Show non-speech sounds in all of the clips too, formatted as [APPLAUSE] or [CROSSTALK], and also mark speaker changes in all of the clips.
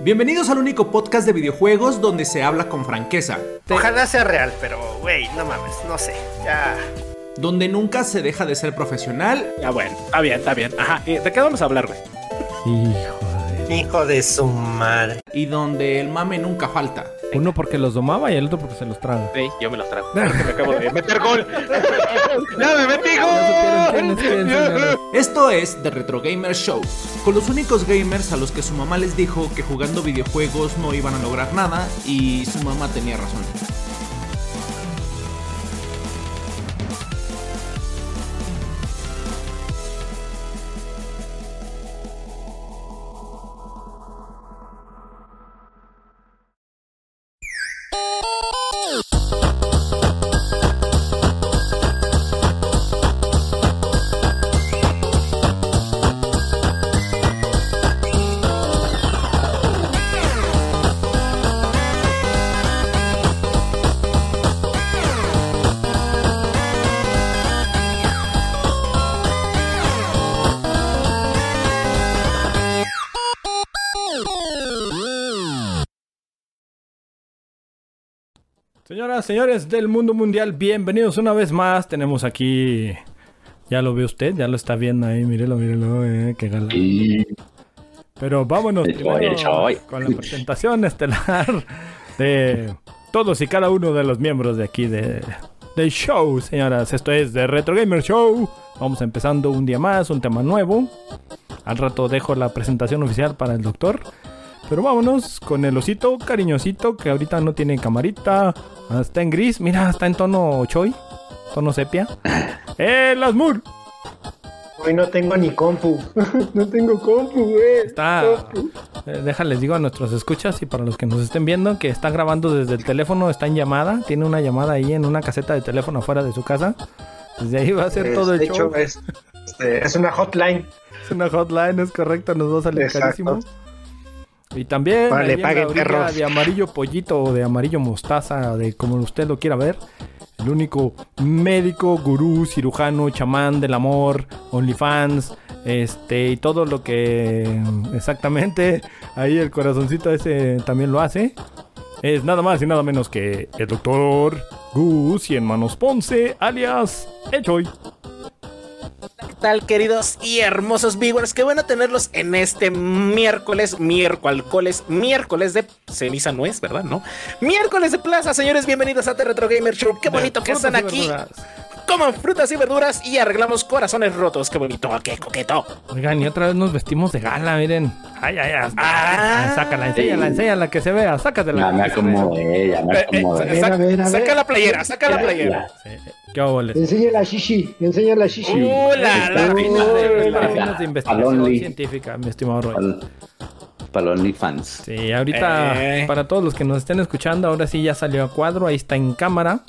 Speaker 1: Bienvenidos al único podcast de videojuegos donde se habla con franqueza. Te-
Speaker 2: Ojalá sea real, pero güey, no mames, no sé. Ya.
Speaker 1: Donde nunca se deja de ser profesional.
Speaker 3: Ah, bueno, está bien, está bien. Ajá, eh, ¿de qué vamos a hablar, güey?
Speaker 4: Hijo de...
Speaker 2: Hijo de su madre.
Speaker 1: Y donde el mame nunca falta.
Speaker 4: Uno porque los domaba y el otro porque se los traga.
Speaker 3: Sí, yo me los trago. Porque me acabo de meter gol.
Speaker 2: ¡Ya me metí,
Speaker 4: No supieron quiénes, quién, señores.
Speaker 1: Esto es The Retro Gamer Show, con los únicos gamers a los que su mamá les dijo que jugando videojuegos no iban a lograr nada y su mamá tenía razón.
Speaker 4: Señoras, señores del mundo mundial, bienvenidos una vez más. Tenemos aquí... Ya lo ve usted, ya lo está viendo ahí, mírelo, mírelo, eh, qué galán. Pero vámonos
Speaker 5: El
Speaker 4: primero
Speaker 5: Joy, el Joy.
Speaker 4: con la presentación estelar de todos y cada uno de los miembros de aquí de, del show, señoras. Esto es de Retro Gamer Show. Vamos empezando un día más, un tema nuevo. Al rato dejo la presentación oficial para el doctor. Pero vámonos con el osito cariñosito que ahorita no tiene camarita. Ah, Está en gris, mira, está en tono choy,
Speaker 6: [LAUGHS]
Speaker 4: tono sepia. ¡El Asmur!
Speaker 6: Hoy no tengo ni compu. no tengo compu, güey.
Speaker 4: Está. eh, Déjales, digo a nuestros escuchas y para los que nos estén viendo que está grabando desde el teléfono, está en llamada, tiene una llamada ahí en una caseta de teléfono afuera de su casa. Desde ahí va a ser
Speaker 6: Es-
Speaker 4: todo el
Speaker 6: de
Speaker 4: show.
Speaker 6: hecho, es, este, es una hotline.
Speaker 4: Es [LAUGHS] una hotline, es correcto, nos va a salir
Speaker 6: Exacto.
Speaker 4: carísimo. Y también
Speaker 6: Para le
Speaker 4: ahí en la
Speaker 6: paguen,
Speaker 4: orilla
Speaker 6: perros.
Speaker 4: de amarillo pollito o de amarillo mostaza, de como usted lo quiera ver, el único médico, gurú, cirujano, chamán del amor, OnlyFans, este y todo lo que exactamente [LAUGHS] ahí el corazoncito ese también lo hace. Es nada más y nada menos que el doctor Gus y en Manos Ponce, alias Echoy.
Speaker 3: ¿Qué tal, queridos y hermosos viewers? Qué bueno tenerlos en este miércoles, miércoles, miércoles de ceniza no es, ¿verdad? ¿No? Miércoles de plaza, señores, bienvenidos a The Retro Gamer Show. Qué bonito que
Speaker 4: Frutas
Speaker 3: están
Speaker 4: y
Speaker 3: aquí.
Speaker 4: verduras.
Speaker 3: Coman frutas y verduras y arreglamos corazones rotos. Qué bonito, qué coqueto.
Speaker 4: Oigan, y otra vez nos vestimos de gala, miren. Ay, ay, ay.
Speaker 3: Ah.
Speaker 4: Ah, sácala, enséñala, enséñala, que se vea, sácatela.
Speaker 5: Ya me
Speaker 4: que se vea.
Speaker 5: acomodé, ya me
Speaker 3: Eh, eh,
Speaker 5: acomodé.
Speaker 3: saca-
Speaker 6: A ver, a ver.
Speaker 3: saca la playera, saca la
Speaker 5: Ya,
Speaker 3: playera.
Speaker 5: ya.
Speaker 4: Sí. ¿Qué óboles?
Speaker 6: Enseña la shishi. Enseña la shishi.
Speaker 3: ¡Uh, la,
Speaker 4: Este,
Speaker 3: la!
Speaker 4: Para
Speaker 5: ya.
Speaker 4: fines de
Speaker 5: Al
Speaker 4: investigación
Speaker 5: Only.
Speaker 4: científica, mi estimado Roy.
Speaker 5: Pal- Para los OnlyFans.
Speaker 4: Sí, ahorita,
Speaker 3: Eh.
Speaker 4: para todos los que nos estén escuchando, ahora sí ya salió a cuadro, ahí está en cámara.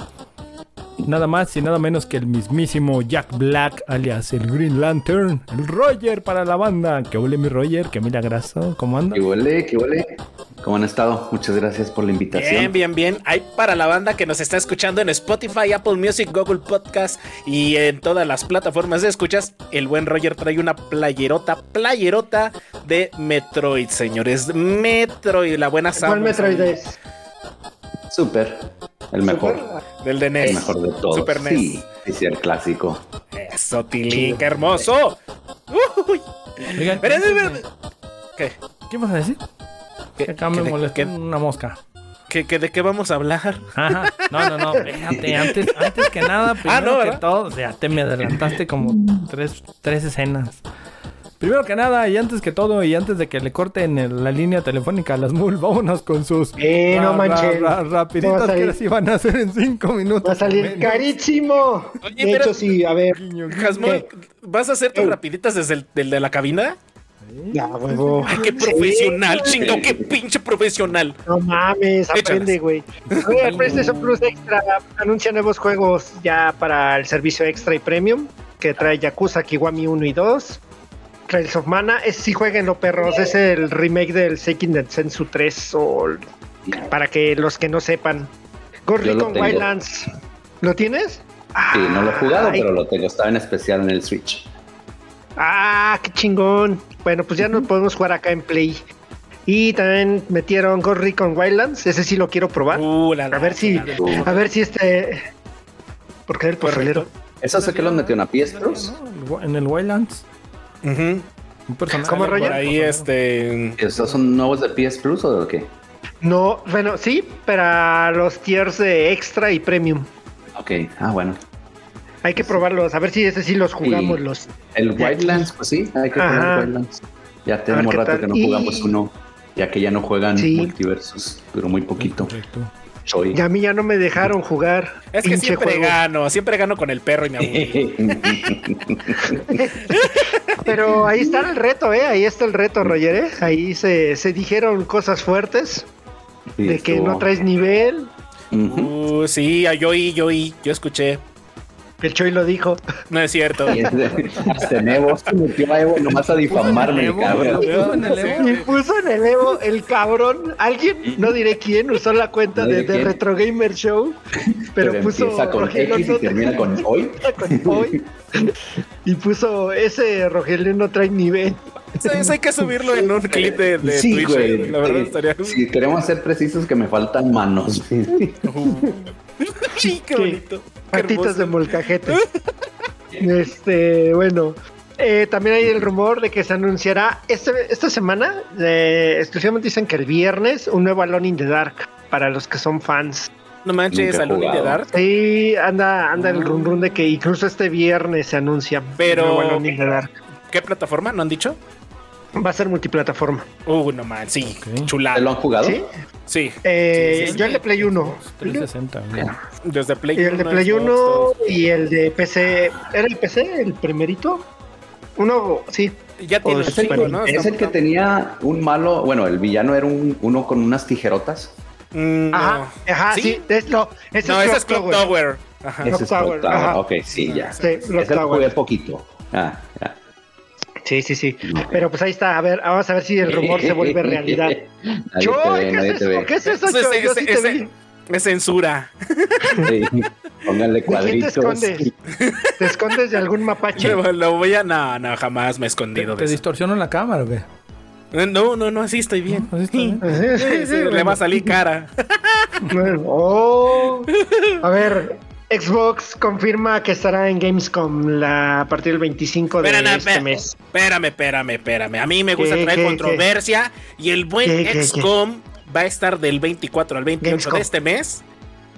Speaker 4: Nada más y nada menos que el mismísimo Jack Black, alias el Green Lantern, el Roger para la banda. Que huele mi Roger, que mira graso, ¿cómo anda?
Speaker 5: ¿Qué huele? ¿Qué huele? ¿Cómo han estado? Muchas gracias por la
Speaker 3: Bien,
Speaker 5: invitación.
Speaker 3: bien, bien. Hay para la banda que nos está escuchando en Spotify, Apple Music, Google Podcast y en todas las plataformas de escuchas. El buen Roger trae una playerota, playerota de Metroid, señores. Metroid, la buena
Speaker 6: ¿Cuál
Speaker 3: Samus
Speaker 6: Metroid
Speaker 3: ahí,
Speaker 6: es?
Speaker 5: Súper. El mejor.
Speaker 3: Del de E NES.
Speaker 5: El mejor de todos.
Speaker 3: Super NES.
Speaker 5: Sí, sí, sí, el clásico.
Speaker 3: Eso, Tilín, qué hermoso. Uy.
Speaker 4: Oigan,
Speaker 3: Pero, pero, ¿Qué?
Speaker 4: ¿Qué vas a decir?
Speaker 3: ¿Qué-
Speaker 4: Que acá
Speaker 3: qué
Speaker 4: me
Speaker 3: de-
Speaker 4: molestó
Speaker 3: qué-
Speaker 4: una mosca.
Speaker 3: qué- qué- ¿De qué vamos a hablar?
Speaker 4: Ajá. No, no,
Speaker 3: [LAUGHS]
Speaker 4: no, espérate. Antes, antes que nada, primero
Speaker 3: Ah, no,
Speaker 4: que
Speaker 3: ¿verdad?
Speaker 4: todo, ya te me adelantaste como tres, tres escenas. Primero que nada, y antes que todo, y antes de que le corten el- la línea telefónica a las mul, vámonos con sus.
Speaker 6: Eh, no manches.
Speaker 4: rapiditas
Speaker 6: Vas a
Speaker 4: que
Speaker 6: ir.
Speaker 4: las iban a hacer en cinco minutos.
Speaker 6: Va a salir
Speaker 4: Menos.
Speaker 6: carísimo.
Speaker 3: Oye,
Speaker 6: de
Speaker 3: pero-
Speaker 6: hecho, sí, a ver.
Speaker 4: Guiño, guiño.
Speaker 3: Jasmine,
Speaker 6: ¿Qué?
Speaker 3: ¿vas a hacer tus
Speaker 6: Ey.
Speaker 3: rapiditas desde el del de la cabina?
Speaker 6: Ya, huevo.
Speaker 3: Ay, qué profesional, chingo, qué pinche profesional.
Speaker 6: No mames,
Speaker 3: Échalas.
Speaker 6: aprende, güey. Oye, el PlayStation Plus Extra anuncia nuevos juegos ya para el servicio extra y premium, que trae Yakuza Kiwami 1 y 2. Trails of Mana, ese sí jueguenlo, perros. Es el remake del Seiken Densetsu 3 o el- para que los que no sepan. Ghost
Speaker 5: Yo lo
Speaker 6: Recon
Speaker 5: tengo.
Speaker 6: Wildlands. ¿Lo tienes?
Speaker 5: Sí, no lo he jugado,
Speaker 6: Ay,
Speaker 5: pero lo tengo. Estaba en especial en el Switch.
Speaker 6: Ah, qué chingón. Bueno, pues ya no podemos jugar acá en Play. Y también metieron Ghost Recon Wildlands. Ese sí lo quiero probar.
Speaker 3: Uh, la
Speaker 6: a ver si,
Speaker 3: lástima.
Speaker 5: Uh,
Speaker 6: a ver si este. Porque el
Speaker 3: Correcto.
Speaker 6: pozolero.
Speaker 5: ¿Eso sé que los metió en apiestros?
Speaker 2: ¿no? En el Wildlands.
Speaker 3: Ujú.
Speaker 2: Un personaje.
Speaker 6: ¿Cómo,
Speaker 3: Por
Speaker 6: Roger?
Speaker 3: ahí, este.
Speaker 5: ¿Esos son nuevos de PS Plus o de qué?
Speaker 6: No, bueno, sí, para los tiers de extra y premium.
Speaker 5: Ok, ah, bueno.
Speaker 6: Hay que probarlos, a ver si ese sí los jugamos
Speaker 5: Sí.
Speaker 6: los.
Speaker 5: El Wildlands, pues sí, hay que jugar
Speaker 6: Ajá.
Speaker 5: el Wildlands. Ya
Speaker 6: A ver
Speaker 5: tenemos
Speaker 6: qué
Speaker 5: rato
Speaker 6: tal.
Speaker 5: que no
Speaker 6: Y-
Speaker 5: jugamos uno, ya que ya no juegan
Speaker 6: Sí.
Speaker 5: multiversos, pero muy poquito.
Speaker 2: Correcto.
Speaker 5: Soy.
Speaker 6: Y
Speaker 5: [LAUGHS]
Speaker 6: a mí ya no me dejaron jugar.
Speaker 3: Es que
Speaker 6: Pinche
Speaker 3: siempre
Speaker 6: juego.
Speaker 3: gano, siempre gano con el perro y
Speaker 5: [LAUGHS]
Speaker 3: me aburrí.
Speaker 6: Pero ahí está el reto, ¿eh? Ahí está el reto, Roger, ¿eh? Ahí se, se dijeron cosas fuertes
Speaker 5: Sí,
Speaker 6: de que
Speaker 5: estuvo-
Speaker 6: no traes nivel.
Speaker 5: Ujú.
Speaker 3: Uh, sí, yo oí, yo oí, yo escuché.
Speaker 6: El Choy lo dijo.
Speaker 3: No es cierto.
Speaker 5: Y es de- Hasta en Evo, se metió a Evo nomás a difamarme,
Speaker 2: Evo,
Speaker 5: cabrón.
Speaker 2: Evo en el Evo.
Speaker 6: Y puso en el Evo el cabrón. Alguien, no diré quién, usó la cuenta
Speaker 5: No
Speaker 6: de,
Speaker 5: diré
Speaker 6: de
Speaker 5: quién.
Speaker 6: Retro Gamer
Speaker 5: [LAUGHS]
Speaker 6: Show, pero, puso
Speaker 5: empieza con
Speaker 6: Rogelio
Speaker 5: X
Speaker 6: no
Speaker 5: y termina con
Speaker 3: [LAUGHS]
Speaker 5: hoy.
Speaker 6: con Pues, hoy. Y puso ese Rogelio no trae nivel.
Speaker 3: Eso, eso hay que subirlo en un clip de, de
Speaker 5: Sí,
Speaker 3: Twitch.
Speaker 5: güey.
Speaker 3: La verdad
Speaker 5: Eh,
Speaker 3: estaría. [LAUGHS]
Speaker 5: Si queremos ser precisos, que me faltan manos. [LAUGHS]
Speaker 3: Ay, qué bonito. Qué
Speaker 6: Patitas de
Speaker 3: hermoso.
Speaker 6: molcajete. este, bueno. eh, también hay el rumor de que se anunciará este- esta semana, eh, exclusivamente dicen que el viernes, un nuevo Alone in the Dark para los que son fans.
Speaker 3: No manches,
Speaker 5: Nunca he
Speaker 3: al Luni de
Speaker 5: jugado.
Speaker 3: Dark.
Speaker 6: Sí, anda, anda el run run de que incluso este viernes se anuncia. un
Speaker 3: Pero-
Speaker 6: nuevo Alone in the Dark.
Speaker 3: ¿Qué plataforma? ¿No han dicho?
Speaker 6: Va a ser multiplataforma.
Speaker 3: Uh, no man, sí.
Speaker 2: Ok.
Speaker 5: ¿Te lo
Speaker 3: Chulada.
Speaker 5: han jugado?
Speaker 6: ¿Sí?
Speaker 3: Sí,
Speaker 6: Eh,
Speaker 2: Sí, sí, sí.
Speaker 6: yo el de Play 1.
Speaker 2: 360. güey.
Speaker 3: desde Play
Speaker 6: Y el de Play
Speaker 3: Xbox,
Speaker 6: 1
Speaker 3: todo.
Speaker 6: y el de PC. ¿Era el PC el primerito? Uno, sí.
Speaker 3: Ya tiene un
Speaker 5: Es el,
Speaker 3: chico, ¿no?
Speaker 5: es el que tenía un malo, bueno, el villano era un, uno con unas tijerotas.
Speaker 3: Mm, no.
Speaker 6: Ajá, ajá,
Speaker 3: ¿Sí?
Speaker 6: sí. es lo, ese
Speaker 3: No,
Speaker 6: es
Speaker 3: ese
Speaker 6: Clock
Speaker 3: es Clock
Speaker 6: Tower.
Speaker 3: Tower. Ajá.
Speaker 5: Ese es
Speaker 6: Tower,
Speaker 5: Clock Tower.
Speaker 6: ajá.
Speaker 5: Ok, sí, ya.
Speaker 3: Ah,
Speaker 6: Sí, Clock
Speaker 5: Ese
Speaker 6: Tower.
Speaker 5: lo jugué poquito. Ah, ya.
Speaker 6: Sí, sí, sí. Pero pues ahí está, a ver, vamos a ver si el rumor se vuelve
Speaker 5: [LAUGHS]
Speaker 6: realidad.
Speaker 5: Nadie
Speaker 6: Choy,
Speaker 5: te ve,
Speaker 6: ¿qué
Speaker 5: nadie
Speaker 6: es
Speaker 5: te
Speaker 6: eso?
Speaker 5: ve.
Speaker 6: ¿Qué es eso,
Speaker 3: Ese-
Speaker 6: Choy? Yo
Speaker 3: ese-
Speaker 6: sí te
Speaker 3: ese-
Speaker 6: vi.
Speaker 3: Es censura.
Speaker 5: Sí.
Speaker 6: [LAUGHS]
Speaker 5: Pónganle
Speaker 6: ¿De quién te
Speaker 5: cuadritos.
Speaker 6: escondes? ¿Te escondes de algún mapache?
Speaker 3: Lo, [LAUGHS] lo voy a. No, no, jamás me he
Speaker 2: Te,
Speaker 3: escondido
Speaker 2: te
Speaker 3: de
Speaker 2: distorsiono la cámara, güey.
Speaker 3: eso. No, no, no, así estoy bien.
Speaker 2: Así está bien.
Speaker 6: [LAUGHS] Sí,
Speaker 3: Sí,
Speaker 6: sí,
Speaker 3: sí, le
Speaker 6: bueno.
Speaker 3: va a salir cara.
Speaker 6: Bueno, oh. A ver, Xbox confirma que estará en Gamescom la, a partir del 25 de
Speaker 3: Espérame,
Speaker 6: este
Speaker 3: espérame.
Speaker 6: mes.
Speaker 3: Espérame, espérame, espérame. A mí me gusta
Speaker 6: ¿Qué,
Speaker 3: traer
Speaker 6: qué,
Speaker 3: controversia y el buen
Speaker 6: ¿Qué, qué, qué?
Speaker 3: XCOM va a estar del 24 al 28 de
Speaker 6: Gamescom.
Speaker 3: este mes.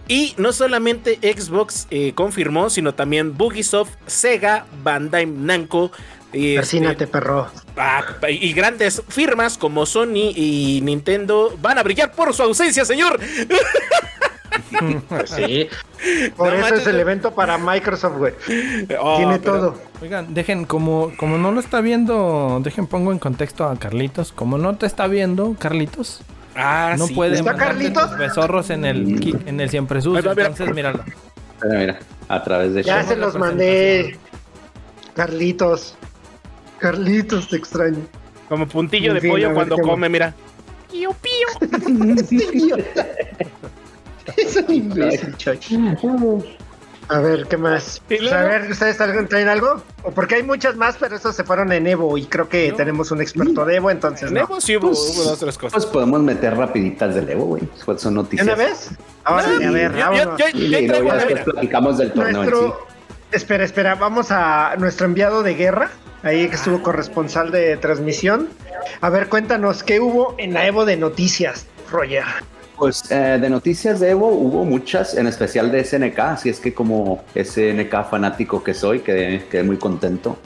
Speaker 3: Y no solamente Xbox eh, confirmó, sino también Bugisoft, Sega, Bandai Namco. eh,
Speaker 6: Persínate, perro.
Speaker 3: Ah, y grandes firmas como Sony y Nintendo van a brillar por su ausencia, señor.
Speaker 6: Sí.
Speaker 3: [LAUGHS]
Speaker 6: Por
Speaker 3: No
Speaker 6: eso
Speaker 3: manches,
Speaker 6: es el
Speaker 3: no.
Speaker 6: evento para Microsoft, güey.
Speaker 3: Oh,
Speaker 6: Tiene
Speaker 3: pero-
Speaker 6: todo.
Speaker 2: Oigan, dejen, como, como no lo está viendo, dejen, pongo en contexto a Carlitos. Como no te está viendo, Carlitos,
Speaker 3: Ah,
Speaker 2: no
Speaker 3: sí.
Speaker 2: puede
Speaker 6: ¿Está
Speaker 2: mandarte
Speaker 6: Carlitos?
Speaker 2: tus besorros en el, ki- en el siempre sucio.
Speaker 3: Ahí va, mira.
Speaker 2: Entonces, míralo.
Speaker 5: Mira, mira, a través de
Speaker 6: Ya
Speaker 5: Choy.
Speaker 2: Hacemos
Speaker 6: se
Speaker 2: la
Speaker 6: los mandé. Carlitos. Carlitos, te extraño.
Speaker 3: Como puntillo de
Speaker 6: En fin, a
Speaker 3: pollo
Speaker 6: ver
Speaker 3: cuando
Speaker 6: qué más.
Speaker 3: come, mira.
Speaker 6: Es un imbécil, Choy. A ver, ¿qué más?
Speaker 3: Y
Speaker 6: Pues, a
Speaker 3: luego-
Speaker 6: ver, ¿ustedes algo- traen algo? O porque hay muchas más, pero esas se fueron en Evo y creo que tenemos un experto de Evo, entonces no.
Speaker 3: Luego sí hubo, hubo dos tres cosas.
Speaker 5: Pues podemos meter rapiditas del Evo, güey. Pues Son
Speaker 6: ¿De
Speaker 5: noticias.
Speaker 6: una vez? Ahora,
Speaker 5: No,
Speaker 6: a ver,
Speaker 3: Yo- yo-
Speaker 6: vámonos.
Speaker 3: yo-
Speaker 5: Y
Speaker 3: yo
Speaker 5: luego
Speaker 3: traigo
Speaker 5: ya
Speaker 3: una,
Speaker 5: después
Speaker 3: mira.
Speaker 5: platicamos del torneo en sí.
Speaker 6: Nuestro... Espera, espera, vamos a nuestro enviado de guerra, ahí que estuvo corresponsal de transmisión. A ver, cuéntanos, ¿qué hubo en la Evo de noticias, Roger?
Speaker 5: Pues eh, de noticias de Evo hubo muchas, en especial de SNK, así es que como SNK fanático que soy, quedé, quedé muy contento.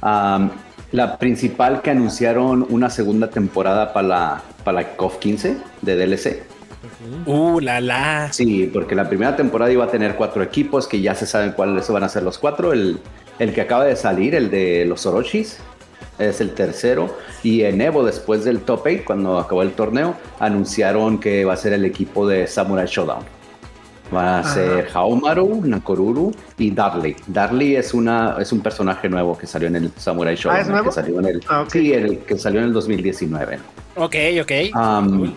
Speaker 5: Am, la principal que anunciaron una segunda temporada para la, para la KOF 15 de DLC.
Speaker 3: Uh, la la.
Speaker 5: Sí, porque la primera temporada iba a tener cuatro equipos que ya se saben cuáles van a ser los cuatro. El, el que acaba de salir, el de los Orochis, es el tercero. Y en Evo, después del top 8, cuando acabó el torneo, anunciaron que va a ser el equipo de Samurai Showdown. Van a
Speaker 6: Ajá.
Speaker 5: ser Haomaru, Nakoruru y Darley. Darley es, una, es un personaje nuevo que salió en el Samurai Showdown.
Speaker 6: Ah, ¿es
Speaker 5: el
Speaker 6: nuevo?
Speaker 5: Que salió en el,
Speaker 6: Ah, ok.
Speaker 5: Sí, el que salió en el 2019.
Speaker 3: Ok, ok.
Speaker 5: Um,
Speaker 3: Cool.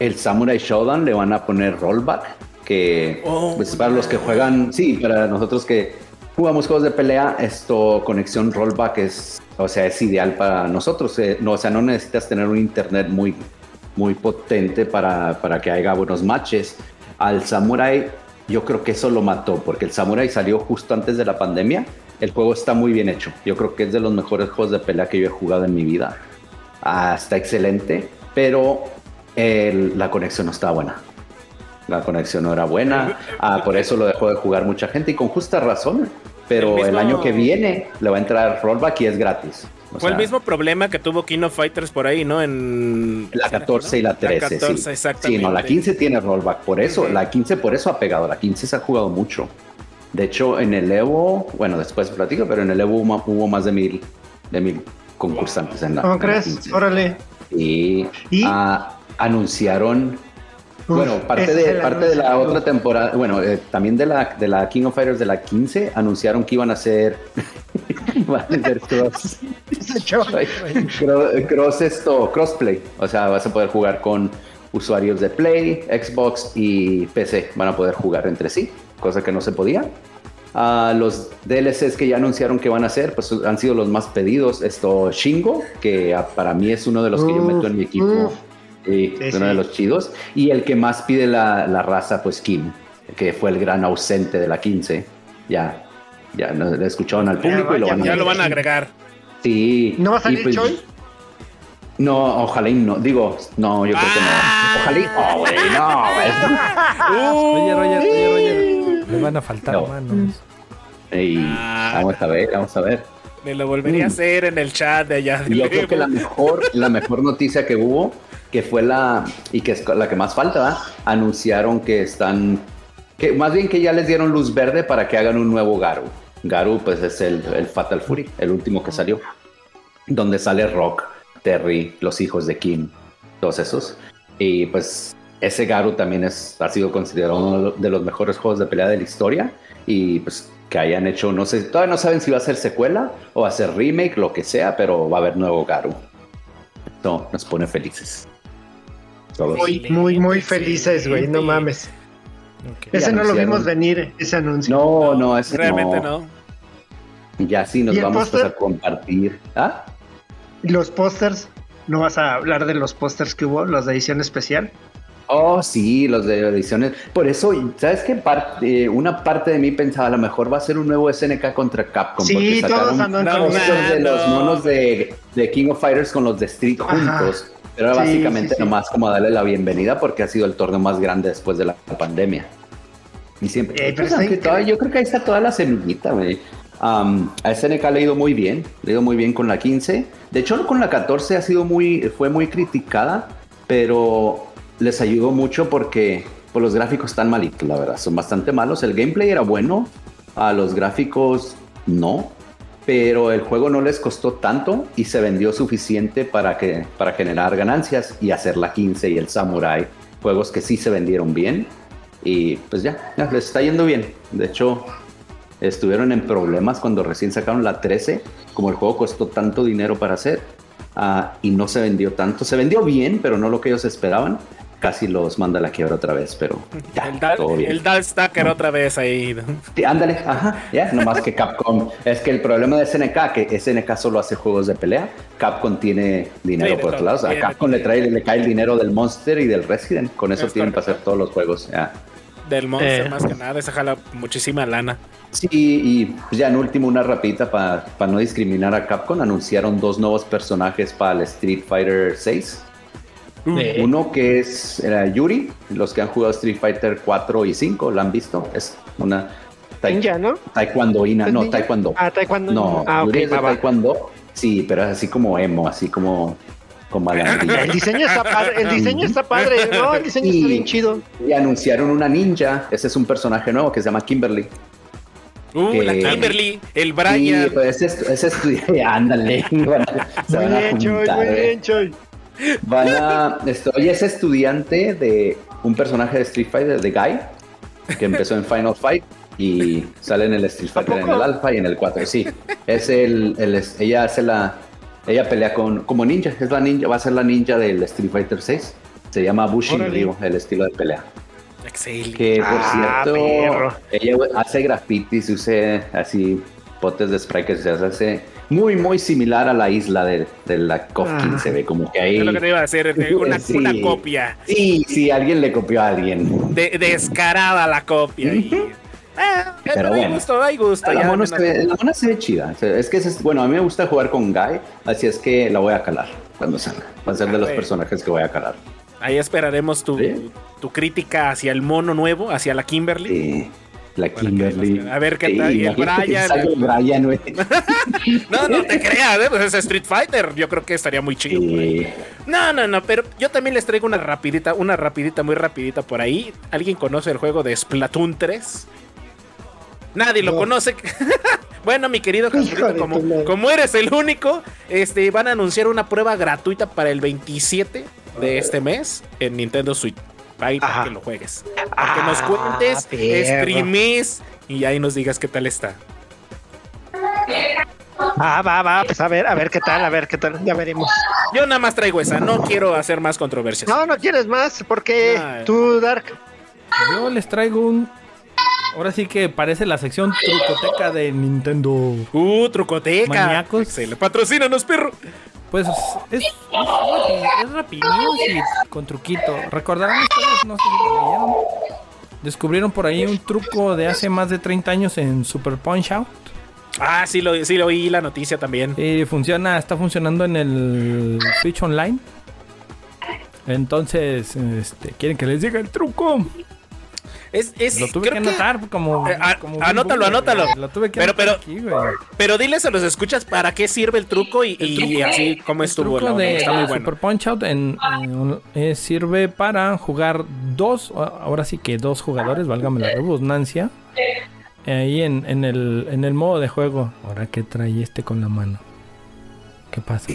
Speaker 5: El Samurai Shodan le van a poner rollback, que
Speaker 3: Oh.
Speaker 5: pues, para los que juegan, sí, para nosotros que Jugamos juegos de pelea, esto, conexión rollback es, o sea, es ideal para nosotros. eh, no, o sea, no necesitas tener un internet muy, muy potente para, para que haya buenos matches. Al Samurai, yo creo que eso lo mató, porque el Samurai salió justo antes de la pandemia. El juego está muy bien hecho. Yo creo que es de los mejores juegos de pelea que yo he jugado en mi vida. Ah, está excelente, pero el- la conexión no estaba buena. La conexión no era buena. Ah, por eso lo dejó de jugar mucha gente y con justa razón. Pero el,
Speaker 3: El mismo-
Speaker 5: año que viene le va a entrar rollback y es gratis. O
Speaker 3: Fue el
Speaker 5: sea,
Speaker 3: mismo problema que tuvo Kino Fighters por ahí, ¿no? En
Speaker 5: La 14 y la 13.
Speaker 3: La 14,
Speaker 5: sí.
Speaker 3: exactamente.
Speaker 5: Sí, no, la 15 tiene rollback. Por eso,
Speaker 3: Ujú.
Speaker 5: la 15 por eso ha pegado. La 15 se ha jugado mucho. De hecho, en el Evo, bueno, después platico, pero en el Evo hubo, hubo más de mil, de mil concursantes en la,
Speaker 6: ¿Cómo
Speaker 5: en la
Speaker 6: crees?
Speaker 5: 15.
Speaker 6: Órale.
Speaker 5: Y,
Speaker 6: ¿Y?
Speaker 5: ah, anunciaron
Speaker 6: Uf,
Speaker 5: bueno, parte
Speaker 6: ese es
Speaker 5: de,
Speaker 6: el
Speaker 5: parte de la
Speaker 6: anuncio.
Speaker 5: otra temporada, bueno, eh, también de la, de la King of Fighters de la 15, anunciaron que iban a hacer, [LAUGHS] iban a hacer cross,
Speaker 6: Ese show. [LAUGHS]
Speaker 5: cross, cross esto, crossplay. O sea, vas a poder jugar con usuarios de Play, Xbox y PC. Van a poder jugar entre sí, cosa que no se podía. Ah, los DLCs que ya anunciaron que van a hacer, pues han sido los más pedidos. Esto Shingo, que ah, para mí es uno de los que yo
Speaker 6: Uf,
Speaker 5: meto en mi equipo.
Speaker 6: uf.
Speaker 5: Sí,
Speaker 6: Sí,
Speaker 5: es uno de
Speaker 6: sí.
Speaker 5: los chidos. Y el que más pide la, la raza, pues Kim, que fue el gran ausente de la 15. Ya, ya no- le escucharon al
Speaker 6: Ya
Speaker 5: público y lo
Speaker 6: vaya,
Speaker 5: van a
Speaker 3: Ya lo
Speaker 5: agregar.
Speaker 3: van a agregar.
Speaker 5: Sí.
Speaker 6: ¿No va a
Speaker 5: y
Speaker 6: salir
Speaker 5: pues-
Speaker 6: Choi?
Speaker 5: No, ojalá y no. Digo, no, yo creo que no. Ojalá y. Oh, güey, no, güey. Ah.
Speaker 3: Uh,
Speaker 2: Oye, Roger, oye, Roger. Le van a faltar
Speaker 5: No.
Speaker 2: manos.
Speaker 5: Ey,
Speaker 3: Ah.
Speaker 5: vamos a ver, vamos a ver.
Speaker 3: Me lo volvería a
Speaker 5: Mm.
Speaker 3: hacer en el chat de allá. de
Speaker 5: Y Yo creo que
Speaker 3: [LAUGHS]
Speaker 5: la mejor, la mejor noticia que hubo, que fue la, y que es la que más falta, ¿verdad? anunciaron que están, que más bien que ya les dieron luz verde para que hagan un nuevo Garu. Garu, pues es el, el Fatal Fury, el último que salió, donde sale Rock, Terry, los hijos de Kim, todos esos. Y pues ese Garu también es, ha sido considerado uno de los mejores juegos de pelea de la historia. Y pues que hayan hecho, no sé, todavía no saben si va a ser secuela o va a ser remake, lo que sea, pero va a haber nuevo Garu. No, nos pone felices. Todos.
Speaker 6: Muy, muy, muy felices, güey. No
Speaker 3: Excelente.
Speaker 6: mames.
Speaker 2: Ok.
Speaker 6: Ese no lo
Speaker 5: anunciaron.
Speaker 6: vimos venir, ese anuncio.
Speaker 5: No, no, ese
Speaker 3: Realmente
Speaker 5: no.
Speaker 3: no.
Speaker 5: Ya sí nos
Speaker 6: ¿Y el
Speaker 5: vamos pues,
Speaker 6: póster?
Speaker 5: a compartir. ¿Ah?
Speaker 6: Los pósters, ¿no vas a hablar de los pósters que hubo, los de edición especial?
Speaker 5: Oh, sí, los de ediciones. Por eso, ¿sabes qué? Parte, eh, una parte de mí pensaba, a lo mejor va a ser un nuevo SNK contra Capcom.
Speaker 6: sí,
Speaker 5: porque
Speaker 6: todos
Speaker 5: sacaron-
Speaker 6: andan
Speaker 3: No,
Speaker 6: con
Speaker 5: Estos de
Speaker 3: man,
Speaker 5: los
Speaker 3: no.
Speaker 5: monos de, de King of Fighters con los de Street
Speaker 6: Ajá.
Speaker 5: juntos. Pero era
Speaker 6: Sí,
Speaker 5: básicamente
Speaker 6: sí, sí.
Speaker 5: nomás como darle la bienvenida porque ha sido el torneo más grande después de la pandemia. Y siempre.
Speaker 6: Eh, pero
Speaker 5: pues,
Speaker 6: está
Speaker 5: aunque
Speaker 6: increíble.
Speaker 5: todavía- yo creo que ahí está toda la semillita, güey. Am, a SNK le ha ido muy bien, le ha ido muy bien con la 15. De hecho, con la 14 ha sido muy, fue muy criticada, pero les ayudó mucho porque pues, los gráficos están malitos, la verdad, son bastante malos. El gameplay era bueno, a los gráficos no, pero el juego no les costó tanto y se vendió suficiente para, que, para generar ganancias y hacer la 15 y el Samurai, juegos que sí se vendieron bien y pues ya, ya, les está yendo bien. De hecho, estuvieron en problemas cuando recién sacaron la 13, como el juego costó tanto dinero para hacer ah, y no se vendió tanto. Se vendió bien, pero no lo que ellos esperaban. Casi los manda a la quiebra otra vez, pero ya,
Speaker 3: El Dal,
Speaker 5: todo bien.
Speaker 3: el Dal Stacker otra vez ahí. [LAUGHS]
Speaker 5: Sí, ándale, ajá, ya, nomás que Capcom. Es que el problema de SNK, que SNK solo hace juegos de pelea, Capcom tiene dinero
Speaker 3: Sí,
Speaker 5: por
Speaker 3: de
Speaker 5: otro lado. O sea,
Speaker 3: todo, sí,
Speaker 5: Capcom
Speaker 3: de
Speaker 5: le, trae, le cae el dinero del Monster y del Resident. Con eso
Speaker 3: Es
Speaker 5: tienen para hacer
Speaker 3: correcto.
Speaker 5: todos los juegos. ya.
Speaker 3: Del Monster,
Speaker 6: Eh.
Speaker 3: más que nada. Esa jala muchísima lana.
Speaker 5: Sí, y pues, ya en último, una rapita para no discriminar a Capcom. Anunciaron dos nuevos personajes para el Street Fighter 6.
Speaker 6: Eh,
Speaker 5: Uno que es era Yuri, los que han jugado Street Fighter 4 y 5, la han visto. Es una tai-
Speaker 6: ninja, ¿no?
Speaker 5: taekwondoína,
Speaker 6: ¿Es
Speaker 5: no,
Speaker 6: ninja?
Speaker 5: taekwondo.
Speaker 6: Ah, taekwondo.
Speaker 5: No,
Speaker 6: ah, ok,
Speaker 5: Yuri es de
Speaker 6: va, va.
Speaker 5: taekwondo. Sí, pero es así como emo, así como como
Speaker 6: [LAUGHS]
Speaker 5: alandilla.
Speaker 6: El diseño está padre, el diseño está padre, no, el diseño
Speaker 5: Sí.
Speaker 6: está bien chido.
Speaker 5: Y anunciaron una ninja. Ese es un personaje nuevo que se llama Kimberly.
Speaker 3: Uh, la
Speaker 5: Que-
Speaker 3: Kimberly, el
Speaker 5: Sí,
Speaker 3: Brian.
Speaker 5: pero ese, estu- ese [LAUGHS] estudiante, ándale. van a- se
Speaker 6: Muy
Speaker 5: van a
Speaker 6: bien, Choy,
Speaker 5: juntar,
Speaker 6: muy
Speaker 5: eh.
Speaker 6: bien, Choy.
Speaker 5: Van a. esto- Oye, ese estudiante de un personaje de Street Fighter, de Guy, que empezó en Final Fight y sale en el Street
Speaker 6: ¿A
Speaker 5: Fighter, en
Speaker 6: poco?
Speaker 5: el Alpha y en el 4. Sí, es el. el- es- ella hace la. Ella pelea con, como ninja, es la ninja, va a ser la ninja del Street Fighter 6. Se llama Bushin
Speaker 6: Órale.
Speaker 5: Ryu, el estilo de pelea.
Speaker 3: Axel.
Speaker 5: Que por
Speaker 6: Ah,
Speaker 5: cierto,
Speaker 6: perro.
Speaker 5: ella güey, hace grafitis, usa así potes de spray que se hace muy, muy similar a la isla de, de la Kofkin.
Speaker 6: Ah.
Speaker 5: se ve como que
Speaker 3: Es lo que te
Speaker 5: ahí.
Speaker 3: iba a hacer, de una,
Speaker 5: [LAUGHS] Sí.
Speaker 3: una copia.
Speaker 5: Sí, sí, alguien le copió a alguien.
Speaker 3: de- descarada la copia. y- Ah, eh,
Speaker 5: Pero
Speaker 3: pero hay
Speaker 5: bueno. Ah,
Speaker 3: gusto, hay gusto.
Speaker 5: La
Speaker 3: ya,
Speaker 5: mona,
Speaker 3: no-
Speaker 5: se ve, la mona se ve chida. O sea, Es que es, bueno, a mí me gusta jugar con Guy, así es que la voy a calar cuando salga. Va a ser de los
Speaker 3: Ah,
Speaker 5: personajes que voy a calar.
Speaker 3: Ahí esperaremos tu,
Speaker 5: Sí.
Speaker 3: tu crítica hacia el mono nuevo, hacia la Kimberly.
Speaker 5: Sí, la
Speaker 3: Bueno,
Speaker 5: Kimberly.
Speaker 3: que- a ver qué tal, y el
Speaker 5: imagínate que
Speaker 3: Brian.
Speaker 5: salga el
Speaker 3: [LAUGHS]
Speaker 5: Brian, güey.
Speaker 3: No, no
Speaker 5: [LAUGHS]
Speaker 3: te creas, ¿eh? pues es Street Fighter. Yo creo que estaría muy chido. por ahí.
Speaker 5: Sí.
Speaker 3: No, no, no, pero yo también les traigo una rapidita, una rapidita, muy rapidita por ahí. ¿Alguien conoce el juego de Splatoon 3? Nadie lo
Speaker 6: No.
Speaker 3: conoce. [LAUGHS] bueno, mi querido
Speaker 6: Hijo
Speaker 3: Casperito,
Speaker 6: de tu
Speaker 3: como,
Speaker 6: madre.
Speaker 3: como eres el único, este, van a anunciar una prueba gratuita para el 27 de este mes en Nintendo Switch. Ahí para
Speaker 6: Ah. Ajá. Ah,
Speaker 3: que lo juegues. Para que nos cuentes, streames y ahí nos digas qué tal está.
Speaker 6: Ah, va, va, pues a ver, a ver qué tal, a ver qué tal, ya veremos.
Speaker 3: Yo nada más traigo esa, no quiero hacer más controversias.
Speaker 6: No, no quieres más, porque
Speaker 3: No.
Speaker 6: tú, Dark,
Speaker 4: Yo les traigo un. Ahora sí que parece la sección trucoteca de Nintendo.
Speaker 3: Uh, trucoteca.
Speaker 4: Maníacos.
Speaker 3: Excelente. Patrocínanos, perro.
Speaker 4: Pues es, es, rapi- es rapidillo y con truquito. Recordarán ustedes, no sé si lo leyeron, Descubrieron por ahí un truco de hace más de 30 años en Super Punch Out.
Speaker 3: Ah, sí lo, sí lo oí la noticia también.
Speaker 4: Y funciona, está funcionando en el Switch Online. Entonces, este, quieren que les diga el truco.
Speaker 3: Es, es,
Speaker 4: Lo tuve que
Speaker 3: creo que-
Speaker 4: anotar como,
Speaker 3: Eh, a-
Speaker 4: como
Speaker 3: anótalo,
Speaker 4: bimbo, güey.
Speaker 3: anótalo.
Speaker 4: Lo tuve que
Speaker 3: Pero-
Speaker 4: anotar
Speaker 3: pero-
Speaker 4: aquí, güey.
Speaker 3: Pero diles a los escuchas para qué sirve el truco y, y así cómo
Speaker 4: El
Speaker 3: estuvo.
Speaker 4: truco
Speaker 3: la onda,
Speaker 4: de
Speaker 3: Está muy bueno.
Speaker 4: Super Punch Out eh, sirve para jugar dos, a- ahora sí que dos jugadores, válgame la redundancia, ahí en, en el, en el modo de juego. Ahora, ¿qué trae este con la mano? ¿Qué pasa?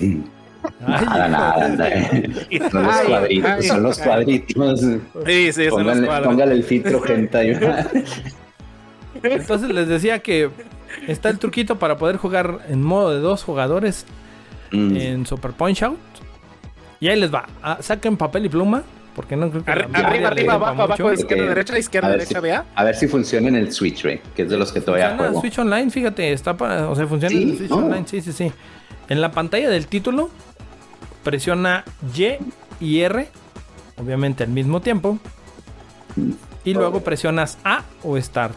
Speaker 4: Ay,
Speaker 5: Nada, nada, nada.
Speaker 3: [LAUGHS]
Speaker 5: Son los
Speaker 3: Ay,
Speaker 5: cuadritos,
Speaker 3: ay,
Speaker 5: son los
Speaker 3: ay.
Speaker 5: cuadritos.
Speaker 3: [LAUGHS] Sí, sí, son los
Speaker 5: Póngale,
Speaker 3: cuadros.
Speaker 5: póngale el filtro, gente.
Speaker 3: [LAUGHS]
Speaker 5: ahí va.
Speaker 4: Entonces les decía que está el truquito para poder jugar en modo de dos jugadores
Speaker 5: Mm.
Speaker 4: en Super Punch Out. Y ahí les va. Ah, saquen papel y pluma. Porque no creo que la
Speaker 3: Arri- arriba,
Speaker 4: memoria les sirva
Speaker 3: arriba, abajo, abajo,
Speaker 4: mucho.
Speaker 3: izquierda,
Speaker 5: Ok.
Speaker 3: derecha, izquierda,
Speaker 5: A ver
Speaker 3: derecha,
Speaker 5: si-
Speaker 3: vea.
Speaker 5: Eh, A ver si funciona en el Switch, güey, que es de los que todavía
Speaker 4: Funciona en
Speaker 5: juego.
Speaker 4: Switch Online, fíjate, está para, o sea, funciona en
Speaker 5: Sí,
Speaker 4: el Switch
Speaker 5: oh.
Speaker 4: Online, sí, sí, sí. En la pantalla del título presiona Y y R, obviamente al mismo tiempo, y luego presionas A o Start.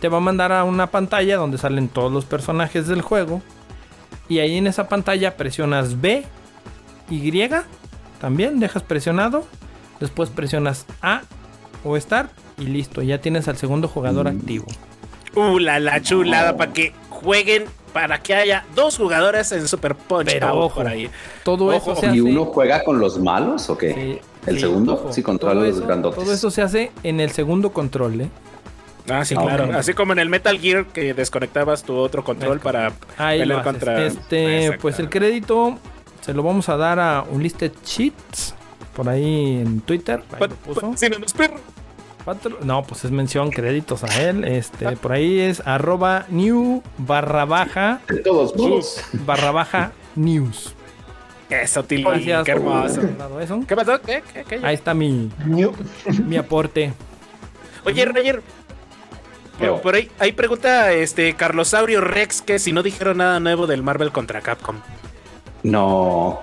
Speaker 4: Te va a mandar a una pantalla donde salen todos los personajes del juego, y ahí en esa pantalla presionas B, Y, también dejas presionado, después presionas A o Start. Y listo, ya tienes al segundo jugador
Speaker 5: Mm.
Speaker 4: activo.
Speaker 3: Uh, la, la chulada
Speaker 5: No.
Speaker 3: para que jueguen, para que haya dos jugadores en Super Punch.
Speaker 4: Pero
Speaker 3: Out
Speaker 4: ojo.
Speaker 3: por ahí.
Speaker 4: Todo
Speaker 3: Ojo,
Speaker 4: eso se hace.
Speaker 5: ¿Y uno juega con los malos o qué?
Speaker 4: Sí,
Speaker 5: ¿El
Speaker 4: sí,
Speaker 5: segundo?
Speaker 4: ojo,
Speaker 5: sí, controla
Speaker 4: todo
Speaker 5: los
Speaker 4: eso-
Speaker 5: grandotes.
Speaker 4: Todo eso se hace en el segundo control, ¿eh?
Speaker 3: Ah, sí,
Speaker 5: Ah,
Speaker 3: claro.
Speaker 5: ok.
Speaker 3: Así como en el Metal Gear que desconectabas tu otro control para
Speaker 4: Ahí lo
Speaker 3: pelear
Speaker 4: haces.
Speaker 3: contra.
Speaker 4: Este, pues el
Speaker 3: Exactamente.
Speaker 4: crédito se lo vamos a dar a Unlisted Cheats. Por ahí en Twitter. ahí lo
Speaker 3: Pat-
Speaker 4: puso.
Speaker 3: patrocínanos, pues, perro.
Speaker 4: Patro- No, pues es mención, créditos a él.
Speaker 3: Ah.
Speaker 4: Este, por ahí es arroba new barra baja
Speaker 5: De todos modos.
Speaker 4: barra baja news.
Speaker 3: Eso, Tilly,
Speaker 4: Gracias
Speaker 3: qué
Speaker 4: por haber
Speaker 3: hermoso.
Speaker 4: [LAUGHS] dado eso.
Speaker 3: ¿Qué pasó? ¿Qué? ¿Qué? ¿Qué?
Speaker 4: Ahí está mi, mi aporte.
Speaker 3: Oye, Roger.
Speaker 5: ¿Qué
Speaker 3: Por,
Speaker 5: hubo?
Speaker 3: por ahí, ahí pregunta este Carlosaurio Rex que si no dijeron nada nuevo del Marvel contra Capcom.
Speaker 5: No.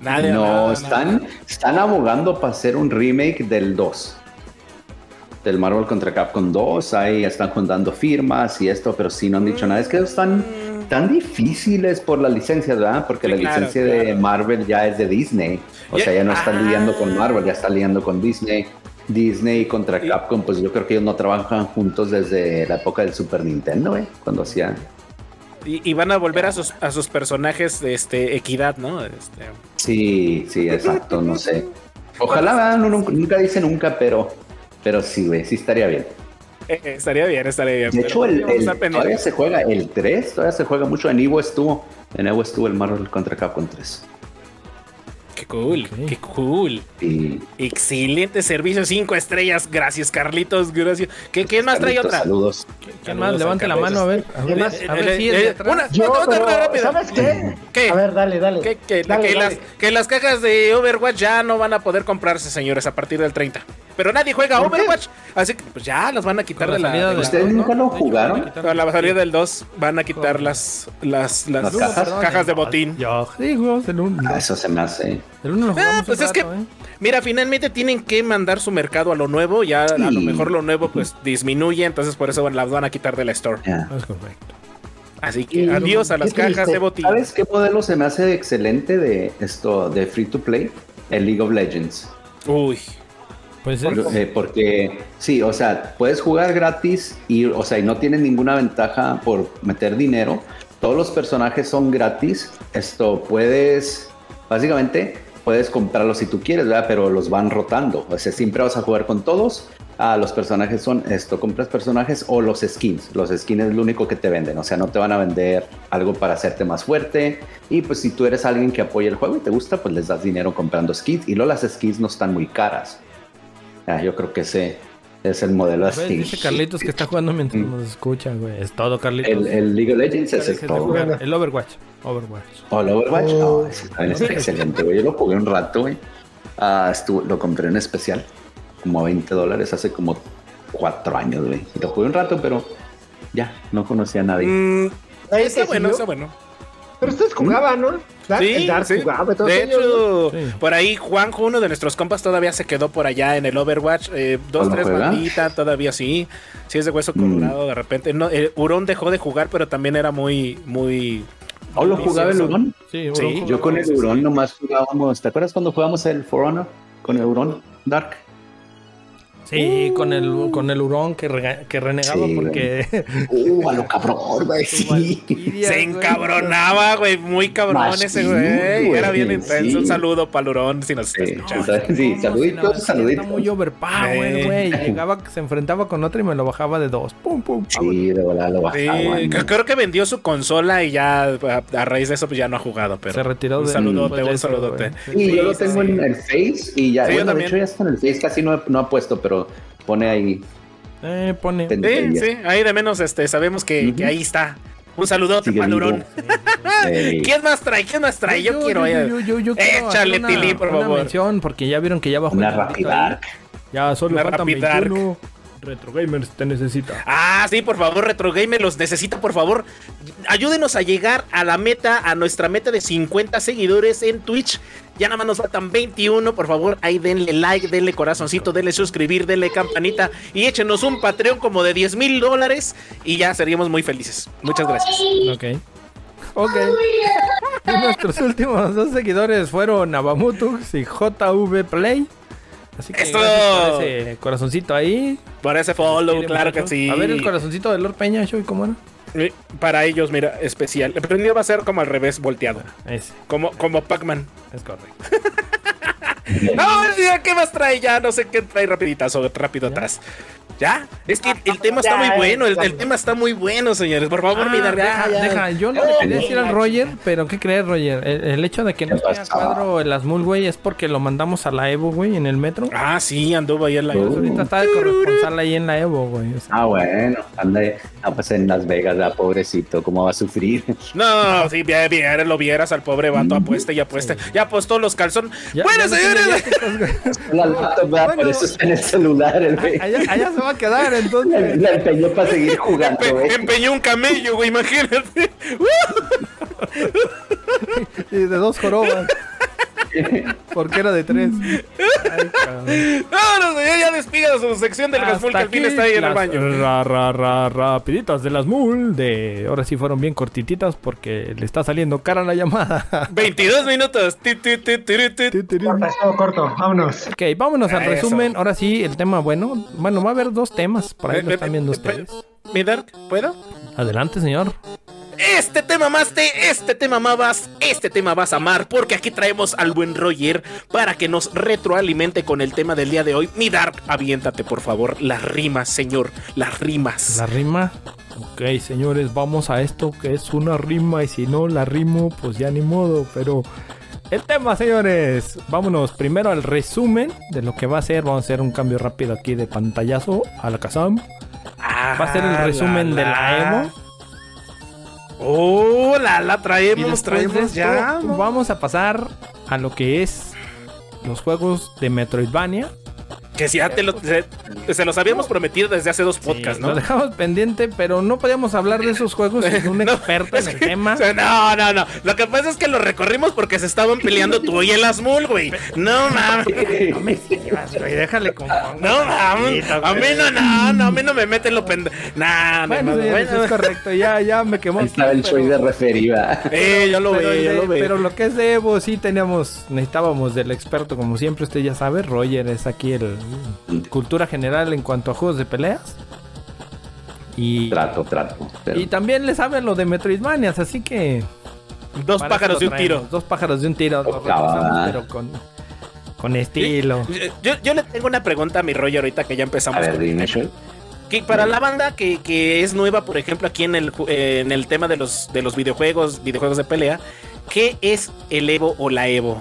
Speaker 3: Nada,
Speaker 5: no,
Speaker 3: nada,
Speaker 5: están, están abogando para hacer un remake del 2. Del Marvel contra Capcom 2. Ahí están juntando firmas y esto, pero sí no han dicho nada. Es que
Speaker 3: Mm.
Speaker 5: están tan difíciles por las licencias, ¿verdad? Porque
Speaker 3: Sí,
Speaker 5: la
Speaker 3: claro,
Speaker 5: licencia de
Speaker 3: claro.
Speaker 5: Marvel ya es de Disney. O
Speaker 3: Ya-
Speaker 5: sea, ya no están
Speaker 3: Ah.
Speaker 5: lidiando con Marvel, ya están lidiando con Disney. Disney contra
Speaker 3: Y-
Speaker 5: Capcom, pues yo creo que ellos no trabajan juntos desde la época del Super Nintendo, ¿eh? Cuando hacían.
Speaker 3: Y, y van a volver a sus, a sus personajes de este, equidad, ¿no? Este,
Speaker 5: Sí, sí, exacto, no sé. Ojalá, ¿verdad? No, nunca, nunca dice nunca, pero, pero sí, güey, sí estaría bien.
Speaker 3: eh, eh, estaría bien, estaría bien.
Speaker 5: De
Speaker 3: pero
Speaker 5: hecho, el,
Speaker 3: vamos a
Speaker 5: el-
Speaker 3: estar
Speaker 5: todavía
Speaker 3: pendientes.
Speaker 5: se juega el 3, todavía se juega mucho. En Evo estuvo, en Evo estuvo el Marvel contra Capcom 3.
Speaker 3: Qué cool,
Speaker 4: Ok.
Speaker 3: qué cool.
Speaker 5: Y
Speaker 3: Excelente servicio, cinco estrellas. Gracias, Carlitos, gracias. ¿Qué, quién más trae
Speaker 5: Carlitos,
Speaker 3: otra?
Speaker 5: Saludos.
Speaker 4: ¿Quién más?
Speaker 3: Saludos
Speaker 4: Levante
Speaker 3: a
Speaker 4: la
Speaker 3: Carlitos.
Speaker 4: mano, a ver. A ver,
Speaker 3: Eh,
Speaker 4: a ver
Speaker 3: eh,
Speaker 4: si el de
Speaker 3: eh,
Speaker 4: atrás.
Speaker 3: una-
Speaker 7: Yo,
Speaker 3: otra
Speaker 7: pero,
Speaker 3: rápida.
Speaker 7: ¿sabes qué?
Speaker 3: ¿Qué?
Speaker 7: A ver, dale, dale.
Speaker 3: Que, que-
Speaker 7: Dale,
Speaker 3: que
Speaker 7: dale.
Speaker 3: Las, que las cajas de Overwatch ya no van a poder comprarse, señores, a partir del 30. pero nadie juega
Speaker 6: ¿Por qué?
Speaker 3: Overwatch. Así que pues ya las van a quitar
Speaker 4: Con
Speaker 3: de la.
Speaker 4: salida
Speaker 3: de
Speaker 4: del
Speaker 3: la-
Speaker 5: ¿Ustedes
Speaker 4: dos,
Speaker 5: nunca lo
Speaker 4: De hecho,
Speaker 5: jugaron?
Speaker 4: van a quitar-
Speaker 3: no, la salida del 2 van a quitar las las las,
Speaker 5: Las cajas.
Speaker 3: cajas de botín.
Speaker 4: Yo, sí, jugamos el 1.
Speaker 5: Ah, eso se me hace.
Speaker 4: El 1 lo
Speaker 3: Ah,
Speaker 4: jugamos
Speaker 3: pues
Speaker 4: un
Speaker 3: es que,
Speaker 4: rato, ¿eh?
Speaker 3: mira, finalmente tienen que mandar su mercado a lo nuevo. Ya a lo
Speaker 5: Sí.
Speaker 3: mejor lo nuevo pues disminuye, entonces por eso las van a quitar de la store.
Speaker 5: ya.
Speaker 4: Es correcto.
Speaker 3: Así que adiós a las
Speaker 5: Qué
Speaker 3: cajas
Speaker 5: triste.
Speaker 3: de botín.
Speaker 5: ¿Sabes qué modelo se me hace excelente de esto de free to play? El League of Legends.
Speaker 3: Uy,
Speaker 4: Pues
Speaker 5: Por-
Speaker 4: es-
Speaker 5: eh, porque sí, o sea, puedes jugar gratis y, o sea, y no tienes ninguna ventaja por meter dinero. Todos los personajes son gratis. Esto puedes, básicamente, puedes comprarlos si tú quieres, ¿verdad? Pero los van rotando. O sea, siempre vas a jugar con todos. Ah, los personajes son esto, compras personajes o los skins. Los skins es lo único que te venden. O sea, no te van a vender algo para hacerte más fuerte. Y pues si tú eres alguien que apoya el juego y te gusta, pues les das dinero comprando skins. Y luego las skins no están muy caras. Ah, yo creo que ese es el modelo
Speaker 4: ¿ves?
Speaker 5: así.
Speaker 4: pues dice Carlitos que está jugando mientras nos escucha, güey. Es todo, Carlitos.
Speaker 5: Mm. El, el League of Legends es
Speaker 4: Dejes
Speaker 5: el
Speaker 4: de
Speaker 5: todo.
Speaker 4: jugar. El Overwatch. Overwatch.
Speaker 5: O el Overwatch,
Speaker 6: Oh.
Speaker 5: no, ese también está excelente, güey. Yo lo jugué un rato, güey. Ah, estuvo- lo compré en especial, como a 20 dólares, hace como 4 años, güey. Y lo jugué un rato, pero ya, no conocía a nadie.
Speaker 3: mm,
Speaker 6: Nadie
Speaker 3: está
Speaker 6: te
Speaker 3: bueno,
Speaker 6: siguió.
Speaker 3: está bueno.
Speaker 6: Pero ustedes jugaban, ¿no? Dark-
Speaker 3: Sí,
Speaker 6: el Dark
Speaker 3: sí.
Speaker 6: jugaba y todo
Speaker 3: de
Speaker 6: eso, ¿no?
Speaker 3: hecho,
Speaker 4: Sí.
Speaker 3: por ahí Juanjo, uno de nuestros compas, todavía se quedó por allá en el Overwatch. eh, dos,
Speaker 5: ¿Cuándo
Speaker 3: tres
Speaker 5: juega?
Speaker 3: banditas, todavía sí. Sí es de hueso
Speaker 5: Mm.
Speaker 3: colorado de repente. No, eh, Hurón dejó de jugar, pero también era muy, muy...
Speaker 5: ¿O lo jugaba el
Speaker 3: vicioso.
Speaker 5: Hurón?
Speaker 4: Sí,
Speaker 3: Sí,
Speaker 4: Overwatch.
Speaker 5: Yo con el
Speaker 3: Sí, sí.
Speaker 5: Hurón nomás jugábamos. ¿Te acuerdas cuando jugábamos el For Honor con el Hurón Dark?
Speaker 4: Sí, con el con el hurón que, rega- que renegaba
Speaker 5: Sí,
Speaker 4: [LAUGHS] porque
Speaker 5: ¡Uh, a lo cabrón, güey!
Speaker 4: su
Speaker 5: Sí.
Speaker 4: valquiria,
Speaker 3: Se
Speaker 4: güey.
Speaker 3: encabronaba, güey, muy cabrón
Speaker 5: Más
Speaker 3: ese
Speaker 5: sí,
Speaker 3: güey.
Speaker 5: güey,
Speaker 3: Era bien
Speaker 5: sí.
Speaker 3: intenso. Un saludo para Hurón si nos está
Speaker 5: Sí.
Speaker 4: No,
Speaker 3: escuchando.
Speaker 5: Chuta, sí,
Speaker 4: no,
Speaker 5: saluditos,
Speaker 4: sí, la verdad Está
Speaker 5: saluditos.
Speaker 4: muy overpower,
Speaker 3: Sí.
Speaker 4: güey. Llegaba, se enfrentaba con otra y me lo bajaba de dos. Pum, pum, pum.
Speaker 5: Sí, de volada lo
Speaker 3: Sí,
Speaker 5: bajaban.
Speaker 3: creo- creo que vendió su consola y ya a, a raíz de eso pues, ya no ha jugado, pero
Speaker 4: se retiró
Speaker 3: un
Speaker 4: de
Speaker 3: saludote,
Speaker 4: pues, de
Speaker 3: un
Speaker 4: eso,
Speaker 3: saludote.
Speaker 4: güey.
Speaker 5: Sí, yo lo
Speaker 3: Sí,
Speaker 5: tengo
Speaker 3: sí.
Speaker 5: en el Face y ya,
Speaker 3: Sí, yo
Speaker 5: bueno, de
Speaker 3: también.
Speaker 5: hecho ya está en el Face, casi no, no ha puesto, pero pone ahí.
Speaker 4: Eh, pone.
Speaker 5: Ten-
Speaker 3: Sí,
Speaker 5: Ella.
Speaker 3: sí, ahí de menos este, sabemos que,
Speaker 5: Ujú.
Speaker 3: que ahí está. Un saludote,
Speaker 5: Sigue vivo. [LAUGHS]
Speaker 3: Palurón.
Speaker 5: Ey.
Speaker 3: ¿Quién más trae? ¿Quién más trae? Yo, quiero. eh,
Speaker 4: yo, yo- yo quiero
Speaker 3: Échale,
Speaker 4: hacer
Speaker 3: Tilly, por
Speaker 4: una
Speaker 3: favor.
Speaker 4: mención porque ya vieron que ya bajó.
Speaker 5: Una
Speaker 4: el ratito ahí.
Speaker 5: rapidar.
Speaker 4: Ya solo
Speaker 3: Una
Speaker 4: faltan
Speaker 3: Rapidark.
Speaker 4: 21. Retro Gamers te necesita.
Speaker 3: Ah, sí, por favor, Retro Gamer, los necesito, por favor. Ayúdenos a llegar a la meta, a nuestra meta de 50 seguidores en Twitch. Ya nada más nos faltan 21, por favor, ahí denle like, denle corazoncito, denle suscribir, denle campanita y échenos un Patreon como de 10 mil dólares y ya seríamos muy felices. Muchas gracias.
Speaker 4: Ok. Ok. Y nuestros últimos dos seguidores fueron Abamutux y JV Play. Así que
Speaker 3: ¡Eso!
Speaker 4: gracias por ese corazoncito ahí.
Speaker 3: Por ese follow,
Speaker 4: Miren,
Speaker 3: claro que
Speaker 4: muchachos.
Speaker 3: sí.
Speaker 4: A ver el corazoncito de Lord Peña, Show, ¿cómo era?
Speaker 3: Eh, Para ellos, mira, especial. El premio va a ser como al revés, volteado.
Speaker 4: Ese,
Speaker 3: Como, como Pac-Man.
Speaker 4: es correcto.
Speaker 3: No, ya, ¿qué más trae ya? No sé qué trae rapiditazo, rápido atrás. Ya, es que el tema está muy bueno, el, el tema está muy bueno, señores. Por favor,
Speaker 4: Ah,
Speaker 3: mira,
Speaker 4: deja,
Speaker 3: ya,
Speaker 4: deja, yo
Speaker 3: Oh,
Speaker 4: no le quería decir al Roger, pero ¿qué crees, Roger? El, el hecho de que no
Speaker 5: ¿Qué
Speaker 4: esté a
Speaker 5: pasó?
Speaker 4: cuadro el Asmul, güey, es porque lo mandamos a la Evo, güey, en el metro. Pues
Speaker 3: Ah, sí, anduvo ahí en la.
Speaker 5: Uh.
Speaker 4: Ahorita está de corresponsal ahí en la Evo, güey. o sea.
Speaker 5: [LAUGHS] Ah, bueno, anda. Ah, pues en Las Vegas, ah, pobrecito, cómo va a sufrir.
Speaker 3: No, si vieras, lo vieras al pobre vato, apuesta y apuesta. Ya apostó los calzones.
Speaker 4: Mm, Ya-
Speaker 3: bueno,
Speaker 4: ya no tiene
Speaker 3: señores,
Speaker 4: viáticos, güey.
Speaker 5: [LAUGHS] La laptop, ah,
Speaker 4: Bueno.
Speaker 5: por eso está en el celular, el güey. [LAUGHS]
Speaker 4: allá, allá se va a quedar, entonces.
Speaker 5: La- La empeñó para [LAUGHS]
Speaker 3: [LAUGHS]
Speaker 5: seguir jugando, ¿eh? güey.
Speaker 3: empe- empeñó un camello, güey, imagínate. [LAUGHS]
Speaker 4: Y de dos jorobas. Porque era de tres. Ay, cabrón.
Speaker 3: No, no, señor, ya despida su sección del Gasmul, que al fin está ahí en el
Speaker 4: las
Speaker 3: baño.
Speaker 4: [LAUGHS] ra- ra- ra- rapiditas de las mul de ahora sí fueron bien cortititas porque le está saliendo cara la
Speaker 3: [LAUGHS]
Speaker 4: llamada.
Speaker 3: 22 minutos. Ti, ti, ti, ti, ti, ti.
Speaker 6: Corta, es todo corto, vámonos.
Speaker 4: ok, vámonos al
Speaker 3: Eso.
Speaker 4: resumen. Ahora sí, el tema bueno. Bueno, va a haber dos temas. Por ahí
Speaker 3: Eh,
Speaker 4: lo
Speaker 3: eh,
Speaker 4: están viendo
Speaker 3: eh,
Speaker 4: ustedes.
Speaker 3: Mi Dark, ¿puedo?
Speaker 4: Adelante, señor.
Speaker 3: Este tema más te, este tema amabas, este tema vas a amar, porque aquí traemos al buen Roger para que nos retroalimente con el tema del día de hoy. Mi Dark, aviéntate por favor, las rimas, señor, las rimas.
Speaker 4: La rima. Ok, señores, vamos a esto que es una rima y si no la rimo, pues ya ni modo, pero... El tema, señores. Vámonos primero al resumen de lo que va a ser. Vamos a hacer un cambio rápido aquí de pantallazo a la Kazam.
Speaker 3: Ah,
Speaker 4: Va a ser el resumen de la Evo.
Speaker 3: Oh, la, la
Speaker 4: Y
Speaker 3: traemos,
Speaker 4: después
Speaker 3: traemos
Speaker 4: de esto,
Speaker 3: ya. ¿no?
Speaker 4: Vamos a pasar a lo que es los juegos de Metroidvania.
Speaker 3: Que si ya te lo, se, se los habíamos prometido desde hace dos podcasts,
Speaker 2: Lo
Speaker 3: ¿no?
Speaker 2: dejamos pendiente, pero no podíamos hablar de esos juegos sin un
Speaker 3: [LAUGHS] No,
Speaker 2: experto en
Speaker 3: es
Speaker 2: el
Speaker 3: que-
Speaker 2: tema.
Speaker 3: [LAUGHS] o sea, No, no, no. Lo que pasa es que lo recorrimos porque se estaban peleando tú y el Asmul, güey. No mames.
Speaker 2: No me sirvas, güey, déjale con Juan.
Speaker 3: No mames. A mí no, no, no, a mí no me meten lo pendejo. Nah, no,
Speaker 2: Bueno,
Speaker 3: no,
Speaker 2: sí,
Speaker 3: bueno.
Speaker 2: es correcto, ya, ya me quemó.
Speaker 5: [LAUGHS] Ahí estaba el
Speaker 2: aquí,
Speaker 5: choice de
Speaker 2: pero-
Speaker 5: referida.
Speaker 3: Eh, yo lo
Speaker 2: pero,
Speaker 3: veo, yo
Speaker 2: de-
Speaker 3: lo
Speaker 2: pero
Speaker 3: veo.
Speaker 2: lo que es de Evo, sí teníamos, necesitábamos del experto, como siempre, usted ya sabe, Roger es aquí el cultura general en cuanto a juegos de peleas. Y,
Speaker 5: Trato, trato.
Speaker 2: y tambiany le sabe lo de Metroidvanias, así que.
Speaker 3: Dos
Speaker 2: para
Speaker 3: pájaros
Speaker 2: eso
Speaker 3: de
Speaker 2: lo
Speaker 3: un
Speaker 2: traemos,
Speaker 3: tiro.
Speaker 2: Dos pájaros de un tiro, lo
Speaker 5: Ojalá.
Speaker 2: realizamos, pero con, con estilo.
Speaker 3: Yo- Yo, yo le tengo una pregunta a mi rollo ahorita que ya empezamos.
Speaker 5: A ver,
Speaker 3: con-
Speaker 5: dime, Shoy.
Speaker 3: Que para la banda que, que es nueva, por ejemplo, aquí en el, ju- eh, en el tema de los, de los videojuegos, videojuegos de pelea, ¿qué es el Evo o la Evo?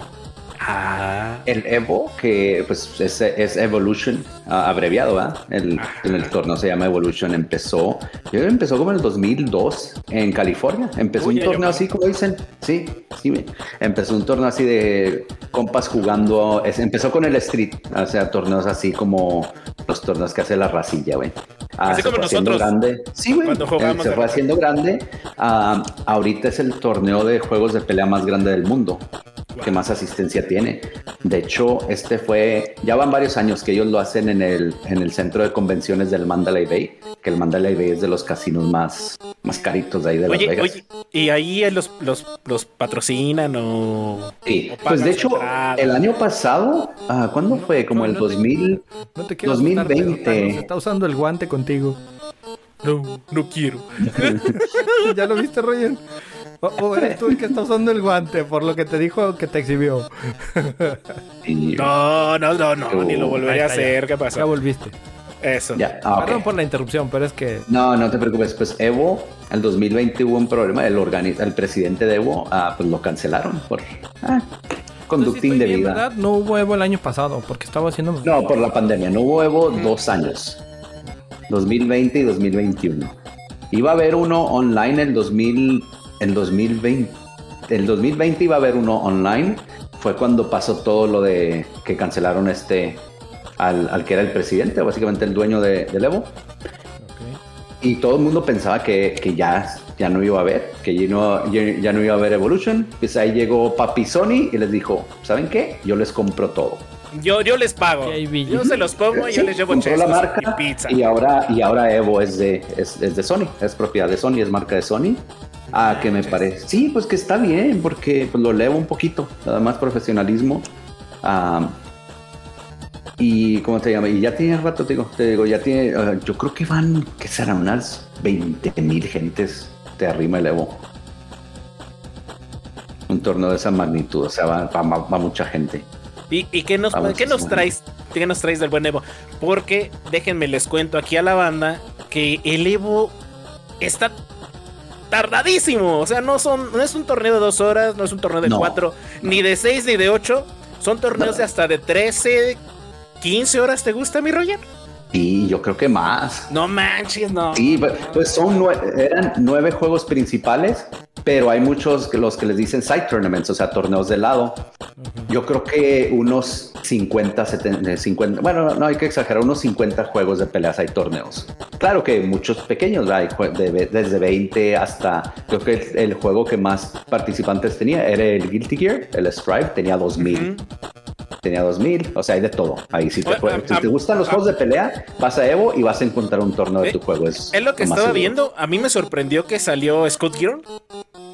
Speaker 3: Ah,
Speaker 5: El Evo, que pues es, es Evolution, ah, abreviado, ¿verdad? El, en el torneo se llama Evolution, empezó, yo creo que empezó como en el 2002 en California, empezó
Speaker 3: Uy,
Speaker 5: un
Speaker 3: ya llovió.
Speaker 5: torneo así como dicen, sí, sí, me- empezó un torneo así de compas jugando, es- empezó con el street, o sea, torneos así como los torneos que hace la racilla, güey. Ah,
Speaker 3: Así
Speaker 5: se
Speaker 3: como
Speaker 5: fue haciendo
Speaker 3: nosotros,
Speaker 5: grande. Sí, güey. eh,
Speaker 3: cuando jugábamos
Speaker 5: se
Speaker 3: de
Speaker 5: fue
Speaker 3: raza.
Speaker 5: haciendo grande. Ah, ahorita es el torneo de juegos de pelea más grande del mundo que más asistencia tiene. De hecho, este fue, ya van varios años que ellos lo hacen en el, en el centro de convenciones del Mandalay Bay, que el Mandalay Bay es de los casinos más, más caritos de ahí de Las
Speaker 3: oye,
Speaker 5: Vegas.
Speaker 3: oye, y ahí eh, los, los, los patrocinan o...
Speaker 5: Sí,
Speaker 3: o
Speaker 5: pues
Speaker 3: pagan
Speaker 5: de hecho,
Speaker 3: su entrada.
Speaker 5: el año pasado, ah, ¿cuándo fue? Como
Speaker 2: no,
Speaker 5: el
Speaker 2: no
Speaker 5: 2000,
Speaker 2: No te quiero asustar, pero
Speaker 5: 2020.
Speaker 2: Thanos está usando el guante contigo.
Speaker 3: No, no quiero.
Speaker 2: [LAUGHS] ¿Ya lo viste, Roger? O, o eres tú el que está usando el guante por lo que te dijo que te exhibió.
Speaker 5: y
Speaker 3: No, no, no, no,
Speaker 5: Uh,
Speaker 3: ni lo volvería a
Speaker 2: ahí está ya.
Speaker 3: hacer. ¿Qué
Speaker 2: Ya
Speaker 3: pasó?
Speaker 2: volviste.
Speaker 3: Eso.
Speaker 5: ya, ah, ok.
Speaker 2: Perdón por la interrupción, pero es que
Speaker 5: No, no te preocupes. Pues Evo, el 2020 hubo un problema. El, organi- el presidente de Evo, ah, pues lo cancelaron por ah, conducta
Speaker 2: Entonces, sí estoy bien,
Speaker 5: indebida.
Speaker 2: ¿verdad? No hubo Evo el año pasado porque estaba haciendo.
Speaker 5: No, por la pandemia. No hubo Evo dos años. 2020 y 2021. Iba a haber uno online el 2000, el 2020. El 2020 iba a haber uno online. Fue cuando pasó todo lo de que cancelaron este al, al que era el presidente, básicamente el dueño de, del Evo. Y todo el mundo pensaba que, que ya, ya no iba a haber, que ya no, ya, ya no iba a haber Evolution. Pues ahí llegó Papi Sony y les dijo, ¿saben qué? Yo les compro todo.
Speaker 3: Yo, yo les pago.
Speaker 2: Aquí hay billete.
Speaker 3: Yo se los pongo y yo
Speaker 5: Sí,
Speaker 3: les llevo
Speaker 5: compró
Speaker 3: chetos
Speaker 5: la marca
Speaker 3: y pizza.
Speaker 5: y ahora y ahora Evo es de es, es de Sony es propiedad de Sony es marca de Sony ah que me parece sí pues que está bien porque pues, lo elevo un poquito nada más profesionalismo Ah, y cómo te llama y ya tiene rato te digo te digo ya tiene ah, yo creo que van que serán unas 20 mil gentes te arrima el Evo un torneo de esa magnitud o sea va, va- va- va mucha gente
Speaker 3: ¿Y, y qué, nos,
Speaker 5: Vamos,
Speaker 3: qué nos
Speaker 5: bueno.
Speaker 3: traes? ¿Qué nos traes del buen Evo? Porque déjenme les cuento aquí a la banda que el Evo está tardadísimo. O sea, no son, no es un torneo de dos horas, no es un torneo de
Speaker 5: No,
Speaker 3: cuatro, ni de seis, ni de ocho. Son torneos de hasta de 13, 15 horas. ¿Te gusta, mi Roger?
Speaker 5: y yo creo que más
Speaker 3: No manches, no.
Speaker 5: Sí, pues- pues son nue- eran nueve juegos principales, pero hay muchos que los que les dicen side tournaments, o sea, torneos de lado. Yo creo que unos 50, 70, 50, bueno, no, no hay que exagerar, unos 50 juegos de peleas hay torneos. Claro que muchos pequeños, ¿verdad? hay jue- de ve- desde 20 hasta, creo que el, el juego que más participantes tenía era el Guilty Gear, el Stripe, tenía 2000. Tenía 2000, o sea, hay de todo. Ahí si te,
Speaker 3: Bueno,
Speaker 5: jue-
Speaker 3: a-
Speaker 5: si
Speaker 3: a-
Speaker 5: te gustan los
Speaker 3: a-
Speaker 5: juegos de pelea, vas a Evo y vas a encontrar un torneo de
Speaker 3: Eh,
Speaker 5: tu juego. Es,
Speaker 3: Es lo que
Speaker 5: más
Speaker 3: estaba
Speaker 5: seguro.
Speaker 3: viendo. A mí me sorprendió que salió Scott Girl.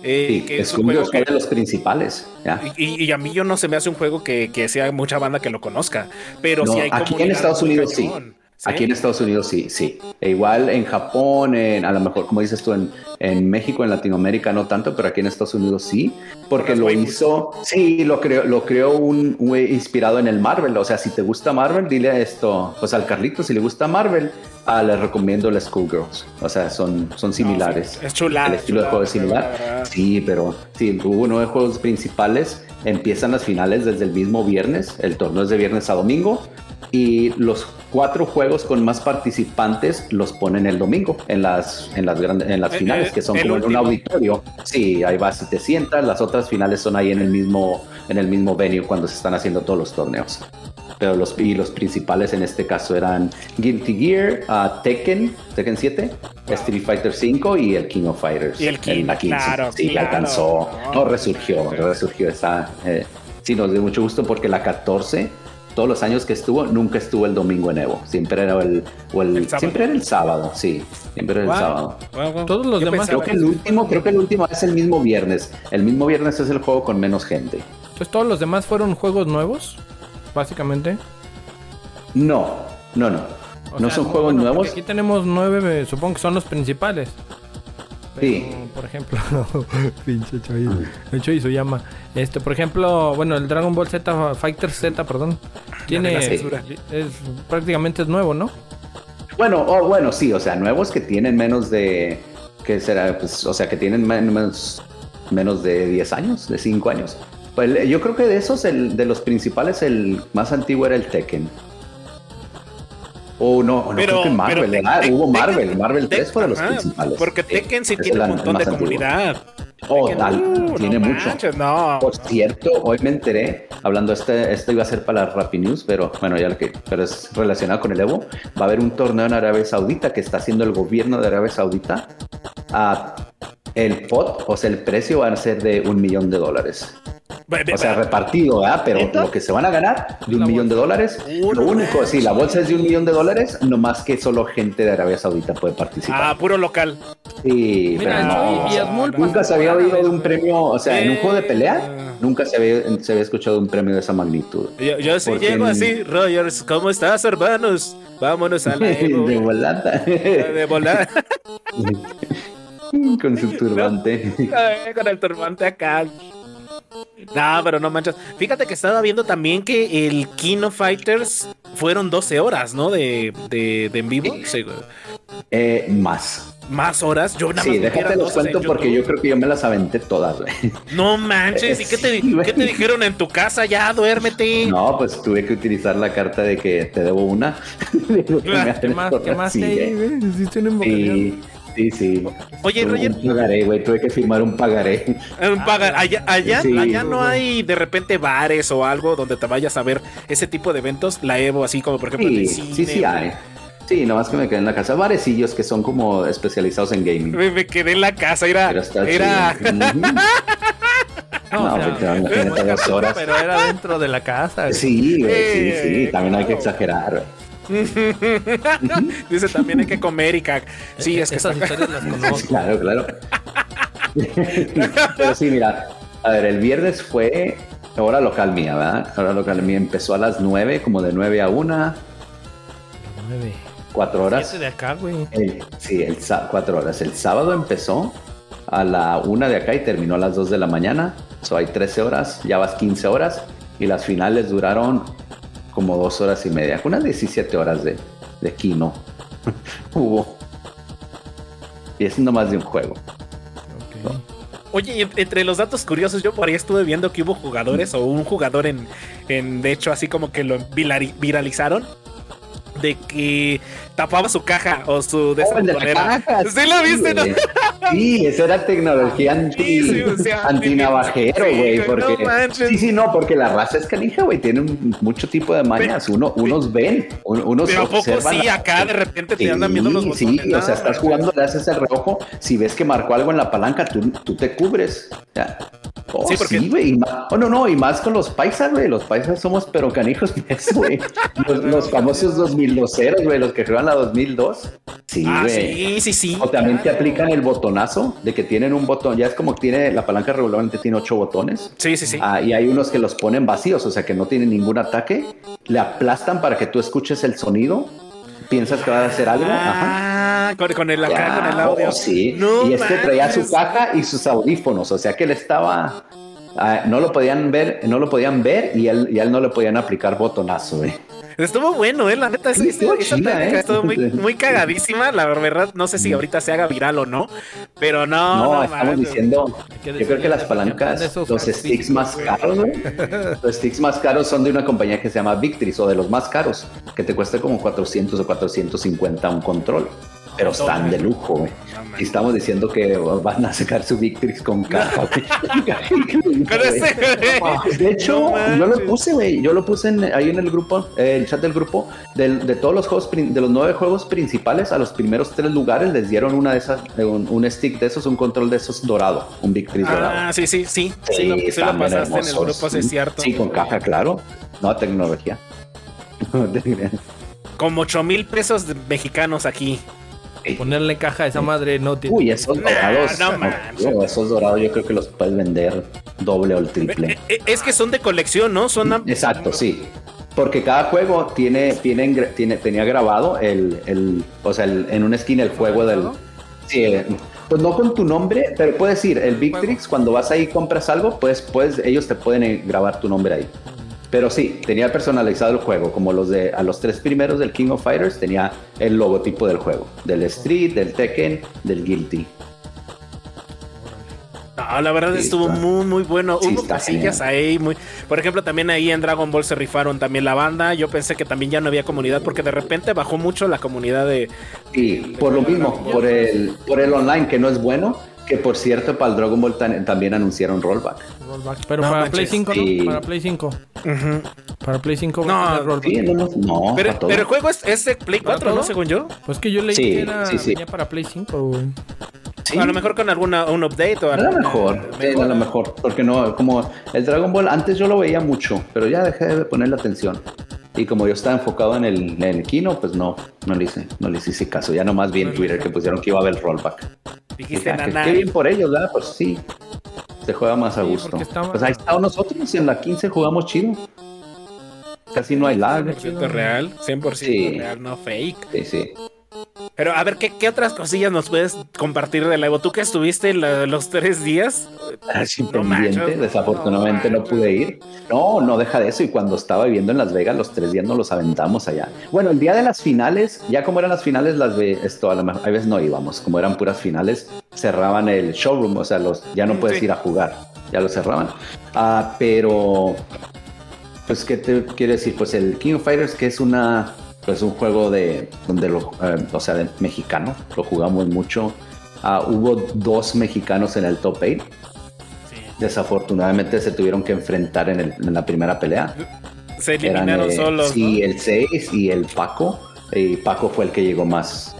Speaker 5: Sí,
Speaker 3: que es
Speaker 5: es
Speaker 3: un
Speaker 5: uno de
Speaker 3: juego
Speaker 5: los- uno
Speaker 3: que,
Speaker 5: de los principales. ¿ya?
Speaker 3: Y, y a mí yo no se me hace un juego que, que sea mucha banda que lo conozca. Pero
Speaker 5: No,
Speaker 3: si hay
Speaker 5: aquí en
Speaker 3: comunidad
Speaker 5: Estados
Speaker 3: muy
Speaker 5: Unidos sí.
Speaker 3: cañón, ¿sí?
Speaker 5: Aquí en Estados Unidos sí, sí. E igual en Japón, en- a lo mejor, como dices tú, en, en México, en Latinoamérica no tanto, pero aquí en Estados Unidos sí, porque
Speaker 3: Por las
Speaker 5: lo
Speaker 3: waifus.
Speaker 5: hizo, sí, lo creó, lo creó un, un güey inspirado en el Marvel. O sea, si te gusta Marvel, dile esto, pues al Carlito, si le gusta Marvel, ah, le recomiendo las Schoolgirls. O sea, son, son similares.
Speaker 3: es chulada,
Speaker 5: El estilo de
Speaker 3: chulada,
Speaker 5: juego es
Speaker 3: la
Speaker 5: similar.
Speaker 3: verdad.
Speaker 5: Sí, pero sí, hubo nueve juegos principales. Empiezan las finales desde el mismo viernes. El torneo es de viernes a domingo. y los cuatro juegos con más participantes los ponen el domingo en las en las grandes en las
Speaker 3: Eh,
Speaker 5: finales
Speaker 3: eh,
Speaker 5: que son
Speaker 3: el
Speaker 5: como en un
Speaker 3: último.
Speaker 5: auditorio sí ahí vas y te sientas las otras finales son ahí en el mismo en el mismo venue cuando se están haciendo todos los torneos pero los y los principales en este caso eran Guilty Gear ah, Tekken Tekken 7 Street Fighter 5 y el King of Fighters
Speaker 3: Y el King,
Speaker 5: en la 15.
Speaker 3: claro,
Speaker 5: sí
Speaker 3: claro.
Speaker 5: alcanzó no resurgió resurgió esa eh, sí nos dio mucho gusto porque la 14 todos los años que estuvo, nunca estuvo el domingo en Evo. Siempre era el, o el-
Speaker 3: El sábado.
Speaker 5: siempre era el sábado, sí. Siempre era el
Speaker 3: Wow,
Speaker 5: sábado.
Speaker 3: wow, wow.
Speaker 2: Todos los
Speaker 3: Yo
Speaker 2: demás-
Speaker 5: Creo
Speaker 3: pensaba
Speaker 5: que el último, creo que el último es el mismo viernes. El mismo viernes es el juego con menos gente.
Speaker 2: Entonces todos los demás fueron juegos nuevos, básicamente.
Speaker 5: No, no, no.
Speaker 2: O
Speaker 5: no
Speaker 2: sea,
Speaker 5: son juegos
Speaker 2: bueno, porque
Speaker 5: nuevos.
Speaker 2: Aquí tenemos nueve, eh, supongo que son los principales.
Speaker 5: Sí.
Speaker 2: Pero, Por ejemplo, [LAUGHS] pinche Chuy, el Chuy su llama. Este, por ejemplo, bueno, el Dragon Ball Z Fighter Z, perdón, tiene
Speaker 5: censura.
Speaker 2: es prácticamente es nuevo, ¿no?
Speaker 5: Bueno, oh, bueno, sí, o sea, nuevos que tienen menos de. que será? Pues, o sea, que tienen men- menos, menos de 10 años, de 5 años. Pues, el- yo creo que de esos, el, de los principales, el más antiguo era el Tekken. O no, no
Speaker 3: Pero-
Speaker 5: creo que Marvel,
Speaker 3: pero Tek-
Speaker 5: ¿verdad?
Speaker 3: Tek-
Speaker 5: Hubo Marvel,
Speaker 3: Tekken-
Speaker 5: Marvel 3 fueron los
Speaker 3: Ajá,
Speaker 5: principales. Eh,
Speaker 3: Porque
Speaker 5: Sí,
Speaker 3: Tekken sí
Speaker 5: ese
Speaker 3: tiene
Speaker 5: era
Speaker 3: un
Speaker 5: el
Speaker 3: montón de
Speaker 5: más antiguo.
Speaker 3: comunidad.
Speaker 5: Oh,
Speaker 3: Tekken,
Speaker 5: tal,
Speaker 3: uh,
Speaker 5: tiene
Speaker 3: no
Speaker 5: mucho.
Speaker 3: manches, no.
Speaker 5: Por cierto, hoy me enteré, hablando este, esto iba a ser para Rappi News, pero bueno, ya lo que, pero es relacionado con el Evo. Va a haber un torneo en Arabia Saudita que está haciendo el gobierno de Arabia Saudita. Ah, el pot, o sea, el precio va a ser de un millón de dólares.
Speaker 3: Ve- ve-
Speaker 5: O sea, repartido, ¿verdad? Pero lo que se van a ganar de un
Speaker 2: La
Speaker 5: millón de dólares, lo único, sí, la bolsa es de un millón de dólares, nomás que solo gente de Arabia Saudita puede participar.
Speaker 3: ah, puro local.
Speaker 5: Sí,
Speaker 2: Mira,
Speaker 5: pero
Speaker 2: el
Speaker 5: no,
Speaker 2: Chuy
Speaker 5: o
Speaker 2: y
Speaker 5: sea,
Speaker 2: Asmol
Speaker 5: Nunca se había
Speaker 2: participaron,
Speaker 5: oído de un
Speaker 2: güey.
Speaker 5: premio, o sea, en un juego de pelea,
Speaker 3: Eh.
Speaker 5: nunca se había, se había escuchado de un premio de esa magnitud.
Speaker 3: Yo, yo sí
Speaker 5: Porque
Speaker 3: llego
Speaker 5: en-
Speaker 3: así, Rogers, ¿cómo estás, hermanos? Vámonos
Speaker 5: [LAUGHS]
Speaker 3: a la Evo.
Speaker 5: de volada.
Speaker 3: de volar.
Speaker 5: [LAUGHS] Con su turbante.
Speaker 3: Ay, con el turbante acá. No, pero no manchas. Fíjate que estaba viendo también que el Kino Fighters fueron 12 horas, ¿no? De, de, de en vivo. Sí, güey.
Speaker 5: Eh, más.
Speaker 3: Más horas. Yo nada más
Speaker 5: Sí,
Speaker 3: vi que
Speaker 5: déjate
Speaker 3: eran
Speaker 5: los
Speaker 3: 12 en
Speaker 5: cuento porque yo
Speaker 3: YouTube.
Speaker 5: creo que yo me las aventé todas, güey.
Speaker 3: No manches. ¿Y qué te,
Speaker 5: Sí, güey.
Speaker 3: qué te dijeron en tu casa? Ya, duérmete.
Speaker 5: No, pues tuve que utilizar la carta de que te debo una. [LAUGHS]
Speaker 2: ¿Qué más, qué más
Speaker 5: Sí,
Speaker 2: hay,
Speaker 5: eh.
Speaker 2: güey? Hiciste un invocatorio.
Speaker 5: Sí, sí, sí.
Speaker 3: Oye,
Speaker 5: Tuve
Speaker 3: Roger.
Speaker 5: Un pagaré, güey. Tuve que firmar un pagaré.
Speaker 3: Eh, paga- allá, allá,
Speaker 5: Sí.
Speaker 3: allá no hay de repente bares o algo donde te vayas a ver ese tipo de eventos. La Evo, así como por ejemplo. en
Speaker 5: Sí,
Speaker 3: el
Speaker 5: sí,
Speaker 3: cine,
Speaker 5: sí hay. Sí, nomás que me quedé en la casa. Barecillos que son como especializados en gaming.
Speaker 3: Me, me quedé en la casa, era.
Speaker 5: Pero está
Speaker 3: era
Speaker 5: chido. Ujú.
Speaker 2: No, o
Speaker 5: No,
Speaker 2: sea,
Speaker 5: pues, te van a imagínate dos horas.
Speaker 2: pero era dentro de la casa. güey.
Speaker 5: Sí, güey, sí, sí.
Speaker 3: Eh,
Speaker 5: También hay que
Speaker 3: claro.
Speaker 5: exagerar, güey.
Speaker 3: Dice también hay que comer y cag. Sí, es que
Speaker 2: esas
Speaker 3: está-
Speaker 2: historias las conozco.
Speaker 5: [LAUGHS] Claro, claro. Pero sí, mira. A ver, el viernes fue hora local mía, ¿verdad? Hora local mía empezó a las 9, como de 9 a 1,
Speaker 2: Nueve.
Speaker 5: 4 horas.
Speaker 2: Siete de acá, güey.
Speaker 5: El- sí, el, sá- cuatro horas. El sábado empezó a la una de acá y terminó a las dos de la mañana. So hay 13 horas, ya vas 15 horas. Y las finales duraron como dos horas y media, unas 17 horas de, de kino. [LAUGHS] Hubo. Y es nomás de un juego.
Speaker 2: Ok.
Speaker 3: Oye, y en- entre los datos curiosos, yo por ahí estuve viendo que hubo jugadores o un jugador en, en de hecho, así como que lo vilari- viralizaron. De que tapaba su caja o su de esa
Speaker 5: Oh, el de la
Speaker 3: botonera.
Speaker 5: caja,
Speaker 3: Sí, lo [LAUGHS] viste, ¿no?
Speaker 5: güey. Eh, Sí, esa era tecnología anti,
Speaker 3: Sí, sí, o sea, [LAUGHS]
Speaker 5: antinavajero,
Speaker 3: sí,
Speaker 5: güey.
Speaker 3: no
Speaker 5: porque
Speaker 3: manches.
Speaker 5: sí, sí, no, porque la raza es canija, güey. Tienen mucho tipo de mañas. Uno, unos ven, un- unos
Speaker 3: Pero a poco
Speaker 5: observan
Speaker 3: sí,
Speaker 5: la-
Speaker 3: acá de repente
Speaker 5: Sí,
Speaker 3: te andan viendo los botones. Ah.
Speaker 5: sí, o sea, estás
Speaker 3: No,
Speaker 5: jugando, le haces el reojo. Si ves que marcó algo en la palanca, tú, tú te cubres. Ya. Oh,
Speaker 3: Sí,
Speaker 5: sí,
Speaker 3: porque-
Speaker 5: güey. y ma- oh, no, no, y más con los paisas, güey. Los paisas somos pero canijos [LAUGHS] de
Speaker 3: [LAUGHS]
Speaker 5: eso, güey. Los, los famosos 2002 güey, los que juegan la 2002. Sí, güey.
Speaker 3: Ah, sí, sí, sí.
Speaker 5: O también te
Speaker 3: claro.
Speaker 5: aplican el botonazo de que tienen un botón, ya es como que tiene la palanca regularmente tiene ocho botones.
Speaker 3: Sí, sí, sí.
Speaker 5: Ah, y hay unos que los ponen vacíos, o sea que no tienen ningún ataque, le aplastan para que tú escuches el sonido, piensas que va a hacer algo. Ajá.
Speaker 3: Ah, con, con el acá,
Speaker 5: Ya,
Speaker 3: con el audio.
Speaker 5: oh, sí.
Speaker 3: No
Speaker 5: y este traía su
Speaker 3: manches.
Speaker 5: caja y sus audífonos, o sea que él estaba ah, no lo podían ver, no lo podían ver y él, y a él no le podían aplicar botonazo, güey.
Speaker 3: Estuvo bueno, ¿eh? La neta, esa,
Speaker 5: Sí,
Speaker 3: esa-
Speaker 5: estuvo
Speaker 3: esa
Speaker 5: chida,
Speaker 3: plática
Speaker 5: ¿eh?
Speaker 3: estuvo
Speaker 5: [LAUGHS]
Speaker 3: muy, muy cagadísima. La verdad, no sé si ahorita se haga viral o no, pero no.
Speaker 5: No,
Speaker 3: no
Speaker 5: estamos
Speaker 3: mames.
Speaker 5: diciendo,
Speaker 4: que
Speaker 5: yo creo que
Speaker 4: decirle,
Speaker 5: las
Speaker 4: de
Speaker 5: palancas,
Speaker 4: esos
Speaker 5: los
Speaker 4: carros
Speaker 5: sticks más caros, güey, los sticks más caros son de una compañía que se llama Victris o de los más caros, que te cuesta como 400 o 450 un control, pero están de lujo, güey. Y estamos diciendo que van a sacar su Victrix con caja, güey.
Speaker 3: Con
Speaker 5: [LAUGHS]
Speaker 3: ese, güey.
Speaker 5: De hecho,
Speaker 3: No
Speaker 5: yo lo
Speaker 3: manches.
Speaker 5: puse, güey. Yo lo puse en- ahí en el grupo, eh, el chat del grupo, del- de todos los juegos, prin- de los nueve juegos principales, a los primeros tres lugares les dieron una de esas, eh, un, un stick de esos, un control de esos dorado, un Big Three dorado.
Speaker 3: Ah, sí, sí, sí. Sí, lo, sí lo
Speaker 5: están bien
Speaker 3: pasaste en el
Speaker 5: hermosos,
Speaker 3: grupo, sí,
Speaker 5: sí.
Speaker 3: es cierto.
Speaker 5: Sí, con caja, claro. No, tecnología. [LAUGHS]
Speaker 3: Como 8 mil pesos de- mexicanos aquí.
Speaker 4: Ponerle caja a esa madre no tiene.
Speaker 5: Uy, esos
Speaker 3: Nah,
Speaker 5: dorados.
Speaker 3: no
Speaker 5: no,
Speaker 3: manches.
Speaker 5: no, esos dorados yo creo que los puedes vender doble o el triple.
Speaker 3: Eh, eh, Es que son de colección, ¿no? Son. am-
Speaker 5: Exacto, sí. Porque cada juego tiene, tiene, engra- tiene- tenía grabado el, el o sea, el- en una esquina el juego del. Sí, eh, pues no con tu nombre, pero puedes ir, el Big Tricks, cuando vas ahí y compras algo, pues, pues ellos te pueden eh, grabar tu nombre ahí. Pero sí, tenía personalizado el juego, como los de a los tres primeros del King of Fighters tenía el logotipo del juego, del Street, del Tekken, del Guilty.
Speaker 3: No, la verdad
Speaker 5: Sí,
Speaker 3: estuvo
Speaker 5: está.
Speaker 3: muy, muy bueno.
Speaker 5: Sí,
Speaker 3: Hubo
Speaker 5: está
Speaker 3: casillas ahí. Muy... Por ejemplo, también ahí en Dragon Ball se rifaron también la banda. Yo pensé que también ya no había comunidad porque de repente bajó mucho la comunidad de.
Speaker 5: Y por lo mismo, por el, por el online que no es bueno, que por cierto para el Dragon Ball tan- también anunciaron rollback.
Speaker 4: Rollback. Pero
Speaker 3: No
Speaker 4: para
Speaker 3: manches,
Speaker 4: Play 5, ¿no?
Speaker 5: sí.
Speaker 4: Para Play 5.
Speaker 3: Ujú.
Speaker 4: Para Play 5 va
Speaker 3: No,
Speaker 4: a tener rollback.
Speaker 5: Sí, no, no, no,
Speaker 3: Pero,
Speaker 5: para todo.
Speaker 3: pero el juego es, es de Play 4, ¿no?
Speaker 4: todo?
Speaker 3: Según yo.
Speaker 4: Pues que yo leí
Speaker 5: Sí,
Speaker 4: que era,
Speaker 5: sí, sí.
Speaker 4: venía para Play 5, güey.
Speaker 5: Sí,
Speaker 3: A lo mejor con alguna un update o
Speaker 5: a
Speaker 3: algo.
Speaker 5: lo mejor, sí, a lo mejor, porque no, como el Dragon Ball antes yo lo veía mucho, pero ya dejé de ponerle atención. Y como yo estaba enfocado en el, en el Kino, pues no, no le hice, no les hice caso. Ya nomás vi en Twitter que pusieron que iba a haber rollback.
Speaker 3: Dijiste
Speaker 5: Ah, que-
Speaker 3: nada.
Speaker 5: Qué bien por ellos, ¿verdad? Pues sí. Se juega más a
Speaker 4: Sí,
Speaker 5: gusto.
Speaker 4: porque está-
Speaker 5: Pues ahí estamos nosotros en la 15 jugamos chido. Casi no hay lag. este,
Speaker 3: 100% real, 100%
Speaker 5: Sí.
Speaker 3: real, no fake.
Speaker 5: Sí, sí.
Speaker 3: Pero a ver, ¿qué, qué otras cosillas nos puedes compartir de la Evo? ¿Tú que estuviste la- los tres días?
Speaker 5: Así
Speaker 3: No
Speaker 5: pendiente,
Speaker 3: manches,
Speaker 5: desafortunadamente
Speaker 3: no
Speaker 5: no pude ir. No, no deja de eso. Y cuando estaba viviendo en Las Vegas, los tres días nos los aventamos allá. Bueno, el día de las finales, ya como eran las finales, las ve esto a lo mejor a veces no íbamos, como eran puras finales, cerraban el showroom, o sea, los ya no
Speaker 3: Mm,
Speaker 5: puedes
Speaker 3: sí.
Speaker 5: ir a jugar, ya lo cerraban. Ah, pero, pues, ¿qué te quiero decir? Pues el King of Fighters, que es una, pues un juego de, donde lo, eh, o sea, de mexicano, lo jugamos mucho. Ah, hubo dos mexicanos en el top 8 desafortunadamente se tuvieron que enfrentar en, el- en la primera pelea.
Speaker 3: Se
Speaker 5: Eran,
Speaker 3: eliminaron
Speaker 5: eh,
Speaker 3: solos.
Speaker 5: Sí,
Speaker 3: ¿no?
Speaker 5: el 6 y el Paco. Y Paco fue el que llegó más,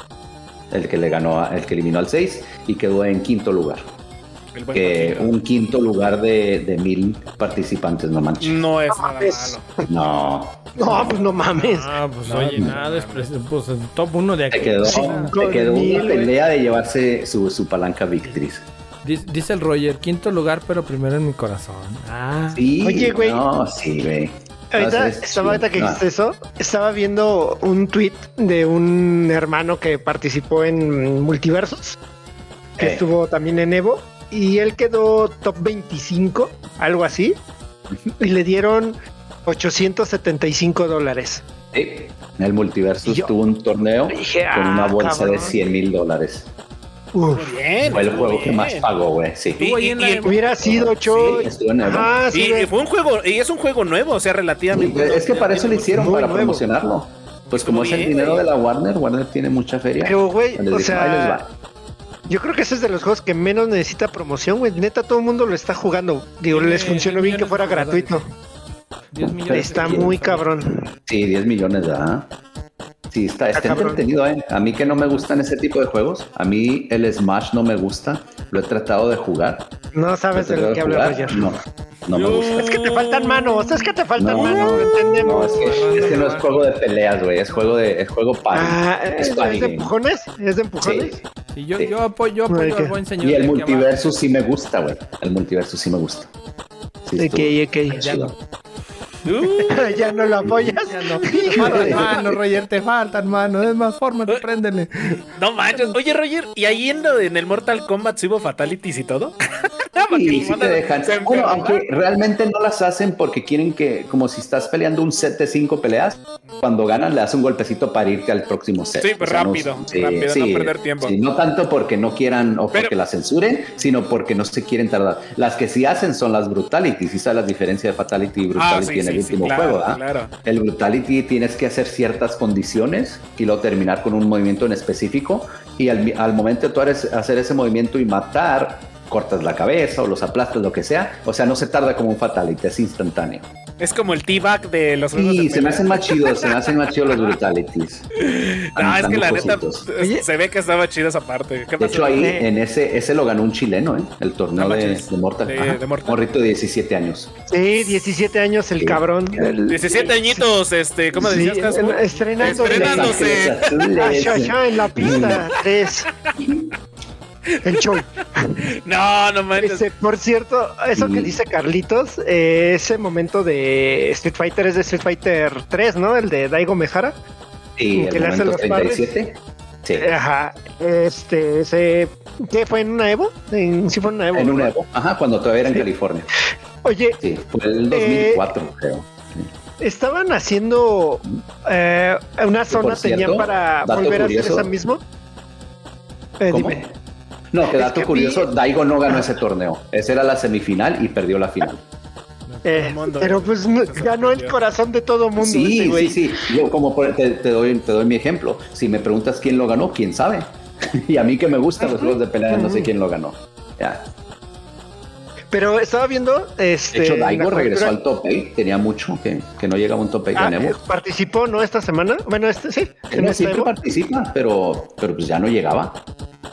Speaker 5: el que le ganó, a- el que eliminó al 6 y quedó en quinto lugar.
Speaker 3: Pues El buen
Speaker 5: Que
Speaker 3: Paquito.
Speaker 5: un quinto lugar de, de mil participantes, no manches.
Speaker 3: No es nada
Speaker 5: pues,
Speaker 6: mames.
Speaker 3: malo.
Speaker 5: No,
Speaker 6: No, pues no mames.
Speaker 4: Ah, pues
Speaker 5: No,
Speaker 4: oye,
Speaker 5: no.
Speaker 4: nada, es pres- pues el top 1 de
Speaker 5: se
Speaker 4: aquí.
Speaker 5: quedó,
Speaker 6: Cinco
Speaker 5: se quedó
Speaker 6: mil,
Speaker 5: una
Speaker 6: güey.
Speaker 5: pelea de llevarse su, su palanca Victris.
Speaker 4: Dice, dice el Roger, quinto lugar, pero primero en mi corazón. Ah,
Speaker 5: Sí,
Speaker 6: Oye, güey.
Speaker 5: No, sí, güey. No,
Speaker 6: Ahorita,
Speaker 5: es-
Speaker 6: estaba, ahorita que
Speaker 5: Ah, no.
Speaker 6: dijiste eso, estaba viendo un tweet de un hermano que participó en Multiversos, que
Speaker 5: Eh.
Speaker 6: estuvo también en Evo, y él quedó top 25, algo así, y le dieron 875 dólares.
Speaker 5: Sí, En el multiversus
Speaker 6: Y yo-
Speaker 5: tuvo un torneo
Speaker 6: Dije,
Speaker 5: con una
Speaker 6: "Ah,
Speaker 5: bolsa de
Speaker 6: cabrón".
Speaker 5: 100 mil dólares.
Speaker 6: Uf.
Speaker 3: Muy bien.
Speaker 5: Fue el
Speaker 3: muy
Speaker 5: juego que
Speaker 3: bien.
Speaker 5: más pagó, güey. Sí.
Speaker 3: Y-
Speaker 4: Estuvo ahí
Speaker 3: y-
Speaker 4: en la
Speaker 3: y-
Speaker 4: emo-
Speaker 6: Hubiera sido
Speaker 5: Sí,
Speaker 6: ocho.
Speaker 5: estuvo en Evo.
Speaker 6: Ajá, sí,
Speaker 3: Y,
Speaker 6: güey.
Speaker 3: y fue un juego, y es un juego nuevo, o sea, relativamente.
Speaker 5: es que para eso lo hicieron,
Speaker 6: Muy
Speaker 5: para
Speaker 6: nuevo.
Speaker 5: promocionarlo. Pues como
Speaker 3: Muy
Speaker 5: es el
Speaker 3: bien,
Speaker 5: dinero
Speaker 3: güey.
Speaker 5: de la Warner, Warner tiene mucha feria.
Speaker 6: Pero, güey,
Speaker 5: Les
Speaker 6: o
Speaker 5: dijo, "Ahí les
Speaker 6: sea,
Speaker 5: va".
Speaker 6: yo creo que ese es de los juegos que menos necesita promoción, güey. Neta, todo el mundo lo está jugando. Digo,
Speaker 4: Tiene
Speaker 6: les funcionó bien que
Speaker 4: millones
Speaker 6: fuera
Speaker 4: de jugadores.
Speaker 6: gratuito.
Speaker 4: 10 millones.
Speaker 6: Está
Speaker 4: de-
Speaker 6: muy cabrón.
Speaker 5: Sí, 10 millones, ¿verdad? Sí, está, está
Speaker 6: cabrón.
Speaker 5: entretenido, ¿eh? A mí que no me gustan ese tipo de juegos. A mí el Smash no me gusta. Lo he tratado de jugar.
Speaker 6: No
Speaker 5: Lo he
Speaker 6: sabes de
Speaker 5: tratado
Speaker 6: lo que habla
Speaker 5: jugar.
Speaker 6: Roger.
Speaker 5: No, no me
Speaker 3: Yo-
Speaker 5: gusta.
Speaker 6: Es que te faltan manos, es que te faltan
Speaker 5: No,
Speaker 6: manos, lo
Speaker 5: No,
Speaker 6: entendemos.
Speaker 5: es que, es que no es juego de peleas, güey. Es juego de, es juego party.
Speaker 6: Ah, ¿es,
Speaker 5: es party
Speaker 6: es de
Speaker 5: game.
Speaker 6: empujones? ¿Es de
Speaker 5: Sí.
Speaker 6: empujones?
Speaker 4: Sí, yo,
Speaker 5: Sí.
Speaker 4: yo apoyo, yo apoyo
Speaker 6: Ay,
Speaker 4: al
Speaker 6: que-
Speaker 4: buen señor.
Speaker 5: Y el
Speaker 4: de aquí abajo. [LAUGHS]
Speaker 5: multiverso sí me gusta, güey. El multiverso sí me gusta. Sí, estuvo
Speaker 6: ok,
Speaker 5: chido.
Speaker 3: Uh,
Speaker 6: ok. [LAUGHS] ya no lo apoyas.
Speaker 4: Ya no, te faltan manos, Roger, te faltan manos. Es más, forma, préndele.
Speaker 3: no manches. Oye, Roger, ¿y ahí en, lo de- en el Mortal Kombat sí hubo fatalities y todo? [LAUGHS] No, porque
Speaker 5: Y
Speaker 3: mi
Speaker 5: sí
Speaker 3: banda
Speaker 5: te dejan.
Speaker 3: se enfermó,
Speaker 5: Bueno,
Speaker 3: ¿verdad?
Speaker 5: aunque realmente no las hacen porque quieren que, como si estás peleando un set de cinco peleas, cuando ganas le das un golpecito para irte al próximo set.
Speaker 3: Sí, pues
Speaker 5: no-
Speaker 3: rápido, rápido, no perder tiempo.
Speaker 5: sí, no tanto porque no quieran o
Speaker 3: Pero-
Speaker 5: porque las censuren, sino porque no se quieren tardar. Las que sí hacen son las brutalities. ¿Sí sabes la diferencia de fatality y
Speaker 3: Ah,
Speaker 5: brutality
Speaker 3: sí,
Speaker 5: en el
Speaker 3: sí, sí,
Speaker 5: último
Speaker 3: claro,
Speaker 5: juego? ¿ah? ¿verdad?
Speaker 3: claro.
Speaker 5: El brutality tienes que hacer ciertas condiciones y luego terminar con un movimiento en específico. Y al, al momento de tú hares- hacer ese movimiento y matar, cortas la cabeza o los aplastas, lo que sea. O sea, no se tarda como un fatality, es instantáneo.
Speaker 3: Es como el T-Bag de los juegos
Speaker 5: Y
Speaker 3: de
Speaker 5: se me
Speaker 3: pelea.
Speaker 5: hacen más chidos, se me hacen más chidos los brutalities.
Speaker 3: [LAUGHS] No, Ah, es que la neta
Speaker 5: Cositos.
Speaker 3: eh, se ve que estaba chida esa parte. ¿Qué
Speaker 5: De
Speaker 3: pasó?
Speaker 5: hecho, ahí en ese, ese lo ganó un chileno, ¿eh? El torneo
Speaker 3: No
Speaker 5: de,
Speaker 3: manches.
Speaker 5: de Mortal.
Speaker 3: De-
Speaker 5: Ajá.
Speaker 3: de Mortal.
Speaker 5: Morrito de 17 años.
Speaker 6: Sí, 17 años el cabrón.
Speaker 5: El-
Speaker 3: 17 añitos, este, ¿cómo
Speaker 6: Sí,
Speaker 3: decías? Casco?
Speaker 6: el- estrenando.
Speaker 3: Estrenando. estrenándose.
Speaker 5: Los Ángeles
Speaker 6: Ah, ya,
Speaker 5: Azules.
Speaker 6: ya, en la pista. Tres. El show.
Speaker 3: No, no manches.
Speaker 6: Este, por cierto, eso que dice Carlitos, eh, ese momento de Street Fighter es de Street Fighter 3, ¿no? El de Daigo Mejara.
Speaker 5: Sí, el
Speaker 6: que le hacen
Speaker 5: momento
Speaker 6: los padres.
Speaker 5: 37. Sí.
Speaker 6: Ajá. Este, ese, ¿qué fue en una Evo? En- sí fue en una Evo.
Speaker 5: En una
Speaker 6: ¿verdad?
Speaker 5: época. Ajá, cuando todavía era en California.
Speaker 6: Oye,
Speaker 5: Sí, fue el
Speaker 6: Eh,
Speaker 5: 2004, creo.
Speaker 6: estaban haciendo eh, una zona tenían
Speaker 5: cierto,
Speaker 6: para
Speaker 5: dato
Speaker 6: volver a
Speaker 5: curioso.
Speaker 6: hacer esa misma. Eh,
Speaker 5: ¿Cómo?
Speaker 6: dime.
Speaker 5: No, que
Speaker 6: Es
Speaker 5: dato
Speaker 6: que a mí-
Speaker 5: curioso, Daigo no ganó ese torneo. Esa era la semifinal y perdió la final.
Speaker 6: Eh,
Speaker 3: mundo.
Speaker 6: pero pues no-
Speaker 3: Se
Speaker 6: [LAUGHS] ganó el
Speaker 3: sorprendió.
Speaker 6: corazón de todo mundo. ese
Speaker 5: Sí,
Speaker 6: güey.
Speaker 5: sí, sí. Yo como por- te, te doy, te doy mi ejemplo. Si me preguntas quién lo ganó, quién sabe. [LAUGHS] y a mí que me gustan los juegos de pelea, no sé quién lo ganó. Ya.
Speaker 6: Pero estaba viendo este.
Speaker 5: De hecho, Daigo
Speaker 6: la
Speaker 5: regresó
Speaker 6: cobertura-
Speaker 5: al top 8. Tenía mucho que, que no llegaba a un top 8
Speaker 6: Ah,
Speaker 5: en Evo.
Speaker 6: eh, participó, ¿no? Esta semana. Bueno, este sí.
Speaker 5: Él
Speaker 6: En esta
Speaker 5: siempre
Speaker 6: Evo.
Speaker 5: participa, pero, pero pues ya no llegaba.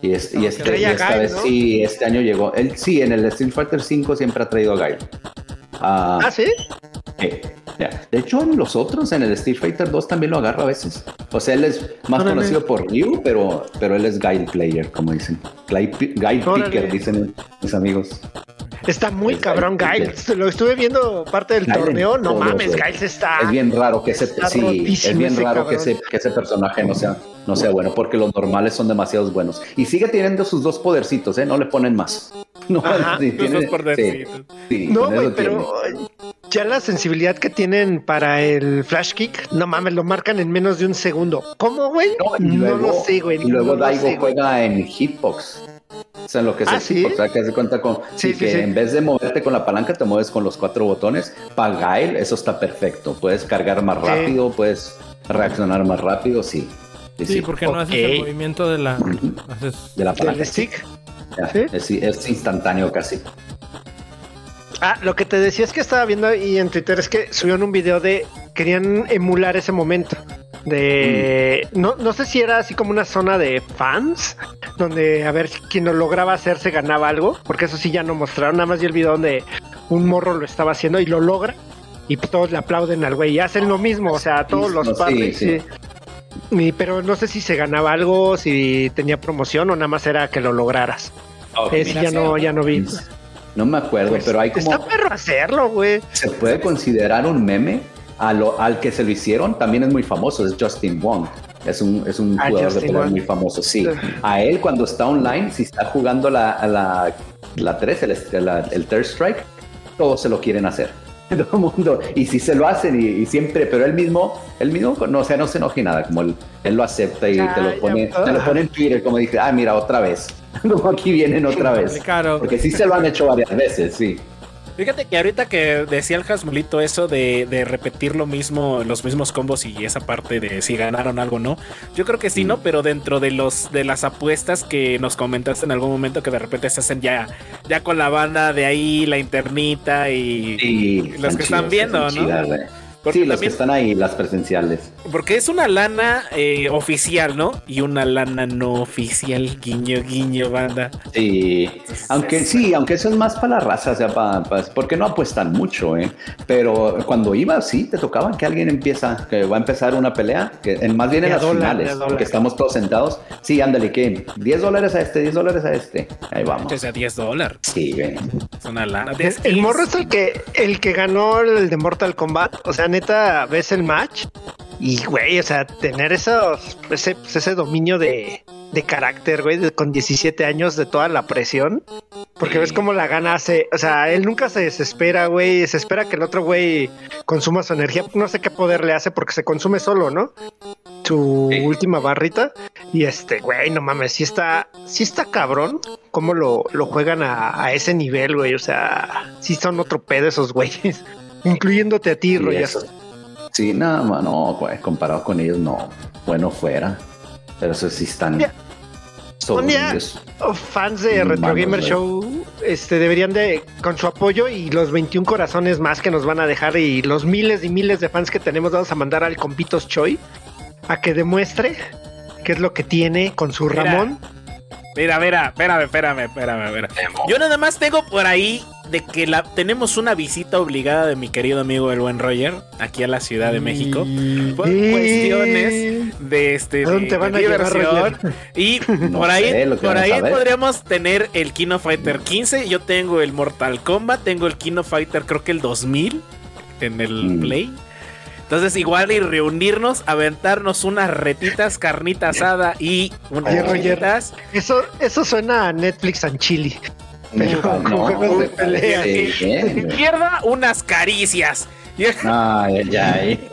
Speaker 5: Y, es- y este,
Speaker 6: traía
Speaker 5: y
Speaker 6: a
Speaker 5: esta
Speaker 6: Gael,
Speaker 5: vez
Speaker 6: ¿no?
Speaker 5: sí, este año llegó. Él sí, en el Street Fighter 5 siempre ha traído a Gail. Ah,
Speaker 6: Ah, sí.
Speaker 5: eh, ya. De hecho, en los otros, en el Street Fighter 2 también lo agarra a veces. O sea, él es más
Speaker 6: Órale.
Speaker 5: conocido por Ryu, pero, pero él es Guile Player, como dicen. Guile, pi- guile
Speaker 6: Órale.
Speaker 5: Picker, dicen mis amigos.
Speaker 6: Está muy
Speaker 5: Es
Speaker 6: cabrón,
Speaker 5: Gael.
Speaker 6: Giles. Lo estuve viendo parte del
Speaker 5: Gael en
Speaker 6: torneo. No
Speaker 5: todos
Speaker 6: mames,
Speaker 5: los-
Speaker 6: Giles está.
Speaker 5: es bien raro que ese,
Speaker 6: Ah, está
Speaker 5: sí, es
Speaker 6: rotísimo
Speaker 5: bien
Speaker 6: ese
Speaker 5: raro que
Speaker 6: cabrón.
Speaker 5: ese, que ese personaje no sea, no sea bueno, porque los normales son demasiados buenos. Y sigue teniendo sus dos podercitos, ¿eh? No le ponen más. [LAUGHS] No,
Speaker 6: Ajá,
Speaker 5: sí,
Speaker 3: Los
Speaker 5: tiene-
Speaker 3: dos por
Speaker 5: sí,
Speaker 3: decir.
Speaker 5: sí,
Speaker 6: No,
Speaker 5: con eso
Speaker 6: güey,
Speaker 5: tiene.
Speaker 6: pero eh, ya la sensibilidad que tienen para el flash kick, no mames, lo marcan en menos de un segundo. ¿Cómo, güey?
Speaker 5: No,
Speaker 6: No,
Speaker 5: y luego,
Speaker 6: lo sé, güey.
Speaker 5: y luego
Speaker 6: no lo
Speaker 5: Daigo
Speaker 6: sé, güey.
Speaker 5: juega en hitbox. O sea, en lo que es
Speaker 6: ¿Ah,
Speaker 5: el
Speaker 6: sí?
Speaker 5: hitbox, o sea, que hace cuenta con
Speaker 6: Sí,
Speaker 5: sí,
Speaker 6: sí,
Speaker 5: que
Speaker 6: sí.
Speaker 5: en vez de moverte con la palanca, te mueves con los cuatro botones. Para Gael, eso está perfecto. Puedes cargar más
Speaker 6: Sí.
Speaker 5: rápido, puedes reaccionar más rápido, sí. Sí,
Speaker 4: Sí,
Speaker 5: sí.
Speaker 4: porque no haces el movimiento de la. haces-
Speaker 5: de la
Speaker 6: Del
Speaker 5: palanca.
Speaker 6: stick.
Speaker 5: Ya,
Speaker 6: ¿Sí?
Speaker 5: es, es instantáneo casi.
Speaker 6: Ah, lo que te decía es que estaba viendo ahí en Twitter es que subieron un video de. Querían emular ese momento. De.
Speaker 5: Mm.
Speaker 6: No, no sé si era así como una zona de fans. Donde a ver quien lo lograba hacer se ganaba algo. Porque eso sí ya no mostraron. Nada más vi el video donde un morro lo estaba haciendo y lo logra. Y todos le aplauden al güey. Y hacen lo mismo. O sea, todos los
Speaker 5: Sí,
Speaker 6: padres.
Speaker 5: sí.
Speaker 6: sí. Y- pero no sé si se ganaba algo, si tenía promoción o nada más era que lo lograras. Eso ya no, ya no vi.
Speaker 5: No me acuerdo,
Speaker 6: Pues,
Speaker 5: pero hay como
Speaker 6: Está perro hacerlo, güey.
Speaker 5: se puede considerar un meme a lo, al que se lo hicieron, también es muy famoso, es Justin Wong. Es un, es un
Speaker 6: Ah,
Speaker 5: jugador
Speaker 6: Justin
Speaker 5: de pelea
Speaker 6: Wong.
Speaker 5: muy famoso, sí. A él cuando está online, si está jugando la, a la, la 3, el, la- el Third Strike, todos se lo quieren hacer. [LAUGHS] Todo el mundo. Y si se lo hacen y, y siempre, pero él mismo, él mismo, no, o sea, no se enoje nada, como él, él lo acepta y
Speaker 6: Ah,
Speaker 5: te lo
Speaker 6: ya,
Speaker 5: pone,
Speaker 6: ah.
Speaker 5: te lo pone en Twitter, como dice, ah, mira, otra vez. [LAUGHS] Como aquí vienen otra vez.
Speaker 4: Claro.
Speaker 5: Porque sí se lo han hecho varias veces, sí.
Speaker 3: Fíjate que ahorita que decía el Hasmulito eso de, de repetir lo mismo, los mismos combos y esa parte de si ganaron algo o no, yo creo que sí,
Speaker 5: Mm.
Speaker 3: ¿no? Pero dentro de los de las apuestas que nos comentaste en algún momento que de repente se hacen ya, ya con la banda de ahí, la internita y.
Speaker 5: Sí,
Speaker 3: Los que están viendo,
Speaker 5: están
Speaker 3: ¿no?
Speaker 5: chidas, güey.
Speaker 3: porque
Speaker 5: Sí, los que
Speaker 3: también-
Speaker 5: están ahí, las presenciales.
Speaker 3: Porque es una lana eh, oficial, ¿no? Y una lana no oficial, guiño, guiño, banda.
Speaker 5: Sí, aunque sí, aunque eso es más para la raza, o sea, pa- pa- porque no apuestan mucho, ¿eh? Pero cuando iba, sí, te tocaban que alguien empieza, que va a empezar una pelea, que en- más bien en
Speaker 6: De a
Speaker 5: las
Speaker 6: dólar, de a
Speaker 5: finales,
Speaker 6: dólar.
Speaker 5: porque estamos todos sentados. Sí, ándale, que 10 dólares a este, 10 dólares a este. Ahí vamos.
Speaker 3: O sea, 10 dólares.
Speaker 5: Sí, güey.
Speaker 3: Es una lana.
Speaker 6: El, el morro es el que, el que ganó el de Mortal Kombat. O sea, neta, ves el match. Y, güey, o sea, tener esos, ese, pues, ese dominio de, de carácter, güey, de- con 17 años de toda la presión. Porque ves cómo la gana hace, o sea, él nunca se desespera, güey, se espera que el otro güey consuma su energía. No sé qué poder le hace porque se consume solo, ¿no? Su
Speaker 5: Sí.
Speaker 6: última barrita. Y este, güey, no mames, sí está, sí está cabrón cómo lo, lo juegan a, a ese nivel, güey. O sea, sí son otro pedo esos güeyes. [LAUGHS] Incluyéndote a ti,
Speaker 5: Y
Speaker 6: Roger.
Speaker 5: eso. Sí, nada más, no, güey, comparado con ellos, no. Bueno, fuera. Pero eso sí están.
Speaker 6: Mira.
Speaker 5: Son
Speaker 6: Un día-
Speaker 5: ellos.
Speaker 6: Oh, fans de
Speaker 5: Manos,
Speaker 6: Retro Gamer
Speaker 5: güey.
Speaker 6: Show este, deberían de, con su apoyo y los 21 corazones más que nos van a dejar y los miles y miles de fans que tenemos, vamos a mandar al compitos Choi a que demuestre qué es lo que tiene con su
Speaker 3: Mira.
Speaker 6: Ramón.
Speaker 3: Mira, mira, espérame, espérame, espérame, espérame. Yo nada más tengo por ahí de que la, tenemos una visita obligada de mi querido amigo el buen Roger aquí a la Ciudad de México por
Speaker 6: Y-
Speaker 3: cuestiones de este
Speaker 6: ¿A Mm, dónde
Speaker 3: de-
Speaker 6: te van
Speaker 3: de
Speaker 6: a llevar,
Speaker 3: diversión.
Speaker 6: Roger? [LAUGHS]
Speaker 3: y
Speaker 5: No
Speaker 3: por ahí
Speaker 5: sé, lo que
Speaker 3: por
Speaker 5: vamos
Speaker 3: ahí
Speaker 5: a ver.
Speaker 3: podríamos tener el Kino Fighter 15 yo tengo el Mortal Kombat tengo el Kino Fighter creo que el 2000 en el
Speaker 5: Mm.
Speaker 3: Play entonces igual y reunirnos aventarnos unas retitas carnita asada y unas
Speaker 6: Oye, Roger.
Speaker 3: retitas
Speaker 6: Eso, eso suena a Netflix and Chili. [LAUGHS] Pero
Speaker 5: No,
Speaker 6: con juegos de pelea.
Speaker 5: sí, bien, güey.
Speaker 3: pierda unas caricias. Y-
Speaker 5: Ay, ay, ay.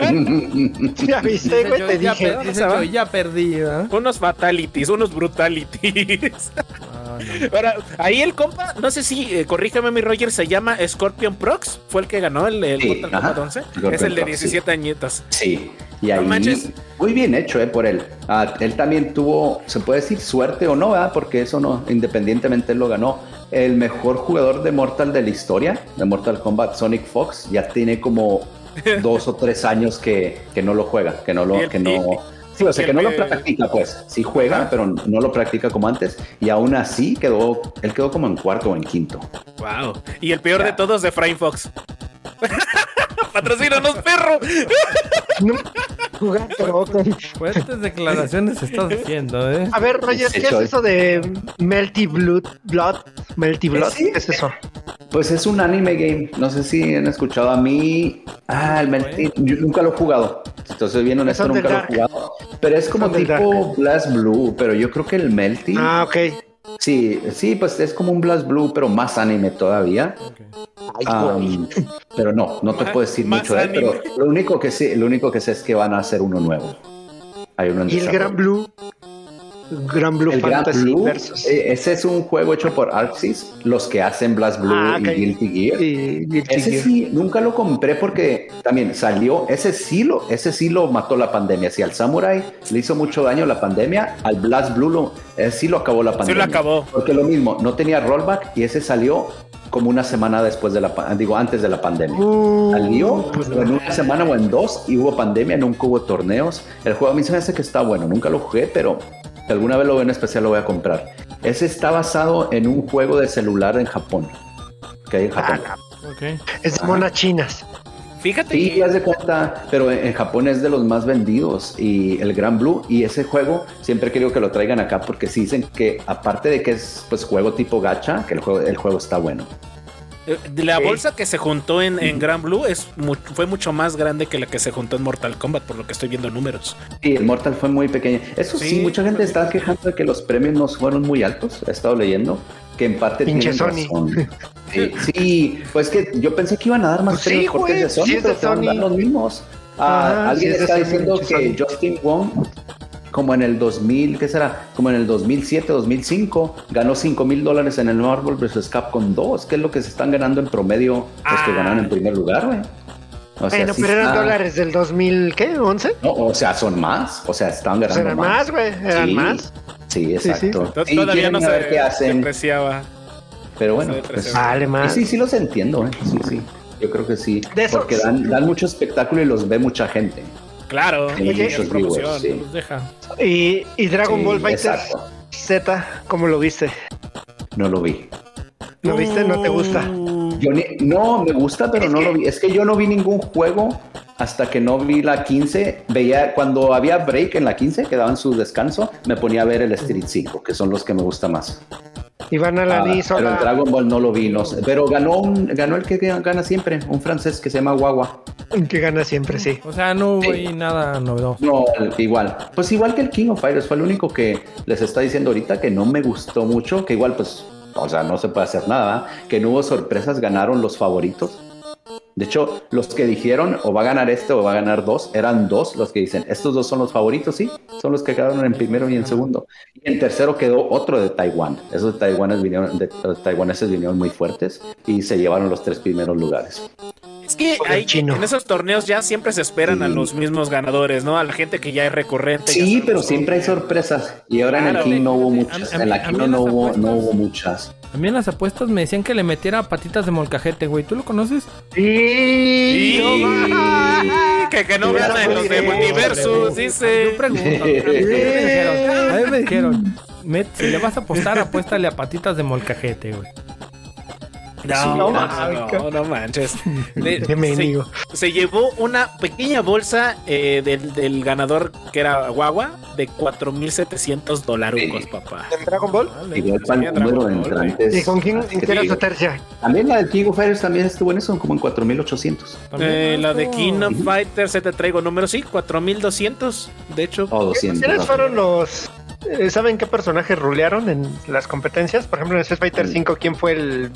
Speaker 6: Ya viste, güey, te
Speaker 4: ya,
Speaker 6: dije.
Speaker 4: per- dice yo, ya perdí, ¿verdad?
Speaker 3: unos fatalities, unos brutalities. [LAUGHS]
Speaker 4: Ah,
Speaker 3: Ahora, ahí el compa, no sé si, eh, corrígeme mi Roger, se llama Scorpion Prox. Fue el que ganó el, el
Speaker 5: Sí,
Speaker 3: Mortal
Speaker 5: ajá.
Speaker 3: Kombat 11.
Speaker 5: Scorpion
Speaker 3: es el de
Speaker 5: Prox, sí.
Speaker 3: 17 añitos.
Speaker 5: Sí, y
Speaker 3: No
Speaker 5: ahí
Speaker 3: manches.
Speaker 5: muy bien hecho eh, por él. Ah, él también tuvo, se puede decir suerte o no, ¿verdad? porque eso no, independientemente él lo ganó. El mejor jugador de Mortal de la historia, de Mortal Kombat, Sonic Fox, ya
Speaker 3: [LAUGHS]
Speaker 5: tiene como dos o tres años que, que no lo juega, que no
Speaker 3: Y
Speaker 5: lo,
Speaker 3: el-
Speaker 5: que no.
Speaker 3: y-
Speaker 5: Sí, o sea,
Speaker 3: y
Speaker 5: que no lo
Speaker 3: el-
Speaker 5: practica, pues. Sí juega, pero no lo practica como antes. Y aún así quedó, él quedó como en cuarto o en quinto.
Speaker 3: Wow. Y el peor
Speaker 5: Ya.
Speaker 3: de todos de Frame Fox. [LAUGHS] Patrocínanos, perro.
Speaker 6: No, jugar, pero ok.
Speaker 4: Fuertes declaraciones estás haciendo, ¿eh?
Speaker 6: A ver, Roger,
Speaker 5: Ese
Speaker 6: ¿qué es
Speaker 5: Choi.
Speaker 6: eso de Melty Blood? Blood Melty Blood,
Speaker 5: ¿Ese?
Speaker 6: ¿qué es eso?
Speaker 5: Pues es un anime game. No sé si han escuchado a mí. Ah, el Melty- Yo nunca lo he jugado. Entonces, bien honesto,
Speaker 6: Son del
Speaker 5: nunca lo he
Speaker 6: Dark.
Speaker 5: jugado. Pero es como
Speaker 6: Son del
Speaker 5: tipo Blast Blue, pero yo creo que el Melty.
Speaker 6: Ah, ok.
Speaker 5: Sí, sí, pues es como un Blast Blue, pero más anime todavía. Um, pero no, no te
Speaker 3: Más-
Speaker 5: puedo decir
Speaker 3: más
Speaker 5: mucho de él, pero
Speaker 3: anime.
Speaker 5: lo único que sí, lo único que sé es que van a hacer uno nuevo. Hay uno en
Speaker 6: Y el
Speaker 5: desarrollo.
Speaker 6: Gran Blue. Gran Blue
Speaker 5: El Gran
Speaker 6: Fantasy
Speaker 5: Blue,
Speaker 6: versus.
Speaker 5: eh, ese es un juego hecho por Arxis, los que hacen Blast Blue
Speaker 6: Ah, ok.
Speaker 5: y Guilty Gear.
Speaker 6: y Guilty
Speaker 5: Ese
Speaker 6: Gear.
Speaker 5: sí, nunca lo compré porque también salió, ese sí lo, ese sí lo mató la pandemia. Si al Samurai le hizo mucho daño la pandemia, al Blast Blue lo, ese sí lo acabó la
Speaker 3: Sí
Speaker 5: pandemia.
Speaker 3: lo acabó.
Speaker 5: Porque lo mismo, no tenía rollback y ese salió como una semana después de la, pa- digo, antes de la pandemia.
Speaker 6: Uh,
Speaker 5: Salió
Speaker 6: pues,
Speaker 5: en una semana o en dos y hubo pandemia, nunca hubo torneos. El juego a mí se me hace que está bueno, nunca lo jugué, pero si alguna vez lo veo en especial lo voy a comprar. Ese está basado en un juego de celular en Japón. Que hay en Japón.
Speaker 4: Ok.
Speaker 6: es de monas chinas.
Speaker 3: Fíjate
Speaker 5: Sí,
Speaker 3: que
Speaker 5: haz de cuenta, pero en, en Japón es de los más vendidos y el Gran Blue y ese juego siempre quiero que lo traigan acá porque sí dicen que aparte de que es pues juego tipo gacha, que el juego, el juego está bueno.
Speaker 3: eh, de la
Speaker 6: Ok.
Speaker 3: bolsa que se juntó en, en Gran Blue es mu- fue mucho más grande que la que se juntó en Mortal Kombat, por lo que estoy viendo en números.
Speaker 5: Sí, el Mortal fue muy pequeño. Eso sí,
Speaker 3: Sí,
Speaker 5: mucha
Speaker 6: pues,
Speaker 5: gente está quejando de que los premios no fueron muy altos, he estado leyendo, que en parte
Speaker 6: Pinche
Speaker 5: tienen
Speaker 6: Sony.
Speaker 5: razón.
Speaker 6: [LAUGHS]
Speaker 5: Sí, sí, pues que yo pensé que iban a dar más
Speaker 6: Pues sí,
Speaker 5: premios porque
Speaker 6: güey,
Speaker 5: es de Sony,
Speaker 6: sí es de
Speaker 5: pero te van a dar
Speaker 6: Sony.
Speaker 5: los mismos. Ah,
Speaker 6: Ajá,
Speaker 5: alguien
Speaker 6: sí es de
Speaker 5: está
Speaker 6: Sony,
Speaker 5: diciendo
Speaker 6: pinche
Speaker 5: que
Speaker 6: Sony.
Speaker 5: Justin Wong como en el 2000, ¿qué será? Como en el 2007, 2005, ganó 5 mil dólares en el Marvel vs. Capcom 2, que es lo que se están ganando en promedio los que
Speaker 3: Ah.
Speaker 5: ganaron en primer lugar, güey. O
Speaker 6: bueno,
Speaker 5: sí
Speaker 6: pero eran
Speaker 5: está-
Speaker 6: dólares del 2000, ¿qué? ¿11?
Speaker 5: No, o sea, son más, o sea, están
Speaker 6: Pues
Speaker 5: ganando
Speaker 6: eran más, güey. Eran
Speaker 5: Sí,
Speaker 6: más.
Speaker 5: Sí,
Speaker 6: sí.
Speaker 5: exacto.
Speaker 3: To-
Speaker 5: Sí,
Speaker 3: Todavía
Speaker 5: quieren
Speaker 3: no
Speaker 5: a ver
Speaker 3: se
Speaker 5: qué hacen,
Speaker 3: apreciaba.
Speaker 5: pero bueno,
Speaker 3: se
Speaker 5: pues,
Speaker 3: depreciaba.
Speaker 6: Vale,
Speaker 5: y
Speaker 6: más.
Speaker 5: sí, sí los entiendo, ¿eh? sí, sí. Yo creo que sí,
Speaker 6: De esos-
Speaker 5: porque dan, dan mucho espectáculo y los ve mucha gente.
Speaker 3: Claro,
Speaker 5: Y
Speaker 3: oye,
Speaker 5: muchos
Speaker 3: promoción.
Speaker 5: viewers, sí.
Speaker 4: Los deja.
Speaker 6: Y, y Dragon
Speaker 5: Sí,
Speaker 6: Ball Fighter
Speaker 5: Exacto.
Speaker 6: Z, ¿cómo lo viste?
Speaker 5: No lo vi.
Speaker 6: ¿Lo viste? ¿No te gusta?
Speaker 5: Yo ni- no, me gusta, pero no lo vi. Es que yo no vi ningún juego hasta que no vi la 15. Veía, cuando había break en la 15, que daban su descanso, me ponía a ver el Street 5, que son los que me gusta más.
Speaker 6: Iván
Speaker 5: Ah,
Speaker 6: Alanis,
Speaker 5: pero
Speaker 6: hola.
Speaker 5: el Dragon Ball no lo vi, no sé. Pero ganó, un- ganó el que gana siempre, un francés que se llama Guagua.
Speaker 6: Que gana siempre, sí.
Speaker 4: O sea, no hubo ahí nada novedoso.
Speaker 5: No, igual. Pues igual que el King of Fighters fue el único que les está diciendo ahorita que no me gustó mucho, que igual pues, o sea, no se puede hacer nada, ¿verdad? que no hubo sorpresas, ganaron los favoritos. De hecho, los que dijeron o va a ganar este o va a ganar dos, eran dos los que dicen, estos dos son los favoritos, sí, son los que quedaron en primero y en segundo. Y en tercero quedó otro de Taiwán. Esos taiwaneses vinieron, de- los taiwaneses vinieron muy fuertes y se llevaron los tres primeros lugares.
Speaker 3: Es que
Speaker 6: Por el
Speaker 3: ahí,
Speaker 6: chino.
Speaker 3: en esos torneos ya siempre se esperan a
Speaker 5: Sí.
Speaker 3: los mismos ganadores, ¿no? A la gente que ya es recurrente. ya
Speaker 5: Sí,
Speaker 3: sabemos
Speaker 5: pero
Speaker 3: cómo.
Speaker 5: siempre hay sorpresas. Y ahora en el
Speaker 3: Claro.
Speaker 5: King no hubo
Speaker 4: A
Speaker 5: muchas.
Speaker 4: mí- a mí-
Speaker 5: En la
Speaker 4: a mí
Speaker 5: King no,
Speaker 4: en las
Speaker 5: hubo,
Speaker 4: apuestas-
Speaker 5: no hubo muchas.
Speaker 4: A mí en las apuestas me decían que le metiera patitas de molcajete, güey. ¿Tú lo conoces?
Speaker 6: Sí,
Speaker 3: Sí,
Speaker 6: no mames.
Speaker 3: que, que no
Speaker 5: Sí,
Speaker 3: vean en los de
Speaker 6: sí,
Speaker 3: multiversos, dice.
Speaker 4: Yo pregunto. a mí me dijeron, a mí me dijeron, "Met, si le vas a apostar, apuéstale a patitas de molcajete, güey.
Speaker 3: No,
Speaker 5: no,
Speaker 3: no, no, no manches.
Speaker 5: [LAUGHS]
Speaker 3: De-
Speaker 6: Qué mendigo.
Speaker 3: se, se llevó una pequeña bolsa eh, del, del ganador que era Guagua de 4.700 dolarucos, papá.
Speaker 8: ¿En Dragon Ball?
Speaker 5: Igual para el
Speaker 3: Dragon
Speaker 5: número de
Speaker 3: Ball, ¿eh? güey.
Speaker 5: entrantes.
Speaker 6: ¿Y con quién
Speaker 5: Así que
Speaker 6: quién era
Speaker 5: digo,
Speaker 6: su tercia?
Speaker 5: También la del King of Fighters también estuvo en eso, como en 4800.
Speaker 4: También
Speaker 3: Eh, la de
Speaker 4: alto.
Speaker 3: King of Fighters, se te traigo número, sí, 4.200. De hecho,
Speaker 5: O 200.
Speaker 6: ¿Quiénes
Speaker 5: ¿no?
Speaker 6: fueron los... eh, ¿Saben qué personajes rulearon en las competencias? Por ejemplo, en Street Fighter
Speaker 5: Mm.
Speaker 6: 5, ¿quién fue el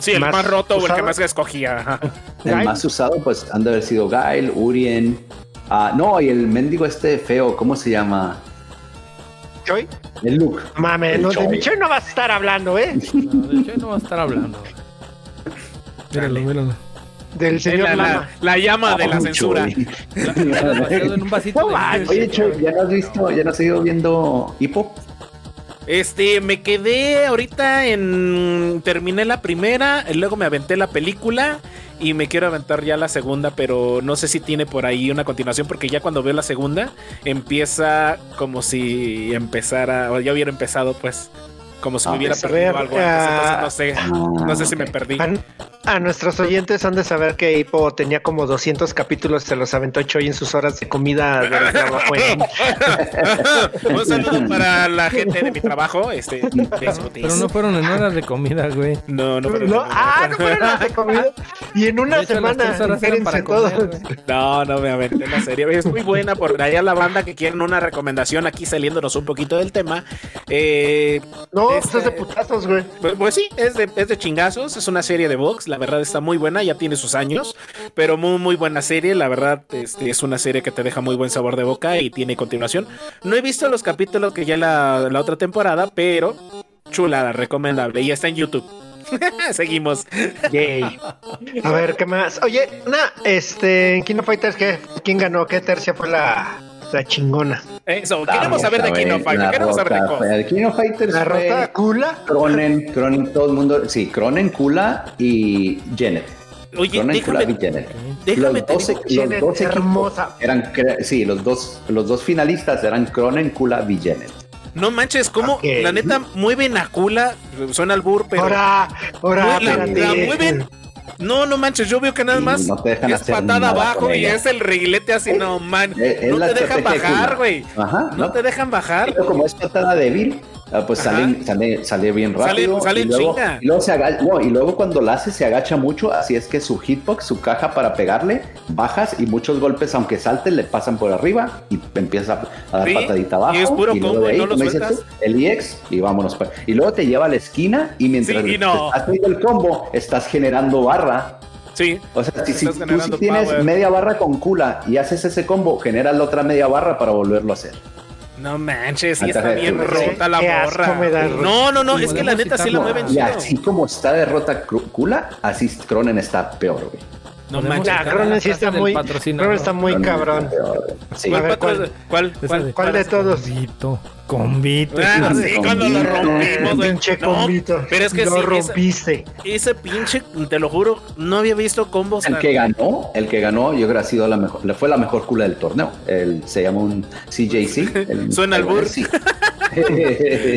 Speaker 3: sí, el
Speaker 6: ¿Más
Speaker 3: más, roto o el que
Speaker 6: usado?
Speaker 3: más escogía. ajá.
Speaker 5: El
Speaker 6: Gail?
Speaker 5: más usado, pues, han de haber sido Gail, Urien. Ah, no, y el mendigo este feo, ¿cómo se llama?
Speaker 6: Choi?
Speaker 5: El Luke.
Speaker 6: Mame,
Speaker 5: El
Speaker 6: no, de
Speaker 5: Choi.
Speaker 6: mi Choi no vas a estar hablando, ¿eh?
Speaker 4: No, de hecho, ahí no va a estar hablando. güey. Míralo, míralo.
Speaker 6: Del señor
Speaker 3: la,
Speaker 6: Lama.
Speaker 3: la- la llama de la
Speaker 5: Ah,
Speaker 3: censura.
Speaker 5: Choi.
Speaker 4: Está vaciado
Speaker 5: [LAUGHS]
Speaker 4: en un vasito de
Speaker 5: Oye, Choi, ¿ya no has visto, ya no has seguido viendo Hippo?
Speaker 3: Este, me quedé ahorita en. Terminé la primera, luego me aventé la película y me quiero aventar ya la segunda, pero no sé si tiene por ahí una continuación, porque ya cuando veo la segunda empieza como si empezara, o ya hubiera empezado, pues, como si me
Speaker 5: Ah,
Speaker 3: hubiera
Speaker 6: pues, a
Speaker 3: perdido
Speaker 6: ver,
Speaker 3: algo. antes,
Speaker 6: ah,
Speaker 3: entonces no sé, no sé si me perdí.
Speaker 6: An- A nuestros oyentes han de saber que Hippo tenía como 200 capítulos, se los aventó Choi en sus horas de comida de trabajo. en-
Speaker 3: [LAUGHS] Un saludo para la gente de mi trabajo,
Speaker 6: [LAUGHS]
Speaker 3: este, de Smoothies.
Speaker 4: Pero no fueron en horas de comida, güey.
Speaker 3: no, no,
Speaker 6: No, ah, no fueron las de comida. [LAUGHS] Y en una
Speaker 4: De hecho, las
Speaker 6: semana,
Speaker 4: tres horas eran
Speaker 6: espérense
Speaker 4: para
Speaker 6: todos.
Speaker 4: comer, güey.
Speaker 3: [LAUGHS] No, no me aventé la serie. Es muy buena por allá la banda que quieren una recomendación aquí saliéndonos un poquito del tema. Eh,
Speaker 6: No,
Speaker 3: Este-
Speaker 6: pues es de putazos, güey.
Speaker 3: pues, pues sí, es de, es de chingazos, es una serie de box, la verdad está muy buena, ya tiene sus años, pero muy muy buena serie, la verdad este, es una serie que te deja muy buen sabor de boca y tiene continuación. No he visto los capítulos que ya la, la otra temporada, pero chulada, recomendable, y está en YouTube. [LAUGHS] Seguimos.
Speaker 6: A ver, ¿qué más? Oye, na, este, en King of Fighters, ¿qué? ¿quién ganó? ¿Qué tercia fue la, la chingona?
Speaker 3: Eso, queremos saber de King of Fighters,
Speaker 5: La
Speaker 3: queremos saber de
Speaker 5: Roca
Speaker 3: cosas.
Speaker 5: fue- el King of Fighters
Speaker 3: Este,
Speaker 6: ¿La
Speaker 5: fue
Speaker 6: rota cula?
Speaker 5: Cronen, Cronen, todo el mundo, sí, Cronen, Kula y Janet.
Speaker 3: Oye,
Speaker 5: Cronen, Kula
Speaker 3: déjame,
Speaker 5: y Janet.
Speaker 3: déjame
Speaker 5: Los
Speaker 3: te
Speaker 5: dos,
Speaker 3: digo-
Speaker 5: los
Speaker 6: Janet,
Speaker 5: dos equipos
Speaker 6: hermosa.
Speaker 5: eran, cre- sí, los dos, los dos finalistas eran Cronen, Kula y Janet.
Speaker 3: No manches, cómo
Speaker 6: Ok.
Speaker 3: la neta mueven a Kula, suena al burro, pero
Speaker 6: Ahora, ahora,
Speaker 3: Güey, la-
Speaker 6: espérate.
Speaker 3: la mueven. no, no manches, yo veo que nada
Speaker 5: Y
Speaker 3: más
Speaker 5: no te dejan
Speaker 3: es
Speaker 5: hacer
Speaker 3: patada
Speaker 5: nada con
Speaker 3: abajo y
Speaker 5: ella.
Speaker 3: es el reguilete así, no man,
Speaker 5: Eh, es
Speaker 3: no
Speaker 5: la
Speaker 3: te dejan
Speaker 5: estrategia de
Speaker 3: bajar,
Speaker 5: Kula.
Speaker 3: güey,
Speaker 5: Ajá,
Speaker 3: no te dejan bajar.
Speaker 5: Pero como es patada débil, ah, pues
Speaker 3: Ajá.
Speaker 5: sale, sale, sale bien
Speaker 3: Sale-
Speaker 5: rápido.
Speaker 3: sale
Speaker 5: y,
Speaker 3: en
Speaker 5: luego,
Speaker 3: chinga.
Speaker 5: y luego se aga- no, y luego cuando la hace se agacha mucho, así es que su hitbox, su caja para pegarle, bajas y muchos golpes, aunque salte, le pasan por arriba y empieza a dar
Speaker 3: Sí,
Speaker 5: patadita abajo.
Speaker 3: y es puro
Speaker 5: luego
Speaker 3: combo
Speaker 5: de
Speaker 3: y no lo
Speaker 5: como dices
Speaker 3: sueltas.
Speaker 5: tú, el EX y vámonos. pa- Y luego te lleva a la esquina y mientras
Speaker 3: Sí, y no.
Speaker 5: estás haciendo el combo, estás generando barra.
Speaker 3: Sí,
Speaker 5: O sea, si, si
Speaker 3: Estás
Speaker 5: tú sí
Speaker 3: generando
Speaker 5: tienes
Speaker 3: power.
Speaker 5: media barra con Kula y haces ese combo, generas la otra media barra para volverlo a hacer.
Speaker 3: no manches, sí
Speaker 5: Ataque
Speaker 3: está
Speaker 5: de
Speaker 3: bien
Speaker 5: Kula,
Speaker 3: rota
Speaker 6: sí.
Speaker 3: la
Speaker 6: Qué asco
Speaker 3: borra.
Speaker 6: me da, Ruth.
Speaker 3: No, no, no, es que la
Speaker 4: Podemos
Speaker 3: neta sí la
Speaker 4: citarlo.
Speaker 3: mueven
Speaker 5: Y
Speaker 3: chido.
Speaker 5: así como está derrota Cru- Kula, así Cronen está peor, güey.
Speaker 3: No
Speaker 4: Podemos
Speaker 3: manches.
Speaker 6: Ya,
Speaker 4: citar
Speaker 6: Cronen
Speaker 4: la
Speaker 6: sí está
Speaker 4: frase del
Speaker 6: muy,
Speaker 4: patrocinador.
Speaker 6: Cronen está muy
Speaker 5: Cronen
Speaker 6: cabrón.
Speaker 5: está peor, güey. Sí.
Speaker 6: A
Speaker 3: ¿Cuál,
Speaker 6: ver,
Speaker 3: cuál, cuál,
Speaker 4: Esa de-
Speaker 6: ¿Cuál de todos?
Speaker 4: Convito, convito.
Speaker 3: Ah, sí,
Speaker 5: Combito.
Speaker 3: cuando lo rompimos, güey.
Speaker 6: Pinche
Speaker 3: No,
Speaker 6: combito.
Speaker 3: pero es que
Speaker 6: lo
Speaker 3: sí, esa-
Speaker 6: rompiste.
Speaker 3: Ese pinche, te lo juro, no había visto combos
Speaker 5: El
Speaker 3: tan-
Speaker 5: que ganó, el que ganó, yo creo que ha sido la mejor, le fue la mejor Kula del torneo. El, se llama un CJC. el-
Speaker 3: [LAUGHS] Suena al burro.
Speaker 5: Sí. [LAUGHS]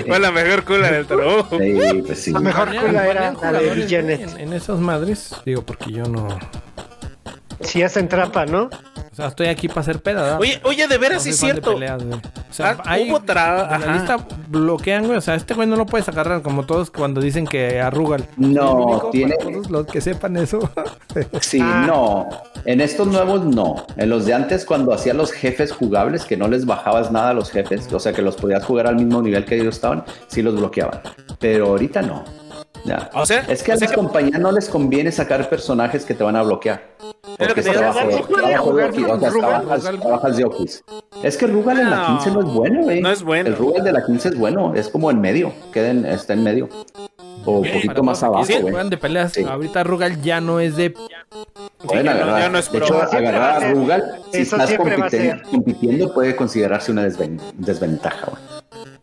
Speaker 3: Fue la mejor Kula del toro.
Speaker 5: Sí,
Speaker 3: [LAUGHS]
Speaker 5: pues sí.
Speaker 6: La mejor
Speaker 4: Ponían-
Speaker 6: cula era
Speaker 4: ponían
Speaker 6: la de
Speaker 4: jugadores, güey,
Speaker 6: Villanet.
Speaker 4: En, en esas madres, digo, porque yo no. O
Speaker 6: Si hacen trampa, ¿no?
Speaker 4: sea, estoy aquí para hacer peda. ¿verdad?
Speaker 3: Oye, oye, de
Speaker 4: No
Speaker 3: veras sí
Speaker 4: soy
Speaker 3: es
Speaker 4: fan de
Speaker 3: cierto.
Speaker 4: peleas, güey. o
Speaker 3: Ah, hubo tra-
Speaker 4: de la
Speaker 3: ajá.
Speaker 4: lista bloquean, güey. O sea, este güey no lo puedes agarrar como todos cuando dicen que arrugan.
Speaker 5: No,
Speaker 4: El único,
Speaker 5: tiene-
Speaker 4: para todos los que sepan
Speaker 5: [LAUGHS]
Speaker 4: eso.
Speaker 5: Sí,
Speaker 3: Ah.
Speaker 5: no. En estos nuevos no. En los de antes, cuando hacía los jefes jugables, que no les bajabas nada a los jefes, o sea que los podías jugar al mismo nivel que ellos estaban, sí los bloqueaban. Pero ahorita no. Ya.
Speaker 3: O sea,
Speaker 5: es que a
Speaker 3: o sea
Speaker 5: las
Speaker 3: que-
Speaker 5: compañías no les conviene sacar personajes que te van a bloquear.
Speaker 3: que
Speaker 5: Porque es
Speaker 3: te digo,
Speaker 5: trabajo,
Speaker 3: Rugal,
Speaker 5: trabajo de
Speaker 6: Rugal,
Speaker 5: office, o sea,
Speaker 6: Rugal,
Speaker 5: trabajas-
Speaker 4: Rugal.
Speaker 5: trabajas de office. Es que Rugal en la
Speaker 3: No.
Speaker 5: 15 no es bueno, güey.
Speaker 3: No es bueno.
Speaker 5: El Rugal de la 15 es bueno, es como en medio, queda en- está en medio. O un
Speaker 4: Para
Speaker 5: poquito
Speaker 4: todos
Speaker 5: más
Speaker 4: aquellos
Speaker 5: abajo,
Speaker 4: que
Speaker 5: güey.
Speaker 4: juegan de peleas.
Speaker 5: Sí.
Speaker 4: Ahorita Rugal ya no es de.
Speaker 3: ya
Speaker 5: Pueden
Speaker 3: no-
Speaker 5: agarrar.
Speaker 3: ya no es
Speaker 5: de
Speaker 3: pro.
Speaker 5: hecho,
Speaker 6: Siempre va a
Speaker 5: agarrar a
Speaker 6: ser.
Speaker 5: Rugal, si
Speaker 6: Eso
Speaker 5: estás
Speaker 6: siempre va a
Speaker 5: compiten-
Speaker 6: ser.
Speaker 5: compitiendo, puede considerarse una desven- desventaja. güey.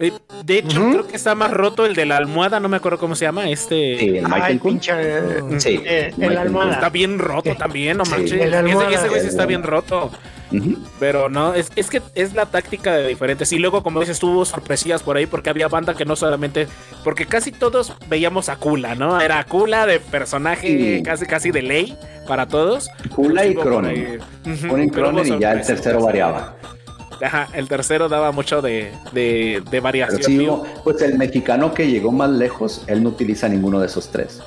Speaker 3: Eh, De hecho, creo que está más roto el de la almohada, no me acuerdo cómo se llama. Este
Speaker 5: Sí, el
Speaker 6: Ay,
Speaker 5: Michael Kun.
Speaker 6: pinche.
Speaker 3: Mm,
Speaker 5: Sí,
Speaker 6: eh, el
Speaker 5: Michael Kun.
Speaker 6: almohada.
Speaker 3: está bien roto también, no
Speaker 5: Sí.
Speaker 3: manches.
Speaker 6: El almohada.
Speaker 3: Ese, ese güey sí
Speaker 5: El
Speaker 3: está
Speaker 5: almohada.
Speaker 3: bien roto.
Speaker 5: Ujú.
Speaker 3: Pero no, es, es que es la táctica de diferentes. Y luego, como dices, tuvo sorpresillas por ahí porque había banda que no solamente. Porque casi todos veíamos a Kula, ¿no? Era Kula de personaje
Speaker 5: Sí.
Speaker 3: casi casi de ley para todos.
Speaker 5: Kula y
Speaker 3: Luego,
Speaker 5: Cronen.
Speaker 3: eh, ujú,
Speaker 5: Cronen,
Speaker 3: pero hubo
Speaker 5: Cronen y ya el
Speaker 3: sorpresas.
Speaker 5: tercero variaba.
Speaker 3: Ajá, el tercero daba mucho de, de, de
Speaker 5: Pero
Speaker 3: variación.
Speaker 5: sí,
Speaker 3: digo.
Speaker 5: pues el mexicano que llegó más lejos, él no utiliza ninguno de esos tres.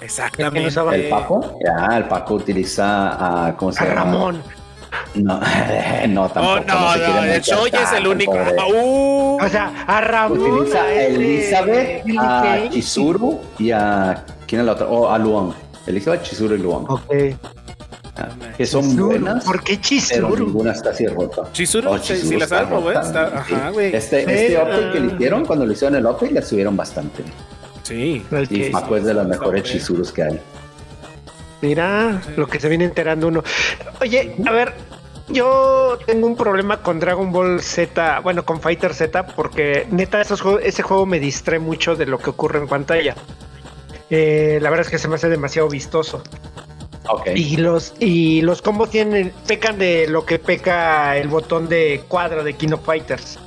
Speaker 3: Exactamente. Eh,
Speaker 6: usaba
Speaker 5: El Paco, ya, el Paco utiliza a, ¿cómo se
Speaker 6: A
Speaker 5: llama?
Speaker 6: Ramón.
Speaker 5: No, [LAUGHS] no,
Speaker 3: Oh,
Speaker 5: tampoco.
Speaker 3: no,
Speaker 5: se
Speaker 3: no,
Speaker 5: quiere
Speaker 3: el Choy es
Speaker 5: maltratar,
Speaker 3: el único.
Speaker 5: pobre.
Speaker 3: Uh,
Speaker 6: O sea, a Ramón.
Speaker 5: Utiliza
Speaker 6: a
Speaker 5: a
Speaker 6: este,
Speaker 5: Pues Elizabeth,
Speaker 6: Ah, pues, Billy
Speaker 5: a
Speaker 6: Kay.
Speaker 5: Chizuru y a. ¿Quién es la otra? Oh, a Luong. Elizabeth, Chizuru y Luong.
Speaker 6: Ok.
Speaker 5: Ah, Que son
Speaker 6: Chizuru,
Speaker 5: buenas,
Speaker 6: ¿Por qué
Speaker 5: pero
Speaker 6: Chizuru?
Speaker 5: ninguna está así rota.
Speaker 3: Chizuru, sí, sí la
Speaker 5: oh, está
Speaker 3: salvo, güey,
Speaker 5: rota,
Speaker 3: está-
Speaker 5: sí.
Speaker 3: ajá, güey.
Speaker 5: Este, este
Speaker 6: Pero-
Speaker 5: update que le hicieron, cuando le hicieron el update, le subieron bastante.
Speaker 3: sí.
Speaker 6: Ok.
Speaker 5: Y Paco es de las
Speaker 3: está
Speaker 5: mejores
Speaker 3: feo.
Speaker 5: Chizurus que hay.
Speaker 6: Mira lo que se viene enterando uno. Oye, a ver, yo tengo un problema con Dragon Ball Z, bueno, con Fighter Z, porque neta, esos juegos- ese juego me distrae mucho de lo que ocurre en pantalla. Eh, la verdad es que se me hace demasiado vistoso.
Speaker 5: Ok.
Speaker 6: Y los, y los combos tienen, pecan de lo que peca el botón de cuadro de Kino Fighters.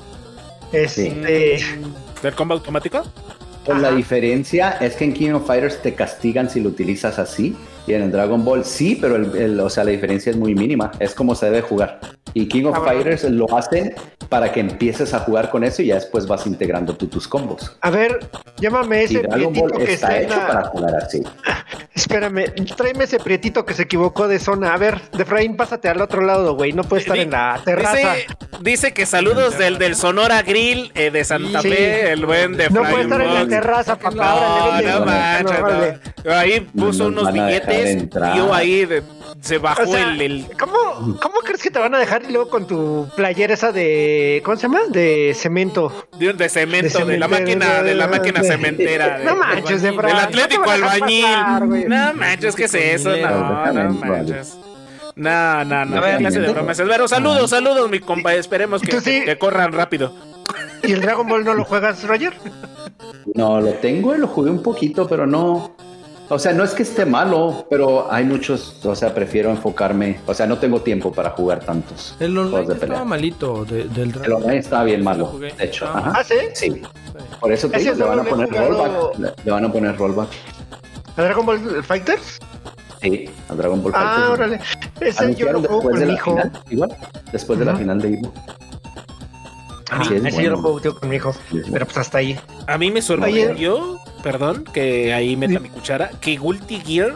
Speaker 6: Este,
Speaker 3: ¿Del combo automático?
Speaker 5: Pues la
Speaker 6: Ajá.
Speaker 5: diferencia es que en King of Fighters te castigan si lo utilizas así. Y en el Dragon Ball sí, pero el, el- o sea, la diferencia es muy mínima. Es como se debe jugar. Y King of
Speaker 6: Ah, bueno.
Speaker 5: Fighters lo hacen para que empieces a jugar con eso y ya después vas integrando tú tus combos.
Speaker 6: a ver, llámame
Speaker 5: Y
Speaker 6: ese
Speaker 5: Dragon Ball
Speaker 6: prietito que
Speaker 5: está
Speaker 6: está en
Speaker 5: hecho
Speaker 6: la-
Speaker 5: para jugar así.
Speaker 6: Espérame, tráeme ese prietito que se equivocó de zona. A ver, Defraín, pásate al otro lado, güey. No puede estar
Speaker 3: Di-
Speaker 6: en la terraza.
Speaker 3: Dice, dice que saludos del, del Sonora Grill eh, de Santa
Speaker 6: Sí.
Speaker 3: Fe, el buen de
Speaker 6: No
Speaker 3: Fry
Speaker 6: puede estar en la
Speaker 3: Box.
Speaker 6: terraza,
Speaker 3: No,
Speaker 6: papá. Órale, vete.
Speaker 3: no manches,
Speaker 6: No, vale.
Speaker 3: no. Ahí puso
Speaker 5: No nos
Speaker 3: unos
Speaker 5: van a dejar
Speaker 3: billetes,
Speaker 5: entrar.
Speaker 3: yo ahí de- se bajó
Speaker 6: O sea,
Speaker 3: el, el-
Speaker 6: ¿cómo, ¿Cómo crees que te van a dejar y luego con tu playera esa de. ¿Cómo se llama? De cemento.
Speaker 3: de, de cemento, de, la
Speaker 6: cementero,
Speaker 3: máquina, de la
Speaker 6: de-
Speaker 3: máquina
Speaker 6: de- [LAUGHS]
Speaker 3: cementera. de-
Speaker 6: No manches,
Speaker 3: del
Speaker 6: Defraín.
Speaker 3: Atlético
Speaker 6: no te van a
Speaker 3: Albañil.
Speaker 6: dejar pasar, güey.
Speaker 3: no manches, ¿qué es eso?
Speaker 4: Albañilero.
Speaker 3: No, no
Speaker 5: Albañil.
Speaker 3: manches. No, no, no,
Speaker 5: A ver, ah.
Speaker 3: qué clase de
Speaker 5: cemento.
Speaker 3: bromas. Pero saludos, saludos, mi compa. Esperemos que,
Speaker 6: Tú sí.
Speaker 3: que- que corran rápido.
Speaker 6: ¿Y el Dragon Ball no lo juegas, Roger?
Speaker 5: No, lo tengo y lo jugué un poquito, pero no. O sea, no es que esté malo, pero hay muchos. O sea, prefiero enfocarme. O sea, no tengo tiempo para jugar tantos.
Speaker 4: El
Speaker 5: juegos
Speaker 4: online
Speaker 5: Pues de
Speaker 4: estaba
Speaker 5: pelea.
Speaker 4: malito de- del
Speaker 5: El online está bien
Speaker 4: Lo
Speaker 5: malo,
Speaker 4: jugué.
Speaker 5: de hecho.
Speaker 4: Ah.
Speaker 5: Ajá.
Speaker 6: Ah, sí.
Speaker 5: Sí. Por eso te
Speaker 6: Ese
Speaker 5: digo, le
Speaker 6: solo
Speaker 5: van a
Speaker 6: lo he
Speaker 5: poner
Speaker 6: jugado-
Speaker 5: rollback. Le, le van a poner rollback.
Speaker 6: ¿A Dragon Ball Fighters?
Speaker 5: Sí, a Dragon Ball
Speaker 6: Ah,
Speaker 5: Fighters.
Speaker 6: órale. Ese yo
Speaker 5: pues, Anunciaron
Speaker 6: lo juego
Speaker 5: después
Speaker 6: con
Speaker 5: de
Speaker 6: mi
Speaker 5: la
Speaker 6: hijo.
Speaker 5: final, igual. Después de la
Speaker 6: Ajá.
Speaker 5: final de Ivo.
Speaker 6: Ah,
Speaker 5: Sí, es
Speaker 6: ese yo lo
Speaker 5: bueno.
Speaker 6: juego tío, con mi hijo.
Speaker 5: Sí, es bueno.
Speaker 6: Pero pues hasta ahí.
Speaker 3: A mí me sorprendió, perdón, que ahí meta
Speaker 6: Dime.
Speaker 3: mi cuchara, que Guilty Gear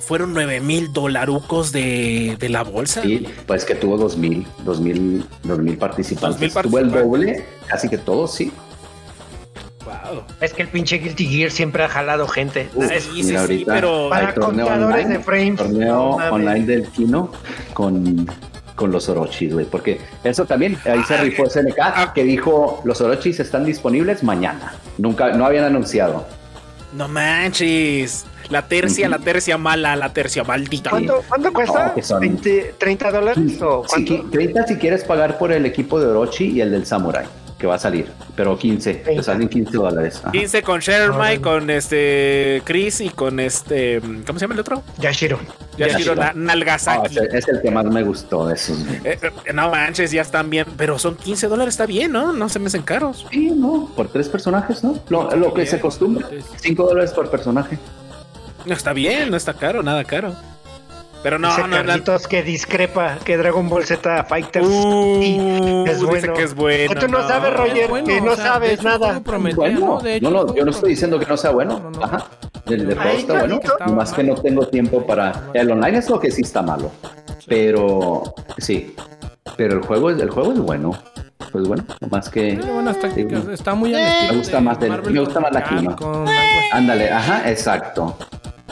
Speaker 3: fueron 9 mil dolarucos de, de la bolsa.
Speaker 5: Sí, pues que tuvo 2000, 2000, 2000 participantes.
Speaker 3: 2000
Speaker 5: Tuvo el
Speaker 3: participantes.
Speaker 5: doble, casi que todos, sí.
Speaker 3: Wow.
Speaker 6: Es que el pinche Guilty Gear siempre ha jalado gente.
Speaker 5: Uf,
Speaker 3: Sí, sí,
Speaker 5: mira
Speaker 3: sí,
Speaker 5: ahorita.
Speaker 3: pero
Speaker 6: Para
Speaker 5: Hay torneo
Speaker 6: contadores
Speaker 5: online,
Speaker 6: de frames.
Speaker 5: Torneo
Speaker 6: No mames.
Speaker 5: online del Kino con, con los Orochis, güey. Porque eso también, ahí se rifó SNK,
Speaker 6: ah.
Speaker 5: que dijo, los Orochis están disponibles mañana. Nunca, no habían anunciado.
Speaker 3: no manches. La tercia,
Speaker 5: Ujú.
Speaker 3: la tercia mala, la tercia maldita.
Speaker 6: ¿Cuánto, cuánto cuesta?
Speaker 5: No, que son-
Speaker 6: 20, ¿30 dólares o
Speaker 5: Sí,
Speaker 6: cuánto?
Speaker 5: qui- 30 si quieres pagar por el equipo de Orochi y el del Samurai, que va a salir. Pero 15, te
Speaker 6: 30.
Speaker 5: salen 15 dólares. Ajá.
Speaker 3: 15 con Shermay, con este Chris y con este. ¿Cómo se llama el otro?
Speaker 6: Yashiro.
Speaker 3: Yashiro
Speaker 5: Yashiro.
Speaker 3: Na-
Speaker 5: Ah,
Speaker 3: Nalgasaki.
Speaker 5: ese- es el que más me gustó de esos. güey.
Speaker 3: Eh, eh, no manches, ya están bien. Pero son 15 dólares, está bien, ¿no? No se me hacen caros.
Speaker 5: Sí, no, por tres personajes, ¿no? Lo, lo que se acostumbra, 5 dólares por personaje.
Speaker 3: No está bien, no está caro, nada caro. Pero no,
Speaker 6: Dice
Speaker 3: no, no.
Speaker 6: Carlitos que discrepa que Dragon Ball Z Fighters sí,
Speaker 3: Uh,
Speaker 6: es
Speaker 3: dice
Speaker 6: bueno.
Speaker 3: que es bueno,
Speaker 6: Que tú no,
Speaker 3: no.
Speaker 6: sabes, Roger,
Speaker 4: Es bueno,
Speaker 6: que no
Speaker 4: o sea, de
Speaker 6: sabes
Speaker 4: hecho, el
Speaker 6: nada.
Speaker 4: juego prometía,
Speaker 5: Bueno,
Speaker 4: ¿no? De hecho,
Speaker 5: no,
Speaker 4: el
Speaker 5: no,
Speaker 4: juego
Speaker 5: yo no estoy
Speaker 4: prometía.
Speaker 5: diciendo que no sea bueno.
Speaker 4: No, no, no.
Speaker 5: Ajá. El de
Speaker 4: Ay,
Speaker 5: Pro está bueno.
Speaker 6: Carlito.
Speaker 5: Más que no tengo tiempo para. El online es lo que sí está malo. Pero sí. Pero el juego es, el juego es bueno. Pues bueno, más que.
Speaker 4: Tiene buenas tácticas, ¿eh?
Speaker 5: Sí.
Speaker 4: Está muy al estilo
Speaker 5: Me gusta
Speaker 4: de
Speaker 5: más el-
Speaker 4: Marvel
Speaker 5: me gusta más la
Speaker 4: contra
Speaker 5: quima.
Speaker 4: Capcom, algo así.
Speaker 5: Ándale, ajá, exacto.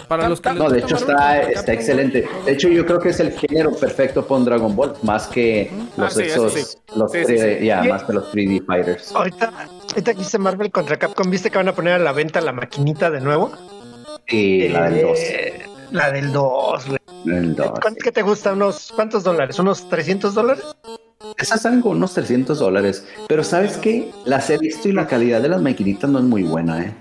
Speaker 4: Para los que les
Speaker 5: No, de
Speaker 4: gusta
Speaker 5: hecho
Speaker 4: Marvel
Speaker 5: está,
Speaker 4: contra
Speaker 5: está
Speaker 4: Capcom,
Speaker 5: excelente. De hecho, yo creo que es el género perfecto para un Dragon Ball, más que los
Speaker 3: Ah, sí, eso
Speaker 5: esos,
Speaker 3: sí.
Speaker 5: los
Speaker 3: Sí, sí,
Speaker 5: 3D,
Speaker 3: sí. Oh,
Speaker 5: ya,
Speaker 6: Y-
Speaker 5: más que los 3D Fighters.
Speaker 6: Ahorita, ahorita que hice Marvel contra Capcom, ¿viste que van a poner a la venta la maquinita de nuevo?
Speaker 5: Y la del Ah, 2.
Speaker 6: Eh, La del 2, güey.
Speaker 5: El 2.
Speaker 6: ¿Cuánto que te gusta? ¿Unos cuántos dólares? ¿Unos 300 dólares?
Speaker 5: Esas salen con unos 300 dólares. Pero ¿sabes qué? Las he visto y la calidad de las maquinitas no es muy buena, ¿eh?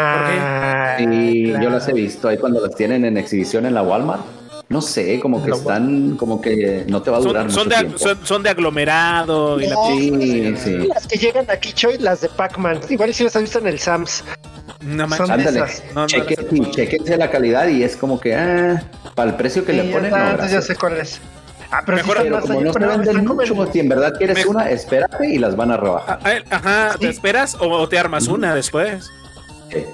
Speaker 6: Ah,
Speaker 5: Y
Speaker 6: claro.
Speaker 5: yo las he visto ahí cuando las tienen en exhibición en la Walmart. No sé, como que
Speaker 6: La
Speaker 5: están, como que no te va a durar
Speaker 3: Son, son
Speaker 5: mucho
Speaker 3: de,
Speaker 5: tiempo.
Speaker 3: son, son de aglomerado y la
Speaker 6: No,
Speaker 5: Sí, sí.
Speaker 6: Las que llegan aquí, Choy, las de Pac-Man. Igual si las has visto en el Sams. son de
Speaker 3: no manches.
Speaker 5: Ándale,
Speaker 6: esas.
Speaker 3: No, no,
Speaker 5: chequen-
Speaker 3: no, no.
Speaker 5: chequense la calidad y es como que, ah, para el precio que
Speaker 6: Sí,
Speaker 5: le ponen,
Speaker 6: ya,
Speaker 5: no,
Speaker 6: está, ya
Speaker 5: gracias.
Speaker 6: sé cuál es. Ah, pero,
Speaker 3: Mejor-
Speaker 6: sí
Speaker 5: Pero
Speaker 6: están
Speaker 5: como no
Speaker 6: más
Speaker 5: se
Speaker 6: allá, pero
Speaker 5: venden
Speaker 6: están como en-
Speaker 5: mucho, si en verdad quieres
Speaker 3: Me-
Speaker 5: una, espérate y las van a rebajar.
Speaker 3: Ah, ah, Ajá,
Speaker 6: Sí.
Speaker 3: ¿te esperas o, o te armas
Speaker 5: Mm.
Speaker 3: una después?
Speaker 5: Eh,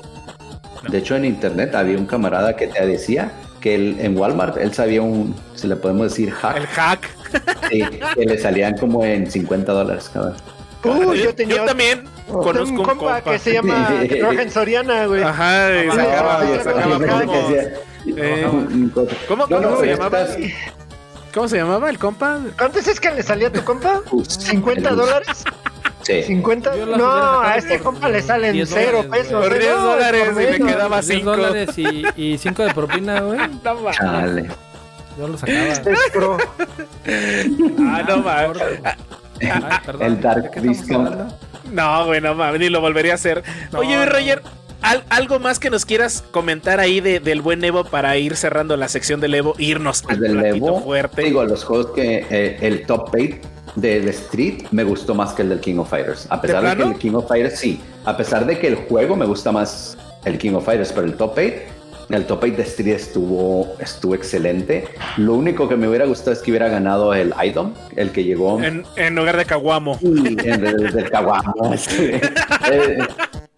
Speaker 5: De hecho, en internet había un camarada que te decía que él, en Walmart él sabía un, si le podemos decir, hack.
Speaker 3: El hack.
Speaker 5: Sí, que le salían como en 50 dólares cada.
Speaker 6: Uh, yo,
Speaker 3: yo,
Speaker 6: tenía
Speaker 3: yo también
Speaker 6: tengo
Speaker 3: conozco
Speaker 6: un compa, que se llama que trabaja en Soriana, güey.
Speaker 3: Ajá, y
Speaker 6: Ah,
Speaker 3: sacaba,
Speaker 6: yo
Speaker 3: sacaba
Speaker 6: también pensé
Speaker 3: promos.
Speaker 6: que
Speaker 3: Eh, ¿Cómo,
Speaker 5: ¿Cómo,
Speaker 3: cómo se llamaba?
Speaker 5: Estas,
Speaker 3: ¿Cómo se llamaba el compa?
Speaker 6: ¿Cuánto es que le salía a tu compa?
Speaker 5: Ups.
Speaker 6: ¿50 dólares?
Speaker 5: sí.
Speaker 6: ¿50?
Speaker 4: Yo
Speaker 6: No,
Speaker 4: las hubiera sacado
Speaker 6: a este
Speaker 4: por
Speaker 6: compa le salen
Speaker 4: 10
Speaker 6: 0
Speaker 4: dólares, güey.
Speaker 6: pesos.
Speaker 3: Por
Speaker 6: güey.
Speaker 3: 10
Speaker 6: No,
Speaker 3: dólares
Speaker 6: por
Speaker 3: y me
Speaker 6: menos.
Speaker 3: quedaba
Speaker 4: Diez
Speaker 3: 5.
Speaker 4: dólares y, y cinco de propina, güey.
Speaker 5: Chale.
Speaker 4: Yo lo sacaba.
Speaker 6: Es
Speaker 5: [LAUGHS]
Speaker 6: pro.
Speaker 3: Ah, no mames.
Speaker 4: Ay, perdón,
Speaker 5: El Dark
Speaker 4: ¿de qué estamos
Speaker 5: Discount.
Speaker 4: hablando?
Speaker 3: No, güey, no mames, ni lo volvería a hacer.
Speaker 4: No,
Speaker 3: Oye,
Speaker 4: no.
Speaker 3: Roger, al- algo más que nos quieras comentar ahí de, del buen Evo para ir cerrando la sección del Evo, irnos al
Speaker 5: Pues del
Speaker 3: platito
Speaker 5: Evo,
Speaker 3: fuerte.
Speaker 5: digo, los juegos que eh, el top 8 del Street me gustó más que el del King of Fighters. A pesar
Speaker 3: ¿De
Speaker 5: de, que
Speaker 3: plano?
Speaker 5: el King of Fighters, sí. A pesar de que el juego me gusta más el King of Fighters, pero el top 8, el top 8 de Street estuvo, estuvo excelente. Lo único que me hubiera gustado es que hubiera ganado el Idom, el que llegó
Speaker 3: en, en lugar de Caguamo.
Speaker 5: Sí, en vez de- del caguamo. sí. [LAUGHS] Eh,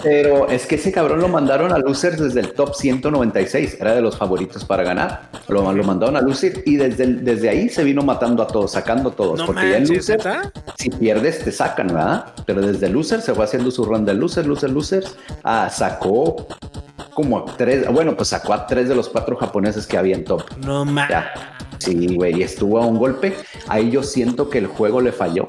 Speaker 5: Pero es que ese cabrón lo mandaron a Losers desde el top 196. Era de los favoritos para ganar. Lo, lo mandaron a Losers y desde, el- desde ahí se vino matando a todos, sacando a todos.
Speaker 3: No
Speaker 5: Pues porque ya en
Speaker 3: manches,
Speaker 5: Losers,
Speaker 3: ¿neta?
Speaker 5: si pierdes, te sacan, ¿verdad? Pero desde Losers se fue haciendo su ronda de Losers, Losers, Losers. Ah, sacó como a tres. Bueno, pues sacó a tres de los cuatro japoneses que había en top.
Speaker 3: No mames.
Speaker 5: Ya. Sí, güey, y estuvo a un golpe. Ahí yo siento que el juego le falló.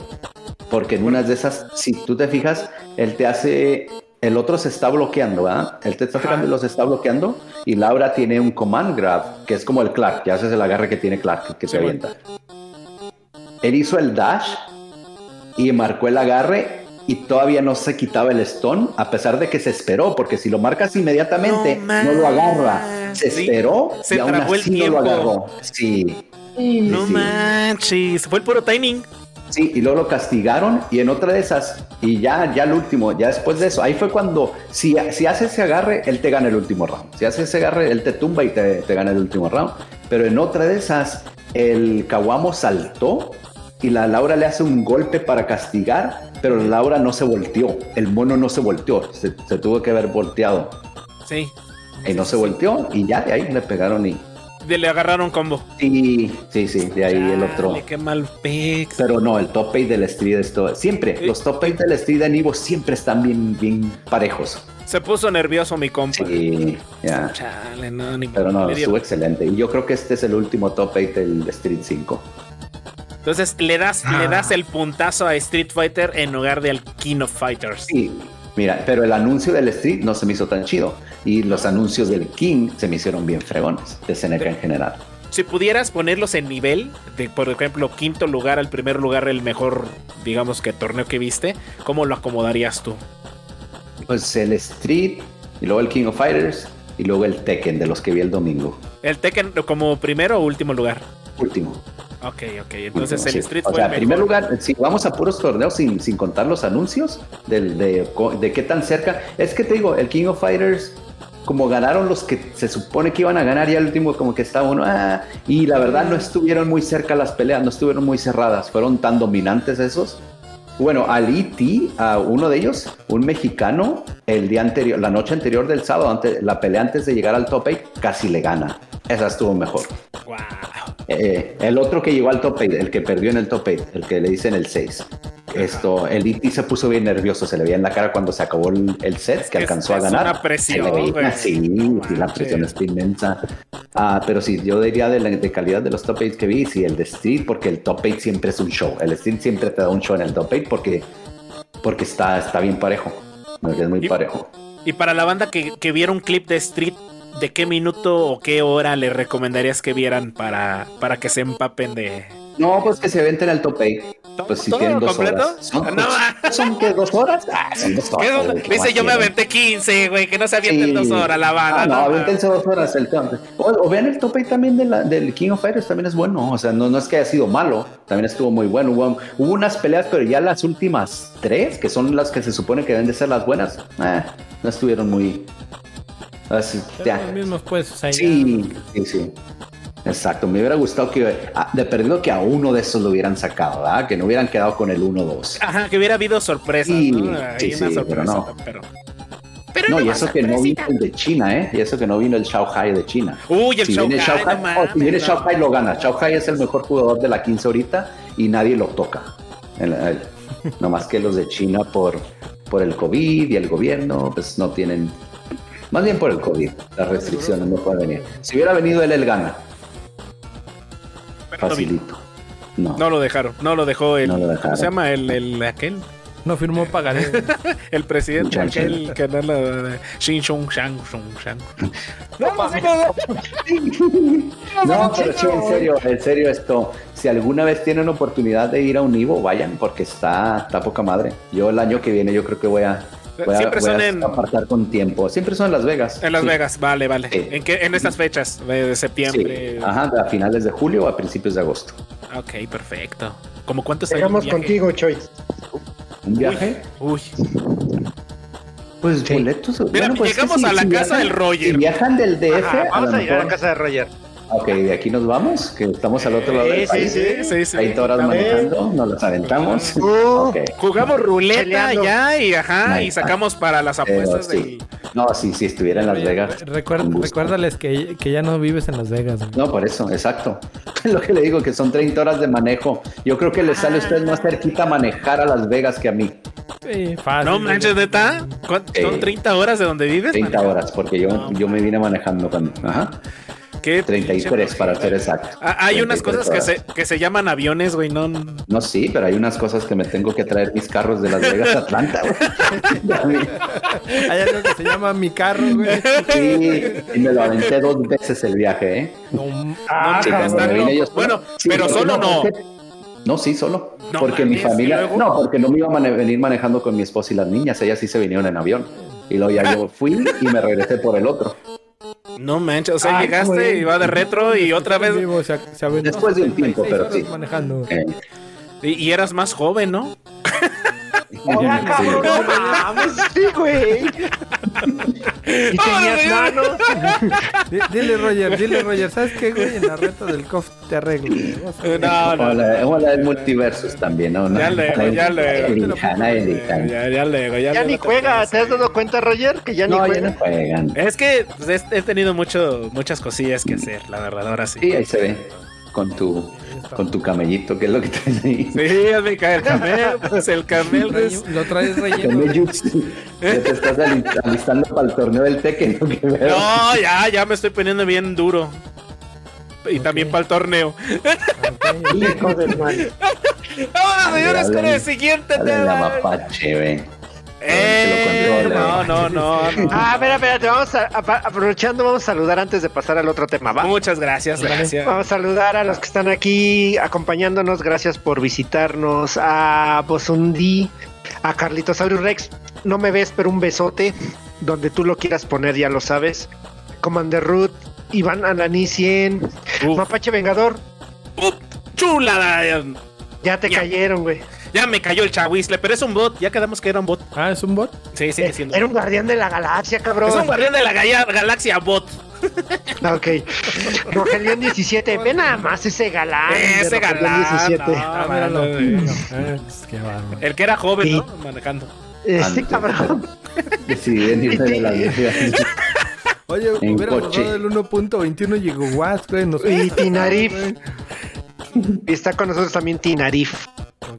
Speaker 5: Porque en unas de esas, si tú te fijas, él te hace. El otro se está bloqueando, ¿verdad? Él te está fijando y los está bloqueando. Y Laura tiene un command grab, que es como el Clark, que haces el agarre que tiene Clark, que
Speaker 3: Sí,
Speaker 5: te
Speaker 3: güey.
Speaker 5: avienta. Él hizo el dash y marcó el agarre. Y todavía no se quitaba el stone, a pesar de que se esperó, porque si lo marcas inmediatamente,
Speaker 3: No
Speaker 5: no, lo agarra.
Speaker 3: mames.
Speaker 5: Se
Speaker 3: Sí.
Speaker 5: esperó
Speaker 3: Se
Speaker 5: y aún
Speaker 3: trabó el
Speaker 5: así no lo
Speaker 3: tiempo.
Speaker 5: agarró. Sí. Sí,
Speaker 3: No
Speaker 5: sí.
Speaker 3: manches. Fue el puro timing.
Speaker 5: Sí, y luego lo castigaron y en otra de esas, y ya, ya el último, ya después de eso, ahí fue cuando, si, si hace ese agarre, él te gana el último round. Si hace ese agarre, él te tumba y te, te gana el último round. Pero en otra de esas, el Kawamo saltó y la Laura le hace un golpe para castigar, pero la Laura no se volteó, el mono no se volteó, se, se tuvo que haber volteado.
Speaker 3: Sí.
Speaker 5: Y no se volteó y ya de ahí le pegaron y...
Speaker 3: De- le agarraron combo.
Speaker 5: Sí, sí, sí, de ahí el otro...
Speaker 3: Chale, Qué mal pex.
Speaker 5: Pero no, el top 8 del Street es todo. Siempre,
Speaker 3: Sí.
Speaker 5: los top 8 del Street de Anivo siempre están bien, bien parejos.
Speaker 3: Se puso nervioso mi compa.
Speaker 5: Sí, ya.
Speaker 3: Chale, no, ni
Speaker 5: Pero no,
Speaker 3: le dio.
Speaker 5: estuvo excelente. Y yo creo que este es el último top 8 del Street 5.
Speaker 3: Entonces le das,
Speaker 4: Ah.
Speaker 3: le das el puntazo a Street Fighter en lugar de al King of Fighters.
Speaker 5: Sí. Mira, pero el anuncio del Street no se me hizo tan chido. Y los anuncios del King se me hicieron bien fregones, de Seneca en general.
Speaker 3: Si pudieras ponerlos en nivel, de por ejemplo, quinto lugar al primer lugar, el mejor, digamos que torneo que viste, ¿cómo lo acomodarías tú?
Speaker 5: Pues el Street, y luego el King of Fighters, y luego el Tekken, de los que vi el domingo.
Speaker 3: ¿El Tekken como primero o último lugar?
Speaker 5: Último.
Speaker 3: Ok, ok. Entonces el
Speaker 5: Sí.
Speaker 3: Street
Speaker 5: o
Speaker 3: fue
Speaker 5: sea,
Speaker 3: el
Speaker 5: en primer
Speaker 3: mejor.
Speaker 5: lugar, si vamos a puros torneos sin, sin contar los anuncios del, de, co- de qué tan cerca, es que te digo, el King of Fighters como ganaron los que se supone que iban a ganar, ya el último como que estaba uno, ah, y la verdad no estuvieron muy cerca las peleas, no estuvieron muy cerradas, fueron tan dominantes esos. Bueno, al E.T., a uno de ellos, un mexicano, el día anterior, la noche anterior del sábado, antes, la pelea antes de llegar al top 8, casi le gana. Esa estuvo mejor. Eh, el otro que llegó al top 8, el que perdió en el top 8, el que le dicen el 6. Esto, el E.T. se puso bien nervioso, se le veía en la cara cuando se acabó el, el set que
Speaker 3: Es-
Speaker 5: alcanzó
Speaker 3: es
Speaker 5: a ganar.
Speaker 3: una presión,
Speaker 5: Se le veía-
Speaker 3: güey.
Speaker 5: Sí, sí, la presión está inmensa. Ah, pero sí, yo diría de la de calidad de los top 8 que vi, sí, el de Street, porque el top 8 siempre es un show. El Street siempre te da un show en el top 8 porque, porque está, está bien parejo. Es muy
Speaker 3: Y-
Speaker 5: parejo.
Speaker 3: Y para la banda que, que viera un clip de Street, ¿de qué minuto o qué hora le recomendarías que vieran para, para que se empapen de.
Speaker 5: No, pues que se venten al top 8. Pues si
Speaker 3: ¿Todo
Speaker 5: tienen dos
Speaker 3: completo? Ah,
Speaker 5: horas. Son,
Speaker 3: No.
Speaker 5: ¿son que dos horas. Ah, son dos
Speaker 3: ¿Qué
Speaker 5: horas.
Speaker 3: onda?
Speaker 5: güey, ¿qué
Speaker 3: Dice,
Speaker 5: más
Speaker 3: yo me
Speaker 5: quieren?
Speaker 3: aventé 15, güey, que no se avienten
Speaker 5: Sí.
Speaker 3: dos horas la banda.
Speaker 5: Ah, no,
Speaker 3: no,
Speaker 5: aviéntense dos horas el top. O, o vean el top 8 también de la- del King of Fighters, también es bueno. O sea, no, no es que haya sido malo, también estuvo muy bueno. Hubo, hubo unas peleas, pero ya las últimas tres, que son las que se supone que deben de ser las buenas, eh, no estuvieron muy. Así, ya.
Speaker 4: Los mismos, pues. o sea, ya-
Speaker 5: Sí, sí, sí. Exacto, me hubiera gustado que, ah, de perdido que a uno de esos lo hubieran sacado, ¿verdad? Que no hubieran quedado con el 1-2.
Speaker 3: Ajá, que hubiera habido sorpresas,
Speaker 5: Sí,
Speaker 3: ¿no? Ahí
Speaker 5: sí,
Speaker 3: una
Speaker 5: sí, pero
Speaker 3: sorpresa,
Speaker 5: no.
Speaker 3: pero.
Speaker 5: No, y eso que no vino el de China, ¿eh? Y eso que no vino el Shanghai de China.
Speaker 3: Uy, el
Speaker 5: si
Speaker 3: show
Speaker 5: viene Shao Hai, oh, si viene Shao Hai, lo gana. Shao Hai es el mejor jugador de la 15 ahorita y nadie lo toca. El- el- no más que los de China por, por el COVID y el gobierno, pues no tienen. Más bien por el COVID, las restricciones no pueden venir. Si hubiera venido él, él gana.
Speaker 3: Pero no vino.
Speaker 5: Facilito. No.
Speaker 3: No lo dejaron, no lo dejó el.
Speaker 5: No lo dejaron.
Speaker 3: ¿Cómo se llama? El, el aquel,
Speaker 4: No firmó pagaré.
Speaker 3: el presidente,
Speaker 5: Muchacho.
Speaker 3: aquel que no lo. Shin Shung Shang Shung Shang.
Speaker 5: No, pero sí, en serio, en serio esto. Si alguna vez tienen oportunidad de ir a un Ivo, vayan, porque está, está poca madre. Yo el año que viene yo creo que voy a, voy a-
Speaker 3: Siempre
Speaker 5: voy a
Speaker 3: son en-
Speaker 5: apartar con tiempo. Siempre son en Las Vegas.
Speaker 3: En Las
Speaker 5: Sí.
Speaker 3: Vegas, vale, vale.
Speaker 5: Sí.
Speaker 3: ¿En, qué, en estas fechas de, de septiembre.
Speaker 5: Sí. ah. Ajá, a finales de julio o a principios de agosto.
Speaker 3: Ok, perfecto. ¿Cómo cuánto sale
Speaker 6: Llegamos
Speaker 3: un viaje?
Speaker 6: contigo, Choy.
Speaker 5: ¿Un viaje?
Speaker 3: Uy,
Speaker 5: Pues boletos.
Speaker 3: Mira,
Speaker 5: pues es que
Speaker 3: llegamos a la casa del Roger.
Speaker 5: Si viajan del DF,
Speaker 9: Ajá,
Speaker 5: a
Speaker 9: vamos
Speaker 5: lo
Speaker 9: a llegar a
Speaker 5: mejor.
Speaker 9: la casa de Roger.
Speaker 5: Ok, de aquí nos vamos, que estamos al otro lado
Speaker 6: Sí,
Speaker 5: del
Speaker 6: sí,
Speaker 5: país.
Speaker 6: sí.
Speaker 3: sí, sí.
Speaker 5: 20 horas
Speaker 6: También.
Speaker 5: manejando, nos las aventamos.
Speaker 6: Oh.
Speaker 5: Ok.
Speaker 3: Jugamos ruleta
Speaker 6: Peleando.
Speaker 3: ya y ajá,
Speaker 5: Ahí
Speaker 3: y
Speaker 5: está.
Speaker 3: sacamos para las apuestas
Speaker 5: Pero
Speaker 3: del.
Speaker 5: Eh, sí. No, sí, si estuviera en Las
Speaker 4: Oye,
Speaker 5: Vegas.
Speaker 4: re- recuer-
Speaker 5: con gusto.
Speaker 4: recuérdales que, que ya no vives en Las Vegas. güey.
Speaker 5: No, por eso, exacto. [LAUGHS] Lo que le digo, que son 30 horas de manejo. Yo creo que le sale a usted más cerquita manejar a Las Vegas que a mí.
Speaker 4: Sí, fácil.
Speaker 3: No manches, neta. ¿Cuán- Son
Speaker 5: Sí.
Speaker 3: 30 horas de donde vives.
Speaker 5: 30
Speaker 3: man?
Speaker 5: horas, porque yo, yo me vine manejando cuando. Ajá.
Speaker 3: Qué pinche
Speaker 5: 33 para ser exacto.
Speaker 3: pues, Ah, Hay unas
Speaker 5: 33
Speaker 3: cosas que
Speaker 5: horas.
Speaker 3: se, que se llaman aviones, güey, no.
Speaker 5: No, sí, pero hay unas cosas que me tengo que traer mis carros de Las Vegas a Atlanta,
Speaker 3: [LAUGHS]
Speaker 5: [LAUGHS] güey.
Speaker 4: Hay algo que se llama mi carro,
Speaker 3: [LAUGHS]
Speaker 4: güey.
Speaker 5: Sí, y me lo aventé dos veces el viaje, ¿eh?
Speaker 4: No,
Speaker 3: Ah,
Speaker 5: Sí, cuando
Speaker 3: están
Speaker 5: me vine
Speaker 3: locos.
Speaker 5: yo
Speaker 3: Bueno,
Speaker 5: Sí,
Speaker 3: pero
Speaker 5: porque
Speaker 3: solo no.
Speaker 5: porque- No, sí, solo.
Speaker 3: No
Speaker 5: porque mi
Speaker 3: mames, ¿y
Speaker 5: familia.
Speaker 3: luego?
Speaker 5: No, porque no me iba a mane- venir manejando con mi esposa y las niñas. Ellas sí se vinieron en avión. Y luego ya
Speaker 3: [LAUGHS]
Speaker 5: yo fui y me regresé por el otro.
Speaker 3: No manches, o sea,
Speaker 6: Ah,
Speaker 3: llegaste
Speaker 6: güey.
Speaker 3: y va de retro y otra vez.
Speaker 4: Vivo, se, se aventó
Speaker 5: Después de un tiempo,
Speaker 4: 36
Speaker 5: pero
Speaker 4: horas
Speaker 5: sí.
Speaker 4: manejando.
Speaker 5: Eh,
Speaker 3: Y, y eras más joven, ¿no?
Speaker 6: Hola, cabrón, no mames, sí, güey. Y tenías manos.
Speaker 4: Di- Dile, Roger, dile, Roger. ¿Sabes qué, güey? En la reta del COF te arreglo. güey. Vas a-
Speaker 3: Eh, No, no.
Speaker 5: Hola, hola del multiversus también, ¿no? No,
Speaker 3: Ya luego,
Speaker 5: nadie-
Speaker 3: ya luego.
Speaker 5: nadie lija, nadie lija.
Speaker 3: Eh, Ya, ya luego, ya
Speaker 6: Ya
Speaker 3: luego
Speaker 6: ni
Speaker 3: te
Speaker 6: juega.
Speaker 3: pones
Speaker 6: ¿Te has
Speaker 3: ahí.
Speaker 6: dado cuenta, Roger? Que ya ni
Speaker 5: No, ya no
Speaker 6: juega.
Speaker 5: juegan.
Speaker 3: Es que pues, he, he tenido mucho, muchas cosillas que hacer, la verdad, ahora sí.
Speaker 5: Sí, ahí se ve. Con tu, con tu camellito, que es lo que traes ahí.
Speaker 3: Sí, es mi ca- el camel, pues el camel es-
Speaker 4: Lo traes relleno. güey.
Speaker 5: Camellux. Ya te estás ali- alistando para el torneo del Tekken. ¿no? Que veo.
Speaker 3: No, ya, ya me estoy poniendo bien duro. Y también para el torneo.
Speaker 4: Ok.
Speaker 6: Hijo del mal.
Speaker 3: Ahora, señores,
Speaker 5: dale,
Speaker 3: con el siguiente
Speaker 5: Dale la
Speaker 3: tema.
Speaker 5: mapache, ve.
Speaker 3: Eh,
Speaker 5: Ahora se lo
Speaker 3: no,
Speaker 5: controla,
Speaker 3: no, no,
Speaker 5: [LAUGHS]
Speaker 3: no.
Speaker 6: Ah, espera, espérate, vamos a, apa- aprovechando, vamos a saludar antes de pasar al otro tema, ¿va?
Speaker 3: Muchas gracias, gracias.
Speaker 6: Vamos a saludar a los que están aquí acompañándonos, gracias por visitarnos, a Bosundi, a Carlitosaurus Rex, no me ves, pero un besote, donde tú lo quieras poner, ya lo sabes. Commander Root, Iván Ananí 100,
Speaker 3: Uf,
Speaker 6: Mapache Vengador,
Speaker 3: chulada.
Speaker 6: ya te
Speaker 3: Ya.
Speaker 6: cayeron, güey.
Speaker 3: Ya me cayó el chahuizle, pero es un bot. Ya quedamos que era un bot.
Speaker 2: Ah, ¿es un bot?
Speaker 3: Sí, sigue siendo.
Speaker 6: Eh, Era un guardián de la galaxia, cabrón. Ah,
Speaker 3: Es un guardián de la galla- galaxia bot.
Speaker 6: Ok. Rogelión 17. Ve nada más ese galán. de
Speaker 3: Ese
Speaker 6: Rogelión
Speaker 3: galán, no.
Speaker 2: Ah, míralo.
Speaker 4: Ah,
Speaker 2: Eh, pues, Qué bárbaro.
Speaker 3: El que era joven,
Speaker 6: Sí.
Speaker 3: ¿no? Manejando.
Speaker 6: Este
Speaker 5: Ande.
Speaker 6: cabrón.
Speaker 5: Decidí
Speaker 3: [LAUGHS]
Speaker 5: venirse de la vida.
Speaker 4: Oye,
Speaker 5: En
Speaker 4: hubiera
Speaker 5: coche.
Speaker 4: borrado el 1.21 gigawatts, güey. Nos
Speaker 6: Y Tinarif.
Speaker 4: güey.
Speaker 6: Y está con nosotros también Tinarif.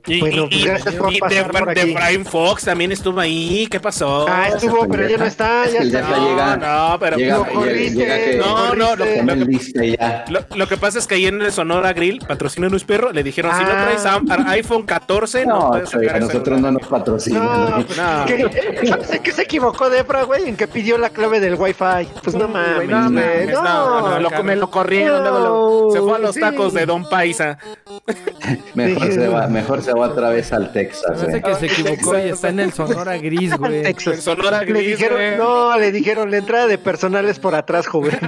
Speaker 3: Y,
Speaker 6: Bueno,
Speaker 3: y-
Speaker 6: pues
Speaker 3: y-
Speaker 6: gracias por
Speaker 3: y
Speaker 6: pasar
Speaker 3: de,
Speaker 6: por
Speaker 3: de
Speaker 6: aquí.
Speaker 3: Brian Fox también estuvo ahí. ¿Qué pasó?
Speaker 6: Ah, estuvo, pero ya no está. Ya
Speaker 5: Es que ya
Speaker 6: está.
Speaker 5: está llegando.
Speaker 3: no, pero.
Speaker 5: Llega,
Speaker 6: Lo
Speaker 5: llega-
Speaker 6: corriste,
Speaker 5: llega que-
Speaker 3: No, no, lo-
Speaker 5: que
Speaker 6: corriste.
Speaker 5: no es lista y ya.
Speaker 3: Lo, lo que pasa es que ahí en el Sonora Grill, patrocinan un perro, le dijeron, si no
Speaker 6: Ah.
Speaker 3: traes am- ar- iPhone 14, no,
Speaker 5: No,
Speaker 3: puedes
Speaker 5: Choy,
Speaker 3: sacar
Speaker 5: a
Speaker 3: el
Speaker 5: nosotros no
Speaker 3: celular".
Speaker 5: nos patrocinan.
Speaker 6: No,
Speaker 5: güey.
Speaker 6: pues,
Speaker 3: No.
Speaker 6: ¿qué-
Speaker 3: [LAUGHS]
Speaker 6: ¿sabes en qué se equivocó Debra, güey? En que pidió la clave del Wi-Fi. Pues no mames. No,
Speaker 3: mames, no, no, no, lo, me lo corrieron, luego lo- se fue a los
Speaker 6: Sí.
Speaker 3: tacos de Don Paisa.
Speaker 5: Mejor, se va, mejor se va otra vez al
Speaker 4: Se
Speaker 5: Texas. ¿eh?
Speaker 4: me hace
Speaker 5: güey.
Speaker 4: que se equivocó y está en el Sonora Gris, güey.
Speaker 3: En Sonora
Speaker 6: Le
Speaker 3: Gris,
Speaker 6: dijeron,
Speaker 3: güey.
Speaker 6: no, le dijeron, la entrada de personal es por atrás,
Speaker 3: [LAUGHS]
Speaker 6: joven.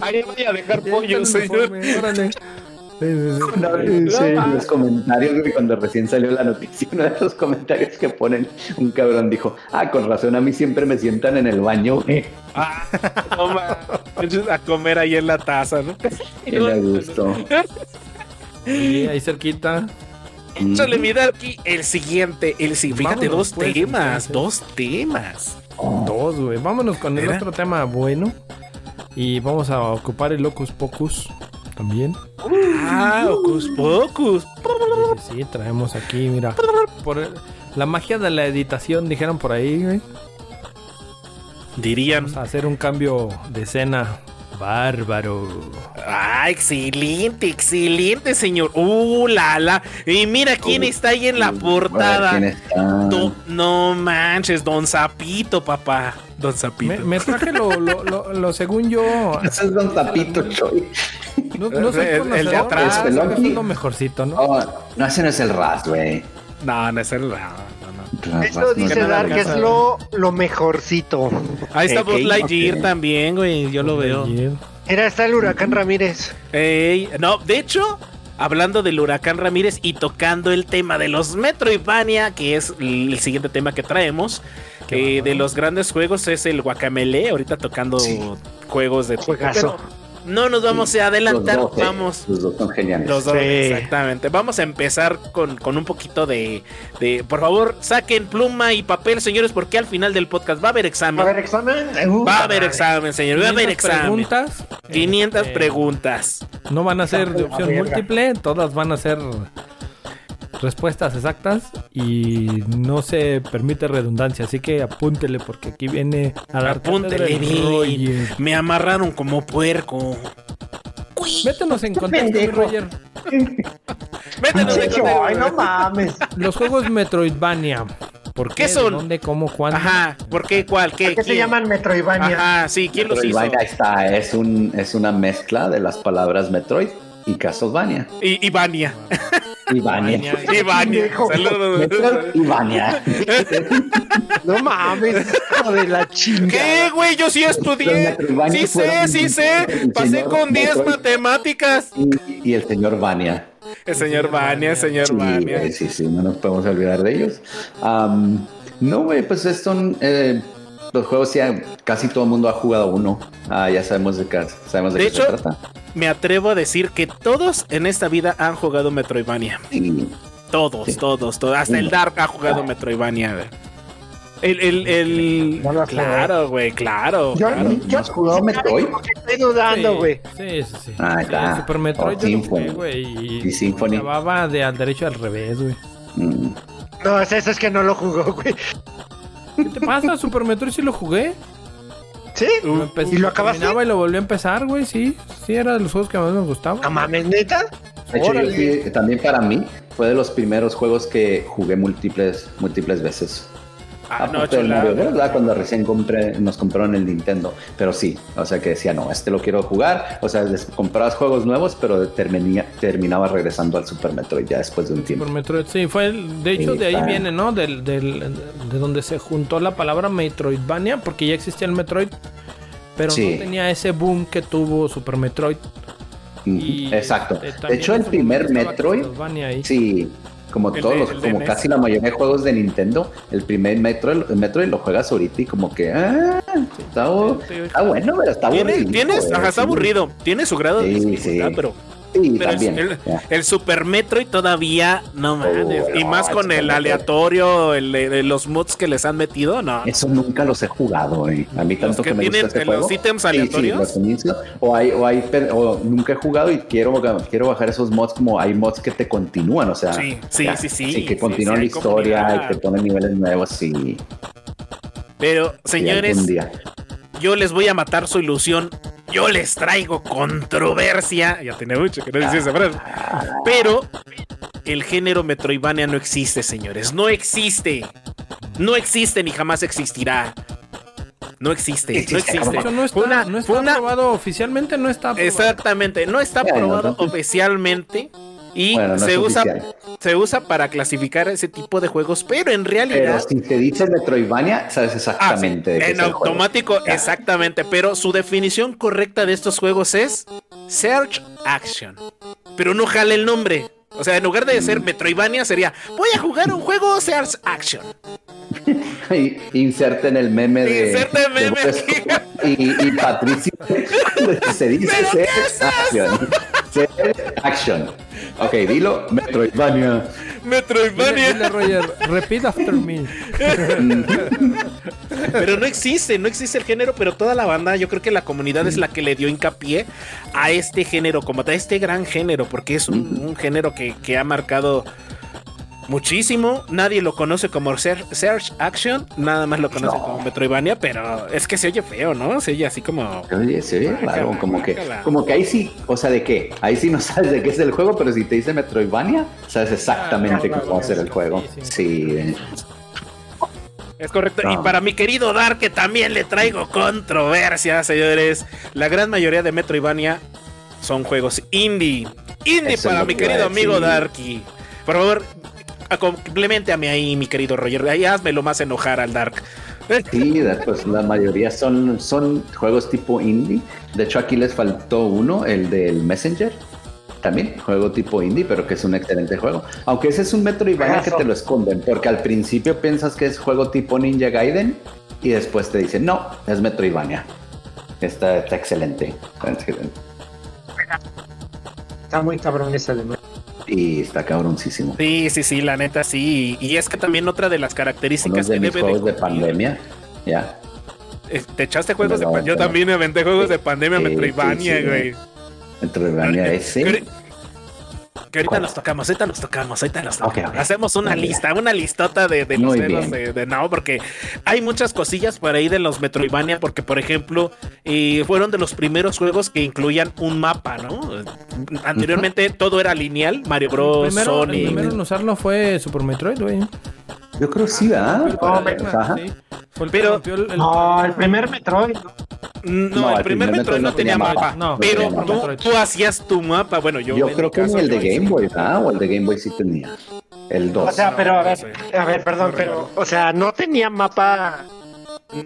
Speaker 3: Ahí voy a dejar
Speaker 4: Ya está el
Speaker 3: pollo, señor.
Speaker 4: uniforme, órale. Sí, sí, sí.
Speaker 5: Una vez
Speaker 6: Sí, sí.
Speaker 5: en los comentarios, güey, cuando recién salió la noticia, [LAUGHS] uno de los comentarios que ponen, un cabrón dijo, ah, con razón, a mí siempre me sientan en el baño, güey.
Speaker 3: Ah, no, manches, a comer ahí en la taza, ¿no?
Speaker 5: Qué le gustó.
Speaker 4: Sí, ahí cerquita.
Speaker 5: Mm.
Speaker 3: Échale mi Darky, el siguiente, el si- Fíjate,
Speaker 4: Vámonos,
Speaker 3: dos
Speaker 4: pues,
Speaker 3: temas,
Speaker 4: entonces.
Speaker 3: dos temas.
Speaker 4: Dos, güey. Vámonos con el
Speaker 3: Mira.
Speaker 4: otro tema bueno. Y vamos a ocupar el Locus Pocus también.
Speaker 3: Ah, Ocus Pocus.
Speaker 4: Sí, sí, sí, traemos aquí, mira. Por el- la magia de la editación, dijeron por ahí, güey.
Speaker 3: Dirían,
Speaker 4: Vamos a hacer un cambio de escena. Bárbaro.
Speaker 3: Ah, excelente, excelente, señor. Uh, la, la. Y mira quién
Speaker 5: Uh,
Speaker 3: está ahí en la
Speaker 5: Uh,
Speaker 3: portada.
Speaker 5: a ver ¿Quién está?
Speaker 3: Do- no manches, don Zapito, papá. Don
Speaker 4: Me,
Speaker 3: Zapito.
Speaker 4: me traje lo, lo, lo- lo- según yo.
Speaker 5: Ese es Don
Speaker 3: [LAUGHS]
Speaker 5: Tapito, Choy.
Speaker 4: No, no soy
Speaker 3: Eh, El- el de
Speaker 4: conocedor,
Speaker 3: atrás,
Speaker 4: pero creo que
Speaker 5: Pelonqui.
Speaker 4: es lo mejorcito, ¿no?
Speaker 5: Oh, no, ese no es el Raz, güey.
Speaker 3: No, no es el. No, no, no.
Speaker 5: Raz, no
Speaker 6: Eso
Speaker 5: es
Speaker 6: dice
Speaker 5: el
Speaker 6: Dark,
Speaker 5: Raz.
Speaker 6: que es lo, lo mejorcito.
Speaker 3: Ahí está
Speaker 5: Ok,
Speaker 3: Buzz Lightyear
Speaker 5: ok.
Speaker 3: también, güey. Yo lo veo.
Speaker 4: Ayer.
Speaker 6: Era está el huracán Ramírez.
Speaker 3: Ey, no, de hecho, hablando del huracán Ramírez y tocando el tema de los Metroidvania, que es l- el siguiente tema que traemos,
Speaker 4: Qué
Speaker 3: eh,
Speaker 4: bárbaro.
Speaker 3: de los grandes juegos es el guacamele, ahorita tocando juegos de
Speaker 6: Juegazo.
Speaker 3: Pero No nos vamos a adelantar,
Speaker 5: Los dos, eh,
Speaker 3: vamos.
Speaker 5: Los dos son geniales.
Speaker 3: Los dos,
Speaker 6: Sí.
Speaker 3: exactamente. Vamos a empezar con, con un poquito de, de- Por favor, saquen pluma y papel, señores, porque al final del podcast va a haber examen.
Speaker 6: ¿Va a haber examen? Uh,
Speaker 3: Va a haber examen, señor. Va a
Speaker 4: 500
Speaker 3: haber examen. eh,
Speaker 4: preguntas.
Speaker 3: 500
Speaker 4: este,
Speaker 3: preguntas.
Speaker 4: No van a ser de
Speaker 3: Ah,
Speaker 6: La
Speaker 4: opción
Speaker 6: verga.
Speaker 4: múltiple, todas van a ser respuestas exactas y no se permite redundancia, así que apúntele porque aquí viene a dar
Speaker 3: Apúntele
Speaker 4: cátedra el
Speaker 3: bien.
Speaker 4: Roger.
Speaker 3: Me amarraron como puerco.
Speaker 4: Métenos en contexto, mi Roger.
Speaker 3: Métenos de contexto.
Speaker 6: Ay, no mames.
Speaker 4: Los juegos Metroidvania. ¿Por qué,
Speaker 3: ¿Qué son?
Speaker 4: ¿De ¿Dónde? ¿Cómo? ¿Cuándo?
Speaker 3: Ajá, ¿por qué? ¿Cuál? ¿Qué?
Speaker 6: ¿Qué se
Speaker 3: ¿Quién?
Speaker 6: llaman Metroidvania?
Speaker 3: Ajá, sí, ¿quién los hizo?
Speaker 5: Metroidvania está, es, un, es una mezcla de las palabras Metroid y Castlevania.
Speaker 3: Y, Ivania.
Speaker 5: Y Vania.
Speaker 3: Ivania.
Speaker 6: Pendejo.
Speaker 3: Saludos.
Speaker 5: Metroid y Vania.
Speaker 6: No mames, hijo de la
Speaker 3: ¿Qué,
Speaker 6: chingada.
Speaker 3: güey? Yo sí estudié.
Speaker 5: Metroidvania
Speaker 3: Sí sé,
Speaker 5: fueron
Speaker 3: sí sé.
Speaker 5: el
Speaker 3: Pasé
Speaker 5: señor
Speaker 3: con 10
Speaker 5: Metroid.
Speaker 3: matemáticas.
Speaker 5: Y, y el señor Vania.
Speaker 3: El señor Vania, el señor
Speaker 5: Sí,
Speaker 3: Vania.
Speaker 5: güey, sí, sí, no nos podemos olvidar de ellos. Am, no, güey, pues esto, eh, los juegos ya casi todo el mundo ha jugado uno. Ah, ya sabemos de qué, sabemos de
Speaker 3: De
Speaker 5: qué se
Speaker 3: hecho-
Speaker 5: trata.
Speaker 3: Me atrevo a decir que todos en esta vida han jugado Metroidvania.
Speaker 5: Sí.
Speaker 3: Todos,
Speaker 5: Sí.
Speaker 3: todos, todos. Hasta el Dark ha jugado Metroidvania, güey. El, el, el.
Speaker 6: No lo sé.
Speaker 3: Claro, güey, claro.
Speaker 6: Yo,
Speaker 3: claro.
Speaker 5: ¿No has jugado Metroid?
Speaker 6: Porque estoy dudando, güey.
Speaker 4: Sí, sí, sí.
Speaker 5: Ah,
Speaker 4: Sí,
Speaker 5: está.
Speaker 4: Super Metroid
Speaker 5: O
Speaker 4: yo lo
Speaker 5: Symphony.
Speaker 4: jugué, güey.
Speaker 5: Y Symphony.
Speaker 4: Acababa de al derecho y al revés, güey.
Speaker 5: Mm.
Speaker 6: No, es eso es que no lo jugó, güey.
Speaker 4: ¿Qué te
Speaker 5: [LAUGHS]
Speaker 4: pasa? Super Metroid sí lo jugué.
Speaker 6: ¿Sí?
Speaker 5: Uh,
Speaker 4: Lo empecé-
Speaker 6: ¿Y lo acabaste?
Speaker 4: pues, terminaba y lo volví a empezar, güey, sí. Sí, era de los juegos que más me gustaban.
Speaker 5: Ah.
Speaker 6: No mames, neta.
Speaker 5: De hecho, yo
Speaker 6: Órale.
Speaker 5: sí, también para mí fue de los primeros juegos que jugué múltiples, múltiples veces.
Speaker 3: Ah, no,
Speaker 5: Aparte del
Speaker 3: chulada.
Speaker 5: Mario Bros, ¿verdad? Cuando recién compré, nos compraron el Nintendo. Pero sí, o sea que decía, no, este lo quiero jugar. O sea, les- comprabas juegos nuevos, pero terminía- terminaba regresando al Super Metroid ya después de un tiempo.
Speaker 4: Super Metroid, sí, fue el- de hecho
Speaker 5: Sí,
Speaker 4: de ahí
Speaker 5: está.
Speaker 4: viene, ¿no? Del, del- de donde se juntó la palabra Metroidvania, porque ya existía el Metroid, pero
Speaker 5: Sí.
Speaker 4: no tenía ese boom que tuvo Super Metroid.
Speaker 5: Ujú,
Speaker 4: Y,
Speaker 5: Mm, Exacto.
Speaker 4: este,
Speaker 5: de
Speaker 4: también
Speaker 5: hecho,
Speaker 4: en
Speaker 5: el
Speaker 4: su
Speaker 5: primer
Speaker 4: momento estaba
Speaker 5: Metroid,
Speaker 4: Castlevania ahí.
Speaker 5: sí, Como
Speaker 3: El
Speaker 5: todos
Speaker 3: de-
Speaker 5: los,
Speaker 3: el de
Speaker 5: como
Speaker 3: NES.
Speaker 5: casi la mayoría de juegos de Nintendo, el primer Metro, el Metroid lo juegas ahorita y como que ah, está, bu- está bueno, pero está
Speaker 3: ¿Tiene-
Speaker 5: aburrido.
Speaker 3: ¿Tienes?
Speaker 5: güey,
Speaker 3: Ajá, está
Speaker 5: sí.
Speaker 3: aburrido. Tiene su grado de
Speaker 5: Sí,
Speaker 3: dificultad,
Speaker 5: sí.
Speaker 3: pero,
Speaker 5: Sí,
Speaker 3: pero
Speaker 5: también.
Speaker 3: el,
Speaker 5: ya.
Speaker 3: el Super Metroid todavía no mames. y
Speaker 5: Oh, no,
Speaker 3: más
Speaker 5: el
Speaker 3: con
Speaker 5: Super
Speaker 3: el
Speaker 5: Metroid.
Speaker 3: aleatorio, el, de- de los mods que les han metido, no.
Speaker 5: Eso nunca los he jugado, eh. A mí
Speaker 3: ¿Los
Speaker 5: tanto
Speaker 3: que
Speaker 5: que, me
Speaker 3: tienen
Speaker 5: gusta este
Speaker 3: en los
Speaker 5: juego.
Speaker 3: ítems
Speaker 5: Sí, sí,
Speaker 3: aleatorios?
Speaker 5: los inicio. O hay, o hay, per- o nunca he jugado y quiero, quiero bajar esos mods como hay mods que te continúan, o sea.
Speaker 3: Sí, sí, sí, sí,
Speaker 5: que
Speaker 3: sí,
Speaker 5: continúan
Speaker 3: sí,
Speaker 5: la
Speaker 3: hay
Speaker 5: historia
Speaker 3: comunidad.
Speaker 5: y te ponen niveles nuevos, sí.
Speaker 3: Pero,
Speaker 5: sí,
Speaker 3: señores,
Speaker 5: algún día.
Speaker 3: yo les voy a matar su ilusión. Yo les traigo controversia. Ya tenía mucho que no decía esa frase. Pero el género Metroidvania no existe, señores. No existe. No existe ni jamás existirá. No existe. No
Speaker 5: Existe,
Speaker 3: existe.
Speaker 5: cabrón.
Speaker 4: De hecho, no está,
Speaker 3: Fue una-
Speaker 4: no está
Speaker 3: fue una-
Speaker 4: aprobado oficialmente, no está aprobado.
Speaker 3: Exactamente. No está
Speaker 5: Bueno,
Speaker 3: aprobado
Speaker 5: entonces-
Speaker 3: oficialmente. Y
Speaker 5: Bueno, no
Speaker 3: se,
Speaker 5: es
Speaker 3: usa,
Speaker 5: oficial.
Speaker 3: se usa para clasificar ese tipo de juegos. Pero en
Speaker 5: Pero
Speaker 3: realidad.
Speaker 5: si te dice Metroidvania, sabes
Speaker 3: Ah, sí,
Speaker 5: exactamente. de qué
Speaker 3: en
Speaker 5: es el juego.
Speaker 3: automático,
Speaker 5: Ya.
Speaker 3: exactamente. Pero su definición correcta de estos juegos es Search Action. Pero no jale el nombre. O sea, en lugar de
Speaker 5: Mm.
Speaker 3: ser Metroidvania, sería voy a jugar un juego Search Action.
Speaker 5: Y inserten el meme de.
Speaker 3: Inserten meme
Speaker 5: de-
Speaker 3: aquí.
Speaker 5: y, y Patricio. [LAUGHS] se dice
Speaker 3: ¿Pero
Speaker 5: ser
Speaker 3: qué es eso?
Speaker 5: action. Ser action. Ok, dilo. Metroidvania.
Speaker 4: Dile,
Speaker 3: Metroidvania.
Speaker 4: dile, Roger, repeat after
Speaker 5: [LAUGHS]
Speaker 4: me.
Speaker 5: Mm,
Speaker 3: Pero no existe, no existe el género, pero toda la banda, yo creo que la comunidad es la que le dio hincapié a este género, como a este gran género, porque es un, un género que, que ha marcado muchísimo. Nadie lo conoce como ser- Search Action, nada más lo conoce como Metroidvania, pero es que se oye feo, ¿no? Se oye así como...
Speaker 5: Oye, se ve raro. Como que,
Speaker 3: guácala.
Speaker 5: como que ahí sí. O sea, ¿de qué? Ahí sí no sabes de qué es el juego, pero si te dice Metroidvania, sabes exactamente
Speaker 4: Ah, no,
Speaker 5: cómo va a
Speaker 4: no,
Speaker 5: ser
Speaker 4: no,
Speaker 5: el
Speaker 4: sí,
Speaker 5: juego.
Speaker 4: sí.
Speaker 5: Sí. eh.
Speaker 3: Es correcto. Y
Speaker 5: No.
Speaker 3: para mi querido Dark, que también le traigo controversia, señores. La gran mayoría de Metroidvania son juegos indie. Indie
Speaker 5: Eso es
Speaker 3: para
Speaker 5: lo
Speaker 3: mi
Speaker 5: que iba
Speaker 3: querido
Speaker 5: a decir.
Speaker 3: amigo Darky. Por favor, a- complementame ahí, mi querido Roger. Ahí hazmelo más enojar al Dark.
Speaker 5: Sí, de- pues la mayoría son, son juegos tipo indie. De hecho, aquí les faltó uno, el del Messenger. También, juego tipo indie, pero que es un excelente juego. Aunque ese es un Metroidvania que
Speaker 6: Juegazo.
Speaker 5: te lo esconden, porque al principio piensas que es juego tipo Ninja Gaiden y después te dicen, no, es Metroidvania. Está, está excelente. Está excelente.
Speaker 6: Está muy cabrón ese de
Speaker 5: Y está cabroncísimo.
Speaker 3: Sí, sí, sí, la neta, sí. Y es que también otra de las
Speaker 5: Uno
Speaker 3: características
Speaker 5: de
Speaker 3: que
Speaker 5: mis
Speaker 3: debe
Speaker 5: juegos de
Speaker 3: cumplir-
Speaker 5: pandemia. Ya.
Speaker 3: Eh, Te echaste juegos
Speaker 5: Me
Speaker 3: de pandemia. Yo
Speaker 5: levanto.
Speaker 3: también me aventé juegos de pandemia,
Speaker 5: Sí,
Speaker 3: Metroidvania,
Speaker 5: sí, sí.
Speaker 3: güey.
Speaker 5: Metroidvania
Speaker 3: Que-
Speaker 5: ese.
Speaker 3: Que ahorita
Speaker 5: ¿Cuál?
Speaker 3: nos tocamos, ahorita nos tocamos, ahorita nos tocamos.
Speaker 5: Ok, ok.
Speaker 3: Hacemos una
Speaker 5: Muy bien.
Speaker 3: lista, una listota de, de los
Speaker 5: Muy
Speaker 3: dedos de,
Speaker 5: bien.
Speaker 3: de- no, porque hay muchas cosillas por ahí de los Metroidvania, porque por ejemplo, eh, fueron de los primeros juegos que incluían un mapa, ¿no? Anteriormente todo era lineal, Mario Bros,
Speaker 4: Primero, el
Speaker 3: Sonic.
Speaker 4: primero en usarlo fue Super Metroid, güey.
Speaker 5: Yo creo que sí, ¿verdad? Pues,
Speaker 4: Fue el
Speaker 5: Ajá.
Speaker 4: sí. Fue el
Speaker 3: Pero-
Speaker 4: que rompió el- el-
Speaker 6: No, el primer Metroid. ¿no?
Speaker 3: No, el primer Metroid no tenía mapa.
Speaker 4: No,
Speaker 3: Pero
Speaker 5: tenía
Speaker 3: tú,
Speaker 4: mapa.
Speaker 3: tú hacías tu mapa. Bueno, yo,
Speaker 5: Yo,
Speaker 3: en mi
Speaker 5: creo que ni
Speaker 3: caso,
Speaker 5: el de
Speaker 3: yo hice-
Speaker 5: Game Boy, ¿verdad? O el de Game Boy sí tenía. El 2.
Speaker 6: O sea, pero a ver,
Speaker 3: Sí.
Speaker 6: a ver, perdón, pero, o sea, no tenía mapa.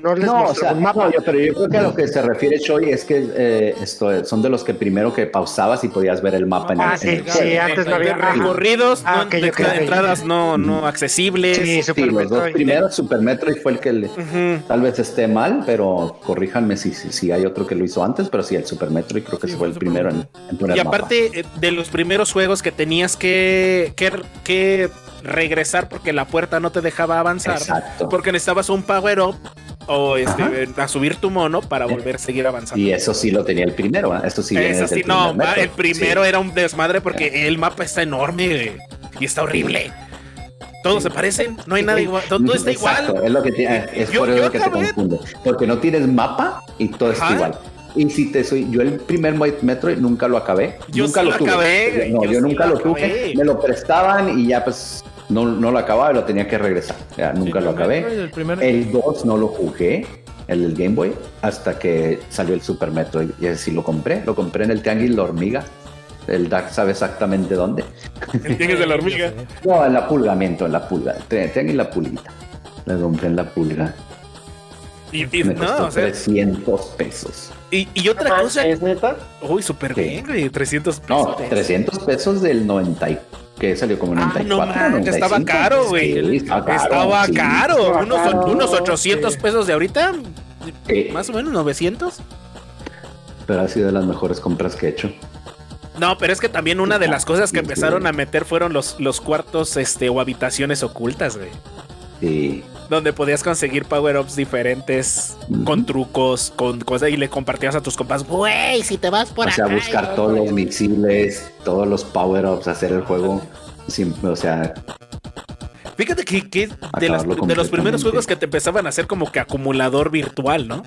Speaker 6: No les
Speaker 5: no, o
Speaker 6: mostró
Speaker 5: sea,
Speaker 6: un mapa.
Speaker 5: no, yo- pero yo creo que a lo que se refiere Choi es que eh, esto, es- son de los que primero que pausabas y podías ver el mapa en el,
Speaker 6: Ah,
Speaker 5: en
Speaker 6: sí,
Speaker 5: el
Speaker 6: sí, antes no había. ajá.
Speaker 3: Recorridos,
Speaker 6: Ah,
Speaker 3: no-
Speaker 6: ok,
Speaker 3: de-
Speaker 6: ok, ok.
Speaker 3: entradas no,
Speaker 5: Mm.
Speaker 3: no accesibles.
Speaker 6: Sí,
Speaker 5: Sí,
Speaker 6: Super
Speaker 5: los dos
Speaker 6: Metroid.
Speaker 5: primeros, Super Metroid fue el que le-
Speaker 3: Ujú.
Speaker 5: tal vez esté mal, pero corríjanme si, si, si hay otro que lo hizo antes, pero sí, el Super Metroid creo que
Speaker 4: Sí,
Speaker 5: fue
Speaker 4: fue
Speaker 5: el
Speaker 4: Super
Speaker 5: primero en,
Speaker 4: Metroid.
Speaker 5: en poner
Speaker 3: Y
Speaker 5: mapa.
Speaker 3: aparte eh, de los primeros juegos que tenías que, que, que regresar porque la puerta no te dejaba avanzar.
Speaker 5: Exacto.
Speaker 3: Porque necesitabas un power up o este,
Speaker 5: Ajá.
Speaker 3: eh, a subir tu mono para volver a seguir avanzando.
Speaker 5: Y eso sí lo tenía el primero, ¿eh? Esto sí viene
Speaker 3: Eso
Speaker 5: desde
Speaker 3: sí,
Speaker 5: el
Speaker 3: no,
Speaker 5: primer
Speaker 3: va,
Speaker 5: Metroid.
Speaker 3: el primero
Speaker 5: Sí.
Speaker 3: era un desmadre porque el mapa está enorme güey, y está horrible. Todos se parecen, no hay nada igual, todo, todo está
Speaker 5: Exacto,
Speaker 3: igual.
Speaker 5: Es lo que te- ah, es
Speaker 3: Yo-
Speaker 5: por
Speaker 3: yo
Speaker 5: eso que te
Speaker 3: acabé-
Speaker 5: confunde. Porque no tienes mapa y todo está
Speaker 3: Ajá.
Speaker 5: igual. Y si te soy, yo el primer Mo- Metroid nunca lo acabé.
Speaker 3: Yo
Speaker 5: nunca
Speaker 3: sí
Speaker 5: lo
Speaker 3: lo
Speaker 5: tuve.
Speaker 3: acabé, güey,
Speaker 5: No,
Speaker 3: yo
Speaker 5: yo,
Speaker 3: sí
Speaker 5: nunca
Speaker 3: lo
Speaker 5: lo,
Speaker 3: acabé.
Speaker 5: tuve. Me lo prestaban y ya pues no, no lo acababa y lo tenía que regresar. Ya, nunca
Speaker 4: Sí,
Speaker 5: lo
Speaker 4: el
Speaker 5: acabé. Eh,
Speaker 4: Metroid, el primer-
Speaker 5: El 2 no lo jugué, el del Game Boy, hasta que salió el Super Metroid. Y así lo compré. Lo compré en el Tianguis La Hormiga. El DAC sabe exactamente dónde.
Speaker 3: Tienes de la hormiga.
Speaker 5: No, en la pulga, miento, en la pulga. Te- Tengo en la pulguita. La compré en la pulga.
Speaker 3: [LAUGHS] Y, y-
Speaker 5: Me
Speaker 3: no,
Speaker 5: costó
Speaker 3: o sea,
Speaker 5: 300 pesos.
Speaker 3: y, y otra cosa,
Speaker 6: Ah, ¿Es neta?
Speaker 3: uy, súper
Speaker 5: Sí.
Speaker 3: bien, güey, 300 pesos.
Speaker 5: No, 300 pesos del 94 que salió como en
Speaker 3: Ah,
Speaker 5: 94.
Speaker 3: no manches,
Speaker 5: 95.
Speaker 3: estaba caro, güey.
Speaker 5: Sí,
Speaker 3: Estaba
Speaker 5: sí.
Speaker 3: caro.
Speaker 6: estaba
Speaker 3: Unos,
Speaker 6: caro,
Speaker 3: unos 800
Speaker 6: sí.
Speaker 3: pesos de ahorita.
Speaker 5: Sí,
Speaker 3: Más o menos 900.
Speaker 5: Eh, pero ha sido de las mejores compras que he hecho.
Speaker 3: No, pero es que también una de las cosas que empezaron a meter fueron los, los cuartos este, o habitaciones ocultas, güey.
Speaker 5: Y
Speaker 3: Donde podías conseguir power-ups diferentes con trucos, con cosas y le compartías a tus compas. Güey, si te vas por
Speaker 5: o sea,
Speaker 3: acá", y
Speaker 5: buscar
Speaker 3: todo,
Speaker 5: todos
Speaker 3: güey.
Speaker 5: los misiles, todos los power-ups, hacer el juego. sin- o sea,
Speaker 3: Fíjate que, que de, las-
Speaker 5: Acabarlo
Speaker 3: de los primeros
Speaker 5: completamente.
Speaker 3: juegos que te empezaban a hacer como que acumulador virtual, ¿no?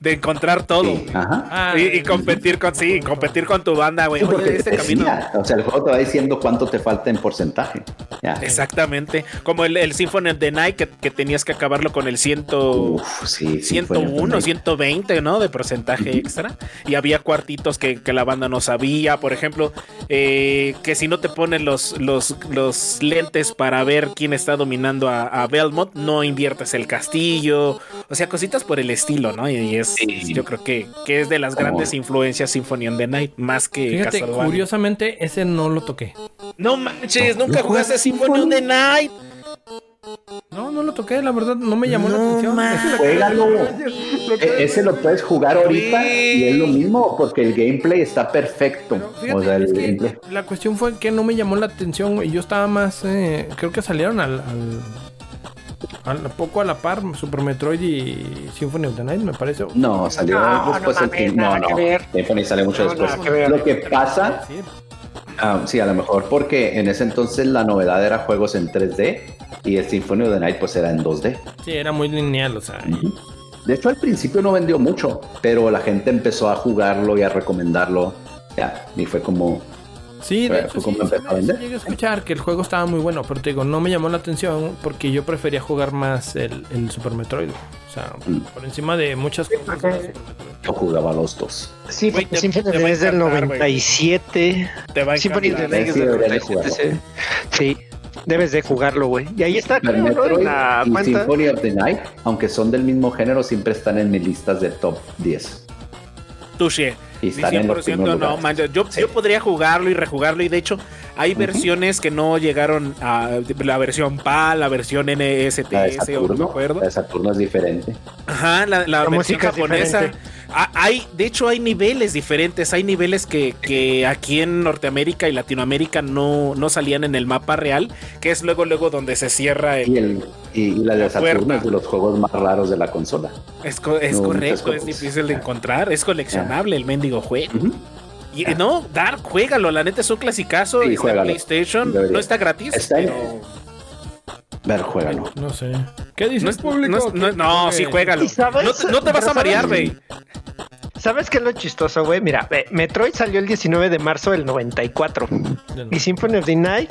Speaker 3: De encontrar todo.
Speaker 5: sí, ajá.
Speaker 3: Y, y competir con sí, competir con tu banda, güey.
Speaker 5: Sí,
Speaker 3: Oye,
Speaker 5: porque
Speaker 3: este
Speaker 5: te
Speaker 3: camino.
Speaker 5: decía, o sea, el juego te va diciendo cuánto te falta en porcentaje. Ya.
Speaker 3: Exactamente. Como el, el Symphony of the Night que, que tenías que acabarlo con el ciento,
Speaker 5: Uf, sí, sí, fue
Speaker 3: 101,
Speaker 5: el-
Speaker 3: 120, ¿no? De porcentaje extra. Y había cuartitos que, que la banda no sabía. Por ejemplo, eh, que si no te pones los, los, los lentes para ver quién está dominando a, a Belmont, no inviertes el castillo. O sea, cositas por el estilo, ¿no? Y, y es,
Speaker 5: Sí.
Speaker 3: yo creo que, que es de las
Speaker 5: Como-
Speaker 3: grandes influencias Symphony of the Night, más que
Speaker 4: Fíjate,
Speaker 3: Castlevania.
Speaker 4: curiosamente ese no lo toqué.
Speaker 3: No manches, nunca
Speaker 5: ¿No
Speaker 3: jugaste
Speaker 5: jugaste
Speaker 3: Symphony of the Night.
Speaker 4: No, no lo toqué, la verdad, no me llamó la
Speaker 3: No
Speaker 4: atención.
Speaker 3: ma-
Speaker 4: Eso es lo que-
Speaker 5: Juégalo.
Speaker 4: lo que-
Speaker 5: E- ese lo puedes jugar ahorita y es lo mismo porque el gameplay está perfecto.
Speaker 4: Pero
Speaker 5: o
Speaker 4: fíjate,
Speaker 5: sea, el
Speaker 4: es que
Speaker 5: gameplay-
Speaker 4: la cuestión fue que no me llamó la atención, güey. Yo estaba más. eh, creo que salieron al, al, al- poco a la par Super Metroid y Symphony of the Night, me parece.
Speaker 5: No, salió
Speaker 6: No,
Speaker 5: después pues,
Speaker 6: no
Speaker 5: el
Speaker 6: mames,
Speaker 5: prim- No,
Speaker 6: nada que
Speaker 5: no.
Speaker 6: ver.
Speaker 5: Symphony sale mucho
Speaker 6: No,
Speaker 5: después.
Speaker 6: nada que ver.
Speaker 5: Lo que pasa,
Speaker 4: Sí,
Speaker 5: ah, sí, a lo mejor porque en ese entonces la novedad era juegos en 3D y el Symphony of the Night pues era en 2D.
Speaker 4: sí, era muy lineal, o sea. y-
Speaker 5: De hecho, al principio no vendió mucho, pero la gente empezó a jugarlo y a recomendarlo. Ya, y fue como,
Speaker 4: Sí, de
Speaker 5: Pero
Speaker 4: hecho,
Speaker 5: fue
Speaker 4: sí,
Speaker 5: como
Speaker 4: sí,
Speaker 5: empezó a
Speaker 4: me- sí
Speaker 5: vender.
Speaker 4: llegué a escuchar que el juego estaba muy bueno, pero te digo, no me llamó la atención porque yo prefería jugar más el, el Super Metroid. O sea,
Speaker 5: Mm.
Speaker 4: por encima de muchas cosas.
Speaker 6: porque-
Speaker 4: era Super Metroid.
Speaker 5: yo jugaba los dos.
Speaker 6: Sí,
Speaker 3: Güey,
Speaker 6: porque
Speaker 3: te-
Speaker 6: Symphony
Speaker 3: te
Speaker 6: of the
Speaker 3: va a
Speaker 6: Night es del
Speaker 3: encantar, güey.
Speaker 6: 97.
Speaker 3: Te va a
Speaker 6: Symphony of the
Speaker 3: encantar.
Speaker 6: Night es
Speaker 5: Sí,
Speaker 6: del
Speaker 5: deberías de
Speaker 6: 97. Sí, Sí, debes de jugarlo, güey. Y ahí está, creo, ¿no? En
Speaker 5: Metroid
Speaker 6: la
Speaker 5: y
Speaker 6: cuenta.
Speaker 5: Symphony of the Night, aunque son del mismo género, siempre están en mis listas de top 10.
Speaker 3: Touché.
Speaker 5: Y
Speaker 3: Y
Speaker 5: están en los
Speaker 3: 100%
Speaker 5: primeros
Speaker 3: no,
Speaker 5: lugares.
Speaker 3: man, yo, yo podría jugarlo y rejugarlo y de hecho hay
Speaker 5: Ujú.
Speaker 3: versiones que no llegaron a la versión PAL, la versión
Speaker 5: La de
Speaker 3: NSTS o no me
Speaker 5: Saturno,
Speaker 3: acuerdo.
Speaker 5: la de Saturno es diferente.
Speaker 3: Ajá, la, la
Speaker 6: La
Speaker 3: versión
Speaker 6: música es
Speaker 3: japonesa.
Speaker 6: diferente.
Speaker 3: Ah, Hay, de hecho, hay niveles diferentes. Hay niveles que, que aquí en Norteamérica y Latinoamérica no, no salían en el mapa real, que es luego, luego donde se cierra el.
Speaker 5: Y, el, y, y la
Speaker 3: La
Speaker 5: de Saturno
Speaker 3: puerta.
Speaker 5: es de los juegos más raros de la consola.
Speaker 3: Es, co- es
Speaker 5: No, muchas
Speaker 3: correcto, es
Speaker 5: cosas.
Speaker 3: difícil de encontrar, es coleccionable el mendigo juego.
Speaker 5: Ujú.
Speaker 3: Y, eh, no, Dark, juégalo, la neta es un clasicazo.
Speaker 5: Sí,
Speaker 3: está en
Speaker 5: juégalo.
Speaker 3: PlayStation
Speaker 5: Debería.
Speaker 3: no está gratis.
Speaker 5: Está en-
Speaker 3: pero-
Speaker 5: Ver, juégalo.
Speaker 4: No sé. ¿Qué dice
Speaker 3: No,
Speaker 4: el
Speaker 3: es- no,
Speaker 4: público?
Speaker 3: es- no- no,
Speaker 4: ¿Qué-
Speaker 3: sí, juégalo.
Speaker 6: ¿Y sabes?
Speaker 3: No, te- no te vas
Speaker 6: Pero
Speaker 3: a marear,
Speaker 6: ¿sabes?
Speaker 3: güey.
Speaker 6: ¿Sabes qué es lo chistoso, güey? Mira, ve, Metroid salió el 19 de marzo del 94. Y Symphony of the Night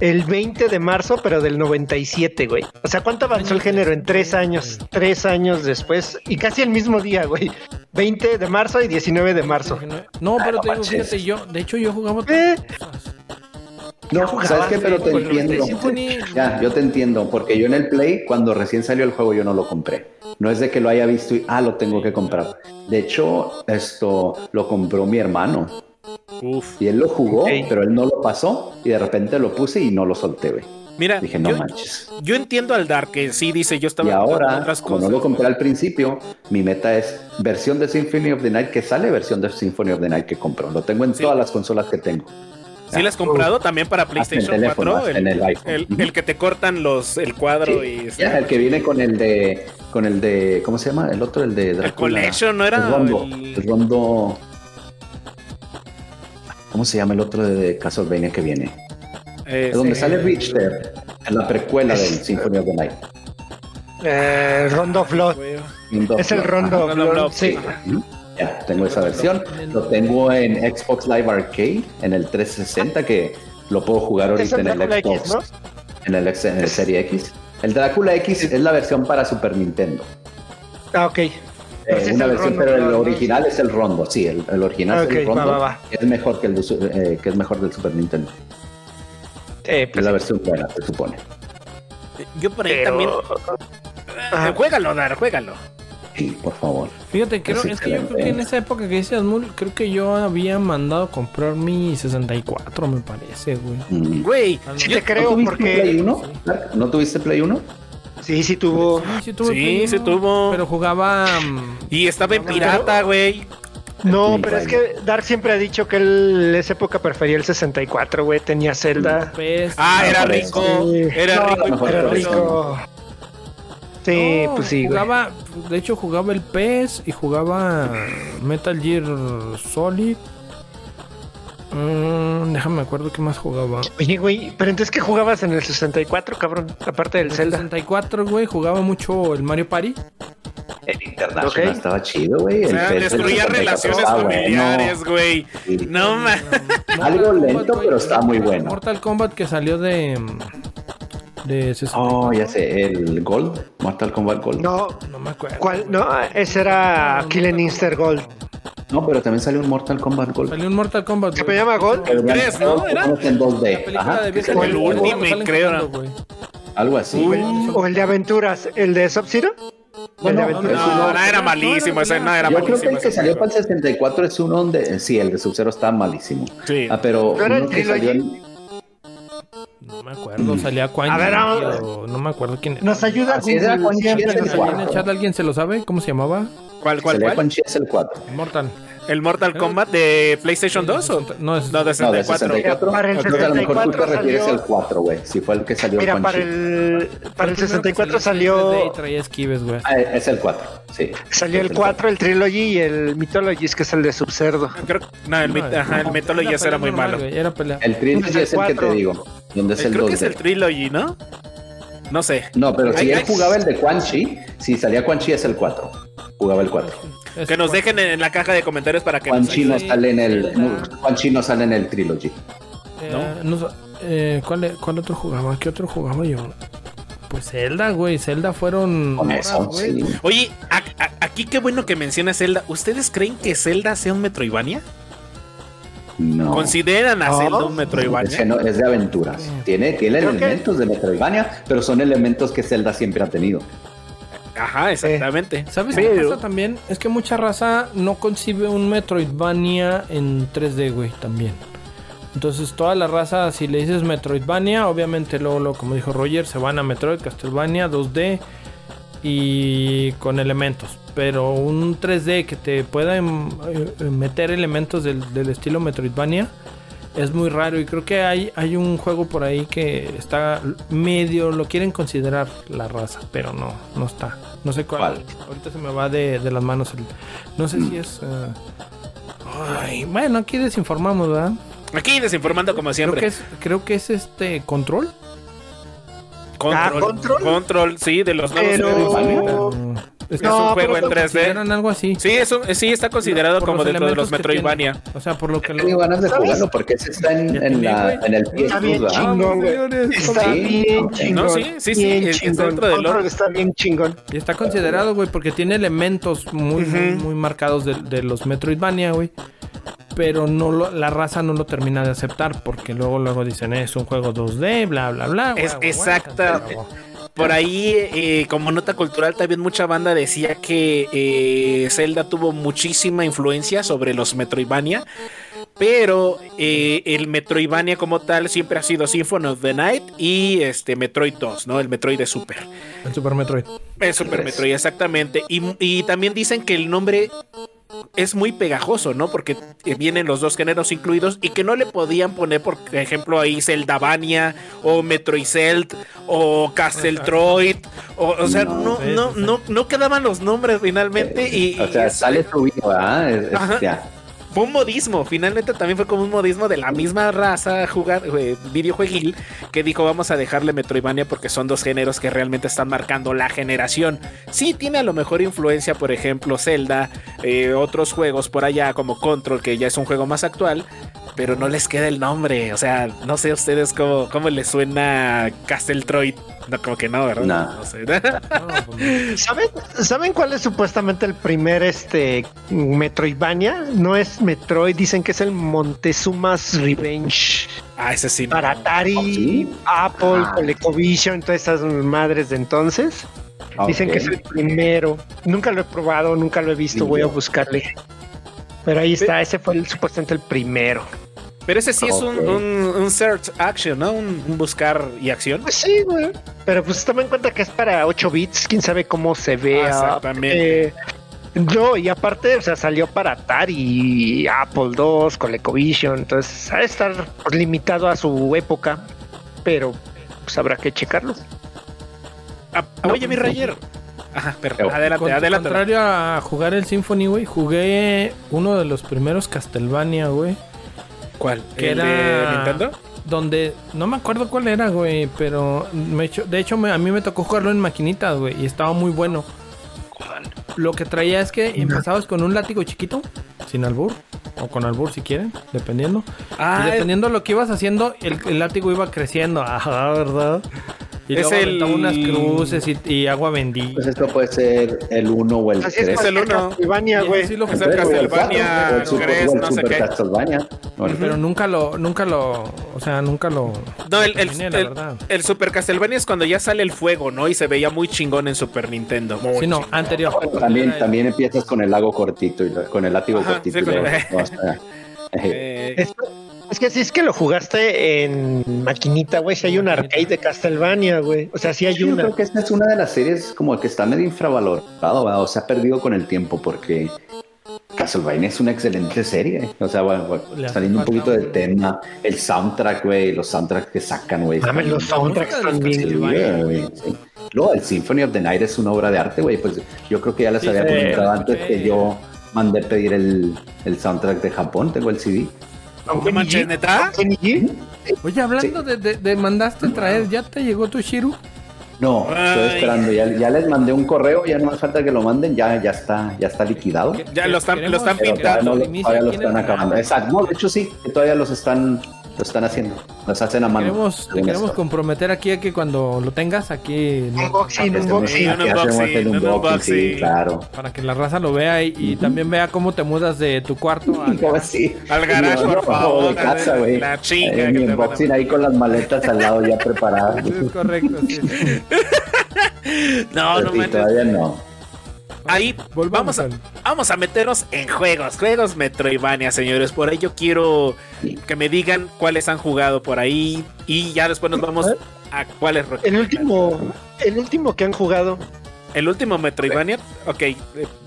Speaker 6: el 20 de marzo, pero del 97, güey. O sea, ¿cuánto avanzó el género? En tres años, tres años después y casi el mismo día, güey. 20 de marzo y 19 de marzo.
Speaker 4: No, pero
Speaker 5: no
Speaker 4: te digo,
Speaker 5: manches.
Speaker 4: fíjate, yo, de hecho, yo jugaba
Speaker 6: Eh.
Speaker 4: otras cosas.
Speaker 5: No,
Speaker 6: jugabas,
Speaker 5: ¿sabes qué? Pero te
Speaker 4: güey, con el
Speaker 5: entiendo.
Speaker 4: Symphony.
Speaker 5: Ya, yo te entiendo, porque yo en el Play, cuando recién salió el juego, yo no lo compré. No es de que lo haya visto y, ah, lo tengo que comprar. De hecho, esto lo compró mi hermano. Y él lo jugó,
Speaker 6: Ok.
Speaker 5: pero él no lo pasó. Y de repente lo puse y no lo solté, güey.
Speaker 3: Mira,
Speaker 5: Dije, no
Speaker 3: yo,
Speaker 5: manches.
Speaker 3: yo entiendo al Dark, que sí dice, yo estaba
Speaker 5: Y
Speaker 3: jugando
Speaker 5: ahora,
Speaker 3: otras
Speaker 5: como no
Speaker 3: cosas.
Speaker 5: lo compré al principio, mi meta es versión de Symphony of the Night que sale, versión de Symphony of the Night que compro. Lo tengo en
Speaker 3: Sí.
Speaker 5: todas las consolas que tengo.
Speaker 3: Sí, la has comprado también para PlayStation
Speaker 5: Hasta en el teléfono,
Speaker 3: 4.
Speaker 5: hasta
Speaker 3: El,
Speaker 5: en el iPhone.
Speaker 3: el- el que te cortan los el cuadro y. este,
Speaker 5: Ya, el que viene con el de, con el de, ¿cómo se llama? El otro, el de Drácula.
Speaker 3: Collection, ¿no era?
Speaker 5: El rondo,
Speaker 3: El-
Speaker 5: el rondo. ¿Cómo se llama el otro de Castlevania que viene?
Speaker 3: eh,
Speaker 5: Es donde
Speaker 3: sí.
Speaker 5: sale Richter, en la precuela del Symphony of the Night.
Speaker 6: Eh, Rondo of Blood.
Speaker 5: Rondo
Speaker 6: Es el
Speaker 5: Blood,
Speaker 6: Rondo
Speaker 3: Rondo
Speaker 6: of Blood.
Speaker 3: of Blood,
Speaker 6: Sí.
Speaker 5: ajá. Ujú. Ya, tengo esa versión. Lo tengo en Xbox Live Arcade, en el 360, que lo puedo jugar
Speaker 6: Es
Speaker 5: ahorita
Speaker 6: el
Speaker 5: en el
Speaker 6: Drácula
Speaker 5: Xbox.
Speaker 6: X, ¿no?
Speaker 5: En el, X- en el Serie X. El Drácula X es la versión para Super Nintendo.
Speaker 6: Ah, ok.
Speaker 5: Eh,
Speaker 6: Ese es
Speaker 5: una
Speaker 6: el
Speaker 5: versión,
Speaker 6: Rondo
Speaker 5: pero el
Speaker 6: Blood, ¿no?
Speaker 5: original es el rondo, sí, el, el original
Speaker 6: Ok,
Speaker 5: es el rondo.
Speaker 6: va, va, va.
Speaker 5: que Es mejor que el, de su- eh, que es mejor del Super Nintendo.
Speaker 6: Eh,
Speaker 5: Es
Speaker 6: pues,
Speaker 5: la versión buena, se supone.
Speaker 3: Yo por ahí
Speaker 6: pero-
Speaker 3: también.
Speaker 6: Ajá.
Speaker 3: Eh, juégalo, Dark, juégalo.
Speaker 5: sí, por favor.
Speaker 4: Fíjate, creo,
Speaker 5: Es
Speaker 4: es que yo creo que en
Speaker 5: excelente.
Speaker 4: esa época que dices Mul, creo que yo había mandado comprar mi 64, me parece, güey.
Speaker 5: Mm.
Speaker 3: Güey,
Speaker 6: Sí
Speaker 3: yo-
Speaker 6: te creo,
Speaker 5: ¿No tuviste
Speaker 6: porque
Speaker 5: Play 1? Clark? ¿No tuviste Play 1?
Speaker 6: sí, sí tuvo.
Speaker 4: Sí, sí tuvo.
Speaker 3: Sí, sí tuvo.
Speaker 4: Pero jugaba. mm,
Speaker 3: y estaba en pirata, güey.
Speaker 6: No,
Speaker 5: Play
Speaker 6: pero es
Speaker 5: One.
Speaker 6: que Dark siempre ha dicho que él esa época prefería el 64, güey. Tenía Zelda.
Speaker 4: PES.
Speaker 3: Ah,
Speaker 5: No,
Speaker 3: era
Speaker 5: por
Speaker 3: rico.
Speaker 5: eso.
Speaker 3: Era
Speaker 6: No,
Speaker 3: rico. y
Speaker 5: mejor
Speaker 6: era
Speaker 5: por eso.
Speaker 6: rico. Sí,
Speaker 4: No,
Speaker 6: pues sí, güey.
Speaker 4: Jugaba, de hecho, jugaba el PES y jugaba Metal Gear Solid. Mm, déjame acuerdo qué más jugaba.
Speaker 6: Oye, güey, pero entonces que jugabas en el 64, cabrón, aparte del
Speaker 4: El
Speaker 6: Zelda.
Speaker 4: 64, güey, jugaba mucho el Mario Party.
Speaker 5: El International
Speaker 6: Ok.
Speaker 5: estaba chido, güey.
Speaker 3: O
Speaker 5: El
Speaker 3: sea,
Speaker 5: PES del
Speaker 3: destruía
Speaker 5: 64
Speaker 3: relaciones
Speaker 5: estaba Ah, bueno.
Speaker 3: familiares, güey.
Speaker 5: Sí.
Speaker 3: No mames.
Speaker 5: Algo
Speaker 4: Mortal
Speaker 5: lento,
Speaker 4: Kombat, güey,
Speaker 5: pero está muy bueno.
Speaker 4: Mortal Kombat que salió de. de 64.
Speaker 5: Oh, ya sé, el Gold, Mortal Kombat Gold. No,
Speaker 6: No,
Speaker 4: No me acuerdo.
Speaker 6: ¿cuál? No, ah, ese era Killen Inster Gold.
Speaker 5: pero también salió un Mortal Kombat Gold.
Speaker 4: Salió un Mortal Kombat.
Speaker 6: ¿Se
Speaker 4: güey.
Speaker 6: llama Gold?
Speaker 5: Pero ya
Speaker 3: tres,
Speaker 5: estaba
Speaker 3: ¿no? Era
Speaker 5: en 2D.
Speaker 4: La película
Speaker 5: Ajá,
Speaker 4: de
Speaker 5: que
Speaker 4: Vieja
Speaker 5: salió
Speaker 3: el
Speaker 5: en
Speaker 4: Escuela,
Speaker 3: último,
Speaker 4: cuando salen
Speaker 3: creo,
Speaker 4: corriendo, güey.
Speaker 5: Algo así.
Speaker 3: Uy,
Speaker 6: ¿O el de aventuras? ¿El de Sub-Zero?
Speaker 5: No,
Speaker 6: el de
Speaker 5: no,
Speaker 6: aventuras.
Speaker 5: no,
Speaker 3: No, no, era
Speaker 4: era-
Speaker 3: malísimo.
Speaker 4: no,
Speaker 3: Esa
Speaker 4: era-
Speaker 3: no era
Speaker 5: Yo creo que
Speaker 3: malísima.
Speaker 5: el que
Speaker 3: esa
Speaker 5: salió para
Speaker 3: cosa.
Speaker 5: el 64 es uno donde. Sí, el de Sub-Zero está malísimo.
Speaker 3: Sí.
Speaker 5: Ah, pero.
Speaker 6: ¿No era el
Speaker 5: uno que salió en-
Speaker 4: No me acuerdo, salía Quan
Speaker 6: Mm. A ver,
Speaker 4: Yin,
Speaker 6: ahora-
Speaker 4: pero no me acuerdo quién era.
Speaker 6: Nos ayuda
Speaker 5: Así era
Speaker 6: Google
Speaker 5: con
Speaker 6: siempre,
Speaker 5: Chile,
Speaker 6: nos
Speaker 5: güey.
Speaker 4: ¿Alguien en
Speaker 6: ayuda.
Speaker 4: el chat alguien se lo sabe? ¿Cómo se llamaba?
Speaker 3: ¿Cuál, cuál,
Speaker 5: salió
Speaker 3: cuál?
Speaker 5: con Chess el 4.
Speaker 4: Mortal.
Speaker 3: ¿El Mortal Kombat de PlayStation 2 o
Speaker 4: No, es-
Speaker 3: no, de
Speaker 5: No, de
Speaker 3: 64?
Speaker 5: 64.
Speaker 6: Para el
Speaker 5: Yo creo que a lo mejor tú te
Speaker 6: 64
Speaker 5: refieres
Speaker 6: salió-
Speaker 5: al 4, güey. Si fue el que salió
Speaker 6: Mira,
Speaker 5: con
Speaker 6: para
Speaker 5: Chip.
Speaker 6: el, para el
Speaker 4: primero que
Speaker 6: 64
Speaker 4: en 3D y
Speaker 6: salió,
Speaker 4: traía esquives,
Speaker 3: [LAUGHS]
Speaker 4: güey.
Speaker 5: Ah, es el 4, sí.
Speaker 6: salió
Speaker 5: Es
Speaker 6: el 4, el Trilogy y el Mythologies, que es el de Sub-Cerdo.
Speaker 3: Creo, no, el, mit- ajá, el Mythology ese era muy
Speaker 4: normal,
Speaker 3: malo. Eh,
Speaker 4: güey, Era pelea.
Speaker 5: El Trilogy
Speaker 6: el
Speaker 5: es el que te
Speaker 6: cuatro.
Speaker 5: digo. Donde es el
Speaker 3: Creo que
Speaker 5: 2
Speaker 3: es el Trilogy, ¿no? No sé.
Speaker 5: No, pero si
Speaker 3: Ay,
Speaker 5: él
Speaker 3: ay.
Speaker 5: jugaba el de Quan Chi, si salía Quan Chi es el 4. Jugaba el 4.
Speaker 4: Es-
Speaker 3: Que nos dejen en la caja de comentarios para que
Speaker 5: Quan
Speaker 3: nos
Speaker 5: Chi
Speaker 3: ayuden.
Speaker 5: no sale en el.
Speaker 4: Zelda.
Speaker 5: no, Quan Chi no sale en el Trilogy.
Speaker 4: eh, nos- eh, ¿cuál, e- ¿Cuál otro jugaba? ¿Qué otro jugaba yo? Pues Zelda, güey. Zelda fueron.
Speaker 3: Ah,
Speaker 5: Con
Speaker 4: horas,
Speaker 5: eso,
Speaker 4: güey.
Speaker 5: sí.
Speaker 3: Oye, a- a- aquí qué bueno que menciona Zelda. ¿Ustedes creen que Zelda sea un Metroidvania?
Speaker 5: No.
Speaker 3: ¿Consideran a
Speaker 6: No.
Speaker 3: Zelda un
Speaker 5: Es, que
Speaker 3: Metroidvania?
Speaker 5: no, es de aventuras. Tiene, tiene
Speaker 6: Creo que-
Speaker 5: elementos de Metroidvania, pero son elementos que Zelda siempre ha tenido.
Speaker 3: Ajá, exactamente.
Speaker 4: ¿Sabes qué
Speaker 3: Pero-
Speaker 4: pasa también? Es que mucha raza no concibe un Metroidvania en 3D, güey, también. Entonces, toda la raza, si le dices Metroidvania, obviamente luego, luego, como dijo Roger, se van a Metroid, Castlevania, 2D y con elementos. Pero un 3D que te pueda em, eh, meter elementos del, del estilo Metroidvania es muy raro. Y creo que hay, hay un juego por ahí que está medio, lo quieren considerar la raza, pero no, no está. No sé cuál. Ahorita se me va de, de las manos. el- no sé si es. eh, ay, bueno, aquí desinformamos, ¿verdad?
Speaker 3: Aquí desinformando como
Speaker 4: Creo que
Speaker 3: siempre.
Speaker 4: es, creo que es este control.
Speaker 3: Control,
Speaker 6: Ah,
Speaker 3: control.
Speaker 6: Control.
Speaker 3: sí, de los nuevos
Speaker 6: Pero-
Speaker 3: Metroidvania.
Speaker 4: Mm,
Speaker 3: Es
Speaker 6: No,
Speaker 3: un juego
Speaker 6: pero
Speaker 3: en 3D.
Speaker 4: consideran algo así.
Speaker 3: Sí, es un- sí, está considerado
Speaker 4: Por
Speaker 3: como dentro de
Speaker 4: elementos
Speaker 3: los
Speaker 4: que
Speaker 3: Metroidvania.
Speaker 4: tiene. O sea, por lo que.
Speaker 5: Tengo ganas de jugarlo porque ese está en,
Speaker 4: Ya te
Speaker 5: en la-
Speaker 4: vi, güey.
Speaker 5: en el PS
Speaker 6: Está bien
Speaker 5: Plus, ¿verdad?
Speaker 6: chingón, güey.
Speaker 4: señores,
Speaker 6: Está
Speaker 5: sí.
Speaker 6: bien
Speaker 5: No,
Speaker 6: chingón.
Speaker 3: sí, sí, sí,
Speaker 6: bien
Speaker 3: es- es
Speaker 6: chingón.
Speaker 3: dentro del
Speaker 6: Control
Speaker 3: lore.
Speaker 6: está bien chingón.
Speaker 4: Y está considerado, güey, porque tiene elementos muy, muy,
Speaker 3: Ujú.
Speaker 4: muy marcados de, de los Metroidvania, güey. Pero no lo- la raza no lo termina de aceptar porque luego luego dicen es un juego 2D, bla, bla, bla.
Speaker 3: Es
Speaker 4: guau, guau, guau,
Speaker 3: exacta-
Speaker 4: guau, guau.
Speaker 3: Por ahí, eh, como nota cultural, también mucha banda decía que eh, Zelda tuvo muchísima influencia sobre los Metroidvania. Pero eh, el Metroidvania como tal siempre ha sido Symphony of the Night y este Metroid 2, ¿no? El Metroid de Super.
Speaker 4: El Super Metroid.
Speaker 3: [LAUGHS] El Super
Speaker 5: Tres.
Speaker 3: Metroid, exactamente. Y, y también dicen que el nombre es muy pegajoso, ¿no? Porque eh, vienen los dos géneros incluidos y que no le podían poner, por ejemplo, ahí Zeldavania o Metroid Zeld o Casteltroid. O, o sea, no,
Speaker 4: sí,
Speaker 3: no,
Speaker 4: sí,
Speaker 3: no, no quedaban los nombres finalmente y,
Speaker 5: Eh, o
Speaker 3: y
Speaker 5: sea,
Speaker 3: es-
Speaker 5: sale subido, ¿verdad? Es- es-
Speaker 3: Ajá.
Speaker 5: ya.
Speaker 3: fue un modismo. Finalmente también fue como un modismo de la misma raza jugar, eh, videojueguil que dijo vamos a dejarle Metroidvania porque son dos géneros que realmente están marcando la generación. Sí tiene a lo mejor influencia, por ejemplo, Zelda, eh, otros juegos por allá como Control, que ya es un juego más actual, pero no les queda el nombre. O sea, no sé a ustedes cómo, cómo les suena Casteltroid. No, como que no, ¿verdad?
Speaker 5: No.
Speaker 3: sé. [LAUGHS]
Speaker 4: No, pues,
Speaker 6: ¿Saben, ¿Saben cuál es supuestamente el primer este Metroidvania? No es Metroid, dicen que es el Montezuma's Revenge
Speaker 3: ah, ese sí. no.
Speaker 6: para Atari,
Speaker 5: ¿Sí?
Speaker 6: Apple,
Speaker 5: Ah.
Speaker 6: Colecovision, todas esas madres de entonces.
Speaker 5: Ah,
Speaker 6: Dicen
Speaker 5: ok.
Speaker 6: que es el primero. Nunca lo he probado, nunca lo he visto. Voy a buscarle. Pero ahí está, ese fue el, supuestamente el primero.
Speaker 3: Pero ese sí es un,
Speaker 5: Ok.
Speaker 3: un- un search action, ¿no? Un, un buscar y acción.
Speaker 6: Pues sí, güey. Pero pues toma en cuenta que es para 8 bits. Quién sabe cómo se vea.
Speaker 3: Ah, Exactamente.
Speaker 6: Eh, no, y aparte, o sea, salió para Atari, Apple II, ColecoVision. Entonces, ha de estar pues, limitado a su época. Pero pues habrá que checarlo.
Speaker 3: Ah, Oye, mi Rayer. Ajá, pero
Speaker 5: Yo.
Speaker 3: adelante,
Speaker 4: Con-
Speaker 3: adelante.
Speaker 4: contrario a jugar el Symphony, güey, jugué uno de los primeros Castlevania, güey.
Speaker 3: ¿Cuál? ¿El
Speaker 4: que
Speaker 3: de
Speaker 4: era-
Speaker 3: Nintendo?
Speaker 4: Donde no me acuerdo cuál era, güey, pero me hecho, de hecho me- a mí me tocó jugarlo en maquinitas, güey, y estaba muy bueno. Lo que traía es que empezabas con un látigo chiquito, sin albur, o con albur si quieren, dependiendo.
Speaker 3: Ah,
Speaker 4: y dependiendo de lo que ibas haciendo, el, el látigo iba creciendo, [LAUGHS] ajá, ¿verdad? Y
Speaker 3: Es
Speaker 4: luego aventaba
Speaker 3: el-
Speaker 4: unas cruces y, y agua bendita.
Speaker 5: Pues esto puede ser el 1 o el 3.
Speaker 6: Así es,
Speaker 3: el
Speaker 6: cualquier
Speaker 3: uno.
Speaker 6: Castlevania,
Speaker 4: Y
Speaker 6: güey.
Speaker 4: así lo
Speaker 3: Es el
Speaker 4: jugué.
Speaker 3: Castlevania,
Speaker 5: o el Super,
Speaker 3: Cres,
Speaker 5: o el
Speaker 3: no sé
Speaker 5: Super
Speaker 3: qué.
Speaker 5: Castlevania. Bueno,
Speaker 4: Pero nunca lo, nunca lo, o sea, nunca lo.
Speaker 3: No, el, el-
Speaker 4: terminé, la
Speaker 3: el-
Speaker 4: verdad.
Speaker 3: el Super Castlevania es cuando ya sale el fuego, ¿no? Y se veía muy chingón en Super Nintendo. Muy
Speaker 4: Sí, no,
Speaker 3: chingón.
Speaker 4: anterior.
Speaker 5: Ah, También, también empiezas con el lago cortito, y lo- con el látigo
Speaker 3: Ajá,
Speaker 5: cortito.
Speaker 3: sí,
Speaker 5: y
Speaker 3: con-
Speaker 5: luego- o sea,
Speaker 3: [LAUGHS]
Speaker 5: [LAUGHS]
Speaker 3: Eh,
Speaker 5: eh,
Speaker 6: Es, es que si es que lo jugaste en maquinita, güey, si hay un arcade de Castlevania, güey. O sea, si hay
Speaker 5: yo
Speaker 6: una.
Speaker 5: creo que esta es una de las series como que está medio infravalorado, ¿verdad? o se ha perdido con el tiempo porque Castlevania es una excelente serie. O sea, bueno, bueno,
Speaker 4: Le hace
Speaker 5: saliendo un
Speaker 4: falta
Speaker 5: poquito del
Speaker 4: un-
Speaker 5: tema, el soundtrack, güey, los soundtracks que sacan, güey.
Speaker 6: Mames,
Speaker 5: están-
Speaker 6: los soundtracks
Speaker 5: Sí,
Speaker 6: también.
Speaker 5: güey, güey, sí. Luego, el Symphony of the Night es una obra de arte, güey. Pues yo creo que ya les
Speaker 4: Sí,
Speaker 5: había
Speaker 4: sí,
Speaker 5: comentado
Speaker 4: lo
Speaker 5: antes
Speaker 4: escuché.
Speaker 5: que yo mandé pedir el, el soundtrack de Japón. Tengo el CD.
Speaker 3: no manches, ¿neta?
Speaker 6: Kenny G.
Speaker 4: Oye, hablando de, de, de mandaste traer, ¿ya te llegó tu Shiru?
Speaker 5: No, estoy
Speaker 3: Ay.
Speaker 5: esperando. Ya, ya les mandé un correo. Ya no más falta que lo manden. Ya, ya está, ya está liquidado.
Speaker 3: Ya lo están- lo están
Speaker 5: Pero todavía
Speaker 3: pintando,
Speaker 5: no, todavía lo están acabando. Exacto. No, de hecho sí, que todavía los están, lo están haciendo. Los hacen a mano.
Speaker 4: Queremos, te
Speaker 5: según
Speaker 4: queremos
Speaker 5: esto.
Speaker 4: comprometer aquí a que cuando lo tengas aquí no-
Speaker 6: Unboxing,
Speaker 5: Hacemos-
Speaker 6: unboxing.
Speaker 3: un unboxing,
Speaker 5: hacemos el
Speaker 3: un
Speaker 5: unboxing, sí,
Speaker 3: unboxing.
Speaker 5: claro.
Speaker 4: para que la raza lo vea y, y también vea cómo te mudas de tu cuarto al
Speaker 5: ¿Cómo [LAUGHS] así?
Speaker 3: Al garage, por
Speaker 5: Yo, yo,
Speaker 3: favor,
Speaker 5: de casa, güey.
Speaker 3: la chinga
Speaker 5: Eh,
Speaker 3: que
Speaker 5: Mi
Speaker 3: te
Speaker 5: unboxing
Speaker 3: mandan.
Speaker 5: ahí con las maletas al lado ya preparadas.
Speaker 4: Sí, es correcto. sí, sí.
Speaker 3: No, no
Speaker 5: Pues Sí,
Speaker 3: manches.
Speaker 5: todavía no.
Speaker 3: Ahí
Speaker 4: Volvamos
Speaker 3: vamos a, vamos a meternos en juegos, juegos Metroidvania, señores. Por ahí yo quiero que me digan cuáles han jugado por ahí y ya después nos vamos a cuáles. Rocky.
Speaker 6: El último, el último que han jugado.
Speaker 3: El último Metroidvania. Ok, eh,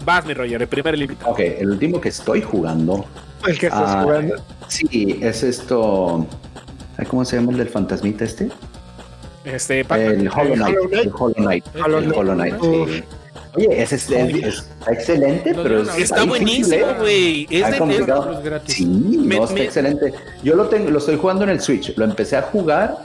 Speaker 3: vas mi Roger, el primer limitado.
Speaker 5: Ok, el último que estoy jugando.
Speaker 6: El que estás
Speaker 5: ah,
Speaker 6: jugando.
Speaker 5: Sí, es esto. ay, ¿Cómo se llama el del fantasmita este?
Speaker 3: Este, Paco.
Speaker 5: El Hollow Knight. El Hollow Knight.
Speaker 6: Hollow
Speaker 5: El Hollow Knight. sí. Oye, ese es, es- es- está excelente,
Speaker 4: Lo
Speaker 5: pero
Speaker 4: dieron ahorita.
Speaker 3: está buenísimo, güey. Es
Speaker 5: ¿eh? Está
Speaker 3: de- es-
Speaker 5: complicado.
Speaker 4: Los gratis.
Speaker 5: Sí, no, está
Speaker 3: me-
Speaker 5: excelente. Yo lo tengo, lo estoy jugando en el Switch. Lo empecé a jugar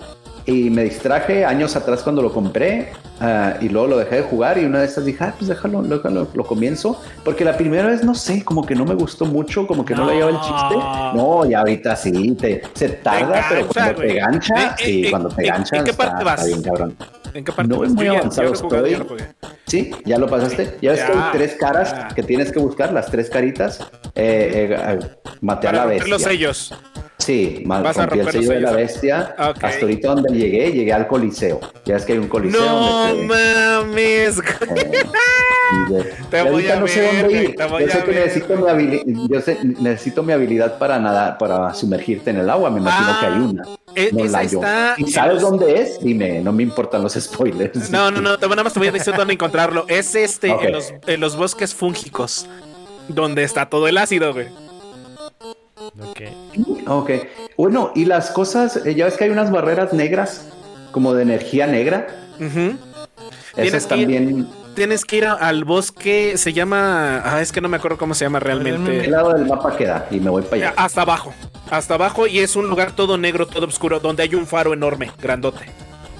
Speaker 5: y me distraje años atrás cuando lo compré ah, y luego lo dejé de jugar y una de esas dije, ah, pues déjalo, déjalo, lo comienzo. Porque la primera vez, no sé, como que no me gustó mucho, como que no, le llevaba el chiste. No, y ahorita sí, te, se tarda,
Speaker 3: engancha,
Speaker 5: pero cuando
Speaker 3: güey.
Speaker 5: te gancha,
Speaker 3: Eh,
Speaker 5: sí,
Speaker 3: eh,
Speaker 5: cuando te
Speaker 3: eh,
Speaker 5: gancha,
Speaker 3: ¿en qué
Speaker 5: está-
Speaker 3: parte vas?
Speaker 5: está bien, cabrón.
Speaker 3: ¿En qué parte
Speaker 5: No
Speaker 3: vas?
Speaker 5: es muy
Speaker 3: Yo ya- yo
Speaker 5: avanzado,
Speaker 3: lo he jugado,
Speaker 5: estoy-
Speaker 3: yo lo jugué.
Speaker 5: Sí, ya lo pasaste. Ya ves que
Speaker 3: Ya,
Speaker 5: hay tres caras
Speaker 3: ya.
Speaker 5: que tienes que buscar, las tres caritas. Eh, eh, eh, maté a
Speaker 3: Para
Speaker 5: la
Speaker 3: romper los
Speaker 5: bestia.
Speaker 3: sellos.
Speaker 5: Sí, mal
Speaker 3: Vas a
Speaker 5: rompí el
Speaker 3: romper los
Speaker 5: sello de la
Speaker 3: sellos.
Speaker 5: bestia.
Speaker 3: Ok.
Speaker 5: Hasta ahorita donde llegué, llegué al coliseo. Ya es que hay un coliseo.
Speaker 3: No
Speaker 5: donde te-
Speaker 3: mames.
Speaker 5: eh, y de-
Speaker 3: [LAUGHS] Te
Speaker 5: y
Speaker 3: voy
Speaker 5: ahorita
Speaker 3: a
Speaker 5: no sé
Speaker 3: ver,
Speaker 5: dónde
Speaker 3: güey,
Speaker 5: ir.
Speaker 3: te voy
Speaker 5: Yo sé
Speaker 3: a
Speaker 5: que
Speaker 3: ver.
Speaker 5: necesito mi, habili- yo sé- necesito mi habilidad para nadar, para sumergirte en el agua. Me imagino
Speaker 3: Ah,
Speaker 5: que hay una.
Speaker 3: Eh,
Speaker 5: No
Speaker 3: esa
Speaker 5: la yo.
Speaker 3: está.
Speaker 5: ¿Y sabes dónde es? Dime, no me importan los [LAUGHS] spoilers.
Speaker 3: No, no, no, te- nada más te voy a decir dónde encontrarlo. Es este,
Speaker 5: Ok.
Speaker 3: en, los, en los bosques fúngicos, donde está todo el ácido, güey.
Speaker 5: Ah, Ok. Bueno, y las cosas, eh, ya ves que hay unas barreras negras, como de energía negra.
Speaker 3: Ujú. Tienes
Speaker 5: Esas
Speaker 3: que ir-
Speaker 5: también.
Speaker 3: Tienes que ir a- al bosque, se llama... Ah, es que no me acuerdo cómo se llama
Speaker 5: ¿Qué
Speaker 3: realmente.
Speaker 5: lado del mapa queda? Y me voy para allá.
Speaker 3: Hasta abajo, hasta abajo y es un lugar todo negro, todo oscuro, donde hay un faro enorme, grandote.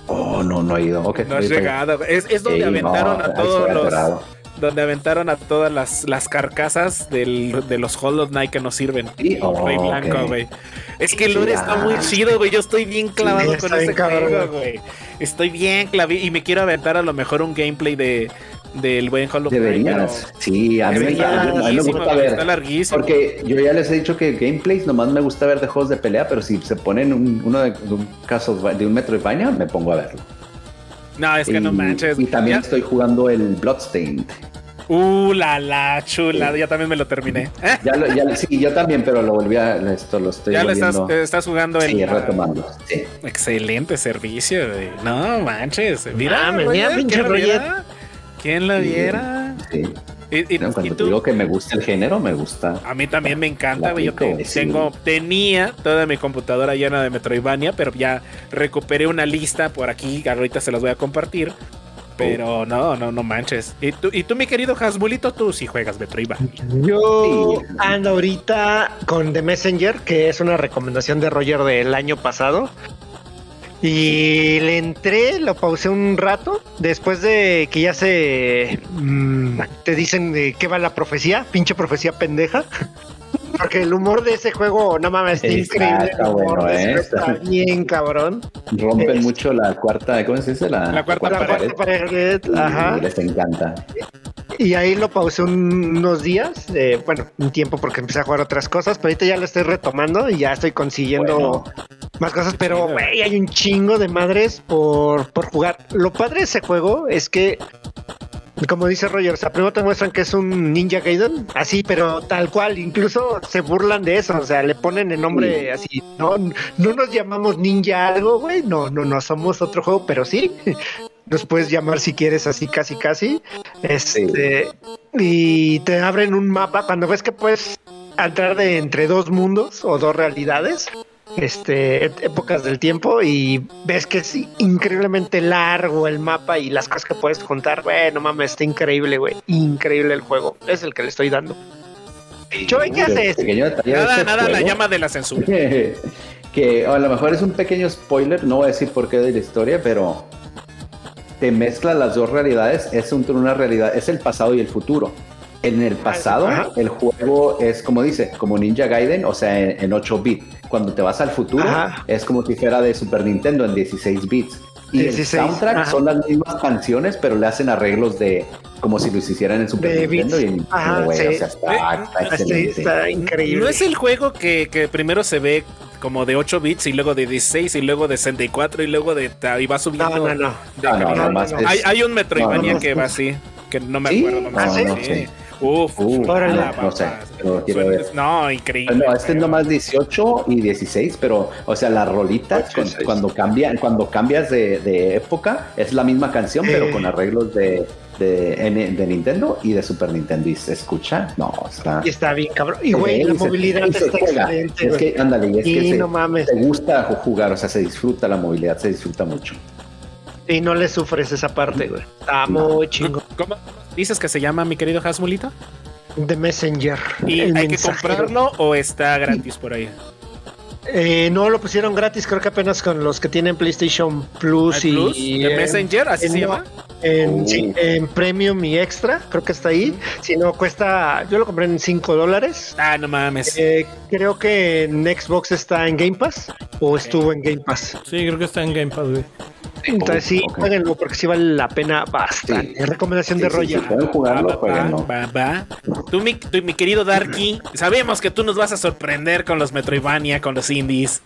Speaker 5: Oh, no, no he ido. Ok.
Speaker 3: No has
Speaker 5: voy para allá.
Speaker 3: llegado, güey. es, es donde
Speaker 5: Sí,
Speaker 3: aventaron
Speaker 5: no,
Speaker 3: a
Speaker 5: ahí
Speaker 3: todos
Speaker 5: estoy
Speaker 3: los...
Speaker 5: atorado.
Speaker 3: Donde aventaron a todas las, las carcasas del- de los Hollow Knight que nos sirven.
Speaker 5: Sí, oh,
Speaker 3: Rey Blanco,
Speaker 5: ok.
Speaker 3: güey. Es que el lore
Speaker 5: Sí,
Speaker 3: está
Speaker 5: ah.
Speaker 3: muy chido, güey. Yo estoy bien clavado
Speaker 6: está
Speaker 3: con ese
Speaker 6: bien cabrón,
Speaker 3: juego, güey. Estoy bien clavado y me quiero aventar a lo mejor un gameplay de del buen Hollow Knight. pero-
Speaker 5: Deberías. Sí, a mí, me-
Speaker 3: Está
Speaker 5: a mí- a mí me
Speaker 3: larguísimo,
Speaker 5: gusta
Speaker 3: güey, está
Speaker 5: ver.
Speaker 3: larguísimo.
Speaker 5: Porque yo ya les he dicho que gameplays nomás me gusta ver de juegos de pelea, pero si se ponen un- uno de, de un caso de un Metroidvania, me pongo a verlo.
Speaker 3: No, es que
Speaker 5: y,
Speaker 3: no manches.
Speaker 5: Y también
Speaker 3: Ya-
Speaker 5: estoy jugando el Bloodstained.
Speaker 3: Uh, la, la, chula. Ya también me lo terminé. ¿Eh?
Speaker 5: Ya lo- ya lo- sí, yo también, pero lo volví a. Esto lo estoy
Speaker 3: Ya lo estás,
Speaker 5: volviendo-
Speaker 3: eh, estás jugando el.
Speaker 5: Sí, retomando. Sí.
Speaker 3: Excelente servicio, güey. No manches. Mira,
Speaker 6: Mames, mira,
Speaker 3: Roger,
Speaker 6: Ah, pinche
Speaker 3: ¿quién lo
Speaker 6: Roger.
Speaker 3: viera? ¿Quién lo viera?
Speaker 5: sí.
Speaker 3: Y- y-
Speaker 5: No,
Speaker 3: y
Speaker 5: cuando te
Speaker 3: tú-
Speaker 5: digo que me gusta el género, me gusta.
Speaker 3: A mí también me encanta,
Speaker 5: La
Speaker 3: güey. Yo
Speaker 5: aplico,
Speaker 3: te-
Speaker 5: güey, sí.
Speaker 3: tengo, tenía toda mi computadora llena de Metroidvania, pero ya recuperé una lista por aquí. Ahorita se las voy a compartir.
Speaker 5: Oh.
Speaker 3: Pero no, no, no manches. Y tú, y tú mi querido Hasbulito, tú sí juegas Metroidvania.
Speaker 6: Yo
Speaker 5: Sí.
Speaker 6: ando ahorita con The Messenger, que es una recomendación de Roger del año pasado. Y le entré, lo pausé un rato. Después de que ya se. mm, te dicen de qué va la profecía, pinche profecía pendeja. [LAUGHS] Porque el humor de ese juego, no mames, está
Speaker 5: Está-
Speaker 6: increíble.
Speaker 5: está
Speaker 6: El humor
Speaker 5: bueno,
Speaker 6: de ese
Speaker 5: ¿eh?
Speaker 6: juego está bien cabrón.
Speaker 5: Rompen
Speaker 6: Es-
Speaker 5: mucho la cuarta, ¿cómo se dice? La,
Speaker 3: La cuarta
Speaker 6: La
Speaker 3: pared.
Speaker 6: cuarta pared,
Speaker 5: Y
Speaker 6: ajá.
Speaker 5: les encanta.
Speaker 6: Y ahí lo pausé un- unos días, eh, bueno, un tiempo porque empecé a jugar otras cosas, pero ahorita ya lo estoy retomando y ya estoy consiguiendo
Speaker 5: Bueno.
Speaker 6: más cosas, pero
Speaker 3: chido.
Speaker 6: güey, hay un chingo de madres por, por jugar. Lo padre de ese juego es que, como dice Roger, o sea, primero te muestran que es un Ninja Gaiden, así, pero tal cual, incluso se burlan de eso, o sea, le ponen el nombre así, no, no nos llamamos ninja algo, güey, no, no, no somos otro juego, pero sí. [LAUGHS] Nos puedes llamar si quieres así, casi, casi. Este, y te abren un mapa cuando ves que puedes entrar de entre dos mundos o dos realidades, este, et- épocas del tiempo y ves que es increíblemente largo el mapa y las cosas que puedes contar. Bueno, mames, está increíble, güey, increíble el juego. Es el que le estoy dando. Choy, ¿qué
Speaker 5: Uy, el
Speaker 6: haces?
Speaker 5: Pequeño detalle de
Speaker 3: Nada,
Speaker 5: ese
Speaker 3: nada, la
Speaker 5: juego,
Speaker 3: llama de la censura.
Speaker 5: [LAUGHS] que a lo mejor es un pequeño spoiler, no voy a decir por qué de la historia, pero te mezcla las dos realidades, es un- una realidad, es el pasado y el futuro. En el pasado,
Speaker 6: ajá.
Speaker 5: el juego es como dice, como Ninja Gaiden, o sea, en, 8 bits. Cuando te vas al futuro,
Speaker 6: Ajá.
Speaker 5: es como si fuera de Super Nintendo en 16 bits. Y
Speaker 6: 16,
Speaker 5: el soundtrack
Speaker 6: ajá.
Speaker 5: son las mismas canciones, pero le hacen arreglos de como si lo hicieran en Super
Speaker 6: De
Speaker 5: Nintendo
Speaker 6: beats.
Speaker 5: y en
Speaker 6: Ajá,
Speaker 5: güey, o
Speaker 6: sí.
Speaker 5: sea, está- está
Speaker 6: Así
Speaker 5: excelente.
Speaker 6: está increíble.
Speaker 3: ¿No es el juego que, que primero se ve como de 8 bits y luego de 16 y luego de 64 y luego de... ta- y va subiendo?
Speaker 6: No, no, no.
Speaker 3: de
Speaker 5: No, no,
Speaker 6: no,
Speaker 3: calidad?
Speaker 5: nomás
Speaker 6: no.
Speaker 5: es-
Speaker 3: Hay, hay un Metroidvania
Speaker 5: No, no.
Speaker 3: que va así, que no me
Speaker 5: ¿Sí?
Speaker 3: acuerdo.
Speaker 5: No,
Speaker 3: nomás.
Speaker 6: no
Speaker 5: sé.
Speaker 3: Uf,
Speaker 5: Uh,
Speaker 3: chulada,
Speaker 5: no,
Speaker 3: papá.
Speaker 5: no sé, no quiero
Speaker 3: Suena-
Speaker 5: ver.
Speaker 3: No, increíble.
Speaker 5: No, este es
Speaker 3: güey.
Speaker 5: nomás 18 y 16, pero, o sea, las rolitas con-
Speaker 6: 16.
Speaker 5: cuando, cambian, cuando cambias de, de época es la misma canción, pero
Speaker 6: Eh.
Speaker 5: con arreglos de, de, N- de Nintendo y de Super Nintendo. Y se escucha, no, está.
Speaker 6: Y está bien, cabrón. Y güey,
Speaker 5: Eh,
Speaker 6: la
Speaker 5: y se-
Speaker 6: movilidad
Speaker 5: y se
Speaker 6: está
Speaker 5: juega.
Speaker 6: excelente.
Speaker 5: Es
Speaker 6: güey.
Speaker 5: que, ándale, y es que
Speaker 6: Y
Speaker 5: se,
Speaker 6: no mames.
Speaker 5: te gusta ju- jugar, o sea, se disfruta la movilidad, se disfruta mucho.
Speaker 6: Y no le sufres esa parte, güey. Está muy chingo.
Speaker 3: ¿Cómo dices que se llama mi querido Hasmulita?
Speaker 6: The Messenger.
Speaker 3: ¿Y
Speaker 6: el
Speaker 3: hay que
Speaker 6: mensajero.
Speaker 3: comprarlo o está gratis por ahí?
Speaker 6: Eh, no, lo pusieron gratis, creo que apenas con los que tienen PlayStation Plus
Speaker 3: ¿Hay
Speaker 6: y...
Speaker 3: Plus? ¿De
Speaker 6: eh,
Speaker 3: Messenger? ¿Así
Speaker 6: en-
Speaker 3: se llama?
Speaker 6: En,
Speaker 5: Uh.
Speaker 6: sí, en Premium y Extra, creo que está ahí. Si no, cuesta... Yo lo compré en 5 dólares.
Speaker 3: Ah, no mames.
Speaker 6: Eh, creo que en Xbox está en Game Pass o estuvo en Game Pass.
Speaker 4: Sí, creo que está en Game Pass, güey.
Speaker 6: Entonces sí,
Speaker 5: ok.
Speaker 6: páguenlo porque sí vale la pena bastante.
Speaker 5: Sí.
Speaker 6: Recomendación de
Speaker 5: Sí, sí,
Speaker 6: Roger.
Speaker 5: Si pueden jugarlo,
Speaker 3: Va,
Speaker 5: jueguenlo.
Speaker 3: va, va. Tú, mi, tú, mi querido Darky, sabemos que tú nos vas a sorprender con los Metroidvania, con los indies.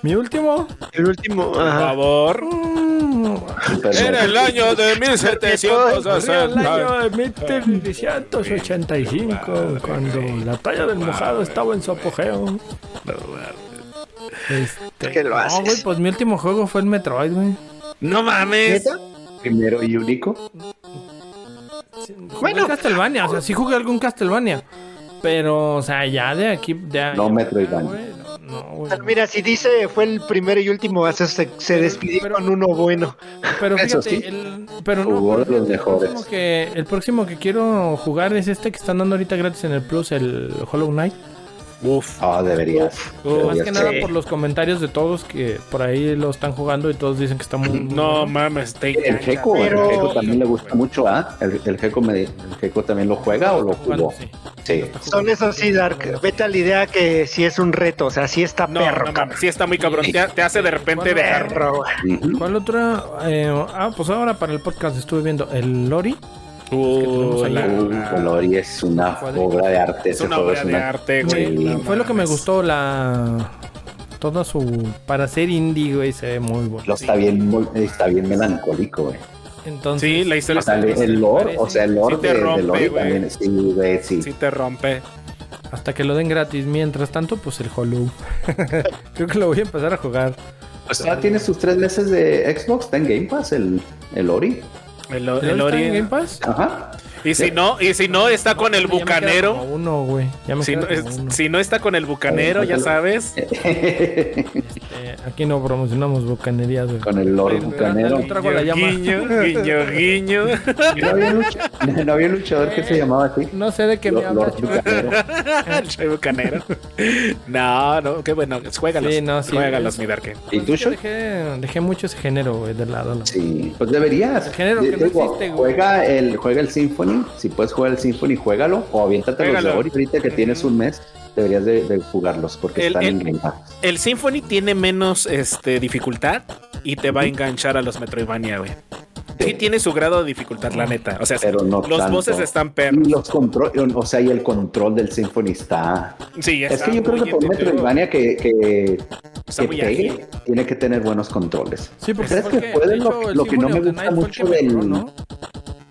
Speaker 4: Mi último.
Speaker 6: El último...
Speaker 3: Por
Speaker 6: ajá.
Speaker 3: favor.
Speaker 4: Mm,
Speaker 5: Super
Speaker 3: Ah. Era el año de
Speaker 4: Corría el
Speaker 3: 1760.
Speaker 4: año de 1985, cuando la talla del mojado estaba en su apogeo. Este,
Speaker 6: ¿Qué lo
Speaker 4: no,
Speaker 6: haces?
Speaker 4: güey, pues mi último juego fue el Metroid, güey.
Speaker 3: No mames.
Speaker 6: ¿Neta?
Speaker 5: primero y único.
Speaker 4: Jugué
Speaker 6: Bueno.
Speaker 4: Castlevania, o sea, sí jugué algún Castlevania. Pero, o sea, ya de aquí. De
Speaker 5: No,
Speaker 4: ya-
Speaker 5: Metroidvania.
Speaker 4: güey, No, no, güey.
Speaker 6: Pero mira, si dice fue el primero y último, así se, se despidió
Speaker 4: pero-
Speaker 6: con uno bueno.
Speaker 4: Pero
Speaker 5: Eso
Speaker 4: fíjate,
Speaker 5: sí.
Speaker 4: el, pero
Speaker 5: Jugó
Speaker 4: no, pero fíjate, el,
Speaker 5: de los mejores.
Speaker 4: próximo que, el próximo que quiero jugar es este que están dando ahorita gratis en el Plus, el Hollow Knight.
Speaker 3: Uf.
Speaker 5: Ah, deberías.
Speaker 4: Más
Speaker 5: deberías
Speaker 4: que nada
Speaker 5: sí.
Speaker 4: por los comentarios de todos que por ahí lo están jugando y todos dicen que está muy... muy
Speaker 3: No
Speaker 4: bueno.
Speaker 3: mames, te
Speaker 5: El
Speaker 3: engancha.
Speaker 5: Jeco,
Speaker 6: Pero-
Speaker 5: el Jeco también le gusta mucho, ¿ah? El, el Jeco me- el Jeco también lo juega o lo
Speaker 4: Jugando,
Speaker 5: jugó.
Speaker 4: sí.
Speaker 5: Sí.
Speaker 6: Son eso sí, Dark. Vete a la idea que si es un reto, o sea, si está
Speaker 3: No,
Speaker 6: perro.
Speaker 3: no
Speaker 6: cabrón.
Speaker 3: mames, sí está muy cabrón. Te, te hace de repente dejar.
Speaker 6: perro, güey.
Speaker 5: Ujú.
Speaker 4: ¿Cuál otra? Eh, ah, pues ahora para el podcast estuve viendo el Lori.
Speaker 3: Uh,
Speaker 4: Es que
Speaker 3: la-
Speaker 5: Uh, Colori es una
Speaker 4: Cuadrito.
Speaker 5: obra de arte.
Speaker 3: Es
Speaker 5: ese
Speaker 3: una
Speaker 5: juego
Speaker 3: obra
Speaker 5: es
Speaker 3: de
Speaker 5: una-
Speaker 3: arte,
Speaker 5: Sí.
Speaker 3: güey. no
Speaker 4: Fue lo que me
Speaker 3: mames.
Speaker 4: gustó la... toda su. Para ser indie, güey, se ve muy bueno.
Speaker 5: Lo está bien, muy- está bien melancólico, güey.
Speaker 4: Entonces,
Speaker 3: Sí, la historia
Speaker 5: O sea,
Speaker 3: está
Speaker 5: el,
Speaker 3: triste,
Speaker 5: el
Speaker 3: me
Speaker 5: lore,
Speaker 3: parece.
Speaker 5: o sea, el
Speaker 3: Sí
Speaker 5: lore
Speaker 3: te
Speaker 5: de- del
Speaker 3: rompe,
Speaker 5: lore
Speaker 3: güey.
Speaker 5: también. Sí, güey, sí.
Speaker 3: Sí te rompe.
Speaker 4: hasta que lo den gratis. Mientras tanto, pues el Hollow. [LAUGHS] Creo que lo voy a empezar a jugar.
Speaker 5: O sea, tiene sus tres meses de Xbox, está en Game Pass, el, el Ori.
Speaker 3: El, o-
Speaker 4: ¿Pero
Speaker 3: el
Speaker 4: está en
Speaker 3: Ori-
Speaker 4: Game Pass?
Speaker 5: Ajá. [LAUGHS]
Speaker 3: Y si no, y si no está con
Speaker 4: Ya
Speaker 3: el
Speaker 4: me queda como
Speaker 3: bucanero.
Speaker 4: Uno, güey. Ya me
Speaker 3: Si
Speaker 4: queda
Speaker 3: no, es-
Speaker 4: como uno.
Speaker 3: si no está con el bucanero, ya sabes.
Speaker 4: Eh, aquí no promocionamos bucanerías, güey.
Speaker 5: Con el
Speaker 3: [LAUGHS]
Speaker 5: Lore Bucanero.
Speaker 4: Ándale, trago la llama.
Speaker 5: [LAUGHS]
Speaker 3: Guiño, guiño, guiño.
Speaker 5: No había, lucha- [LAUGHS] no había luchador
Speaker 3: Eh,
Speaker 5: que se llamaba así.
Speaker 4: No sé de qué me
Speaker 5: Lo-
Speaker 4: hablas.
Speaker 5: Lord
Speaker 4: chico.
Speaker 5: Bucanero.
Speaker 3: [LAUGHS] Soy bucanero. No, no, qué bueno. Juégalos.
Speaker 4: Sí, no, sí.
Speaker 3: juégalos, mi Darky.
Speaker 5: ¿Y tú, Shot?
Speaker 4: Dejé, dejé mucho ese género, güey, de lado. la-
Speaker 5: Sí, pues deberías.
Speaker 4: El género que no
Speaker 5: Digo,
Speaker 4: existe, güey.
Speaker 5: Juega el, juega el Symphony. Si puedes jugar el Symphony, juégalo. O aviéntate los de
Speaker 3: Juégalo.
Speaker 5: Ori ahorita que tienes un mes. Deberías de, de jugarlos porque
Speaker 3: El-
Speaker 5: están
Speaker 3: el-
Speaker 5: en Game Pass.
Speaker 3: El Symphony tiene menos este, dificultad y te va a enganchar a los Metroidvania, güey. Sí tiene su grado de dificultad, la neta. O sea,
Speaker 5: Pero no
Speaker 3: los
Speaker 5: tanto.
Speaker 3: voces están
Speaker 5: Y
Speaker 3: perros.
Speaker 5: los control, o sea, y el control del Symphony está.
Speaker 3: Sí,
Speaker 5: Es
Speaker 3: está
Speaker 5: que yo creo
Speaker 3: muy
Speaker 5: que por
Speaker 3: intuitivo.
Speaker 5: Metroidvania que, que,
Speaker 3: Está
Speaker 5: que
Speaker 3: muy
Speaker 5: pegue,
Speaker 3: ágil.
Speaker 5: tiene que tener buenos controles.
Speaker 4: Sí, porque
Speaker 5: ¿Crees
Speaker 4: fue
Speaker 5: que
Speaker 4: el
Speaker 5: puede
Speaker 4: de
Speaker 5: lo-
Speaker 4: hecho, el
Speaker 5: lo que no
Speaker 4: Symphony
Speaker 5: me
Speaker 4: of the
Speaker 5: gusta
Speaker 4: Night fue
Speaker 5: mucho
Speaker 4: el que
Speaker 5: del-
Speaker 4: mejoró, ¿no?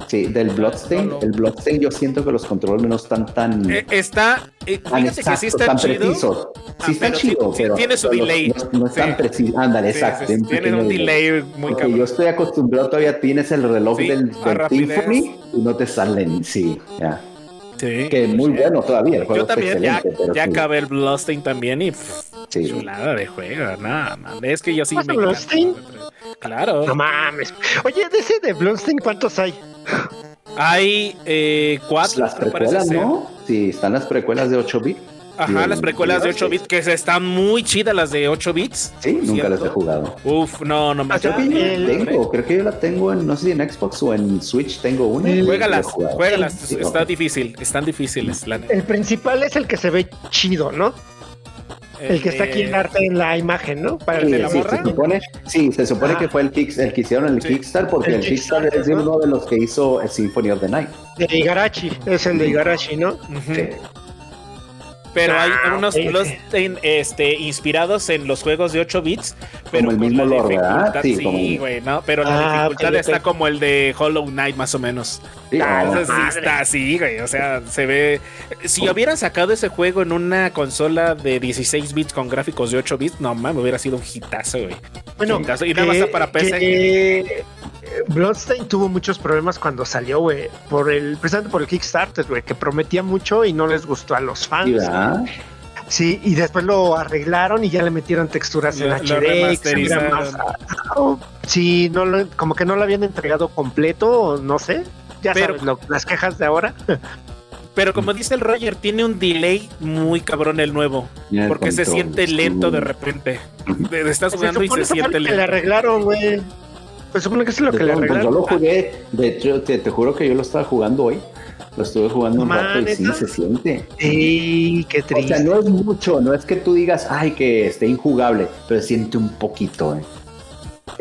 Speaker 5: Sí, del Bloodstain.
Speaker 4: Solo.
Speaker 5: El Bloodstain yo siento que los controles no están tan.
Speaker 3: Eh, está. eh,
Speaker 5: mm, tan
Speaker 3: fíjate que sí
Speaker 5: exactos,
Speaker 3: está
Speaker 5: tan
Speaker 3: chido.
Speaker 5: precisos.
Speaker 3: Ah,
Speaker 5: Sí está
Speaker 3: pero sí-
Speaker 5: chido,
Speaker 3: sí
Speaker 5: pero
Speaker 3: tiene su
Speaker 5: no- no-
Speaker 3: delay.
Speaker 5: No, no es tan
Speaker 3: Sí.
Speaker 5: preciso. Ándale,
Speaker 3: Sí,
Speaker 5: exacto.
Speaker 3: sí,
Speaker 5: tiene
Speaker 3: tiene un
Speaker 5: pequeño
Speaker 3: delay muy
Speaker 5: Porque yo
Speaker 3: cabrón.
Speaker 5: estoy acostumbrado, todavía tienes el reloj
Speaker 3: Sí,
Speaker 5: del,
Speaker 3: a
Speaker 5: del
Speaker 3: rapidez.
Speaker 5: Symphony y no te salen, sí. ya.
Speaker 3: Sí.
Speaker 5: Que muy bueno todavía. El juego
Speaker 3: Yo
Speaker 5: está
Speaker 3: también ya,
Speaker 5: excelente, pero
Speaker 3: ya
Speaker 5: sí,
Speaker 3: acabé el Bloodstained también y pff,
Speaker 5: sí.
Speaker 3: chulada de juego, no, man, es que yo sí me
Speaker 6: ¿Más
Speaker 3: encanta.
Speaker 6: Bloodstained?
Speaker 3: Claro.
Speaker 6: No mames. Oye, de ese de Blonstein, ¿cuántos hay?
Speaker 3: Hay eh, cuatro,
Speaker 5: Las
Speaker 3: me parece
Speaker 5: precuelas,
Speaker 3: ser.
Speaker 5: ¿no? Sí, están las precuelas de 8 bits.
Speaker 3: Ajá,
Speaker 5: Sí,
Speaker 3: las precuelas de 8
Speaker 5: sí.
Speaker 3: bits que se están muy chidas las de 8 bits.
Speaker 5: Sí,
Speaker 3: por
Speaker 5: nunca
Speaker 3: cierto.
Speaker 5: las he jugado.
Speaker 3: Uf, no, no me
Speaker 5: Creo que yo
Speaker 6: el-
Speaker 5: la tengo, creo que yo la tengo en, no sé si en Xbox o en Switch tengo una. y
Speaker 3: Juégalas,
Speaker 5: la he jugado.
Speaker 3: juégalas,
Speaker 5: Sí,
Speaker 3: está
Speaker 5: ok.
Speaker 3: difícil, están difíciles. La, neta.
Speaker 6: El principal es el que se ve chido, ¿no? El que está aquí en
Speaker 3: Eh,
Speaker 6: arte en la imagen, ¿no? Para
Speaker 5: Sí,
Speaker 3: de la
Speaker 5: sí,
Speaker 3: morra?
Speaker 5: se supone, sí, se supone
Speaker 6: Ah.
Speaker 5: que fue el, kicks, el que hicieron el
Speaker 3: Sí.
Speaker 5: Kickstarter, porque
Speaker 6: El
Speaker 5: el, Kickstarter,
Speaker 6: Kickstarter,
Speaker 5: es de
Speaker 6: ¿no?
Speaker 5: uno de los que hizo el Symphony of the Night.
Speaker 6: de Igarashi. Es el de Igarashi, ¿no?
Speaker 3: ujú.
Speaker 5: Sí.
Speaker 3: Pero hay
Speaker 6: Ah,
Speaker 3: unos
Speaker 6: ok, ok.
Speaker 3: Bloodstained, este, inspirados en los juegos de 8 bits, pero
Speaker 5: Como el
Speaker 3: con
Speaker 5: mismo
Speaker 3: la
Speaker 5: lore, ¿verdad?
Speaker 3: dificultad-
Speaker 5: Sí,
Speaker 3: Sí,
Speaker 5: como el-
Speaker 3: güey, ¿no? Pero la
Speaker 6: Ah,
Speaker 3: dificultad
Speaker 6: ok, ok.
Speaker 3: está como el de Hollow Knight, más o menos.
Speaker 5: Sí,
Speaker 6: Ah,
Speaker 5: ahora,
Speaker 3: Entonces, sí
Speaker 6: madre.
Speaker 3: está así, güey. O sea, se ve. Si hubieran sacado ese juego en una consola de 16 bits con gráficos de 8 bits, no mames, hubiera sido un hitazo, güey.
Speaker 6: Bueno,
Speaker 3: Chingazo, y nada más está para PC.
Speaker 6: que, eh, Bloodstained tuvo muchos problemas cuando salió, güey, por el precisamente por el Kickstarter, güey, que prometía mucho y no les gustó a los fans.
Speaker 5: sí, ¿verdad?
Speaker 6: Sí, y después lo arreglaron y ya le metieron texturas en
Speaker 3: Lo- lo
Speaker 6: HD. que se viera más-
Speaker 3: remasterizaron.
Speaker 6: Oh, sí, no lo- como que no lo habían entregado completo, o no sé. Ya
Speaker 3: Pero-
Speaker 6: sabes, lo- las quejas de ahora.
Speaker 3: Pero como dice el Roger, tiene un delay muy cabrón el nuevo.
Speaker 5: Y el
Speaker 3: Porque se
Speaker 5: control,
Speaker 3: siente lento
Speaker 5: sí.
Speaker 3: de repente. Te- te estás
Speaker 6: Se
Speaker 3: jugando y
Speaker 6: supone
Speaker 3: se
Speaker 6: que fue
Speaker 3: siente
Speaker 6: lo que le
Speaker 3: lento.
Speaker 6: arreglaron, güey. Pues supone que es lo
Speaker 5: De
Speaker 6: que le
Speaker 5: todo, pues, yo
Speaker 6: arreglaron.
Speaker 5: lo jugué, de hecho, te, te juro que yo lo estaba jugando hoy. Lo estuve jugando un
Speaker 6: Man,
Speaker 5: rato y sí
Speaker 6: ¿neta?
Speaker 5: se siente.
Speaker 6: Sí, qué
Speaker 5: O sea,
Speaker 6: triste.
Speaker 5: no es mucho, no es que tú digas, ay, que esté injugable, pero se siente un poquito, ¿eh?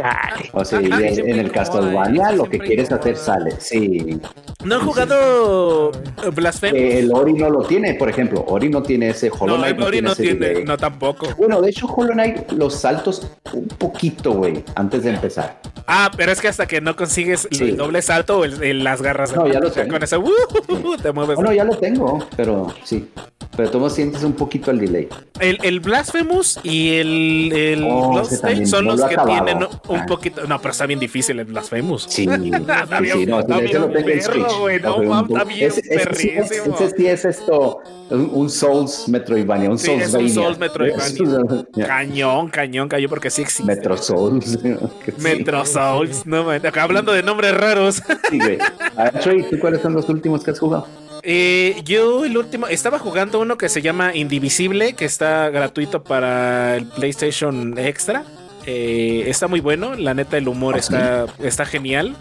Speaker 6: Ay,
Speaker 5: O sea,
Speaker 3: Ah,
Speaker 5: y
Speaker 3: ah,
Speaker 5: en,
Speaker 3: siempre
Speaker 5: en el
Speaker 3: incomoda,
Speaker 5: Castlevania
Speaker 3: ¿eh?
Speaker 5: lo que
Speaker 3: Siempre
Speaker 5: quieres hacer
Speaker 3: incomoda.
Speaker 5: sale. Sí.
Speaker 3: ¿No han jugado
Speaker 5: Que
Speaker 3: Blasphemous?
Speaker 5: el Ori no lo tiene, por ejemplo. Ori no tiene ese Hollow
Speaker 3: No,
Speaker 5: Knight.
Speaker 3: el Ori no
Speaker 5: ese
Speaker 3: tiene,
Speaker 5: delay.
Speaker 3: no tampoco.
Speaker 5: Bueno, de hecho, Hollow Knight, los saltos un poquito, güey, antes de empezar.
Speaker 3: Ah, pero es que hasta que no consigues
Speaker 5: Sí.
Speaker 3: el doble salto o el- el- las garras de
Speaker 5: No, ya lo
Speaker 3: o sea,
Speaker 5: tengo.
Speaker 3: con eso ¡uh! te mueves.
Speaker 5: Bueno, ya lo tengo, pero sí. Pero tú sientes un poquito el delay.
Speaker 3: El, el Blasphemous y el, el
Speaker 5: Oh, ese
Speaker 3: Bloodstained
Speaker 5: también,
Speaker 3: son
Speaker 5: no
Speaker 3: los
Speaker 5: lo he
Speaker 3: que
Speaker 5: acabado.
Speaker 3: tienen un
Speaker 5: Ah.
Speaker 3: poquito. No, pero está bien difícil el Blasphemous. [LAUGHS]
Speaker 5: Sí, sí, sí, no,
Speaker 3: está
Speaker 5: sí, ese
Speaker 3: bien
Speaker 5: lo tengo en
Speaker 3: perro,
Speaker 5: Switch.
Speaker 3: güey, no,
Speaker 5: Ok, un
Speaker 3: mam, está
Speaker 5: poco.
Speaker 3: bien
Speaker 5: Ese- ese sí es-
Speaker 3: perrísimo.
Speaker 5: Ese sí es esto, un, un Souls Metroidvania, un
Speaker 3: Sí,
Speaker 5: Souls
Speaker 3: es un Souls
Speaker 5: [LAUGHS]
Speaker 3: Metroidvania.
Speaker 5: Yeah.
Speaker 3: Cañón, cañón, cañón, porque sí existe.
Speaker 5: Metro Souls. [LAUGHS]
Speaker 3: Metro Souls, no man. Acá Hablando de nombres raros.
Speaker 5: Sí, güey. A ver, Troy, ¿tú cuáles son los últimos que has jugado?
Speaker 3: Eh, yo el último estaba jugando uno que se llama Indivisible, que está gratuito para el PlayStation Extra. Eh, está muy bueno, la neta el humor
Speaker 5: Ah,
Speaker 3: está, está genial.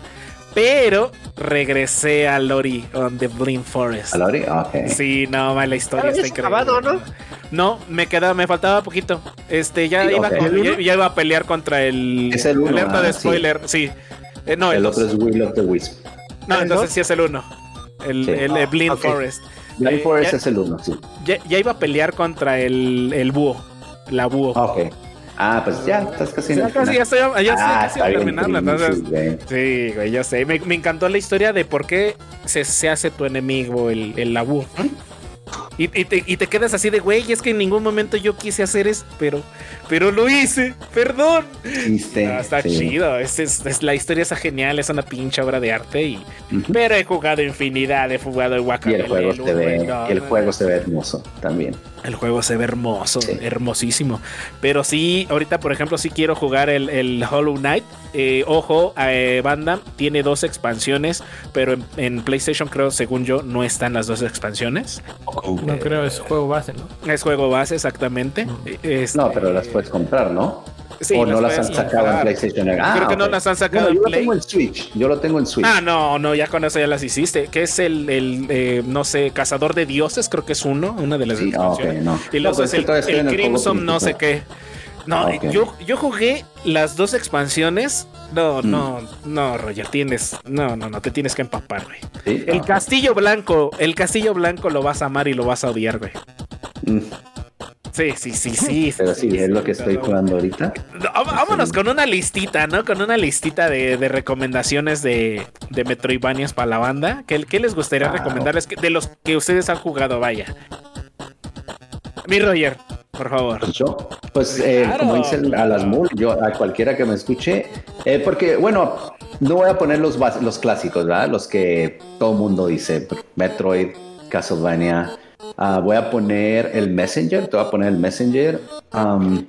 Speaker 3: Pero regresé a Lori on the Blind Forest.
Speaker 5: ¿A la Ori? Ah, Ok.
Speaker 3: Sí, no, ma, la historia
Speaker 6: Ah,
Speaker 3: está
Speaker 6: es
Speaker 3: increíble.
Speaker 6: acabado, ¿no?
Speaker 3: No, me quedaba, me faltaba poquito. Este, ya
Speaker 5: Sí,
Speaker 3: iba,
Speaker 5: ok.
Speaker 3: con-
Speaker 6: ¿El
Speaker 3: ya,
Speaker 6: uno?
Speaker 3: ya iba a pelear contra el,
Speaker 5: Es el uno,
Speaker 3: alerta
Speaker 5: ah,
Speaker 3: de
Speaker 5: sí.
Speaker 3: spoiler, sí. Eh, no,
Speaker 5: El
Speaker 3: el
Speaker 5: otro es Will of the Wisp.
Speaker 3: no,
Speaker 6: ¿El
Speaker 3: entonces
Speaker 6: dos?
Speaker 3: sí es el uno. El,
Speaker 5: Sí.
Speaker 3: el, eh, Blind
Speaker 6: Ah, ok.
Speaker 3: Forest.
Speaker 5: Blind
Speaker 3: Eh,
Speaker 5: Forest
Speaker 3: ya-
Speaker 5: es el uno, sí.
Speaker 3: ya, ya iba a pelear contra el, el búho. la búho.
Speaker 5: Ok. Ah, pues ya, estás casi en
Speaker 3: Ya
Speaker 5: el
Speaker 3: casi, ya
Speaker 5: final.
Speaker 3: estoy, ya estoy
Speaker 5: Ah,
Speaker 3: casi
Speaker 5: está bien,
Speaker 3: terminando. entonces-
Speaker 5: Trinity, güey.
Speaker 3: sí, güey, ya sé. Me, me encantó la historia de por qué se, se hace tu enemigo el, el labú. Y, y te, y te quedas así de, güey, es que en ningún momento yo quise hacer eso, pero, pero lo hice, perdón.
Speaker 5: Chiste,
Speaker 3: Ah, está
Speaker 5: sí.
Speaker 3: chido, es, es- es- la historia está genial, es una pinche obra de arte. Y,
Speaker 5: Ujú.
Speaker 3: Pero he jugado infinidad, he jugado el
Speaker 5: Y
Speaker 3: Guacamole.
Speaker 5: el juego
Speaker 3: uno,
Speaker 5: se ve,
Speaker 3: no,
Speaker 5: y el
Speaker 3: no,
Speaker 5: juego
Speaker 3: no.
Speaker 5: se ve hermoso también.
Speaker 3: El juego se ve hermoso,
Speaker 5: Sí.
Speaker 3: hermosísimo. Pero sí, ahorita, por ejemplo, sí quiero jugar el, el Hollow Knight. Eh, ojo, eh, Banda tiene dos expansiones, pero en, en PlayStation, creo, según yo, no están las dos expansiones.
Speaker 4: No creo, es juego base, ¿no?
Speaker 3: Es juego base, exactamente. Este,
Speaker 5: No, pero las puedes comprar, ¿no?
Speaker 3: sí,
Speaker 5: o no las han
Speaker 3: puedes
Speaker 5: sacado en
Speaker 3: comprar.
Speaker 5: PlayStation. Ah,
Speaker 3: creo que no
Speaker 5: ok.
Speaker 3: las han sacado
Speaker 5: Bueno,
Speaker 3: en
Speaker 5: yo lo
Speaker 3: Play.
Speaker 5: tengo en Switch. Yo lo tengo en Switch.
Speaker 3: Ah, no, no, ya con eso ya las hiciste. Que es el, el, eh, no sé, Cazador de Dioses, creo que es uno, una de las
Speaker 5: Sí, ah, ok,
Speaker 3: expansiones.
Speaker 5: no.
Speaker 3: Y
Speaker 5: No,
Speaker 3: luego
Speaker 5: pero
Speaker 3: es
Speaker 5: que
Speaker 3: el,
Speaker 5: todavía estoy
Speaker 3: el
Speaker 5: en juego
Speaker 3: Crimson, no sé
Speaker 5: principal.
Speaker 3: qué. No,
Speaker 5: Ah, ok.
Speaker 3: yo, yo jugué las dos expansiones. No,
Speaker 5: Mm.
Speaker 3: no, no, Roger, tienes. No, no, no, te tienes que empapar, güey.
Speaker 5: Sí, ah.
Speaker 3: El
Speaker 5: no.
Speaker 3: Castillo Blanco, el Castillo Blanco lo vas a amar y lo vas a odiar, güey.
Speaker 5: Mm,
Speaker 3: Sí, sí, sí, sí.
Speaker 5: [LAUGHS] Pero sí, es lo que estoy
Speaker 3: no.
Speaker 5: jugando ahorita.
Speaker 3: No, vá- Vámonos con una listita, ¿no? Con una listita de, de recomendaciones de, de Metroidvanias para la banda. ¿Qué, qué les gustaría
Speaker 5: Claro.
Speaker 3: recomendarles que- de los que ustedes han jugado? Vaya. Mi Roger, por favor.
Speaker 5: Pues yo, pues eh,
Speaker 3: Claro,
Speaker 5: como dice el- a las
Speaker 3: claro.
Speaker 5: MUL, yo a cualquiera que me escuche, eh, porque bueno, no voy a poner los, bas- los clásicos, ¿verdad? Los que todo mundo dice, Metroid, Castlevania. Ah, voy a poner el Messenger, te voy a poner el Messenger. am,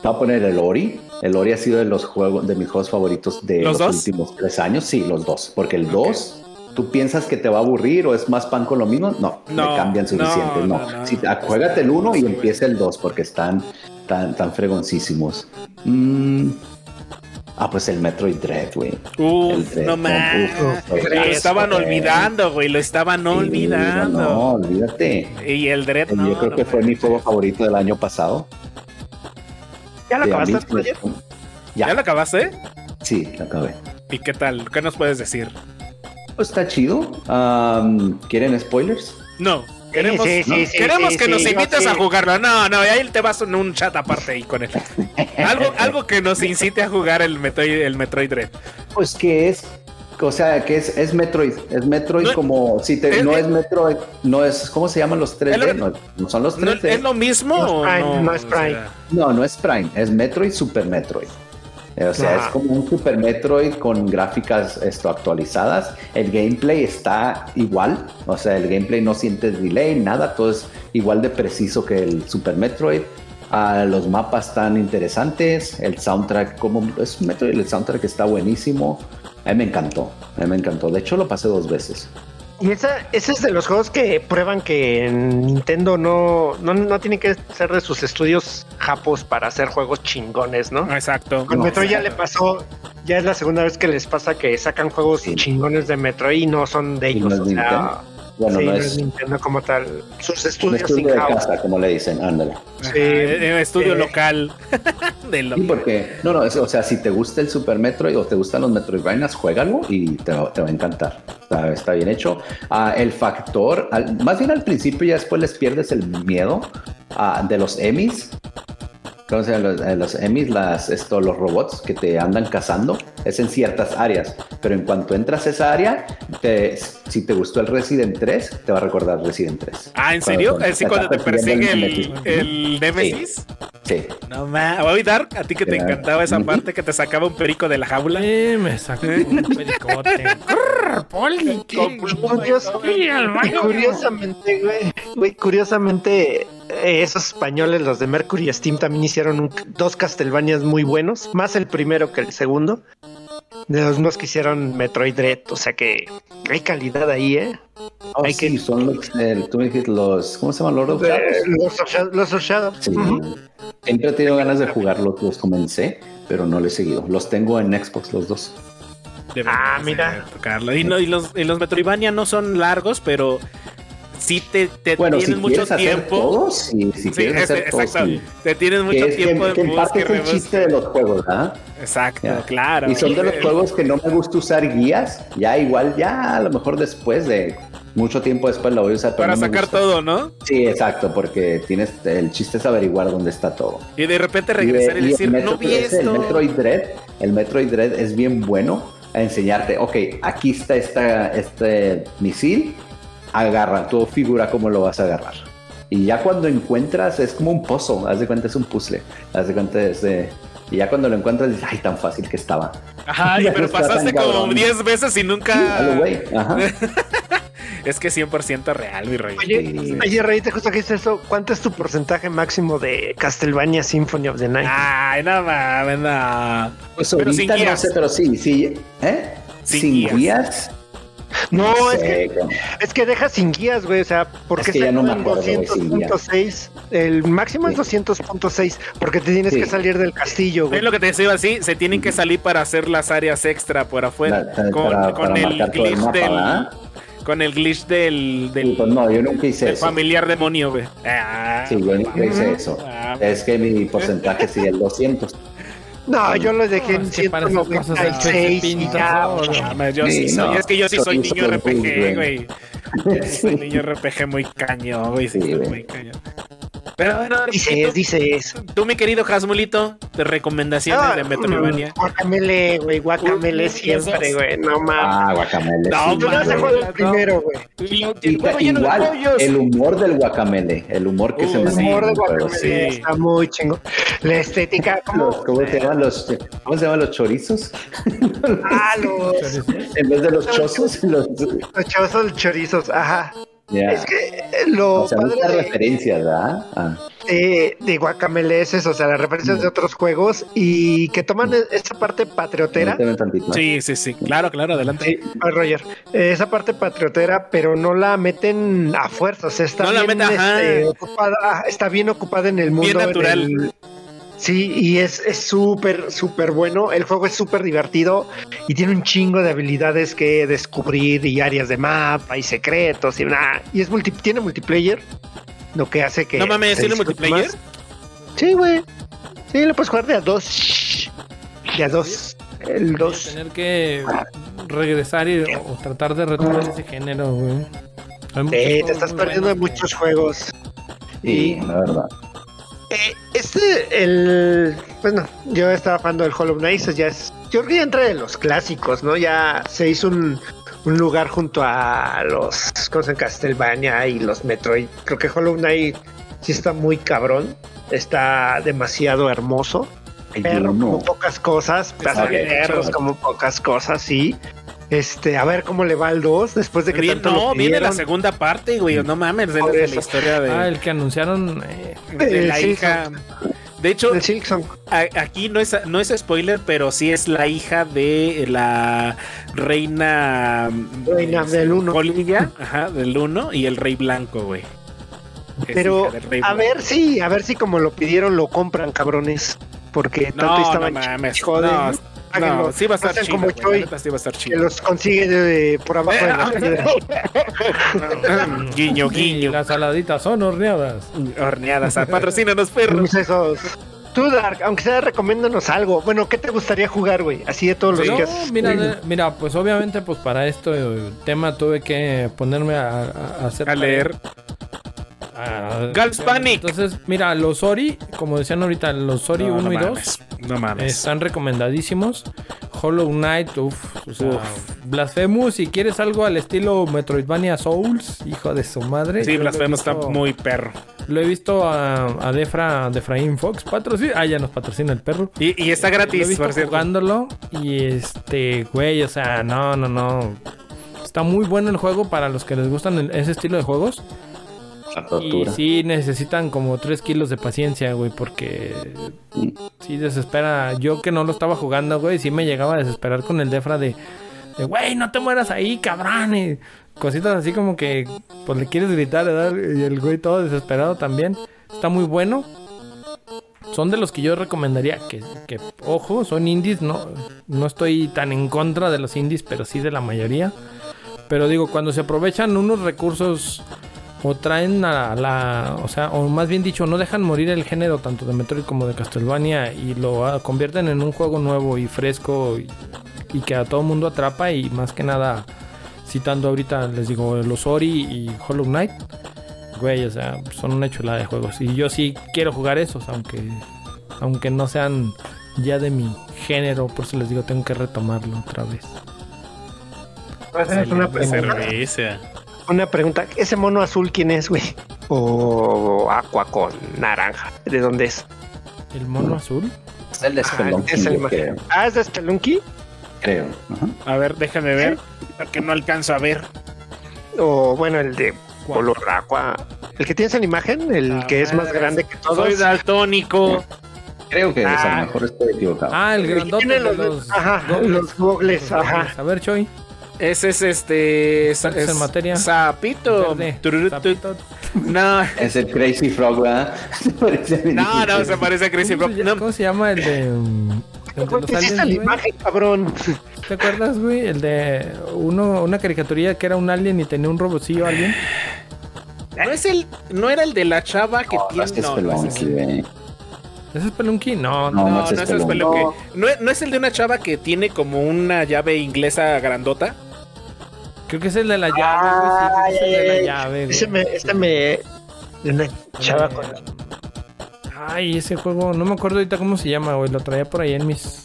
Speaker 5: te voy a poner el Ori. El Ori ha sido de los juegos, de mis juegos favoritos de
Speaker 3: ¿Los
Speaker 5: los,
Speaker 3: dos?
Speaker 5: últimos tres años. Sí, los dos. Porque el 2, tú piensas que te va a aburrir o es más pan con lo mismo. No,
Speaker 3: No,
Speaker 5: le cambian suficiente.
Speaker 3: no,
Speaker 5: No,
Speaker 3: no, pues no.
Speaker 5: Si, ah, juégate el 1 y empieza el 2 porque están tan, tan fregoncísimos. Mm. Ah, pues el Metroid Dread, güey.
Speaker 3: Uf,
Speaker 5: El
Speaker 3: no
Speaker 5: Dread,
Speaker 3: más.
Speaker 5: uf, uf,
Speaker 3: Lo
Speaker 5: uf,
Speaker 3: estaban
Speaker 5: güey.
Speaker 3: olvidando, güey. Lo estaban
Speaker 5: Sí,
Speaker 3: olvidando.
Speaker 5: No, olvídate.
Speaker 3: Y el Dread, no.
Speaker 5: Yo creo
Speaker 3: no
Speaker 5: que fue
Speaker 3: mames.
Speaker 5: mi juego favorito del año pasado.
Speaker 6: ¿Ya lo
Speaker 5: De
Speaker 6: acabaste,
Speaker 5: Amazing
Speaker 6: Roger?
Speaker 5: Spider-Man.
Speaker 3: ¿Ya.
Speaker 5: Ya,
Speaker 3: lo acabaste?
Speaker 5: sí, lo acabé.
Speaker 3: ¿Y qué tal? ¿Qué nos puedes decir?
Speaker 5: Pues está chido. Am, ¿Quieren spoilers?
Speaker 3: No. Queremos,
Speaker 6: sí, sí,
Speaker 3: no,
Speaker 6: sí,
Speaker 3: queremos
Speaker 6: sí,
Speaker 3: que
Speaker 6: sí,
Speaker 3: nos
Speaker 6: yo
Speaker 3: invites
Speaker 6: sí.
Speaker 3: a jugarlo. No, no, y ahí te vas en un chat aparte ahí
Speaker 5: [LAUGHS]
Speaker 3: con él. Algo, algo que nos incite a jugar el Metroid, el Metroid Dread.
Speaker 5: Pues que es, o sea, que es, es Metroid, es Metroid
Speaker 3: No-
Speaker 5: como si te,
Speaker 3: es-
Speaker 5: no es Metroid, no es, ¿cómo se llaman los 3D?
Speaker 3: Es lo-
Speaker 5: no, no son los
Speaker 3: ¿No,
Speaker 5: 3D.
Speaker 3: ¿Es lo mismo?
Speaker 6: No es
Speaker 3: o
Speaker 6: Prime, no es
Speaker 3: O
Speaker 6: Prime.
Speaker 3: sea,
Speaker 5: No, no es Prime, es Metroid Super Metroid. Eh, O sea,
Speaker 6: Ah.
Speaker 5: es como un Super Metroid con gráficas esto, actualizadas. El gameplay está igual. O sea, el gameplay no sientes delay, nada. Todo es igual de preciso que el Super Metroid. Ah, los mapas están interesantes. El soundtrack, como es un Metroid, el soundtrack está buenísimo. A mí me encantó. A mí me encantó. De hecho, lo pasé dos veces.
Speaker 6: Y esa, ese es de los juegos que prueban que en Nintendo no, no, no tiene que ser de sus estudios japos para hacer juegos chingones, ¿no?
Speaker 3: Exacto.
Speaker 6: Con
Speaker 5: No,
Speaker 6: Metroid ya
Speaker 5: exacto.
Speaker 6: le pasó, ya es la segunda vez que les pasa que sacan juegos
Speaker 5: Sí.
Speaker 6: chingones de Metroid y no son de
Speaker 5: ¿Y no
Speaker 6: ellos.
Speaker 5: es
Speaker 6: o sea,
Speaker 5: Nintendo? Bueno,
Speaker 6: sí,
Speaker 5: no
Speaker 6: es
Speaker 5: es
Speaker 6: Nintendo como tal. Sus
Speaker 5: un
Speaker 6: estudios
Speaker 5: estudio de
Speaker 6: in-house.
Speaker 5: casa, como le dicen. Ándale.
Speaker 3: Ajá,
Speaker 6: Sí.
Speaker 3: eh, eh, estudio
Speaker 6: Eh.
Speaker 3: local. [LAUGHS] de lo-
Speaker 5: Sí, porque, no, no, es- o sea, si te gusta el Super Metroid o te gustan los Metroidvanias, juégalo y te, va- te va a encantar. Está, está bien hecho. Ah, el factor, al- más bien al principio y después les pierdes el miedo ah, de los Emmys. Entonces, los, eh, los Emmys, las, esto, los robots que te andan cazando, es en ciertas áreas. Pero en cuanto entras a esa área, te- si te gustó el Resident 3, te va a recordar Resident 3.
Speaker 3: Ah, ¿en serio?
Speaker 5: Cuando-
Speaker 3: ¿Así cuando te
Speaker 5: estás persiguiendo
Speaker 3: persigue el, el
Speaker 5: Nemesis.
Speaker 3: Nemesis?
Speaker 5: Sí.
Speaker 3: No más. Voy Dark, a ti que te
Speaker 5: Claro.
Speaker 3: encantaba esa
Speaker 5: Ujú.
Speaker 3: parte que te sacaba un perico de la jaula.
Speaker 4: Eh, me sacó un
Speaker 5: [LAUGHS]
Speaker 4: pericote. Crrr, Poli,
Speaker 3: Con pluma y todo.
Speaker 6: Curiosamente, güey, güey, curiosamente, eh, esos españoles, los de Mercury Steam, también hicieron un- dos Castlevanias muy buenos, más el primero que el segundo, de los mismos que hicieron Metroid Dread, o sea que hay calidad ahí, ¿eh?
Speaker 5: Oh,
Speaker 6: Hay
Speaker 5: sí,
Speaker 6: que-
Speaker 5: son los, eh, tú me dijiste los, ¿cómo se llaman? Lord of Shadows.
Speaker 6: Eh, Los of Shadow- los of Shadow.
Speaker 5: Sí.
Speaker 6: Ujú.
Speaker 5: Siempre he tenido ganas de jugarlos, los comencé, pero no los he seguido. Los tengo en Xbox los dos.
Speaker 6: Ah,
Speaker 3: Deberíamos,
Speaker 6: mira.
Speaker 3: eh, tocarlo. Y, no- y los, y los Metroidvania no son largos, pero sí te, te
Speaker 5: Bueno, si
Speaker 3: Eh, tienen mucho
Speaker 5: quieres hacer
Speaker 3: tiempo.
Speaker 5: todos, sí, si
Speaker 3: Sí,
Speaker 5: quieres
Speaker 3: ese-
Speaker 5: hacer todos,
Speaker 3: exacto.
Speaker 5: sí.
Speaker 3: Te tienen
Speaker 5: Que
Speaker 3: mucho
Speaker 5: es que-
Speaker 3: tiempo
Speaker 5: que en
Speaker 3: en busca
Speaker 5: parte
Speaker 3: y
Speaker 5: es el
Speaker 3: rebusca.
Speaker 5: chiste de los juegos, ¿ah?
Speaker 3: Exacto,
Speaker 5: Ya.
Speaker 3: claro.
Speaker 5: Y son de los
Speaker 3: Eh,
Speaker 5: juegos que no me gusta usar guías. Ya igual, ya a lo mejor después de Mucho tiempo después lo voy a usar. pero
Speaker 3: Para
Speaker 5: no me
Speaker 3: sacar
Speaker 5: gusta.
Speaker 3: todo, ¿no?
Speaker 5: Sí, exacto, porque tienes el chiste es averiguar dónde está todo.
Speaker 3: Y de repente regresar y,
Speaker 5: el
Speaker 3: decir,
Speaker 5: Metro
Speaker 3: no vi
Speaker 5: 13,
Speaker 3: esto.
Speaker 5: El Metroid Dread, el Metroid Dread es bien bueno a enseñarte, ok, aquí está esta, este misil, agarra, tú figura cómo lo vas a agarrar. Y ya cuando encuentras, es como un pozo, haz de cuenta es un puzzle, haz de cuenta es de- Y ya cuando lo encuentras, dices, ay, tan fácil que estaba. [LAUGHS]
Speaker 3: Ajá, y
Speaker 5: Ya
Speaker 3: pero
Speaker 5: está tan
Speaker 3: pasaste como
Speaker 5: cabrón.
Speaker 3: 10 veces y
Speaker 5: Sí, a lo
Speaker 3: nunca.
Speaker 5: güey, ajá.
Speaker 3: [LAUGHS] es que 100% real, mi rey.
Speaker 5: Sí.
Speaker 6: Oye, oye, Rey, te justo que es eso. ¿Cuánto es tu porcentaje máximo de Castlevania Symphony of the
Speaker 5: Ah,
Speaker 6: Night?
Speaker 3: Ay, no mames, no.
Speaker 5: Pues
Speaker 3: Pero sin
Speaker 5: ahorita no
Speaker 3: guías.
Speaker 5: sé, pero sí, sí. ¿Eh?
Speaker 3: Sin
Speaker 5: Sin,
Speaker 3: guías.
Speaker 5: guías.
Speaker 6: no, es que
Speaker 5: sé, cabrón.
Speaker 6: Es que deja sin guías, güey. O sea, porque
Speaker 5: Es que ya no me acuerdo, güey, sin guía.
Speaker 6: 200.6. El máximo es
Speaker 5: Sí.
Speaker 6: 200.6. Porque te tienes
Speaker 5: Sí.
Speaker 6: que salir del castillo, güey.
Speaker 3: Es lo que te decía así, se tienen que salir para hacer las áreas extra por afuera.
Speaker 5: La- la-
Speaker 3: con,
Speaker 5: para-
Speaker 3: con
Speaker 5: para
Speaker 3: el
Speaker 5: marcar todo el
Speaker 3: glitch
Speaker 5: mapa,
Speaker 3: del,
Speaker 5: ¿verdad?
Speaker 3: con el glitch del, del,
Speaker 5: Sí, pues no, yo nunca hice
Speaker 3: del
Speaker 5: eso.
Speaker 3: familiar demonio, güey. Ah,
Speaker 5: Sí, yo nunca hice eso.
Speaker 3: Ah,
Speaker 5: Es que mi porcentaje sí es 200.
Speaker 6: No, yo lo dejé en
Speaker 4: es que para esas cosas el PC
Speaker 6: 196. y
Speaker 4: pinta.
Speaker 6: ya,
Speaker 4: ahora.
Speaker 3: Ah, mames, yo sí
Speaker 5: Sí,
Speaker 3: soy-
Speaker 5: no,
Speaker 3: es que yo sí soy,
Speaker 5: soy-
Speaker 3: niño
Speaker 5: soy
Speaker 3: RPG,
Speaker 5: muy
Speaker 3: güey. Yo sí soy niño RPG muy cañón, güey. sí,
Speaker 5: Sí,
Speaker 3: soy
Speaker 5: güey.
Speaker 3: muy cañón. Pero bueno,
Speaker 6: Dices, dices.
Speaker 3: tú, mi querido Jasmulito, te recomendaciones
Speaker 6: Ah,
Speaker 3: de Metroidvania.
Speaker 6: mm, Guacamele, güey. Guacamele
Speaker 3: Uy,
Speaker 6: siempre,
Speaker 3: esas-
Speaker 6: güey. No mames.
Speaker 5: Ah, guacamele.
Speaker 3: No,
Speaker 5: sí,
Speaker 6: Yo no
Speaker 3: mames.
Speaker 6: sé
Speaker 5: güey.
Speaker 6: jugar el primero, güey.
Speaker 3: Y-
Speaker 5: Y
Speaker 3: el huevo
Speaker 5: ta-
Speaker 3: lleno de
Speaker 5: igual,
Speaker 3: pollos.
Speaker 5: el humor del guacamele, el humor que
Speaker 3: Uh,
Speaker 5: se
Speaker 3: el
Speaker 6: El
Speaker 5: maneja.
Speaker 6: humor de
Speaker 5: en el juego,
Speaker 6: guacamele
Speaker 5: sí.
Speaker 3: sí.
Speaker 6: está muy chingón. La
Speaker 5: [LAUGHS]
Speaker 6: estética,
Speaker 5: Los-
Speaker 6: como.
Speaker 5: ¿Cómo se llaman los, cómo se llaman los chorizos? [LAUGHS]
Speaker 6: Ah, los
Speaker 5: en vez de los chozos, los...
Speaker 6: los chorizos, chorizos, ajá.
Speaker 5: ya.
Speaker 6: Es que eh, lo
Speaker 5: o sea,
Speaker 6: padre
Speaker 5: muchas
Speaker 6: de-
Speaker 5: referencias, ¿verdad? Ah,
Speaker 6: de, de Guacamele es eso, o sea, las referencias de otros juegos y que toman e- esa parte patriotera.
Speaker 5: permíteme tantito.
Speaker 3: Sí, sí, sí. Claro, claro, adelante.
Speaker 6: Sí, ah, Roger, eh, esa parte patriotera, pero no la meten a fuerza, o sea, está,
Speaker 3: No la
Speaker 6: bien,
Speaker 3: meten, ajá.
Speaker 6: este, ocupada, ah, está bien ocupada en el mundo. en
Speaker 3: natural.
Speaker 6: el- sí, y es es súper, súper bueno. El juego es súper divertido y tiene un chingo de habilidades que descubrir y áreas de mapa y secretos y nada. Y es multi, tiene multiplayer, lo que hace que.
Speaker 3: No mames,
Speaker 6: se
Speaker 3: ¿tiene
Speaker 6: disfrute
Speaker 3: multiplayer?
Speaker 6: más. Sí, güey. Sí, lo puedes jugar de a dos. De a dos. El
Speaker 4: Voy a
Speaker 6: dos.
Speaker 4: Tener que regresar y, o tratar de retomar ese género, güey. Hay muchos
Speaker 6: Sí,
Speaker 4: juegos
Speaker 6: te estás
Speaker 4: muy
Speaker 6: perdiendo de
Speaker 4: buenos que-
Speaker 6: muchos juegos.
Speaker 5: Sí, la verdad.
Speaker 6: Eh, este, el. Bueno, yo estaba jugando el Hollow Knight, eso ya es. Yo creo que ya entré en los clásicos, ¿no? Ya se hizo un, un lugar junto a los. ¿Cómo se llama? Castlevania y los Metroid. Creo que Hollow Knight sí está muy cabrón. Está demasiado hermoso.
Speaker 5: Ay,
Speaker 6: perro
Speaker 5: yo no.
Speaker 6: como pocas cosas,
Speaker 3: Está
Speaker 6: bastante
Speaker 3: bien hecho.
Speaker 6: perros como pocas cosas, sí. Este, a ver cómo le va al 2 después de que
Speaker 3: Bien,
Speaker 6: tanto
Speaker 3: no,
Speaker 6: lo
Speaker 3: viene la
Speaker 6: pidieron.
Speaker 3: segunda parte, güey. No mames, de la,
Speaker 6: Por
Speaker 3: de la
Speaker 6: eso.
Speaker 3: historia de,
Speaker 4: Ah, el que anunciaron. eh,
Speaker 3: de la
Speaker 6: Sí, sí.
Speaker 3: hija. De hecho,
Speaker 6: El Silksong.
Speaker 3: a- aquí no es, no es spoiler, pero sí es la hija de la reina.
Speaker 6: Reina
Speaker 3: este,
Speaker 6: del uno.
Speaker 3: Polilla, ajá, del uno y el rey blanco, güey. Es
Speaker 6: Pero
Speaker 3: hija del rey
Speaker 6: a
Speaker 3: blanco.
Speaker 6: ver si, a ver si como lo pidieron lo compran, cabrones. Porque tanto
Speaker 3: No, no
Speaker 6: estaban
Speaker 3: mames.
Speaker 6: ch- joden,
Speaker 3: no,
Speaker 6: ¿no?
Speaker 3: no,
Speaker 6: Háganlo.
Speaker 3: sí va a estar
Speaker 6: Hacen
Speaker 3: chido.
Speaker 6: como
Speaker 3: güey, la
Speaker 6: Choi.
Speaker 3: neta sí va a estar
Speaker 6: que
Speaker 3: chido.
Speaker 6: los consigue de, de- por abajo de [LAUGHS] las piedras.
Speaker 3: [LAUGHS] guiño,
Speaker 4: y
Speaker 3: guiño.
Speaker 4: las saladitas son horneadas.
Speaker 3: Horneadas. ah, Patrocínanos,
Speaker 6: [LAUGHS]
Speaker 3: perros.
Speaker 6: Pues esos. Tú, Dark, aunque sea, recomiéndanos algo. Bueno, ¿qué te gustaría jugar, güey? Así de todos los
Speaker 4: No,
Speaker 6: que has-
Speaker 4: mira, de- mira, pues obviamente, pues para esto eh, tema tuve que ponerme a, a- a hacer.
Speaker 3: A leer.
Speaker 4: Ah,
Speaker 3: Girls Panic.
Speaker 4: Entonces, mira, los Ori, como decían ahorita, los Ori
Speaker 3: No,
Speaker 4: 1
Speaker 3: no
Speaker 4: y 2
Speaker 3: mames, No mames.
Speaker 4: están recomendadísimos. Hollow Knight, uff, o sea, Blasphemous, si quieres algo al estilo Metroidvania Souls, hijo de su madre.
Speaker 3: Sí,
Speaker 4: yo lo he
Speaker 3: Blasfemo está
Speaker 4: visto-
Speaker 3: muy perro.
Speaker 4: Lo he visto a, a Defra, a Defraín Fox, patrocina. Ah, ya nos patrocina el perro.
Speaker 3: Y, y está
Speaker 4: Lo he
Speaker 3: gratis,
Speaker 4: visto
Speaker 3: por cierto.
Speaker 4: jugándolo y este, güey, o sea, no, no, no. Está muy bueno el juego para los que les gustan el- ese estilo de juegos.
Speaker 5: La
Speaker 4: Y
Speaker 5: tortura.
Speaker 4: sí necesitan como 3 kilos de paciencia, güey, porque sí desespera. Yo que no lo estaba jugando, güey, sí me llegaba a desesperar con el Defra de, de, güey, no te mueras ahí, cabrón. y cositas así como que, pues le quieres gritar, ¿verdad? Y el güey todo desesperado también. Está muy bueno. Son de los que yo recomendaría que, que, ojo, son indies, no, no estoy tan en contra de los indies, pero sí de la mayoría. Pero digo, cuando se aprovechan unos recursos o traen a la, o sea, o más bien dicho, no dejan morir el género tanto de Metroid como de Castlevania y lo ah, convierten en un juego nuevo y fresco y, y que a todo mundo atrapa y más que nada citando ahorita, les digo, los Ori y Hollow Knight. Güey, o sea, son una chulada de juegos. Y yo sí quiero jugar esos, aunque, aunque no sean ya de mi género. Por eso les digo, tengo que retomarlo otra vez.
Speaker 6: Voy a hacerles una pregunta.
Speaker 3: Cerveza.
Speaker 6: Una pregunta. ¿Ese mono azul quién es, güey? O aqua con naranja. ¿De dónde es?
Speaker 4: El mono azul.
Speaker 5: Es el de Spelunky,
Speaker 6: es el
Speaker 5: yo
Speaker 6: ma-
Speaker 5: creo.
Speaker 6: Ah, es de Spelunky.
Speaker 5: creo. Ajá.
Speaker 3: A ver, déjame ver.
Speaker 4: ¿Eh?
Speaker 3: Porque no alcanzo a ver.
Speaker 6: O bueno, el de color aqua. El que tienes en imagen, el
Speaker 3: Ah,
Speaker 6: que es más
Speaker 3: madre,
Speaker 6: grande que
Speaker 3: Soy
Speaker 6: todos.
Speaker 3: daltónico.
Speaker 5: Creo que es, a
Speaker 6: Ah.
Speaker 5: lo mejor estoy equivocado.
Speaker 4: Ah, el
Speaker 6: El que
Speaker 4: grandote
Speaker 6: tiene
Speaker 4: de los,
Speaker 6: los- ajá,
Speaker 4: gobles.
Speaker 6: los gobles,
Speaker 4: Los
Speaker 6: ajá.
Speaker 4: gobles. A ver, Choi.
Speaker 3: Ese es este. sa-
Speaker 4: Expertos en
Speaker 3: es
Speaker 4: materia.
Speaker 3: Sapito.
Speaker 4: Verde.
Speaker 3: Tururú,
Speaker 4: Zapito.
Speaker 3: No,
Speaker 5: Es el Crazy Frog, ¿verdad? [LAUGHS] Se parece a mi
Speaker 3: no, no,
Speaker 5: niño.
Speaker 3: se parece a Crazy
Speaker 4: ¿Cómo
Speaker 3: Frog.
Speaker 4: se,
Speaker 3: No,
Speaker 4: llama- cómo se llama el de. mm, el de
Speaker 6: Güey,
Speaker 4: los
Speaker 6: te hiciste
Speaker 4: aliens,
Speaker 6: la
Speaker 4: güey?
Speaker 6: imagen, cabrón.
Speaker 4: ¿Te acuerdas, güey? El de uno, una caricaturilla que era un alien y tenía un robocillo alien.
Speaker 3: no es el, no era el de la chava que
Speaker 5: No, no
Speaker 3: tiene.
Speaker 5: es que es
Speaker 3: no, no es
Speaker 5: Spelunky,
Speaker 3: ese.
Speaker 5: güey.
Speaker 4: ¿Ese es Pelunky? No,
Speaker 5: No,
Speaker 3: No,
Speaker 5: no,
Speaker 3: no
Speaker 5: es
Speaker 3: es
Speaker 5: Spelunky.
Speaker 3: Spelunky. No es- no es el de una chava que tiene como una llave inglesa grandota.
Speaker 4: Creo que es el de la llave, güey. Sí, creo que es el de la llave, güey.
Speaker 6: Ese me, ese me. de Una chava con.
Speaker 4: Ay, ese juego, no me acuerdo ahorita cómo se llama, güey. Lo traía por ahí en mis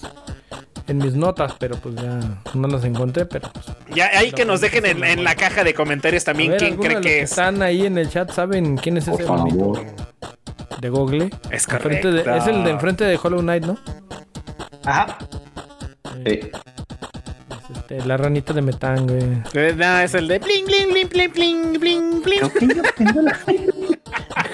Speaker 4: en mis notas, pero pues ya no las encontré, pero pues. a
Speaker 3: Ya, ahí que nos dejen en, en la caja de comentarios también
Speaker 4: ver,
Speaker 3: quién
Speaker 4: ¿alguno de
Speaker 3: cree
Speaker 4: los que
Speaker 3: que es.
Speaker 4: están ahí en el chat saben quién es
Speaker 5: Por
Speaker 6: Pues,
Speaker 4: ese
Speaker 5: favor.
Speaker 4: monito de Google?
Speaker 3: Es
Speaker 4: Enfrente de-
Speaker 3: correcto.
Speaker 4: es el de enfrente de Hollow Knight, ¿no?
Speaker 6: Ajá.
Speaker 4: Eh,
Speaker 5: Sí.
Speaker 4: es este, la ranita de metán, güey.
Speaker 3: Eh, No, es el de bling, bling, bling, bling, bling, bling, bling.
Speaker 5: Creo que yo tengo la.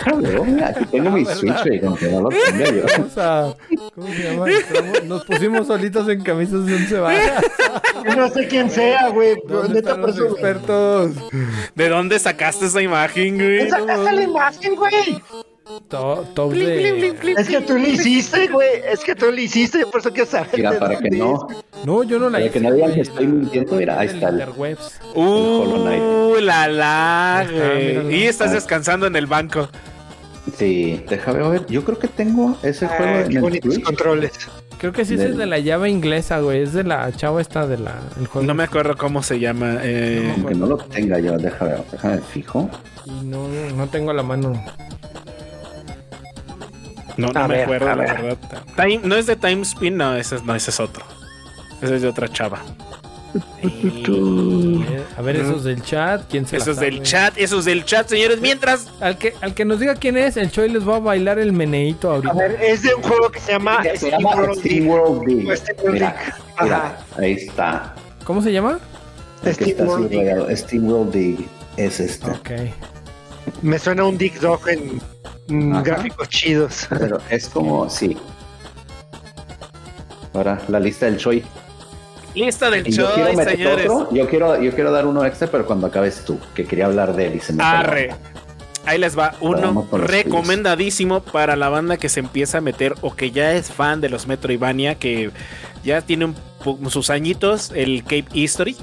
Speaker 5: Joder, mira, aquí tengo mi Switch, güey, como que no lo tengo yo.
Speaker 4: [LAUGHS] Vamos a- ¿Cómo se llama? Entramos- Nos pusimos solitos en camisas de once varas.
Speaker 6: Yo no sé quién sea, güey. pero
Speaker 4: ¿Dónde
Speaker 6: Neta,
Speaker 4: están
Speaker 6: por
Speaker 4: los
Speaker 6: eso.
Speaker 4: expertos?
Speaker 3: ¿De dónde sacaste esa imagen, güey?
Speaker 6: Esa casa la imagen, güey.
Speaker 4: To- top de...
Speaker 6: Es que tú lo hiciste, güey. Es que tú lo hiciste, por eso quiero saber.
Speaker 5: Mira,
Speaker 6: de
Speaker 5: para que
Speaker 6: dónde
Speaker 5: no.
Speaker 4: No, yo no la
Speaker 5: Para que no digan que estoy mintiendo, mira, ahí
Speaker 4: del
Speaker 5: está el-
Speaker 4: Interwebs.
Speaker 5: Hollow Knight.
Speaker 3: Uh, la la,
Speaker 4: Ajá, míralo.
Speaker 3: güey. Y estás
Speaker 5: Ah.
Speaker 3: descansando en el banco.
Speaker 5: Sí, déjame ver. Yo creo que tengo ese
Speaker 6: Ah,
Speaker 5: juego en
Speaker 6: qué
Speaker 5: el
Speaker 6: bonitos
Speaker 5: Switch.
Speaker 6: controles.
Speaker 4: Creo que sí ese es de la llave inglesa, güey. Es de la chava esta de la... El juego.
Speaker 3: No me acuerdo cómo se llama. eh,
Speaker 5: Aunque no lo tenga yo, déjame ver. Déjame fijo.
Speaker 4: Y no, no tengo la mano.
Speaker 3: no no
Speaker 6: A
Speaker 3: me
Speaker 6: ver,
Speaker 3: acuerdo,
Speaker 6: a
Speaker 3: la
Speaker 6: ver.
Speaker 3: verdad. Time- no es de Time Spin, no, ese es, no, ese es otro. Ese es de otra chava.
Speaker 4: A ver, Eh, A ver, esos del chat. ¿Quién se la
Speaker 3: Eso es del
Speaker 4: sabe?
Speaker 3: chat, eso es del chat, señores. Mientras.
Speaker 4: Al que, al que nos diga quién es, el Choi les va a bailar el meneíto ahorita.
Speaker 6: A ver, es de un juego que Ah, se llama
Speaker 5: Se llama Steam
Speaker 6: Steam
Speaker 5: World D.
Speaker 6: Pues, Steam World
Speaker 5: Mira,
Speaker 6: Dig.
Speaker 5: mira,
Speaker 6: Ajá.
Speaker 5: ahí está.
Speaker 4: ¿Cómo se llama?
Speaker 5: El que
Speaker 6: Steam
Speaker 5: está
Speaker 6: World Dig.
Speaker 5: subrayado. Steam World D es este.
Speaker 4: Ok.
Speaker 6: Me suena un Dick Dog en mm,
Speaker 5: Ajá.
Speaker 6: gráficos chidos.
Speaker 5: Pero es como, sí. Ahora, la lista del Choi.
Speaker 3: Lista del
Speaker 5: Y yo quiero
Speaker 3: Choi,
Speaker 5: meter
Speaker 3: señores.
Speaker 5: otro. Yo quiero, yo quiero dar uno extra, pero cuando acabes tú, que quería hablar de él y se me
Speaker 3: Arre.
Speaker 5: acabó.
Speaker 3: Ahí les va uno
Speaker 5: Vamos con los
Speaker 3: recomendadísimo para la banda que se empieza a meter o que ya es fan de los Metroidvania, que ya tiene un po- sus añitos, el Cape History,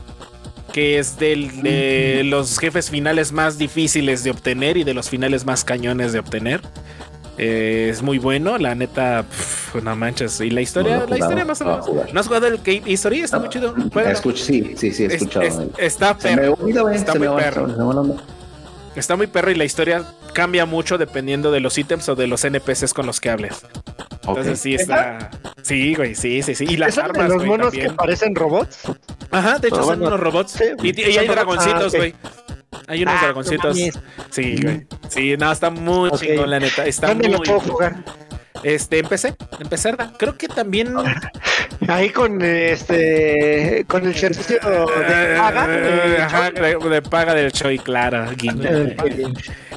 Speaker 3: que es del- de los jefes finales más difíciles de obtener y de los finales más cañones de obtener. Eh, es muy bueno, la neta, pf, no manches. Y la historia,
Speaker 5: No lo he
Speaker 3: la historia
Speaker 5: jugado, Ah,
Speaker 3: más o
Speaker 5: no lo he
Speaker 3: menos.
Speaker 5: jugado.
Speaker 3: ¿No has jugado el Cape History? Está muy chido. juégalo.
Speaker 5: Escuch- sí, sí, sí, he
Speaker 3: Es-
Speaker 5: escuchado.
Speaker 3: es- está
Speaker 5: se me
Speaker 3: perro.
Speaker 5: olvida, güey,
Speaker 3: Está
Speaker 5: se
Speaker 3: muy
Speaker 5: me va-
Speaker 3: perro.
Speaker 5: se me va la onda.
Speaker 3: Está muy perro y la historia cambia mucho dependiendo de los ítems o de los NPCs con los que hables.
Speaker 5: Ok.
Speaker 3: Entonces sí está. Sí, güey, sí, sí, sí. Y
Speaker 6: ¿Es
Speaker 3: las
Speaker 6: el de
Speaker 3: armas,
Speaker 6: los
Speaker 3: güey,
Speaker 6: monos
Speaker 3: también.
Speaker 6: que parecen robots?
Speaker 3: Ajá, de hecho
Speaker 5: Pero
Speaker 3: son
Speaker 5: bueno,
Speaker 3: unos robots.
Speaker 6: sí,
Speaker 3: y, y hay
Speaker 6: son robots.
Speaker 3: dragoncitos,
Speaker 6: Ah, ok.
Speaker 3: güey. Hay unos
Speaker 6: Ah, no
Speaker 3: dragoncitos.
Speaker 6: mames.
Speaker 3: sí, güey. Sí, no, está muy
Speaker 6: Ok.
Speaker 3: chingón, la neta. Está
Speaker 6: ¿Dónde lo
Speaker 3: muy.
Speaker 6: puedo jugar?
Speaker 3: Este, empecé, empecé, ¿verdad? Creo que también.
Speaker 6: Ahí con eh, este con el servicio [LAUGHS] de paga.
Speaker 3: Eh,
Speaker 6: eh,
Speaker 3: Ajá,
Speaker 6: Choi,
Speaker 3: de, de paga del Choi, Clara. guiño.
Speaker 6: eh,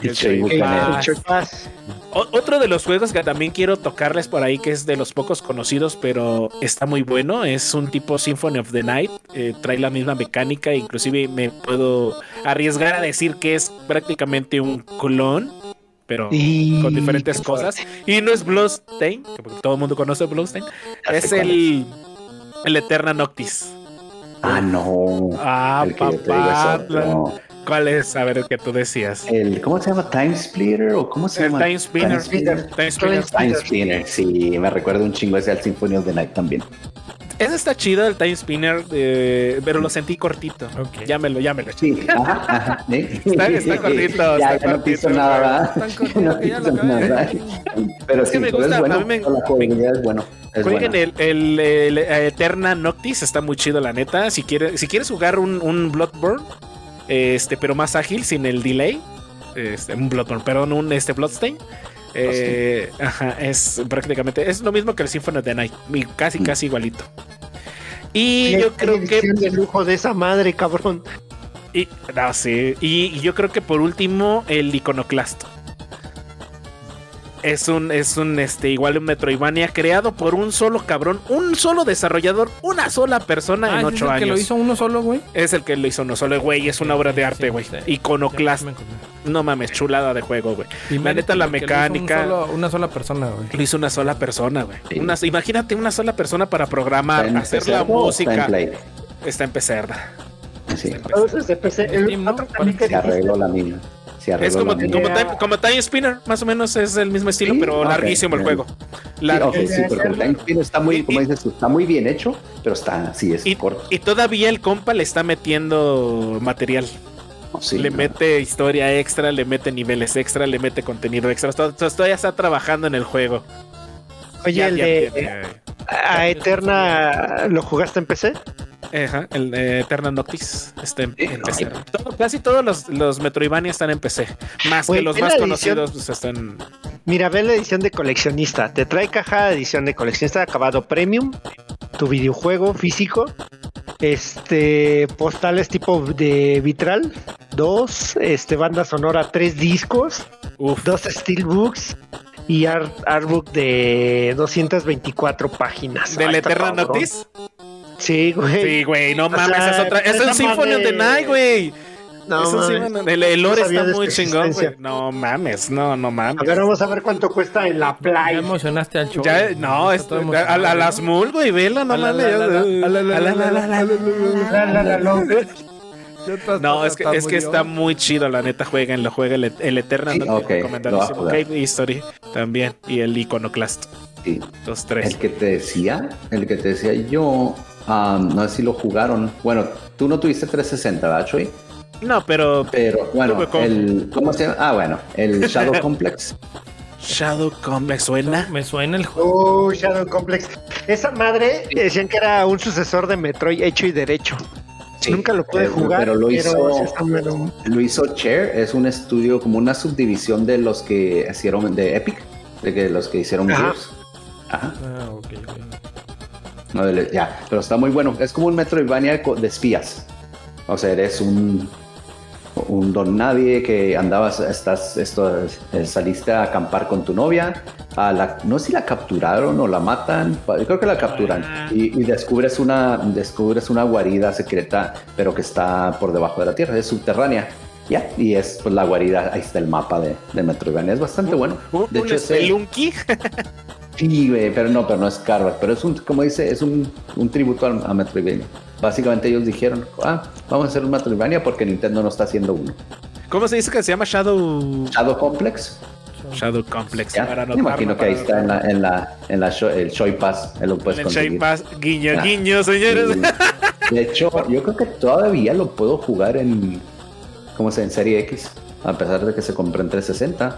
Speaker 5: El Choi
Speaker 6: que-
Speaker 5: Bucanero.
Speaker 3: Ah,
Speaker 6: Choi Paz.
Speaker 3: O- otro de los juegos que también quiero tocarles por ahí, que es de los pocos conocidos, pero está muy bueno, es un tipo Symphony of the Night, eh, trae la misma mecánica, inclusive me puedo arriesgar a decir que es prácticamente un clon, pero
Speaker 6: Y-
Speaker 3: con diferentes
Speaker 6: qué
Speaker 3: cosas. Y no es Bloodstained, que todo el mundo conoce Bloodstained,
Speaker 5: Ya sé
Speaker 3: es
Speaker 5: cuál
Speaker 3: el, el Eterna Noctis.
Speaker 5: Ah, no.
Speaker 3: Ah,
Speaker 5: El que yo te digo es
Speaker 3: papá.
Speaker 5: otro.
Speaker 3: ¿Cuál es? A ver, el que tú decías.
Speaker 5: El, ¿Cómo se llama? ¿Time Splitter? ¿O cómo se
Speaker 3: El
Speaker 5: llama?
Speaker 3: Time Spinner.
Speaker 5: Time Spinner.
Speaker 3: Time Spinner.
Speaker 5: Time Spinner, sí, me recuerda un chingo ese al Symphony of the Night también.
Speaker 3: Ese está chido, el Time Spinner, eh, pero lo sentí cortito.
Speaker 4: Ok.
Speaker 3: Llámelo, llámelo.
Speaker 4: [LAUGHS]
Speaker 5: Sí, ajá, ajá, ¿eh?
Speaker 3: Está- está cortito,
Speaker 5: Ya,
Speaker 3: está
Speaker 5: ya no piso
Speaker 3: cortito,
Speaker 5: nada,
Speaker 4: güey.
Speaker 5: ¿verdad?
Speaker 4: Tan
Speaker 5: [LAUGHS] Ya no
Speaker 4: cortito que ya lo
Speaker 5: piso
Speaker 4: acabé.
Speaker 5: nada. Pero
Speaker 3: Es que
Speaker 5: sí,
Speaker 3: me
Speaker 5: pero
Speaker 3: gusta,
Speaker 5: es bueno.
Speaker 3: a mí me-
Speaker 5: la jugabilidad es bueno. Es
Speaker 3: Jueguen
Speaker 5: buena.
Speaker 3: el, el, el, eh, Eterna Noctis, está muy chido la neta. Si quieres, si quieres jugar un, un Bloodborne, este, pero más ágil, sin el delay. Este, un Bloodborne, perdón, un este Bloodstain. eh, ajá, es prácticamente es lo mismo que el Symphony of the Night, y
Speaker 5: Mm.
Speaker 3: casi casi igualito. Y
Speaker 6: Hay
Speaker 3: yo creo que
Speaker 6: edición de lujo de esa madre, cabrón.
Speaker 3: y, no, sí. Y, y yo creo que por último, el iconoclasto. Es un, es un, este, igual un Metroidvania creado por un solo cabrón, un solo desarrollador, una sola persona
Speaker 4: Ah,
Speaker 3: en
Speaker 4: ¿ese es
Speaker 3: ocho
Speaker 4: el
Speaker 3: años.
Speaker 4: que lo hizo uno solo, güey.
Speaker 3: Es el que lo hizo, no solo, güey, es una obra de arte, güey. Iconoclasto. No mames, chulada de juego, güey.
Speaker 4: Y
Speaker 3: La neta, la
Speaker 4: porque lo hizo un
Speaker 3: mecánica-
Speaker 4: solo- una sola persona, güey.
Speaker 3: Lo hizo una sola persona, güey.
Speaker 5: Sí.
Speaker 3: Una- Imagínate una sola persona para
Speaker 5: ¿Está
Speaker 3: programar,
Speaker 5: en
Speaker 3: hacer
Speaker 5: PC
Speaker 3: la
Speaker 5: o está en
Speaker 3: música.
Speaker 5: Play?
Speaker 3: Está en Pecerda.
Speaker 5: Sí,
Speaker 6: Entonces, de PC, el
Speaker 4: Steam, ¿no?
Speaker 6: otro también que
Speaker 5: se arregló la mina. Se arregló
Speaker 3: Es como,
Speaker 5: la mina.
Speaker 3: como,
Speaker 6: mía.
Speaker 3: time, como Time Spinner, más o menos es el mismo estilo,
Speaker 5: Sí,
Speaker 3: pero
Speaker 5: ok,
Speaker 3: larguísimo el
Speaker 5: bien.
Speaker 3: juego.
Speaker 5: Sí,
Speaker 3: Largo.
Speaker 5: ok, sí, porque el Time Spinner está
Speaker 3: Y-
Speaker 5: muy, como
Speaker 3: y-
Speaker 5: dices tú, está muy bien hecho, pero está así, es
Speaker 3: y,
Speaker 5: corto.
Speaker 3: y todavía el compa le está metiendo material.
Speaker 5: No, sí,
Speaker 3: le
Speaker 5: no.
Speaker 3: mete historia extra, le mete niveles extra, le mete contenido extra. Todo- todo- Todavía está trabajando en el juego.
Speaker 6: Oye,
Speaker 3: Ya-
Speaker 6: el
Speaker 3: ya
Speaker 6: de
Speaker 3: tiene-
Speaker 6: a Eterna, ¿lo jugaste en PC?
Speaker 3: eh, Ajá, el de Eternal Noctis está en,
Speaker 5: Sí,
Speaker 3: en
Speaker 5: no,
Speaker 3: PC.
Speaker 5: sí.
Speaker 3: Todo- casi todos los, los Metroidvania están en PC. Más
Speaker 6: Güey,
Speaker 3: que los
Speaker 6: ¿ven la
Speaker 3: más
Speaker 6: edición?
Speaker 3: conocidos pues, están.
Speaker 5: Ah,
Speaker 6: Mira, ve la edición de coleccionista. Te trae caja de edición de coleccionista acabado premium, tu videojuego físico, este postales tipo de vitral, dos, este banda sonora, tres discos,
Speaker 3: Uf,
Speaker 6: dos steelbooks y art, artbook de 224 páginas.
Speaker 3: ¿Del
Speaker 6: Ay, está
Speaker 3: Eternal
Speaker 6: cabrón.
Speaker 3: Noctis?
Speaker 6: Sí, güey.
Speaker 3: Sí, güey, no
Speaker 6: O
Speaker 3: mames,
Speaker 6: sea,
Speaker 3: es otra. Es
Speaker 6: esa
Speaker 3: un Symphony of the
Speaker 6: madre-
Speaker 3: Night, güey.
Speaker 6: No,
Speaker 3: Eso sí,
Speaker 6: mames.
Speaker 3: bueno, el, el
Speaker 6: No
Speaker 3: lore
Speaker 6: sabía
Speaker 3: está
Speaker 6: de su
Speaker 3: muy chingón, güey.
Speaker 6: existencia.
Speaker 3: No mames, no, no
Speaker 6: A
Speaker 3: mames.
Speaker 6: ver, vamos a ver cuánto cuesta en la
Speaker 4: Ya
Speaker 6: playa.
Speaker 4: emocionaste al show.
Speaker 3: Ya,
Speaker 4: güey.
Speaker 3: no,
Speaker 4: Está
Speaker 3: es-
Speaker 4: todo
Speaker 3: a, a- a
Speaker 4: emocionado, ¿no?
Speaker 3: las mul, güey, vela, no
Speaker 4: A la,
Speaker 3: mames.
Speaker 4: la, la, la, a la, la,
Speaker 3: A la, la, la, la, la.
Speaker 6: La, la, la, la.
Speaker 4: Ya estás-
Speaker 3: No, es que,
Speaker 4: estás
Speaker 3: es que
Speaker 4: muy
Speaker 3: está
Speaker 4: yo.
Speaker 3: muy chido, la neta, jueguenlo, juega el, el Eternal,
Speaker 5: Sí,
Speaker 3: no
Speaker 5: ok,
Speaker 3: recomendadísimo.
Speaker 5: lo voy a jugar.
Speaker 3: Cave History también, y el Iconoclast,
Speaker 5: Sí.
Speaker 3: los tres.
Speaker 5: El que te decía, el que te decía yo, ah, no sé si lo jugaron. Bueno, tú no tuviste 360, ¿verdad, Chuy?
Speaker 3: No, pero
Speaker 5: Pero bueno,
Speaker 3: Tuve con-
Speaker 5: el, ¿cómo se llama? Ah, bueno, el Shadow Complex.
Speaker 3: Shadow Complex suena.
Speaker 4: Me suena el juego.
Speaker 6: Oh, Shadow Complex. Esa madre decían que era un sucesor de Metroid hecho y derecho.
Speaker 5: Sí, eh,
Speaker 6: Nunca lo pude
Speaker 5: pero-
Speaker 6: jugar.
Speaker 5: Pero lo hizo,
Speaker 6: sí está bueno.
Speaker 5: lo hizo Cher, es un estudio como una subdivisión de los que hicieron de Epic, de que los que hicieron
Speaker 6: Ajá.
Speaker 5: Gears. Ajá.
Speaker 4: Ah, ok, ok.
Speaker 5: No, dele- ya, pero está muy bueno. Es como un Metroidvania co- de espías. O sea, eres un, un don nadie que andabas, estás, esto, eh, saliste a acampar con tu novia. A la, no sé si la capturaron o la matan. pa- Creo que la capturan. Y, y descubres una, descubres una guarida secreta, pero que está por debajo de la tierra, es subterránea. Ya, y es pues, la guarida, ahí está el mapa de, de Metroidvania. Es bastante bueno.
Speaker 3: Un,
Speaker 5: De
Speaker 3: un
Speaker 5: hecho, es el-
Speaker 3: Spelunky.
Speaker 5: Sí, güey, pero no, pero no es Carver, pero es un, como dice, es un, un tributo al- a Metroidvania. Básicamente ellos dijeron, ah, vamos a hacer un Metroidvania porque Nintendo no está haciendo uno.
Speaker 3: ¿Cómo se dice que se llama Shadow?
Speaker 5: Shadow Complex,
Speaker 3: Shadow Complex.
Speaker 5: ya,
Speaker 3: para
Speaker 5: me
Speaker 3: anotarlo,
Speaker 5: imagino que ahí
Speaker 3: para-
Speaker 5: está en la, en la, en la sho- el Shoy Pass, eh, lo puedes
Speaker 3: En el Shape
Speaker 5: conseguir.
Speaker 3: Pass, guiño,
Speaker 5: Ah.
Speaker 3: guiño, señores.
Speaker 5: Sí. De hecho, yo creo que todavía lo puedo jugar en, ¿cómo se? En Serie X, a pesar de que se compró en 360.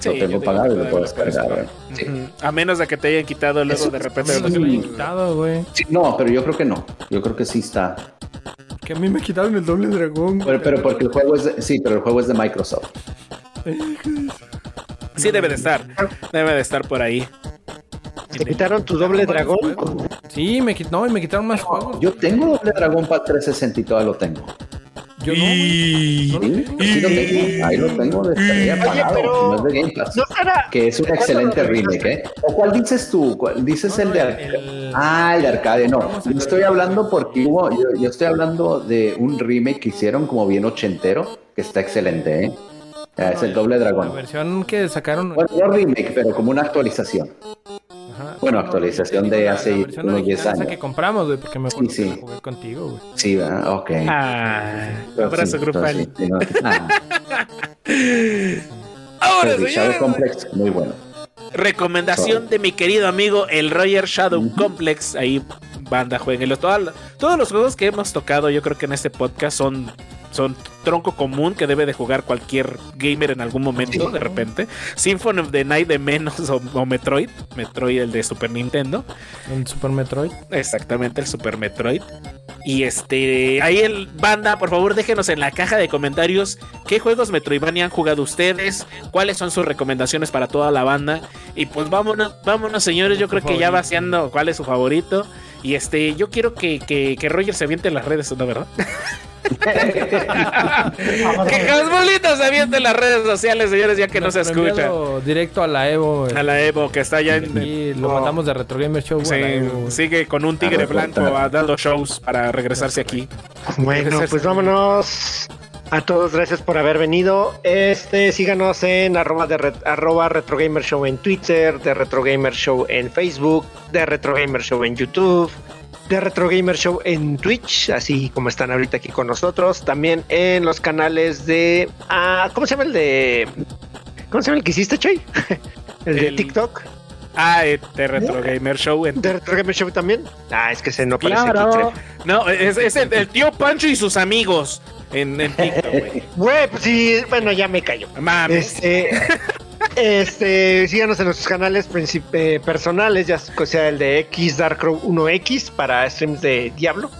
Speaker 3: Sí,
Speaker 5: lo
Speaker 3: yo digo
Speaker 5: tengo
Speaker 3: que
Speaker 5: pagado y
Speaker 3: todavía
Speaker 5: lo puedo
Speaker 3: lo puedes
Speaker 5: descargar.
Speaker 3: jugar.
Speaker 5: güey. Sí.
Speaker 3: Ujú. A menos de que te hayan quitado luego
Speaker 5: Eso-
Speaker 3: de repente.
Speaker 4: Me
Speaker 5: Sí.
Speaker 4: lo que me hayan quitado, güey.
Speaker 5: Sí, no, pero yo creo que no. Yo creo que sí está.
Speaker 4: Que a mí me quitaron el doble dragón. güey.
Speaker 5: [LAUGHS] Pero, pero porque el juego es de- sí, pero el juego es de Microsoft.
Speaker 3: Sí, debe de estar. Debe de estar por ahí.
Speaker 6: ¿Te quitaron tu doble dragón?
Speaker 4: Sí, me quitaron, no, y me quitaron más juegos.
Speaker 5: Yo tengo Doble Dragón para 360 y todavía lo tengo.
Speaker 4: Yo no, güey.
Speaker 3: Y...
Speaker 4: No lo
Speaker 5: Sí,
Speaker 4: tengo.
Speaker 5: sí lo tengo. Ahí lo tengo de tarea
Speaker 6: Oye,
Speaker 5: pagado,
Speaker 6: pero-
Speaker 5: no es de Game Pass.
Speaker 6: No
Speaker 5: [LAUGHS]
Speaker 6: [LAUGHS] será.
Speaker 5: Que es un
Speaker 6: ¿Cuándo
Speaker 5: excelente
Speaker 6: lo revisaste?
Speaker 5: remake, ¿eh? ¿O cuál dices tú? ¿Cuál- ¿Dices
Speaker 4: No,
Speaker 5: el
Speaker 4: no,
Speaker 5: de
Speaker 4: el-
Speaker 5: arcade?
Speaker 4: el-
Speaker 5: Ah, el de arcade, no.
Speaker 4: Vamos a
Speaker 5: Yo estoy
Speaker 4: ver.
Speaker 5: hablando porque hubo, yo, yo estoy hablando de un remake que hicieron como bien ochentero, que está excelente, ¿eh? Ah, Es el Doble
Speaker 4: La
Speaker 5: Dragón.
Speaker 4: versión que sacaron.
Speaker 5: Bueno, no remake, pero como una actualización.
Speaker 4: Ajá.
Speaker 5: bueno,
Speaker 4: No,
Speaker 5: actualización
Speaker 4: te digo,
Speaker 5: de
Speaker 4: la-
Speaker 5: hace
Speaker 4: la versión
Speaker 5: unos
Speaker 4: original
Speaker 5: 10
Speaker 4: es la
Speaker 5: años.
Speaker 4: que compramos, güey, porque me acuerdo
Speaker 5: Sí, sí.
Speaker 4: que la jugué contigo, güey.
Speaker 5: Sí, ¿verdad? Ok.
Speaker 3: Ah, abrazo
Speaker 5: Sí,
Speaker 3: grupal.
Speaker 5: entonces, sí, no, ah,
Speaker 3: Ahora,
Speaker 5: el Shadow
Speaker 3: señores,
Speaker 5: Complex, muy bueno.
Speaker 3: recomendación de mi querido amigo el Roger Shadow Complex. Ahí Banda, jueguenlos. Toda la- todos los juegos que hemos tocado, yo creo que en este podcast son, son tronco común que debe de jugar cualquier gamer en algún momento, de repente. Symphony of the Night de menos, o, o Metroid. Metroid, el de Super Nintendo.
Speaker 4: En Super Metroid.
Speaker 3: Exactamente, el Super Metroid. Y este, ahí el banda, por favor, déjenos en la caja de comentarios qué juegos Metroidvania han jugado ustedes, cuáles son sus recomendaciones para toda la banda. Y pues vámonos, vámonos, señores. Yo creo que ya vaciando cuál es su favorito. Y este, yo quiero que, que, que Roger se aviente en las redes, ¿no, verdad? que Cosmolito se aviente en las redes sociales, señores, ya que no se
Speaker 4: Nuestro
Speaker 3: escucha.
Speaker 4: enviado Directo a la Evo.
Speaker 3: A la Evo, que está allá en,
Speaker 4: Y lo
Speaker 3: Oh.
Speaker 4: mandamos de Retro Gamer Show. a la
Speaker 3: Sí,
Speaker 4: Evo.
Speaker 3: sigue con un tigre
Speaker 5: ver,
Speaker 3: blanco ah,
Speaker 5: cuéntame.
Speaker 3: dando shows para regresarse aquí.
Speaker 6: Bueno, pues vámonos. A todos, gracias por haber venido. Este, síganos en arroba, de ret- arroba Retro Gamer Show en Twitter, de Retro Gamer Show en Facebook, de Retro Gamer Show en YouTube, de Retro Gamer Show en Twitch, así como están ahorita aquí con nosotros. También en los canales de. ah, ¿Cómo se llama el de. ¿Cómo se llama el que hiciste, Choy? [LAUGHS] El de
Speaker 3: El-
Speaker 6: TikTok.
Speaker 3: Ah, este Retro Gamer Show. en-
Speaker 6: De Retro Gamer Show también. Ah, es que se no parece
Speaker 3: No, es, es el, el tío Pancho y sus amigos en, en TikTok, güey.
Speaker 6: Güey, pues sí, bueno, ya me callo.
Speaker 3: Mames.
Speaker 6: Este, este, síganos en nuestros canales princip- eh, personales, ya sea el de X Dark Crow 1X para streams de Diablo,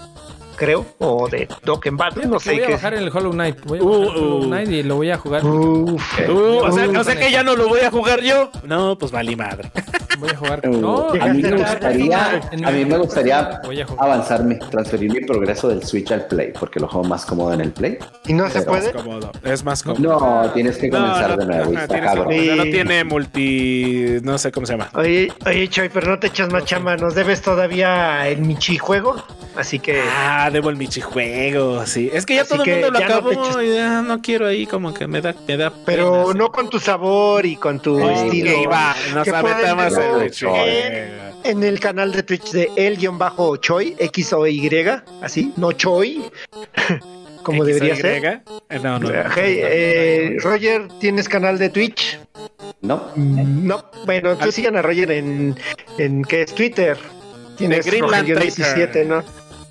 Speaker 6: creo, o de Dokken Battle, no sé
Speaker 4: voy a
Speaker 6: qué.
Speaker 4: bajar el Hollow Knight. Voy a
Speaker 3: Uh,
Speaker 4: bajar el Hollow
Speaker 3: uh.
Speaker 4: Knight y lo voy a jugar.
Speaker 6: Uf,
Speaker 3: Uh, o, sea,
Speaker 4: Uh,
Speaker 3: o sea que ya no lo voy a jugar yo. No, pues vale madre.
Speaker 4: Voy a jugar.
Speaker 5: Uh,
Speaker 4: No,
Speaker 5: a mí
Speaker 6: llegaste tarde,
Speaker 5: me gustaría,
Speaker 4: en-
Speaker 5: a mí me gustaría
Speaker 4: Voy a jugar.
Speaker 5: avanzarme, transferir mi progreso del Switch al Play, porque lo juego más cómodo en el Play.
Speaker 6: ¿Y no se
Speaker 5: Pero-
Speaker 3: Es
Speaker 6: puede?
Speaker 3: cómodo. Es más cómodo.
Speaker 5: No, tienes que comenzar de nuevo.
Speaker 3: ajá,
Speaker 5: está
Speaker 3: tienes que-
Speaker 5: cabrón.
Speaker 3: no tiene multi. No sé cómo se llama.
Speaker 6: Oye, oye, Choy, pero no te echas más chamba, nos debes todavía el Michi juego, así que
Speaker 3: Ah, debo el Michijuego, sí. Es que ya
Speaker 6: Así
Speaker 3: todo el
Speaker 6: que
Speaker 3: mundo lo
Speaker 6: ya no
Speaker 3: acabó
Speaker 6: te eches-
Speaker 3: y ya no quiero ahí, como que me da, me da Eh,
Speaker 6: pero
Speaker 3: pena,
Speaker 6: no con tu sabor y con tu
Speaker 5: Sí,
Speaker 6: estilo.
Speaker 5: que
Speaker 3: va, no
Speaker 6: Que
Speaker 3: sabe
Speaker 6: puedes
Speaker 3: nada más
Speaker 6: verlo
Speaker 5: el
Speaker 3: Choy.
Speaker 6: En el canal de Twitch de el-choy, X o Y, así, no choy, [LAUGHS] como
Speaker 3: ¿X o
Speaker 6: debería
Speaker 3: Y?
Speaker 6: ser.
Speaker 3: Eh, No, no. no.
Speaker 6: Hey, eh, Roger, ¿tienes canal de Twitch?
Speaker 5: No,
Speaker 6: No. Bueno, entonces sigan a Roger en, en ¿qué es Twitter? Tienes
Speaker 3: En Greenland
Speaker 6: Rogelio
Speaker 3: Tracker.
Speaker 6: 17, ¿no?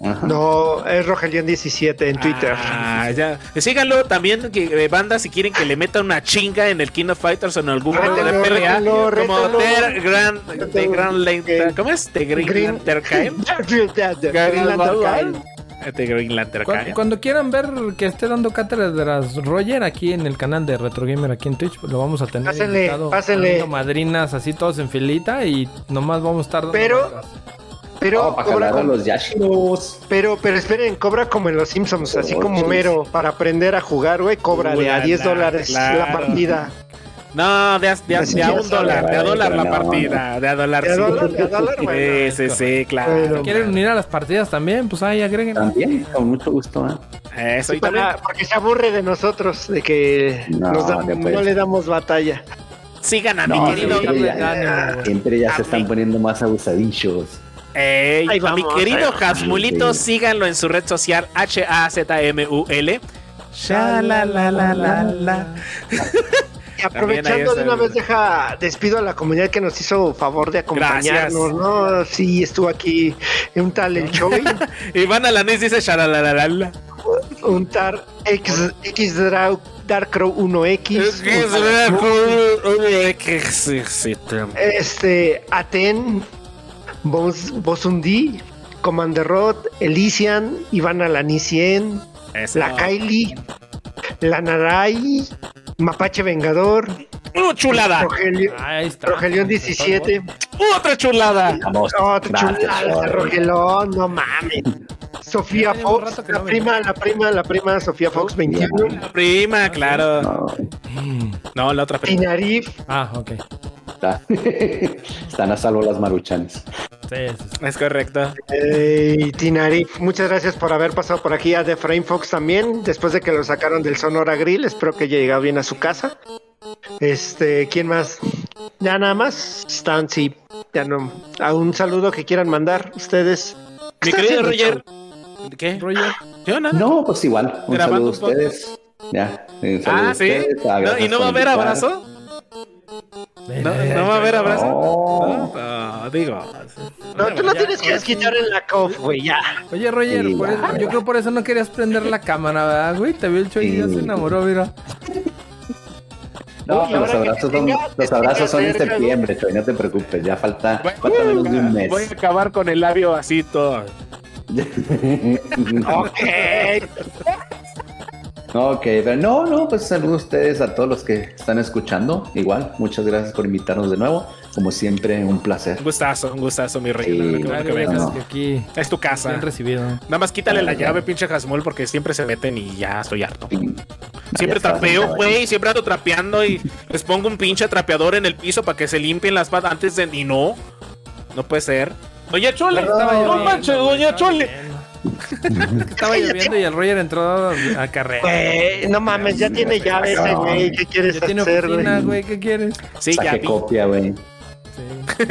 Speaker 5: Ajá.
Speaker 6: No, es Rogelio 17 en Twitter.
Speaker 3: Ah, ya. Síganlo también, que, de banda, si quieren que le metan una chinga en el King of Fighters o en algún juego de
Speaker 6: Ah, Rétalo,
Speaker 3: PRA.
Speaker 6: rétalo, rétalo.
Speaker 3: Como The Grand, The
Speaker 6: Rétalo.
Speaker 3: Grand Lantern. ¿Cómo es? The Green,
Speaker 6: Green-
Speaker 3: Lantern Time.
Speaker 6: [LAUGHS] Greenland Tracker.
Speaker 3: The Green Lantern
Speaker 4: Cu-
Speaker 3: Time.
Speaker 4: Cuando quieran ver que esté dando cátedras Roger aquí en el canal de Retro Gamer aquí en Twitch, pues lo vamos a tener
Speaker 6: Pásenle,
Speaker 4: invitado,
Speaker 6: pásenle.
Speaker 4: haciendo madrinas así todos en filita y nomás vamos a estar dando
Speaker 6: Pero-
Speaker 4: vueltas.
Speaker 6: Pero,
Speaker 5: No, para
Speaker 6: cobra
Speaker 5: jalar a
Speaker 6: como-
Speaker 5: los Yashiros.
Speaker 6: pero, pero esperen, cobra como en los Simpsons, así
Speaker 5: Oh,
Speaker 6: como
Speaker 5: chis.
Speaker 6: mero, para aprender a jugar, güey, cobra de a
Speaker 3: Ulala,
Speaker 6: 10 dólares la
Speaker 3: claro.
Speaker 6: partida.
Speaker 3: No, de a, de a-
Speaker 6: Ni
Speaker 3: de a
Speaker 6: siquiera
Speaker 3: un dólar, de a
Speaker 5: sabe,
Speaker 3: dólar la
Speaker 5: pero no,
Speaker 3: partida, de a dólar.
Speaker 6: ¿De a
Speaker 3: sí.
Speaker 6: dólar? ¿De a dólar?
Speaker 3: Sí,
Speaker 6: Bueno,
Speaker 3: sí, sí, claro.
Speaker 6: Bueno.
Speaker 4: ¿Quieren unir a las partidas también? Pues ahí agreguen.
Speaker 5: También, con mucho gusto. ¿eh?
Speaker 3: Eso, y también,
Speaker 6: Para- porque se aburre de nosotros, de que
Speaker 5: No,
Speaker 6: nos da-
Speaker 5: de
Speaker 6: no
Speaker 5: pues.
Speaker 6: le damos batalla.
Speaker 3: sigan a
Speaker 5: No,
Speaker 3: mi querido
Speaker 5: siempre
Speaker 4: Gabriel
Speaker 5: ya,
Speaker 4: Daniel, güey.
Speaker 5: siempre ya
Speaker 3: A
Speaker 5: se están
Speaker 3: mí.
Speaker 5: poniendo más abusadillos.
Speaker 3: Ey,
Speaker 6: Ahí
Speaker 3: a mi
Speaker 6: vamos, ahí
Speaker 3: querido
Speaker 6: vamos.
Speaker 3: Hasmulito,
Speaker 5: Sí.
Speaker 3: síganlo en su red social H-A-Z-M-U-L. Sha, la, la, la, la, la.
Speaker 6: Y
Speaker 3: ahí
Speaker 6: aprovechando
Speaker 3: está
Speaker 6: de una
Speaker 3: el-
Speaker 6: vez, deja despido a la comunidad que nos hizo favor de acompañarnos,
Speaker 3: Gracias.
Speaker 6: ¿no? Sí, estuvo aquí un tal El Choy,
Speaker 3: [LAUGHS] Iván Alanés dice Sha, la, la, la, la, la.
Speaker 6: un tal X, X Drau- Dark Crow 1X, un tal- este, Aten, Bos- Bosundi, Commander Rod, Elysian, Iván Alanicien,
Speaker 3: Eso.
Speaker 6: la Kylie, la Naray, Mapache Vengador,
Speaker 3: ¡Uh, chulada!
Speaker 6: Rogelio,
Speaker 4: Ah, ahí está.
Speaker 6: Rogelión 17.
Speaker 3: ¡Otra chulada!
Speaker 5: Vamos.
Speaker 6: No, te
Speaker 5: gracias,
Speaker 6: chulada,
Speaker 5: Jorge.
Speaker 6: Rogelón, no mames. Sofía
Speaker 4: Ya tenemos
Speaker 6: Fox,
Speaker 4: rato que
Speaker 6: la
Speaker 4: no
Speaker 6: prima, la prima, la prima Sofía Fox 21,
Speaker 5: Ya,
Speaker 3: Prima, claro.
Speaker 5: no,
Speaker 3: No, la otra prima.
Speaker 6: Tinarif,
Speaker 4: Ah, ok. Sí,
Speaker 5: está- [LAUGHS] Están a salvo las maruchanes.
Speaker 4: sí, sí.
Speaker 3: Es correcto.
Speaker 6: eh, Tinarif, muchas gracias por haber pasado por aquí a The Frame Fox también, después de que lo sacaron del Sonora Grill, espero que haya llegado bien a su casa. Este, ¿quién más? Ya nada más, están, sí, ya no. A un saludo que quieran mandar ustedes. ¿Qué
Speaker 3: Mi querido
Speaker 6: están haciendo,
Speaker 3: Roger. ¿Qué?
Speaker 4: Roger,
Speaker 3: ¿Yo nada?
Speaker 5: No, pues igual. Un
Speaker 3: Ah, Grabando
Speaker 5: saludo a
Speaker 3: un podcast.
Speaker 5: ustedes. Ya. un saludo
Speaker 3: Ah,
Speaker 5: a
Speaker 3: sí.
Speaker 5: ustedes, a-
Speaker 3: No, ¿Y
Speaker 5: gracias
Speaker 3: no va a
Speaker 5: por
Speaker 3: haber
Speaker 5: invitar.
Speaker 3: abrazo?
Speaker 4: eh,
Speaker 3: ¿No, no va a haber abrazo?
Speaker 5: No.
Speaker 3: No, no, digo.
Speaker 6: No, tú lo
Speaker 2: Ya,
Speaker 6: tienes que desquitar en la COF, güey, ya.
Speaker 4: Oye, Roger,
Speaker 5: Sí,
Speaker 4: por
Speaker 5: ya,
Speaker 4: eso- yo creo por eso no querías prender la cámara, ¿verdad, güey? Te vio el show y ya
Speaker 5: Sí.
Speaker 4: se enamoró, mira.
Speaker 5: No,
Speaker 6: Uy,
Speaker 5: pero
Speaker 6: ahora
Speaker 5: los
Speaker 6: que
Speaker 5: abrazos
Speaker 6: te
Speaker 5: son,
Speaker 6: tenga-
Speaker 5: los
Speaker 6: te
Speaker 5: abrazos son en
Speaker 6: tenga cerca,
Speaker 5: septiembre, Choy, no te preocupes, ya falta,
Speaker 3: este Bueno,
Speaker 5: falta menos de un mes.
Speaker 3: Voy a acabar con el labio así todo. [LAUGHS]
Speaker 5: [LAUGHS] Ok, pero no, no, pues saludos a ustedes, a todos los que están escuchando. Igual, muchas gracias por invitarnos de nuevo. Como siempre, un placer.
Speaker 3: Un gustazo, un gustazo, mi rey.
Speaker 5: Sí.
Speaker 3: la verdad, qué bueno
Speaker 4: Claro,
Speaker 3: que
Speaker 4: güey,
Speaker 3: vengas.
Speaker 5: no.
Speaker 4: que aquí
Speaker 3: Es tu casa.
Speaker 4: bien recibido.
Speaker 3: Nada más quítale la
Speaker 5: Ah,
Speaker 3: llave,
Speaker 5: ya.
Speaker 3: pinche Jasmol, porque siempre se meten y ya estoy harto.
Speaker 5: Y-
Speaker 3: Siempre
Speaker 5: ya sabes,
Speaker 3: trapeo,
Speaker 5: ya
Speaker 3: güey, siempre ando trapeando y les pongo un pinche trapeador en el piso para que se limpien las patas antes de... Y no, no puede ser. Doña Chole,
Speaker 4: Estaba
Speaker 3: no
Speaker 4: lloviendo,
Speaker 3: manches,
Speaker 4: güey,
Speaker 3: doña
Speaker 4: estaba
Speaker 3: Chole.
Speaker 4: lloviendo. [LAUGHS] Estaba lloviendo y el Roger entró a carrera.
Speaker 6: Güey, no mames, ya tiene llave ese, güey. ¿Qué quieres
Speaker 4: Ya tiene
Speaker 6: hacer, güey?
Speaker 4: oficina, güey, ¿qué quieres?
Speaker 3: Sí, ya
Speaker 5: Saque
Speaker 3: vi.
Speaker 5: copia,
Speaker 3: [LAUGHS]
Speaker 5: güey.
Speaker 4: Sí.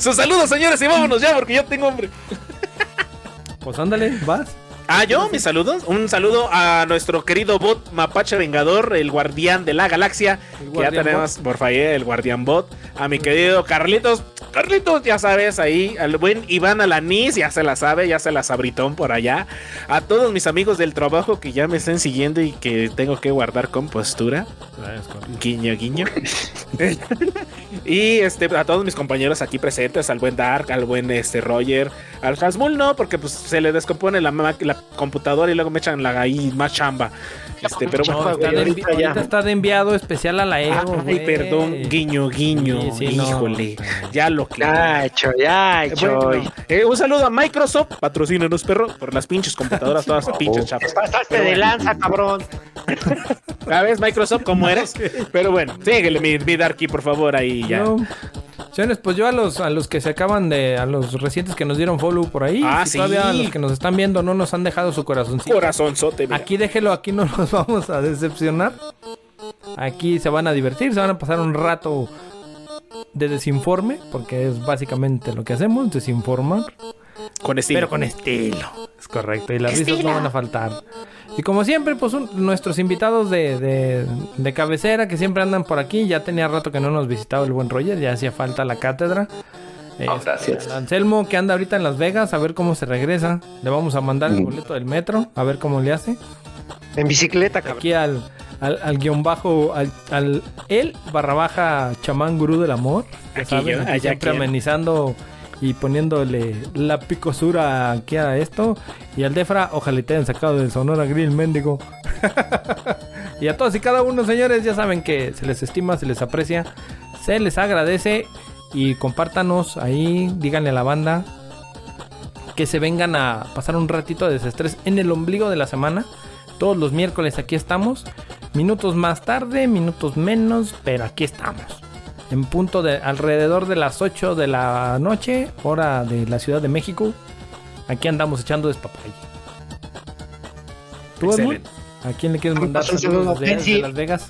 Speaker 3: Sus saludos, señores, y vámonos ya, porque yo tengo hambre.
Speaker 4: Pues ándale, vas.
Speaker 3: Ah, yo, mis saludos. Un saludo a nuestro querido bot Mapache Vengador, el guardián de la galaxia.
Speaker 4: El
Speaker 3: Que ya
Speaker 4: guardián
Speaker 3: tenemos, por falle, el guardián bot. A mi querido Carlitos. Carlitos, ya sabes, ahí. Al buen Iván Alanís, ya se la sabe, ya se la sabritón por allá. A todos mis amigos del trabajo que ya me estén siguiendo y que tengo que guardar compostura. Guiño, guiño. y este, a todos mis compañeros aquí presentes, al buen Dark, al buen este Roger, al Hasmul no, porque pues se le descompone la, ma- la computadora y luego me echan la ahí más chamba. Este, pero
Speaker 4: No,
Speaker 3: bueno,
Speaker 4: está, de,
Speaker 3: ahorita
Speaker 4: envi-
Speaker 3: ya.
Speaker 4: ahorita está de enviado especial a la EO,
Speaker 3: Ah, Ay,
Speaker 4: güey.
Speaker 3: perdón, guiño, guiño.
Speaker 4: Sí, sí, no.
Speaker 3: Híjole, ya lo que.
Speaker 9: Ya, Choy, ya, Choy.
Speaker 3: Bueno, eh, un saludo a Microsoft, patrocínenos perro, por las pinches computadoras,
Speaker 6: [LAUGHS]
Speaker 3: todas pinches
Speaker 6: Oh.
Speaker 3: chapas.
Speaker 6: Pasaste de lanza, cabrón.
Speaker 3: ¿Sabes, Microsoft, cómo eres? Pero bueno, síguele, mi, mi Darky, por favor, ahí ya.
Speaker 4: Yo- señores, pues yo a los, a los que se acaban de, a los recientes que nos dieron follow por ahí,
Speaker 3: Ah,
Speaker 4: si
Speaker 3: sí.
Speaker 4: todavía a los que nos están viendo no nos han dejado su corazoncito.
Speaker 3: Corazonzote, mira.
Speaker 4: Aquí déjelo, aquí no nos [LAUGHS] vamos a decepcionar. Aquí se van a divertir, se van a pasar un rato de desinforme, porque es básicamente lo que hacemos, desinformar.
Speaker 3: con estilo.
Speaker 4: Pero con estilo. Es correcto. Y las risas no van a faltar. Y como siempre, pues un- nuestros invitados de, de- de cabecera que siempre andan por aquí. Ya tenía rato que no nos visitaba el buen Roger. Ya hacía falta la cátedra.
Speaker 5: Ah,
Speaker 4: Este,
Speaker 5: gracias.
Speaker 4: Anselmo que anda ahorita en Las Vegas a ver cómo se regresa. Le vamos a mandar el
Speaker 5: Mm.
Speaker 4: boleto del metro a ver cómo le hace.
Speaker 6: En bicicleta, cabrón.
Speaker 4: Aquí al, al, al guión bajo, al, al el barra baja chamán gurú del amor. Ya
Speaker 3: Aquí
Speaker 4: saben,
Speaker 3: yo,
Speaker 4: aquí
Speaker 3: allá
Speaker 4: siempre
Speaker 3: quién.
Speaker 4: amenizando y poniéndole la picosura aquí a esto. Y al Defra, ojalá y te hayan sacado del Sonora Grill Mendigo. [LAUGHS] y a todos y cada uno, señores, ya saben que se les estima, se les aprecia, se les agradece. Y compártanos ahí, díganle a la banda que se vengan a pasar un ratito de desestrés en el ombligo de la semana. Todos los miércoles aquí estamos. Minutos más tarde, minutos menos, pero aquí estamos. En punto de alrededor de las 8 de la noche, hora de la Ciudad de México. Aquí andamos echando despapalle. ¿Tú, Edmund?
Speaker 3: Excelente.
Speaker 4: ¿A quién le quieres
Speaker 6: Un
Speaker 4: mandar
Speaker 6: saludo
Speaker 4: saludos
Speaker 6: a
Speaker 4: desde-
Speaker 6: Pensi.
Speaker 4: desde Las Vegas?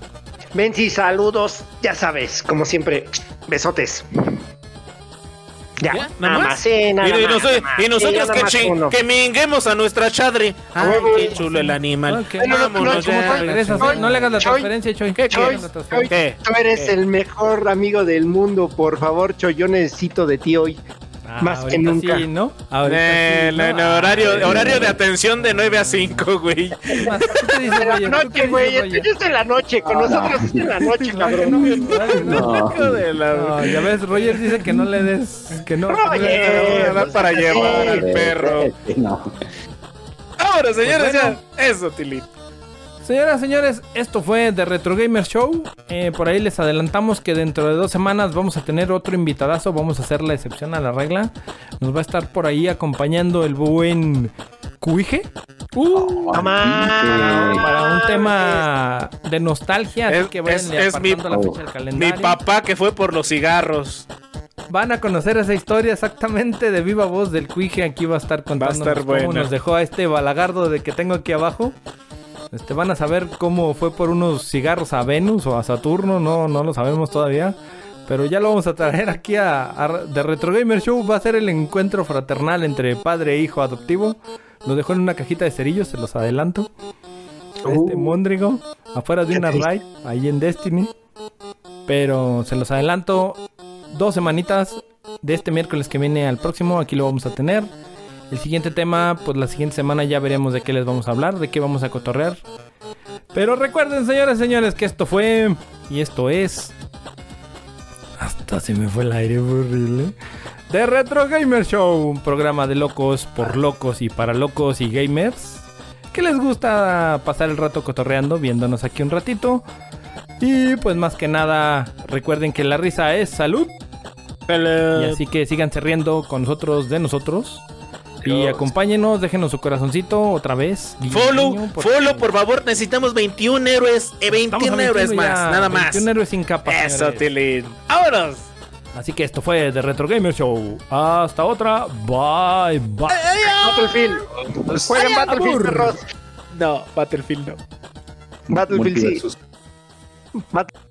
Speaker 6: Menzi, saludos, ya sabes, como siempre, besotes. Ya,
Speaker 3: ¿Ya? ¿Nada
Speaker 6: nada,
Speaker 3: más?
Speaker 6: más, sí, nada
Speaker 3: Y, y
Speaker 6: más,
Speaker 3: noso-
Speaker 6: nada más.
Speaker 3: y nosotros
Speaker 6: Sí,
Speaker 3: que,
Speaker 6: nada más
Speaker 3: chin-
Speaker 6: uno.
Speaker 3: que minguemos a nuestra chadre. Ay,
Speaker 6: Ay,
Speaker 3: qué chulo el animal.
Speaker 4: Ok.
Speaker 6: Ay, no, no,
Speaker 3: Vámonos
Speaker 6: no,
Speaker 3: ya.
Speaker 6: no,
Speaker 4: Regresas, ¿eh?
Speaker 6: Choy,
Speaker 4: no le hagas la
Speaker 6: Choy,
Speaker 4: transferencia, Choy. ¿Qué
Speaker 6: Choy, Choy,
Speaker 3: ¿Qué?
Speaker 6: Tú eres el mejor amigo del mundo, por favor, Choy, yo necesito de ti hoy. más que nunca.
Speaker 4: Sí, ¿no? Ahorita
Speaker 3: Eh,
Speaker 4: sí,
Speaker 3: no,
Speaker 4: ¿no? Ah,
Speaker 3: no, horario, horario de atención de 9 a 5,
Speaker 4: [LAUGHS]
Speaker 3: güey.
Speaker 4: Es más, ¿tú qué dices,
Speaker 6: La
Speaker 4: Roger? ¿Tú qué
Speaker 6: noche,
Speaker 4: dices,
Speaker 6: güey,
Speaker 4: Roger?
Speaker 6: esto es en la noche, con
Speaker 5: Ah,
Speaker 6: nosotros es en la
Speaker 3: [LAUGHS]
Speaker 6: noche, cabrón.
Speaker 5: No.
Speaker 3: Hijo de la-
Speaker 4: Ah, No, ya ves, Roger dice que no le des. Que no.
Speaker 6: Roger.
Speaker 3: Voy a dar Eh, para llevar al
Speaker 5: Eh,
Speaker 3: perro.
Speaker 5: eh, eh, no.
Speaker 3: Ahora, señores,
Speaker 4: Pues bueno.
Speaker 3: ya. Eso, Tilly.
Speaker 4: Señoras, señores, esto fue The Retro Gamer Show. Eh, por ahí les adelantamos que dentro de dos semanas vamos a tener otro invitadazo. Vamos a hacer la excepción a la regla. Nos va a estar por ahí acompañando el buen Cuije. Uh,
Speaker 6: No mames.
Speaker 4: para un tema de nostalgia. así
Speaker 3: Es-
Speaker 4: que
Speaker 3: es-
Speaker 4: váyanle
Speaker 3: es mi-
Speaker 4: apartando la fecha del
Speaker 3: Mi
Speaker 4: calendario.
Speaker 3: papá que fue por los cigarros.
Speaker 4: Van a conocer esa historia exactamente de viva voz del Cuije. Aquí va a estar contándonos
Speaker 3: estar
Speaker 4: cómo
Speaker 3: buena.
Speaker 4: nos dejó a este balagardo de que tengo aquí abajo. Este, van a saber cómo fue por unos cigarros a Venus o a Saturno, no, no lo sabemos todavía. Pero ya lo vamos a traer aquí a, a- de Retro Gamer Show. Va a ser el encuentro fraternal entre padre e hijo adoptivo. Lo dejó en una cajita de cerillos, se los adelanto. Este Móndrigo, afuera de
Speaker 6: Qué
Speaker 4: una
Speaker 6: triste.
Speaker 4: raid, ahí en Destiny. Pero se los adelanto, dos semanitas de este miércoles que viene al próximo, aquí lo vamos a tener. El siguiente tema, pues la siguiente semana ya veremos de qué les vamos a hablar, de qué vamos a cotorrear. Pero recuerden, señoras y señores, que esto fue y esto es. Hasta se me fue el aire fue horrible. The Retro Gamer Show, un programa de locos por locos y para locos y gamers. Que les gusta pasar el rato cotorreando, viéndonos aquí un ratito. Y pues más que nada, recuerden que la risa es salud. Y
Speaker 3: Eh.
Speaker 4: así que síganse riendo con nosotros, de nosotros. Y acompáñenos, déjenos su corazoncito otra vez. Y
Speaker 3: Follow,
Speaker 4: cariño, porque
Speaker 3: follow, por favor, necesitamos 21 héroes, eh,
Speaker 4: estamos a
Speaker 3: 21 héroes
Speaker 4: 21
Speaker 3: más,
Speaker 4: ya,
Speaker 3: nada más.
Speaker 4: 21 héroes sin capa.
Speaker 3: Eso,
Speaker 4: señores.
Speaker 3: Tilín. ¡Vámonos!
Speaker 4: Así que esto fue The Retro Gamer Show. Hasta otra. Bye bye.
Speaker 6: Battlefield. Jueguen Battlefield,
Speaker 4: abur.
Speaker 6: perros.
Speaker 3: No, Battlefield no.
Speaker 6: Battlefield, sí.
Speaker 5: Multiversus.
Speaker 6: Bat-